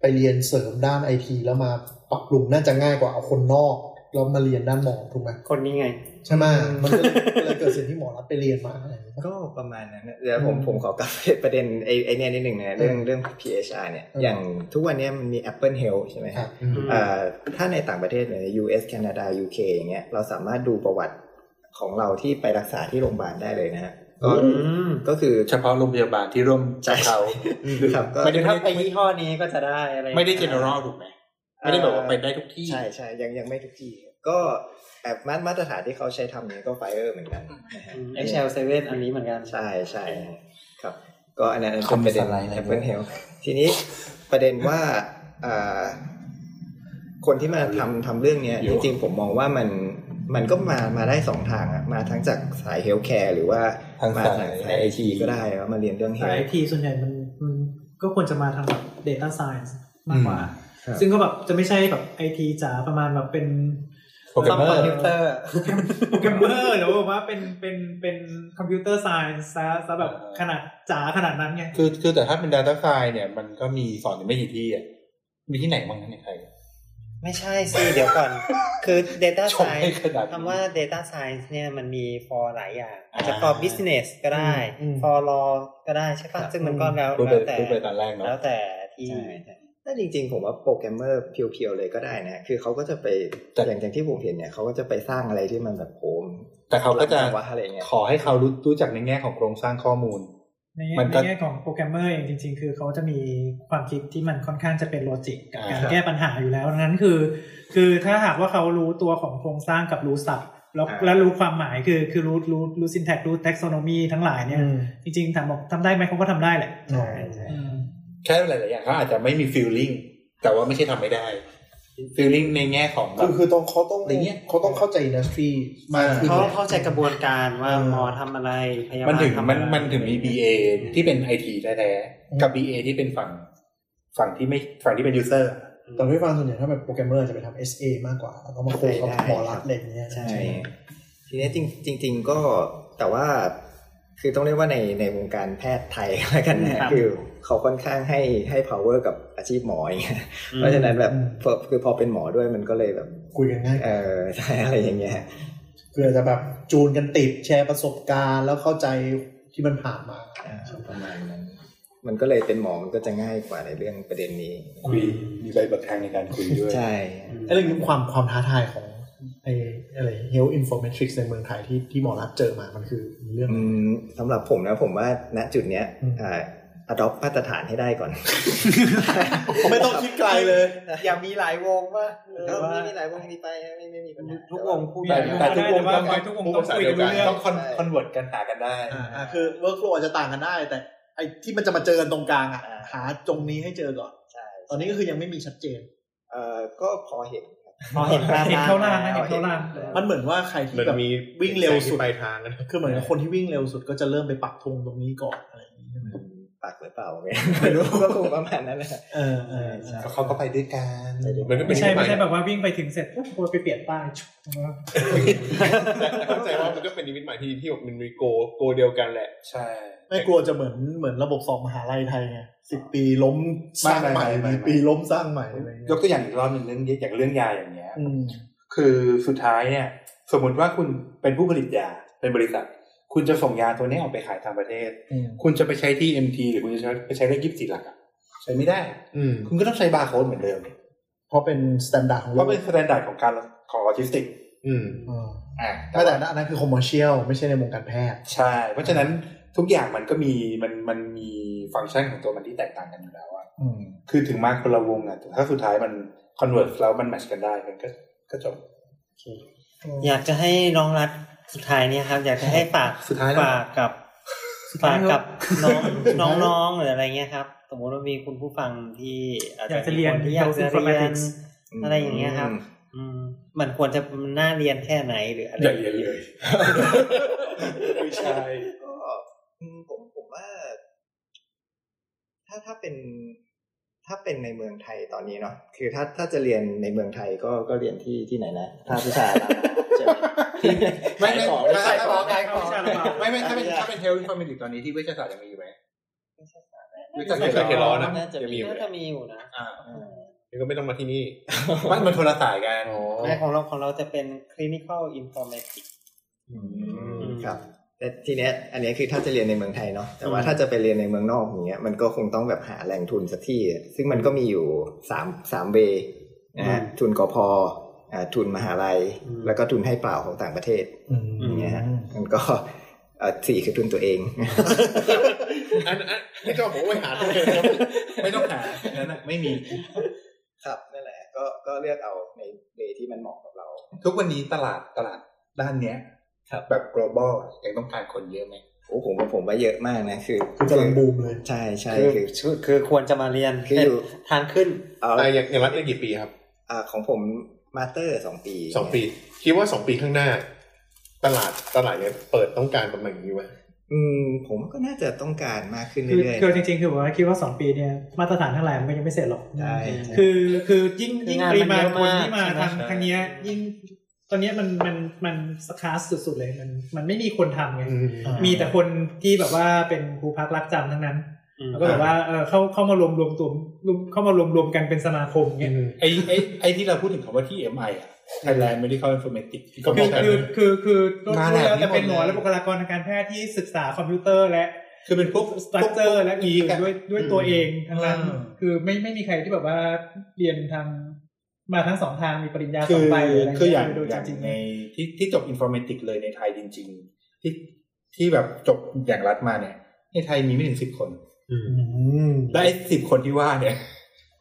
[SPEAKER 6] ไปเรียนเสริมด้านไอทีแล้วมาปรับปรุงน่าจะง่ายกว่าเอาคนนอกแล้วมาเรียนด้านหมอถูกไหม
[SPEAKER 2] คนนี้ไง
[SPEAKER 6] ใช่ไหมมันก็ก็เลยเกิดสิ่งที่หมอรับไปเรียนมาอะไรอย่างเงี้ย
[SPEAKER 7] ก็ประมาณนั้นนะเดี๋ยวผมผมขอกลับไปประเด็นไอ้ไอ้เนี่ยนิดหนึ่งนะเรื่องเรื่อง PHR เนี่ย
[SPEAKER 6] อืม
[SPEAKER 7] อย่างทุกวันเนี้ยมันมี Apple Health ใช่ไหม
[SPEAKER 6] ค
[SPEAKER 7] ค
[SPEAKER 6] รั
[SPEAKER 7] รั
[SPEAKER 6] บบ อืม
[SPEAKER 7] เอ่อถ้าในต่างประเทศเนี่ย US แคนาดา UK อย่างเงี้ยเราสามารถดูประวัติของเราที่ไปรักษาที่โรงพยาบาลได้เลยนะฮะก็ก็คือ
[SPEAKER 4] เฉพาะโรงพยาบาลที่ร่วม
[SPEAKER 7] ใช่
[SPEAKER 4] กับเขา
[SPEAKER 7] ครับก็
[SPEAKER 4] ไม่ได้
[SPEAKER 2] ถ้าไป
[SPEAKER 4] ไม่ได้
[SPEAKER 2] ยี่ห้อนี้ก็จะได้อะไร
[SPEAKER 4] ไม่ได้ general ถูกไหมไม่ได้แบบว่าไปได้ทุกที่
[SPEAKER 7] ใช่ใช่ยังยังไม่ทุกที่ ก็แอบมาตรมาตรฐานที่เขาใช้ทำเนี่ยก็ไฟเออร์เหมือนกันนะฮะ
[SPEAKER 2] เอชเอลเซเว่นอันนี้เหมือนกัน
[SPEAKER 7] ใช่ใช่ครับ ก็อันนั้น
[SPEAKER 4] คอ
[SPEAKER 7] เป็
[SPEAKER 4] มมี
[SPEAKER 7] นประเด็
[SPEAKER 4] ส
[SPEAKER 7] น
[SPEAKER 4] ไลด์อะไร
[SPEAKER 7] Apple Health ทีนี้ประเด็นว่าอ่าคนที่มาทำทำเรื่องเนี้ย
[SPEAKER 4] อยู่
[SPEAKER 7] จริงๆผมมองว่ามันมันก็มามาได้สองทางอะมาทั้งจากสายเฮลท์แคร์หรือว่า
[SPEAKER 4] ทาง
[SPEAKER 7] มา
[SPEAKER 4] สาย
[SPEAKER 7] ทางสายไอทีก็ได้แล้วมาเรียนเรื่องเฮ
[SPEAKER 5] สาย
[SPEAKER 7] ล
[SPEAKER 5] ไอ
[SPEAKER 7] ท์
[SPEAKER 5] ทีส่วนใหญ่มันมันก็ควรจะมาทางแบบ data science มากกว่า
[SPEAKER 7] อืมครับ
[SPEAKER 5] ซึ่งก็แบบจะไม่ใช่แบบไอทีจ๋าประมาณแบบเป็น
[SPEAKER 4] โปรแกรมเมอ
[SPEAKER 5] ค
[SPEAKER 4] ร์
[SPEAKER 5] อมพิวเตอร์ โปรแกรมเมอร์หรือว่าเป็นเป็นเป็นคอมพิวเตอร์ไซน์ซะซะแบบขนาดจ๋าขนาดนั้นไง
[SPEAKER 4] คือคือแต่ถ้าเป็น data science เนี่ย มันก็มีสอนอยู่ไม่กี่ที่อ่ะมีที่ไหนบ้างนะในไทย
[SPEAKER 2] ไม่ใช่สิ เดี๋ยวก่อน คือ Data
[SPEAKER 4] ชมให้
[SPEAKER 2] Science
[SPEAKER 4] ขนาดนี้
[SPEAKER 2] คำว่า Data Science เนี่ยมันมี for หลายอย่าง อาจจะ
[SPEAKER 4] อ่า
[SPEAKER 2] for business ก็ได้
[SPEAKER 6] อืม
[SPEAKER 2] for law ก็ได้ใช่ปะซึ่งมันก็แล้ว
[SPEAKER 4] รู้ไป
[SPEAKER 2] แล้วแต่
[SPEAKER 4] รู้ไปตอนแรกเนาะ
[SPEAKER 2] แล้วแต่ที่
[SPEAKER 7] ถ้าจริงๆ ผมว่าโปรแกรมเมอร์เพียวๆ เลยก็ได้นะ คือเขาก็จะไป
[SPEAKER 4] แต่
[SPEAKER 7] อย่างอย่างที่ผมเห็นเนี่ยเขาก็จะไปสร้างอะไรที่มันแบบโหม
[SPEAKER 4] แต่เขาก็จะ
[SPEAKER 7] หลังจากว่าอะไรเงี้ย
[SPEAKER 4] ขอให้เขารู้รู้จักในแง่ของโครงสร้างข้อมูล
[SPEAKER 5] ในแง่
[SPEAKER 4] มันก็
[SPEAKER 5] ในแง่ของโปรแกรมเมอร์เองจริง ๆ คือเขาจะมีความคิดที่มันค่อนข้างจะเป็นโลจิกกับการ
[SPEAKER 4] อ่า
[SPEAKER 5] แก้ปัญหาอยู่แล้วดังนั้นคือ คือถ้าหากว่าเขารู้ตัวของโครงสร้างกับรู้ศัพท์แล้ว
[SPEAKER 7] อ่า
[SPEAKER 5] แล้วรู้ความหมายคือคือรู้รู้รู้ซินแท็กรู้ taxonomy ทั้งหลายเนี่ย
[SPEAKER 6] อืม
[SPEAKER 5] จริงๆถามบอกทำได้ไหมเขาก็ทำได้แหละ
[SPEAKER 6] อ๋อ
[SPEAKER 5] อืม
[SPEAKER 4] แค่หลาย ๆ อย่างเขาอาจจะไม่มี feeling แต่ว่าไม่ใช่ทำไม่ได้ feeling ในแง่ของแบ
[SPEAKER 6] คื
[SPEAKER 4] บ
[SPEAKER 6] อคือต้องเขาต้อง
[SPEAKER 4] อะไรเงี้ย
[SPEAKER 6] เขาต้องเข้าใจอินดัสทรีมากขึ้น
[SPEAKER 2] เขาเข้าใจกระบวนการว่าหมอทำอะไร พยา
[SPEAKER 4] มั
[SPEAKER 2] บาน ล
[SPEAKER 4] ถึง
[SPEAKER 2] ทำ
[SPEAKER 4] มั
[SPEAKER 2] อะ
[SPEAKER 4] น
[SPEAKER 2] ไร
[SPEAKER 4] มันถึงมี BA ที่เป็น IT แท้ๆกับ BA ที่เป็นฝั่ง ฝั่งที่ไม่ฝั่งที่เป็น user
[SPEAKER 6] แต่ที่ฟังส่วนใหญ่ถ้าเป็นโปรแกรมเมอร์จะไปทำเอสเอมากกว่าแล้วก็มาโคกับหมอรับอะไรอย่างเงี้ย
[SPEAKER 7] ใช่ ทีนี้จริงจริง ๆ ก็แต่ว่าคือต้องเรียกว่าในในวงการแพทย์ไทยแล้วกันนะคือเขาค่อนข้างให้ให้ power กับอาชีพหมออย่างเงี้ยเพราะฉะนั้นแบบพอคือพอเป็นหมอด้วยมันก็เลยแบบ
[SPEAKER 6] คุยกันง่ายกว่า
[SPEAKER 7] เออใช่อะไรอย่างเงี้ย
[SPEAKER 6] เพื่อจะแบบจูนกันติดแชร์ประสบการณ์แล้วเข้าใจที่มันผ่านมา
[SPEAKER 7] อ่าประมาณนั้นมันก็เลยเป็นหมอมันก็จะง่ายกว่าในเรื่องประเด็นนี้
[SPEAKER 4] คุยมีใบเบิกทางในการคุยด้วย
[SPEAKER 7] ใช่
[SPEAKER 6] ไอ้เรื่องนี้ความความท้าทายของไอ้อะไร health informatics ในเมืองไทยที่ที่หมอรัฐเจอมามันคือเรื่อง
[SPEAKER 7] อืมสำหรับผมนะผมว่าณจุดเนี้ย
[SPEAKER 6] อืม
[SPEAKER 7] อ่า adopt มาตรฐานให้ได้ก่อน
[SPEAKER 6] ไม่ต้องคิดไกลเลย
[SPEAKER 7] อย่ามีหลายวงว่า
[SPEAKER 2] หรือว่า
[SPEAKER 7] ไม่มีหลายวงมีไปไม่ไม่มีปัญหา
[SPEAKER 2] ทุกวงพูด
[SPEAKER 4] แต่แต่ทุกวงต้อง
[SPEAKER 5] แต่ว่าทุกวงต้องคุยกันรู้เรื่อง
[SPEAKER 4] ต้องคอนเวิร์ตกันหากันได้
[SPEAKER 6] อ่าอ่าคือ workflow อาจจะต่างกันได้ แต่ไอ้ที่มันจะมาเจอกันตรงกลางอ่ะหาตรงนี้ให้เจอก่อน
[SPEAKER 7] ใช่
[SPEAKER 6] ตอนนี้ก็คือยังไม่มีชัดเจน
[SPEAKER 7] เอ่อก็พอเห็นครับ
[SPEAKER 2] อ๋อเห็นภาพ
[SPEAKER 5] เห็น
[SPEAKER 2] บ้าง
[SPEAKER 5] เข้าล่างนะเห็นเข้าล่าง
[SPEAKER 6] มันเหมือนว่าใครที่
[SPEAKER 8] มัน
[SPEAKER 6] แบบ
[SPEAKER 8] มี
[SPEAKER 6] วิ่งเร็วสุด
[SPEAKER 8] ไปลายทางกัน
[SPEAKER 6] คือเหมือนกับคนที่วิ่งเร็วสุดก็จะเริ่มไปปักธงตรงนี้ก่อนอะไรอย่างนี้ใช่ไหม
[SPEAKER 7] ปากหรือเปล่าไม่รู้ก็คงประมาณนั้นแหละ
[SPEAKER 6] เออเออใช่
[SPEAKER 4] แล้วเขาก็ไปด้วยกัน
[SPEAKER 7] ไปด้วยกั
[SPEAKER 8] มันก็เป็
[SPEAKER 5] ไม่
[SPEAKER 8] น
[SPEAKER 5] ใช่ไม่ใช่
[SPEAKER 8] นิตห
[SPEAKER 5] แบบว่าวิ่งไปถึงเสร็จปุ๊บไปเปลี่ยนป้ายชุบ
[SPEAKER 8] แต่แต่เข้าใจว่ามันก็เป็นนิมิตหมายที่ที่แบบมันมีโกโกเดียวกันแหละ
[SPEAKER 4] ใช่
[SPEAKER 6] ไม่กลัวจะเหมือนเหมือนระบบสอบมหาลัยไทยไงสิบปีล้มสร้างใหม่มีปีล้มสร้างใหม่อะไรเงี้ย
[SPEAKER 4] ยกตัวอย่างอีกรอบหนึ่งเรื่องอย่างเรื่องยาอย่างเงี้ย
[SPEAKER 6] อืม
[SPEAKER 4] คือสุดท้ายเนี่ย สมมติว่าคุณเป็นผู้ผลิตยาเป็นบริษัท คุณจะส่งยาตัวนี้ออกไปขายต่างประเทศ
[SPEAKER 6] อืม
[SPEAKER 4] คุณจะไปใช้ที่ MT หรือคุณจะใช้ไปใช้เลขยี่สิบสี่หลักอะใช้ไม่ได้
[SPEAKER 8] อืม
[SPEAKER 4] คุณก็ต้องใช้บาร์โค้ดเหมือนเดิม
[SPEAKER 6] เพราะเป็นสแตนดาร์ดของ
[SPEAKER 4] เพ
[SPEAKER 6] โล
[SPEAKER 4] ราะ
[SPEAKER 6] ก
[SPEAKER 4] เป็นสแตนดาร์ดของการของลอจิสติกส์
[SPEAKER 8] อืม
[SPEAKER 6] อืม
[SPEAKER 4] อ่ะ
[SPEAKER 6] ไม่แต่อันนั้นคือคอมเมอร์เชียลไม่ใช่ในวงการแพทย์
[SPEAKER 4] ใช่ เพราะฉะนั้นทุกอย่างมันก็มีมันมันมีฟังก์ชันของตัวมันที่แตกต่างกันอยู่แล้วอะ
[SPEAKER 6] อืม
[SPEAKER 4] คือถึงมาคนละวงอะแต่ถ้าสุดท้ายมันคอนเวิร์สแล้วมันแมทช์กันได้มันก็ก็จบ
[SPEAKER 2] อยากจะให้น้องรัฐสุดท้ายเนี่ยครับ อยากจะให้ฝาก
[SPEAKER 4] สุดท้ายแล้ว
[SPEAKER 2] ฝากกับฝากกับน้ องน้องๆหรืออะไรเงี้ยครับ สมมติว่ามีคุณผู้ฟังที่
[SPEAKER 5] อยากจะเรียน
[SPEAKER 2] มีคที่อยากจะเรียน
[SPEAKER 5] ส์
[SPEAKER 2] อะไรอย่างเงี้ยครับ อืมมันควรจะมันน่าเรียนแค่ไหนหรืออะไร
[SPEAKER 4] อย่าเรียนเลยไม่ใช่
[SPEAKER 7] ก็อืมผมผมว่า ถ้าถ้าเป็นถ้าเป็นในเมืองไทยตอนนี้เนาะคือถ้าถ้าจะเรียนในเมืองไทยก็ก็เรียนที่ที่ไหนนะภาควิชาอะไรนะใช่ไหม
[SPEAKER 4] ไม่ไม่
[SPEAKER 7] ขายของ
[SPEAKER 4] ถ้า
[SPEAKER 7] ขา
[SPEAKER 4] ถ้าย
[SPEAKER 7] ของ
[SPEAKER 4] ถ้าไม่ไม่ถ้าเป็น
[SPEAKER 7] ไม่ใช่
[SPEAKER 4] ถ้าเป็นเทลอินฟอร์มติกตอนนี้ที่เวชศาสตร์ยังมีอยู่ไหมเวชศาสตร์
[SPEAKER 8] ไม่
[SPEAKER 4] ไม่
[SPEAKER 8] เค
[SPEAKER 4] เค
[SPEAKER 8] ย
[SPEAKER 4] ย
[SPEAKER 8] เห็
[SPEAKER 4] เห็
[SPEAKER 8] น
[SPEAKER 4] น
[SPEAKER 8] ล้
[SPEAKER 4] ล้
[SPEAKER 8] อ
[SPEAKER 4] อ
[SPEAKER 8] นะ
[SPEAKER 4] นะ
[SPEAKER 2] น่าจะ
[SPEAKER 8] ยังมี
[SPEAKER 2] มี
[SPEAKER 8] อยู่
[SPEAKER 2] น่าจะมีอยู่นะ
[SPEAKER 4] อ่า
[SPEAKER 7] อ่า
[SPEAKER 8] นี่ก็ไม่ต้องมาที่นี่
[SPEAKER 4] มันมันคนละสายกัน
[SPEAKER 2] แม่ของเราของเราจะเป็น clinical informatics
[SPEAKER 7] อืมครับ แต่ทีเนี้ย อันเนี้ยคือถ้าจะเรียนในเมืองไทยเนาะแต่ว่าถ้าจะไปเรียนในเมืองนอกอย่างเงี้ยมันก็คงต้องแบบหาแหล่งทุนสักที่อะซึ่งมันก็มีอยู่สามสามเบนะฮะทุนกพอ่าทุนมหาลัย แล้วก็ทุนให้เปล่าของต่างประเทศ
[SPEAKER 6] อืม
[SPEAKER 7] อย่างเงี้ยฮะมันก็ เอ่อสี่คือทุนตัวเอง
[SPEAKER 8] อันอันนี่ก็ผมไปหาตัวเองครับ
[SPEAKER 4] ไม่ต้องหาอันนั้นน่ะไม่มี
[SPEAKER 7] ครับนั่นแหละ ก็ก็เลือกเอาในเลที่มันเหมาะกับเรา
[SPEAKER 4] ทุกวันนี้ตลาดตลาดด้านเนี้ยแบบ global อะยังต้องการคนเยอะไหม
[SPEAKER 7] โอ้ผมว่าผมว่าเยอะมากนะคือ
[SPEAKER 6] คือกำลังบูมเลย
[SPEAKER 7] ใช่ใช่
[SPEAKER 2] คือคื
[SPEAKER 7] คือ
[SPEAKER 2] อคือควรจะมาเรียน
[SPEAKER 7] คือ อยู่
[SPEAKER 2] เป็นทางขึ้น
[SPEAKER 7] เอา
[SPEAKER 8] แต่อย่างอย่างรัฐได้กี่ปีครับ
[SPEAKER 7] อ่าของผมมาสเตอร์สองปี
[SPEAKER 8] สองปี คิดว่าสองปีข้างหน้า ตลาดตลาดเนี่ยเปิดต้องการประมาณนี้ไหม
[SPEAKER 7] อืมผมก็น่าจะต้องการมากขึ้น
[SPEAKER 5] คือ
[SPEAKER 7] เรื่อย
[SPEAKER 5] คือจริงๆ คือว่าคิดว่าสองปีเนี่ยมาตรฐานเท่าไหร่มันก็ยังไม่เสร็จหรอก
[SPEAKER 7] ๆใช่ใช่
[SPEAKER 5] คือคือยิ่งยิ่ง
[SPEAKER 2] งาน
[SPEAKER 5] ปริ
[SPEAKER 2] มัน
[SPEAKER 5] มาณ
[SPEAKER 2] เยอะมาก
[SPEAKER 5] คนที่มา
[SPEAKER 2] ใช่ไหม
[SPEAKER 5] ทางทางเนี้ยยิ่งตอนเนี้ยมันมันมันสคาสสุดๆเลยมันมันไม่มีคนทำไงมีแต่คนที่แบบว่าเป็นครูพักรักจำทั้งนั้นแล้วก็แบบว่าเออเข้าเข้ามารวมรวมตัวรวมเข้ามารวมรวมกันเป็นสมาคมเงี้ย
[SPEAKER 4] ไอไอไอที่เราพูดถึงคำว่าที่ MI อะ Thailand Medical Informatics ที่เขาบ
[SPEAKER 5] คือ
[SPEAKER 4] อกกัน
[SPEAKER 5] คือคือคือต้อง
[SPEAKER 4] มาแหละ
[SPEAKER 5] รู้แล้ว
[SPEAKER 4] นี่
[SPEAKER 5] แต่
[SPEAKER 4] หมด
[SPEAKER 5] เป็นหมอ
[SPEAKER 4] เลย
[SPEAKER 5] และบุคลากรทางการแพทย์ที่ศึกษาคอมพิวเตอร์และ
[SPEAKER 4] คือเป็นพวก
[SPEAKER 5] สตรัคเจอร์และ
[SPEAKER 4] กี
[SPEAKER 5] กี
[SPEAKER 4] ก
[SPEAKER 5] กั
[SPEAKER 4] อะ
[SPEAKER 5] นด้วยด้วยตัวเองทั้งนั้น
[SPEAKER 4] อืม
[SPEAKER 5] คือไม่ไม่มีใครที่แบบว่าเรียนทางมาทั้งสองทางมีปริญญาส
[SPEAKER 4] คื
[SPEAKER 5] อง
[SPEAKER 4] อ
[SPEAKER 5] ใบหรืออะไร
[SPEAKER 4] คืออย่าง
[SPEAKER 5] โดย
[SPEAKER 4] อ
[SPEAKER 5] จ
[SPEAKER 4] ย่าง
[SPEAKER 5] ริงๆ
[SPEAKER 4] ในที่ที่จบ Informatics เลยในไทยจริง ๆ ที่ที่แบบจบอย่างรัฐมาเนี่ย ในไทยมีไม่ถึงสิบคน และไอ้สิบคนที่ว่า เนี่ย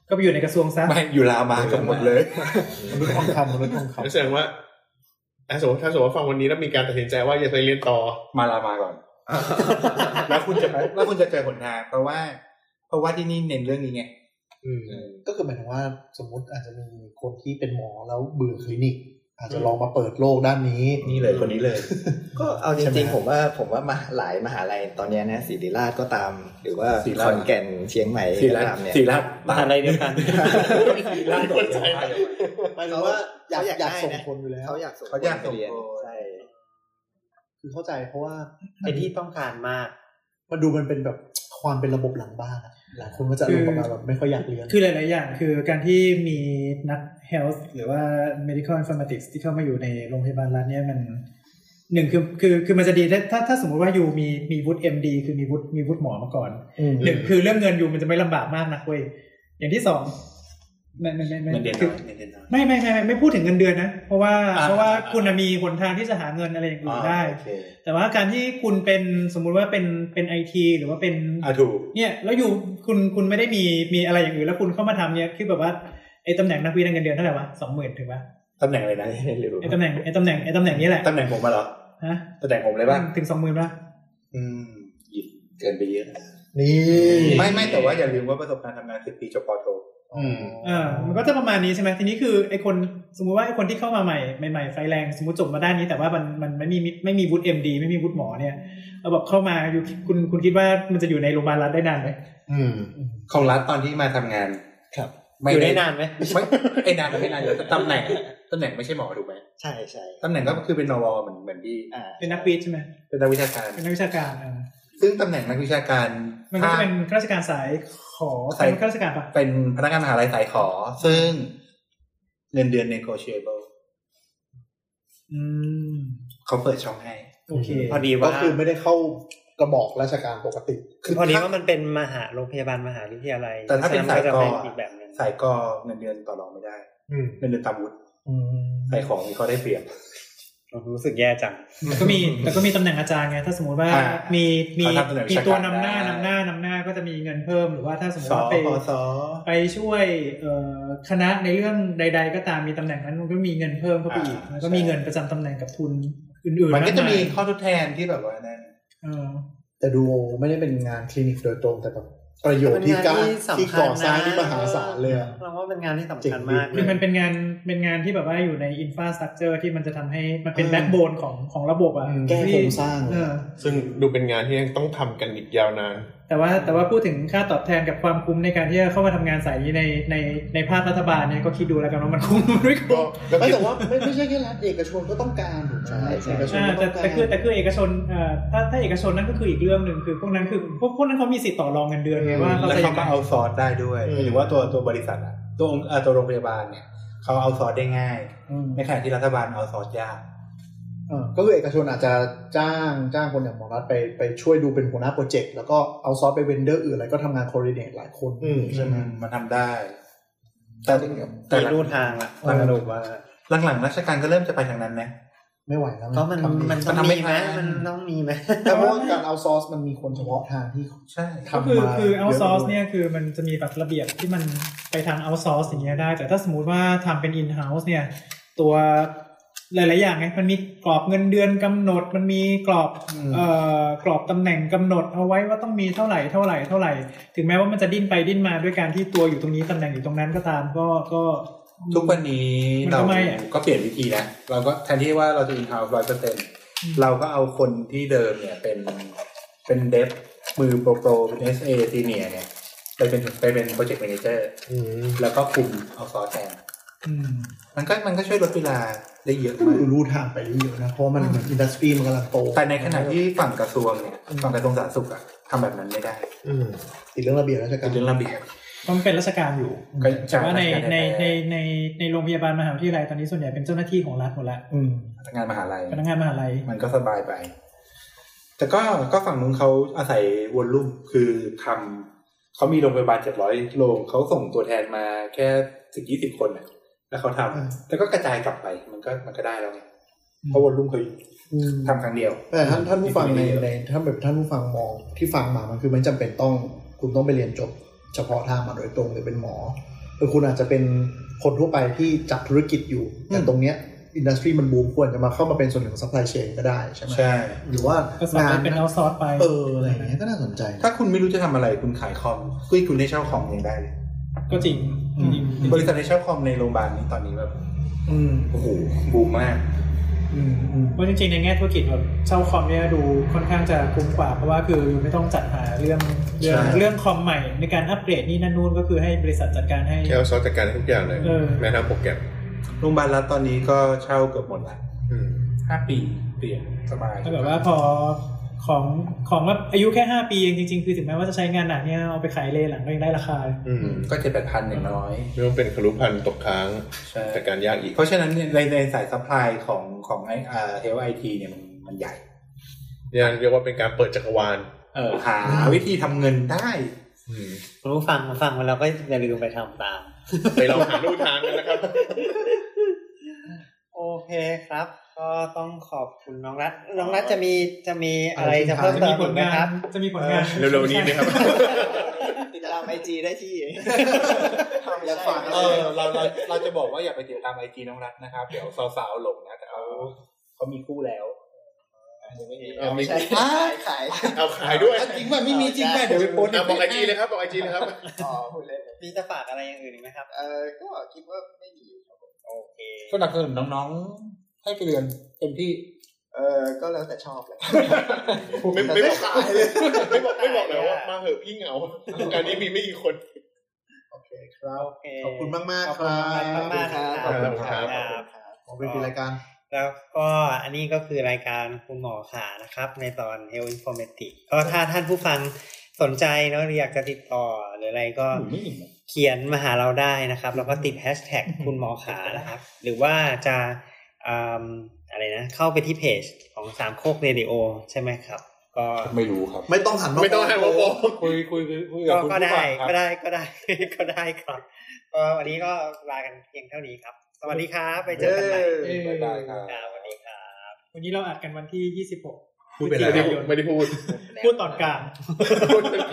[SPEAKER 5] ก็ไปอยู่ในกระทรวงซะ
[SPEAKER 4] ไม่อยู่ลาวมากันหมด เลย
[SPEAKER 6] มันษย์ทองคำมันษย์ทองค
[SPEAKER 8] นั่นแสดงว่าอ่ะสมมติถ้าสมมติว่าฟังวันนี้แล้วมีการตัดสินใจว่าจะไปเรียนต่อ
[SPEAKER 4] มาลามาก่อน แล้วคุณจะไปแล้วคุณจะเจอหนทางเพราะว่า เพราะว่าที่นี่เน้นเรื่องนี้ไง
[SPEAKER 8] อืม
[SPEAKER 6] ำก็คือหมายถึงว่าสมมติอาจจะมีคนที่เป็นหมอแล้วเบื่อคลินิก อาจจะลองมาเปิดโลกด้านนี้
[SPEAKER 4] นี่เลยคนนี้เลย
[SPEAKER 7] ก็เอาจ
[SPEAKER 6] ใช่ไห
[SPEAKER 7] ริง
[SPEAKER 6] ม
[SPEAKER 7] ๆ ผมว่าผมว่ามหาหลายมหาลัยตอนเนี้ยนะศิริราชก็ตาม หรือว่า
[SPEAKER 4] ศิริรา
[SPEAKER 7] ข
[SPEAKER 4] ช
[SPEAKER 7] อนแก่นเชียงใหม่
[SPEAKER 4] สี
[SPEAKER 7] ก็
[SPEAKER 4] รัต
[SPEAKER 7] ตามเนี่ย
[SPEAKER 4] สีรัต
[SPEAKER 2] มหาลัยเดียวกัน
[SPEAKER 4] สีรัต
[SPEAKER 8] คนใจ
[SPEAKER 6] หมายถึงว่าอยาก
[SPEAKER 7] เขาอยาก
[SPEAKER 6] อยาก
[SPEAKER 7] ได้
[SPEAKER 6] ส่ง
[SPEAKER 7] นะ
[SPEAKER 6] คนอยู่แล้ว
[SPEAKER 7] เขาอยากส่ง
[SPEAKER 4] เขาอยาก
[SPEAKER 7] คนไป
[SPEAKER 4] ส่ง
[SPEAKER 7] เรียน
[SPEAKER 4] โปร
[SPEAKER 7] ใช่
[SPEAKER 6] คือเข้าใจเพราะว่า
[SPEAKER 2] เป็นที่ต้องการมาก
[SPEAKER 6] มันดูมันเป็นแบบความเป็นระบบหลังบ้านอะหลายคนก็จะอารมณ์ประมาณแบบไม่ค่อยอยากเรียน
[SPEAKER 5] คือหลายๆอย่างคือการที่มีนัก health หรือว่า medical informatics ที่เข้ามาอยู่ในโรงพยาบาลรัฐเนี่ยมันหนึ่งคือคือคือมันจะดีถ้าถ้าถ้าสมมติว่าอยู่มีมีวุฒิ MD คือมีวุฒิมีวุฒิหมอมาก่อน
[SPEAKER 6] ม
[SPEAKER 5] หนึ่งคือเรื่องเงินอยู่มันจะไม่ลำบากมากนักเว้ยอย่างที่สองไม่ไม่ไม่
[SPEAKER 4] เงินเดือน
[SPEAKER 5] คื
[SPEAKER 4] น้
[SPEAKER 5] อ
[SPEAKER 4] อยเงินเดือนน้อย
[SPEAKER 5] ไม่ไม่ไม่ไม่ไม่พูดถึงเงินเดือนนะ เพราะว่า
[SPEAKER 4] อ่า
[SPEAKER 5] เพราะว่าคุณน่ะมีหนทางที่จะหาเงินอะไรอย่างอื่นได้
[SPEAKER 4] โอเค
[SPEAKER 5] แต่ว่าการที่คุณเป็นสมมุติว่าเป็นเป็นไอทีหรือว่าเป็น
[SPEAKER 4] อ่ะถูก
[SPEAKER 5] เนี่ยแล้วอยู่คุณคุณไม่ได้มีมีอะไรอย่างอื่นแล้วคุณเข้ามาทำเนี่ยคือแบบว่าไอตำแหน่งนักวิทย์เงินเดือนเท่าไหร่วะสองหมื่นถึงปะ
[SPEAKER 4] ตำแหน่งอะไรนะ
[SPEAKER 7] ไม่รู้
[SPEAKER 5] ไอตำแหน่งไอตำแหน่งไอตำแหน่งนี้แหละ
[SPEAKER 4] ตำแหน่งผมมาเหรอ
[SPEAKER 5] ฮะ
[SPEAKER 4] ตำแหน่งผมเลยป่ะ
[SPEAKER 5] ถึงสองหมื่นปะ
[SPEAKER 4] อืมหยิบเกินไปเยอะ
[SPEAKER 6] นี่
[SPEAKER 4] ไม่ไม่แต่ว่าอย่าลืมว่าประสบการณ์ทำงานสิบปีจบปอโท อืม
[SPEAKER 5] เออมันก็จะประมาณนี้ใช่ไหมทีนี้คือไอคนสมมุติว่าไอคนที่เข้ามาใหม่ใหม่ๆไฟแรงสมมติจบมาด้านนี้แต่ว่ามันมันไม่มีไม่มีวุฒิเอ็มดีไม่มีวุฒิหมอเนี่ยเอาแบบเข้ามาอยู่คุณคุณคิดว่ามันจะอยู่ในโรงพยาบาลรัฐได้นานไหม
[SPEAKER 4] อืม ของรัฐตอนที่มาทำงาน
[SPEAKER 7] ครับ
[SPEAKER 4] ไม่
[SPEAKER 2] อยู่
[SPEAKER 4] ได้
[SPEAKER 2] ได้นานไหม
[SPEAKER 4] ไม่ไอ้นานหรือไม่นานแต่ตำแหน่งอะตำแหน่งไม่ใช่หมอถูกไหม
[SPEAKER 7] ใช่ใช่
[SPEAKER 4] ตำแหน่งก็คือเป็นนวเหมือนเหมือนที่
[SPEAKER 7] อ่า
[SPEAKER 5] เป็นนักวิทย์ใช่ไหม
[SPEAKER 4] เป็นนักวิชาการ
[SPEAKER 5] เป็นนักวิชาการเออ
[SPEAKER 4] ซึ่งตำแหน่งนักวิชาการ
[SPEAKER 5] มันก็จะ
[SPEAKER 4] ถ้า
[SPEAKER 5] เป็นข้าราชการสายขอ
[SPEAKER 4] สาย
[SPEAKER 5] เป็นข้าราชการปะ
[SPEAKER 4] เป็นพนักงานมหาลัยสายขอ ซึ่งเงินเดือน negotiable
[SPEAKER 5] อืม
[SPEAKER 4] เขาเปิดช่องให้
[SPEAKER 5] โอเค
[SPEAKER 2] พอดีว่า
[SPEAKER 6] ก็คือไม่ได้เข้ากระบอกราชการปกติ
[SPEAKER 2] คือพอดีว่ามันเป็นมหาโรงพยาบาลมหาวิทยาลัย
[SPEAKER 4] แต่ถ้าเป็นสาย
[SPEAKER 2] ฉะ
[SPEAKER 4] กอ
[SPEAKER 2] มัจะเป็นอีกแบบหนึง
[SPEAKER 4] สายกอเงินเดือนต่อรองไม่ได้
[SPEAKER 6] อืม
[SPEAKER 4] เงินเดือนตามวุฒิ
[SPEAKER 6] อืม
[SPEAKER 4] สายของนี่เขาได้เปรียบ
[SPEAKER 2] รู้สึกแย่จัง
[SPEAKER 5] แต่ก็มีแต่ก็มีตำแหน่งอาจารย์ไงถ้าสมมติว่า
[SPEAKER 4] อ่า
[SPEAKER 5] มีมี
[SPEAKER 4] เขาทำตำแหน่ง
[SPEAKER 5] มี
[SPEAKER 4] วิชาการ
[SPEAKER 5] ตัวนำหน้า
[SPEAKER 4] ได้
[SPEAKER 5] นำหน้านำหน้าก็จะมีเงินเพิ่มหรือว่าถ้าสมมติ
[SPEAKER 4] สอ
[SPEAKER 5] ว่าไป
[SPEAKER 4] พอสอ
[SPEAKER 5] ไปช่วยเอ่อคณะในเรื่องใด ๆ ก็ตามมีตำแหน่งนั้นมันก็มีเงินเพิ่มเข้าไปอีกแล้วก็มีเงินประจำตำแหน่งกับทุนอื่นๆ
[SPEAKER 4] มันก็จะมี
[SPEAKER 5] ากาย
[SPEAKER 4] ข้อทดแทนที่แบบว่านั่น
[SPEAKER 5] เออ
[SPEAKER 6] แต่ดูไม่ได้เป็นงานคลินิกโดยตรงแต่แบบประโยชน์ที่
[SPEAKER 2] เป็นงาน
[SPEAKER 6] การ
[SPEAKER 2] ที่สำคัญ
[SPEAKER 6] ที่ก่อสร้าง
[SPEAKER 2] นะ
[SPEAKER 6] ที่มหาศาลเลยอะ
[SPEAKER 2] เราว่าเป็นงานที่สำ
[SPEAKER 6] จริง
[SPEAKER 2] คัญมากเล
[SPEAKER 5] คื
[SPEAKER 2] ย
[SPEAKER 5] อมันเป็นงานเป็นงานที่แบบว่าอยู่ในอินฟาสตรักเจอที่มันจะทำให้มันเป็นแบ็กโบนของของระบบอ่ะ
[SPEAKER 6] แก้โคร
[SPEAKER 5] ที่
[SPEAKER 6] งสร้าง
[SPEAKER 5] เออ
[SPEAKER 8] ซึ่งดูเป็นงานที่ยังต้องทำกันอีกยาวนาน
[SPEAKER 5] แต่ว่าแต่ว่าพูดถึงค่าตอบแทนกับความคุ้มในการที่จะเข้ามาทำงานสายนี้ในในในภาครัฐบาลเนี่ยก็คิดดูแล้วกันว่ามันคุ้ มหรือไม่คุ้ม
[SPEAKER 6] ไม่แต่ว่าไม่ไม่ใช่แค่รัฐเอกชนก็ต้องการ
[SPEAKER 7] ใช่ใช่
[SPEAKER 6] เอกชน
[SPEAKER 5] อ่า
[SPEAKER 6] ก็
[SPEAKER 5] แต่
[SPEAKER 6] ต้องการ
[SPEAKER 5] แต่คือแต่คือเอกชนเอ่อถ้าถ้าเอกชนนั่นก็คืออีกเรื่องหนึ่งคือพวกนั้นคือพวกพวกนั้นเขามีสิทธิ์ต่อรองเงินเดือนไงว่าเขา
[SPEAKER 4] แล้ว
[SPEAKER 5] จะ
[SPEAKER 4] เขา
[SPEAKER 5] ยังไง
[SPEAKER 4] ก็เอาซอร์สได้ด้วยหมายถึงว่าตัวตัวบริษัทอะตัวองค์เอ่อตัวโรงพยาบาลเนี่ยเขาเอาซอร์สได้ง่าย ในขณะที่รัฐบาลเอาซอร์สยาก
[SPEAKER 6] เออก็คือเอกชนอาจจะจ้างจ้างคนอย่างหมอรัฐไปไปช่วยดูเป็นหัวหน้าโปรเจกต์แล้วก็เอาซอสไปเวนเดอร์อื่นอะไรก็ทำงานคอร์ดิเนตหลายคนใช่ไหม
[SPEAKER 4] อืมันทำได้ แต่แต่
[SPEAKER 2] แต่
[SPEAKER 4] หลัง
[SPEAKER 2] รูทางละ
[SPEAKER 6] เออ
[SPEAKER 2] สรุปว่า
[SPEAKER 4] หลังๆราชการก็เริ่มจะไปทางนั้นนะ
[SPEAKER 6] ไม่ไหวแล้วไง
[SPEAKER 2] ก็มัน
[SPEAKER 6] ทำเอง
[SPEAKER 2] มันต้อง
[SPEAKER 4] มันทำไม่
[SPEAKER 2] มีไหม
[SPEAKER 4] ทัน
[SPEAKER 2] มันต้องมีไหม
[SPEAKER 6] แต่เพราะว่าการเอาซอสมันมีคนเฉพาะทางที่
[SPEAKER 4] ใช่
[SPEAKER 6] ทำ
[SPEAKER 5] ก็คือ
[SPEAKER 6] มา
[SPEAKER 5] คือเอาซอร์ส
[SPEAKER 6] เยอะด้วย
[SPEAKER 5] เนี่ยคือมันจะมีแบบระเบียบที่มันไปทางเอาซอร์สอย่างเงี้ยได้ แต่ถ้าสมมติว่าทำเป็นอินเฮ้าส์เนี่ย ตัวหลาย ๆ อย่างไงมันมีกรอบเงินเดือนกำหนด มันมีกรอบเอ่อกรอบตำแหน่งกำหนดเอาไว้ว่าต้องมีเท่าไหร่เท่าไหร่เท่าไหร่ ถึงแม้ว่ามันจะดิ้นไปดิ้นมาด้วยการที่ตัวอยู่ตรงนี้ตำแหน่งอยู่ตรงนั้นก็ตามก็ก็
[SPEAKER 4] ทุกวันนี้
[SPEAKER 5] มัน
[SPEAKER 4] เรา
[SPEAKER 5] ก็ไม่อะ
[SPEAKER 4] ก็เปลี่ยนวิธีแล้วเราก็แทนที่ว่าเราจะอินทาวร้อยเปอร์เซ็นเราก็เอาคนที่เดิมเนี่ยเป็นเป็นเดฟมือโปรโปรเป็นเอสเอซีเนียเนี่ย ไปเป็นไปเป็นโปรเจกต์แมเนเจอร์แล้วก็คุมเอาซอร์สแทน
[SPEAKER 5] อืม
[SPEAKER 4] มันก็มันก็ช่วยลดเวลาได้เยอะ
[SPEAKER 6] ก็
[SPEAKER 4] มาก
[SPEAKER 6] ดูรู้ทางไปเรื่อยๆนะ เพราะมันเหมือนอินดัสทรีมันกำลังโต
[SPEAKER 4] แต่ในขณะที่ฝั่งกระทรวงเนี่ยฝั่งกระทรวงสาธารณสุขอะทำแบบนั้นไม่ได้
[SPEAKER 6] อืมติดเรื่องระเบียบราชการ
[SPEAKER 4] เป็นเรื่องระเบียบ
[SPEAKER 5] ต้องเป็นราชการอยู่
[SPEAKER 4] ก็จ
[SPEAKER 5] แต่ว่าใน
[SPEAKER 4] รชกร
[SPEAKER 5] ในใน
[SPEAKER 4] ได้
[SPEAKER 5] ในในโรงพยาบาลมหาวิทยาลัยตอนนี้ส่วนใหญ่เป็นเจ้าหน้าที่ของรัฐหมดละ
[SPEAKER 6] อืม
[SPEAKER 4] พนักงานมหาลัย
[SPEAKER 5] พนักงานมหาลัย
[SPEAKER 4] มันก็สบายไป แต่ก็ก็ฝั่งนู้นเขาอาศัยวอลลุ่มคือทำเขามีโรงพยาบาลเจ็ดร้อยโรงเขาส่งตัวแทนมาแค่สิบยี่สิบคนน่ะแล้วเขาทำ
[SPEAKER 6] อืม
[SPEAKER 4] แล้วก็กระจายกลับไปมันก็มันก็ได้แล้วไงเพราะวอลลุ่มเขา
[SPEAKER 6] อืม
[SPEAKER 4] ทำครั้งเดียว
[SPEAKER 6] แต่ท่านท่านผู้ฟังในในถ้าแบบท่านผู้ฟังมองที่ฟังมามันคือไม่จำเป็นต้อง คุณต้องไปเรียนจบ เฉพาะทางมาโดยตรงหรือเป็นหมอหรือคุณอาจจะเป็นคนทั่วไปที่จับธุรกิจอยู่แต่ตรงเนี้ยอินดัสทรีมันบูมควรจะมาเข้ามาเป็นส่วนหนึ่งซัพพลายเชนก็ได้ใช่ไหม
[SPEAKER 4] ใช่
[SPEAKER 6] หรือว่า
[SPEAKER 5] ก็สามาง
[SPEAKER 6] าร น
[SPEAKER 5] ถเป็นเอาซอร์สไป
[SPEAKER 6] เอออะไรอย่างเงี้ยก็น่าสนใจนะ
[SPEAKER 4] ถ้าคุณไม่รู้จะทำอะไรคุณขายคอมคุยคุณได้เช่าคอมยังได้เลย
[SPEAKER 5] ก็จริงจริง
[SPEAKER 4] บริษัทได้เช่าคอมในโรงพยาบาลนี้ตอนนี้แบบ
[SPEAKER 6] อืม
[SPEAKER 4] โอ้โหบูมมาก
[SPEAKER 6] อืมอืม
[SPEAKER 5] ว่าจริงๆในแง่ธุรกิจแบบเช่าคอมเนี่ยดูค่อนข้างจะคุ้มกว่า เพราะว่าคือไม่ต้องจัดหาเรื่องเรื่อง
[SPEAKER 4] ใช่
[SPEAKER 5] เรื่องคอมใหม่ในการอัปเกรดนี่นั่นนู่นก็คือให้บริษัทจัดการให้
[SPEAKER 8] แค่เอาซอสจัดการทุกอย่างเลย
[SPEAKER 5] เออ
[SPEAKER 8] แม้ทั้งโปรแกรม
[SPEAKER 4] โรงพยาบาลรัฐตอนนี้ก็เช่าเกือบหมดละ
[SPEAKER 8] อืม
[SPEAKER 4] ห้าปีเปลี่ยนสบาย
[SPEAKER 5] ถ้าแบบว่าพอของของว่าอายุแค่ห้าปีเองจริงๆคือถึงแม้ว่าจะใช้งานหนักเนี่ยเอาไปขายเลหลังก็ยังได้ราคาเลย
[SPEAKER 8] อืม
[SPEAKER 4] ก็เจ็ดแปดพันอย่างน้อย
[SPEAKER 8] ไม่ต้องเป็นครุพันธ์ตกค้าง
[SPEAKER 4] ใช่
[SPEAKER 8] จากการยากอีก
[SPEAKER 4] เพราะฉะนั้นเนี่ยในในสายซัพพลายของของไอเฮลไอทีเนี่ยมันมันใหญ่
[SPEAKER 8] เนี่ยเรียกว่าเป็นการเปิดจักรวาล
[SPEAKER 4] เออหาวิธีทำเงินได้
[SPEAKER 8] อืม
[SPEAKER 2] คุณผู้ฟังมาฟังมาแล้วก็อย่าลืมไปทำตาม
[SPEAKER 8] ไปลองหาลู่ทางกันนะครับ
[SPEAKER 2] โอเคครับ ก็ต้องขอบคุณน้องรัฐน้องรัฐจะมีจะมีอะไรจะเพิ่ม
[SPEAKER 5] จะ
[SPEAKER 2] เติม
[SPEAKER 5] มีผ
[SPEAKER 2] อี
[SPEAKER 5] ล
[SPEAKER 2] กไหม
[SPEAKER 5] งา
[SPEAKER 2] คน รับ
[SPEAKER 5] จะมีผลงาน
[SPEAKER 8] เร็วๆนี้ไหมครับ
[SPEAKER 7] ติดตามไอจีได้ ที่
[SPEAKER 6] อยากฝากอะไร
[SPEAKER 4] เออเราเราเราจะบอกว่าอย่าไปติดตามไอจีน้องรัฐนะครับ เดี๋ยวสาวๆหลงนะ แต่เขาเขามีคู่แล้ว เอ
[SPEAKER 8] เอามี
[SPEAKER 9] ไม่ใช่ขายขาย
[SPEAKER 8] เอาขายด้วย
[SPEAKER 4] อ่ะจริงป่ะไม่มีจริงป่ะเดี๋ยวไปโพสต์ใน
[SPEAKER 8] เอาบ
[SPEAKER 4] เฟ
[SPEAKER 8] อก
[SPEAKER 4] ซ
[SPEAKER 8] ไอจีเลยครับบอกไอจีเลยครับ
[SPEAKER 9] อ๋อพูดเล่น
[SPEAKER 3] มีจะฝากอะไรอย่างอื่นอีกไหมครับ
[SPEAKER 9] เออก็คิดว่าไม่มีครับผม
[SPEAKER 3] โอเค
[SPEAKER 4] สนับสนุนน้องๆ ให้ไปเรียนเต็มที่
[SPEAKER 9] เออก็แล้วแต่ชอบเลย
[SPEAKER 8] ผมไม่ไม่บอกขายเลยไม่บอกไม่บอกเลยว่ามาเหอะพี่เหงาการนี้มีไม่กี่คน
[SPEAKER 6] โอเคครับ
[SPEAKER 3] โอเค
[SPEAKER 6] ขอบคุณมากมาก
[SPEAKER 3] ขอบ
[SPEAKER 6] ๆค
[SPEAKER 3] คุณ
[SPEAKER 6] รั
[SPEAKER 3] มา
[SPEAKER 6] บ
[SPEAKER 3] กมากๆนะ
[SPEAKER 8] ขอบคุณครับ
[SPEAKER 3] ครับ
[SPEAKER 6] ขอบคุณเป็นรายการ
[SPEAKER 3] แล้วก็อันนี้ก็คือรายการคุณหมอขานะครับ ในตอน Health Informatics ก็ถ้าท่านผู้ฟังสนใจเนอะหรืออยากจะติดต่อหรืออะไรก็เขียนมาหาเราได้นะครับ แล้วก็ติดแฮชแท็กคุณหมอขานะครับ หรือว่าจะอืมอะไรนะ เข้าไปที่เพจของสามโคกเรดิโอใช่ไหมครับ ก็
[SPEAKER 4] ไม่รู้ครับ
[SPEAKER 6] ไม่ต้องหันมา
[SPEAKER 8] ไม่ต้องให้ผมบอก
[SPEAKER 4] คุยคุยคุยคุยกับ
[SPEAKER 3] ก็
[SPEAKER 4] คุณ
[SPEAKER 3] ก็
[SPEAKER 4] ผู้
[SPEAKER 3] ได้
[SPEAKER 4] ฟังครับ
[SPEAKER 3] ก็ได้ ก็ได้ ก็ได้ครับก็วันนี้ก็ลากันเพียงเท่านี้ครับ สวัสดีครับไปเจอกันใหม่
[SPEAKER 5] เออ
[SPEAKER 4] ได้ครับ
[SPEAKER 3] ครับสวัสดีครับ
[SPEAKER 5] วันนี้เราอัดกันวันที่ 26
[SPEAKER 8] ไม่ได้พูดไม่ได้พูด
[SPEAKER 5] พูดตอนกลาง
[SPEAKER 8] พูดเป็น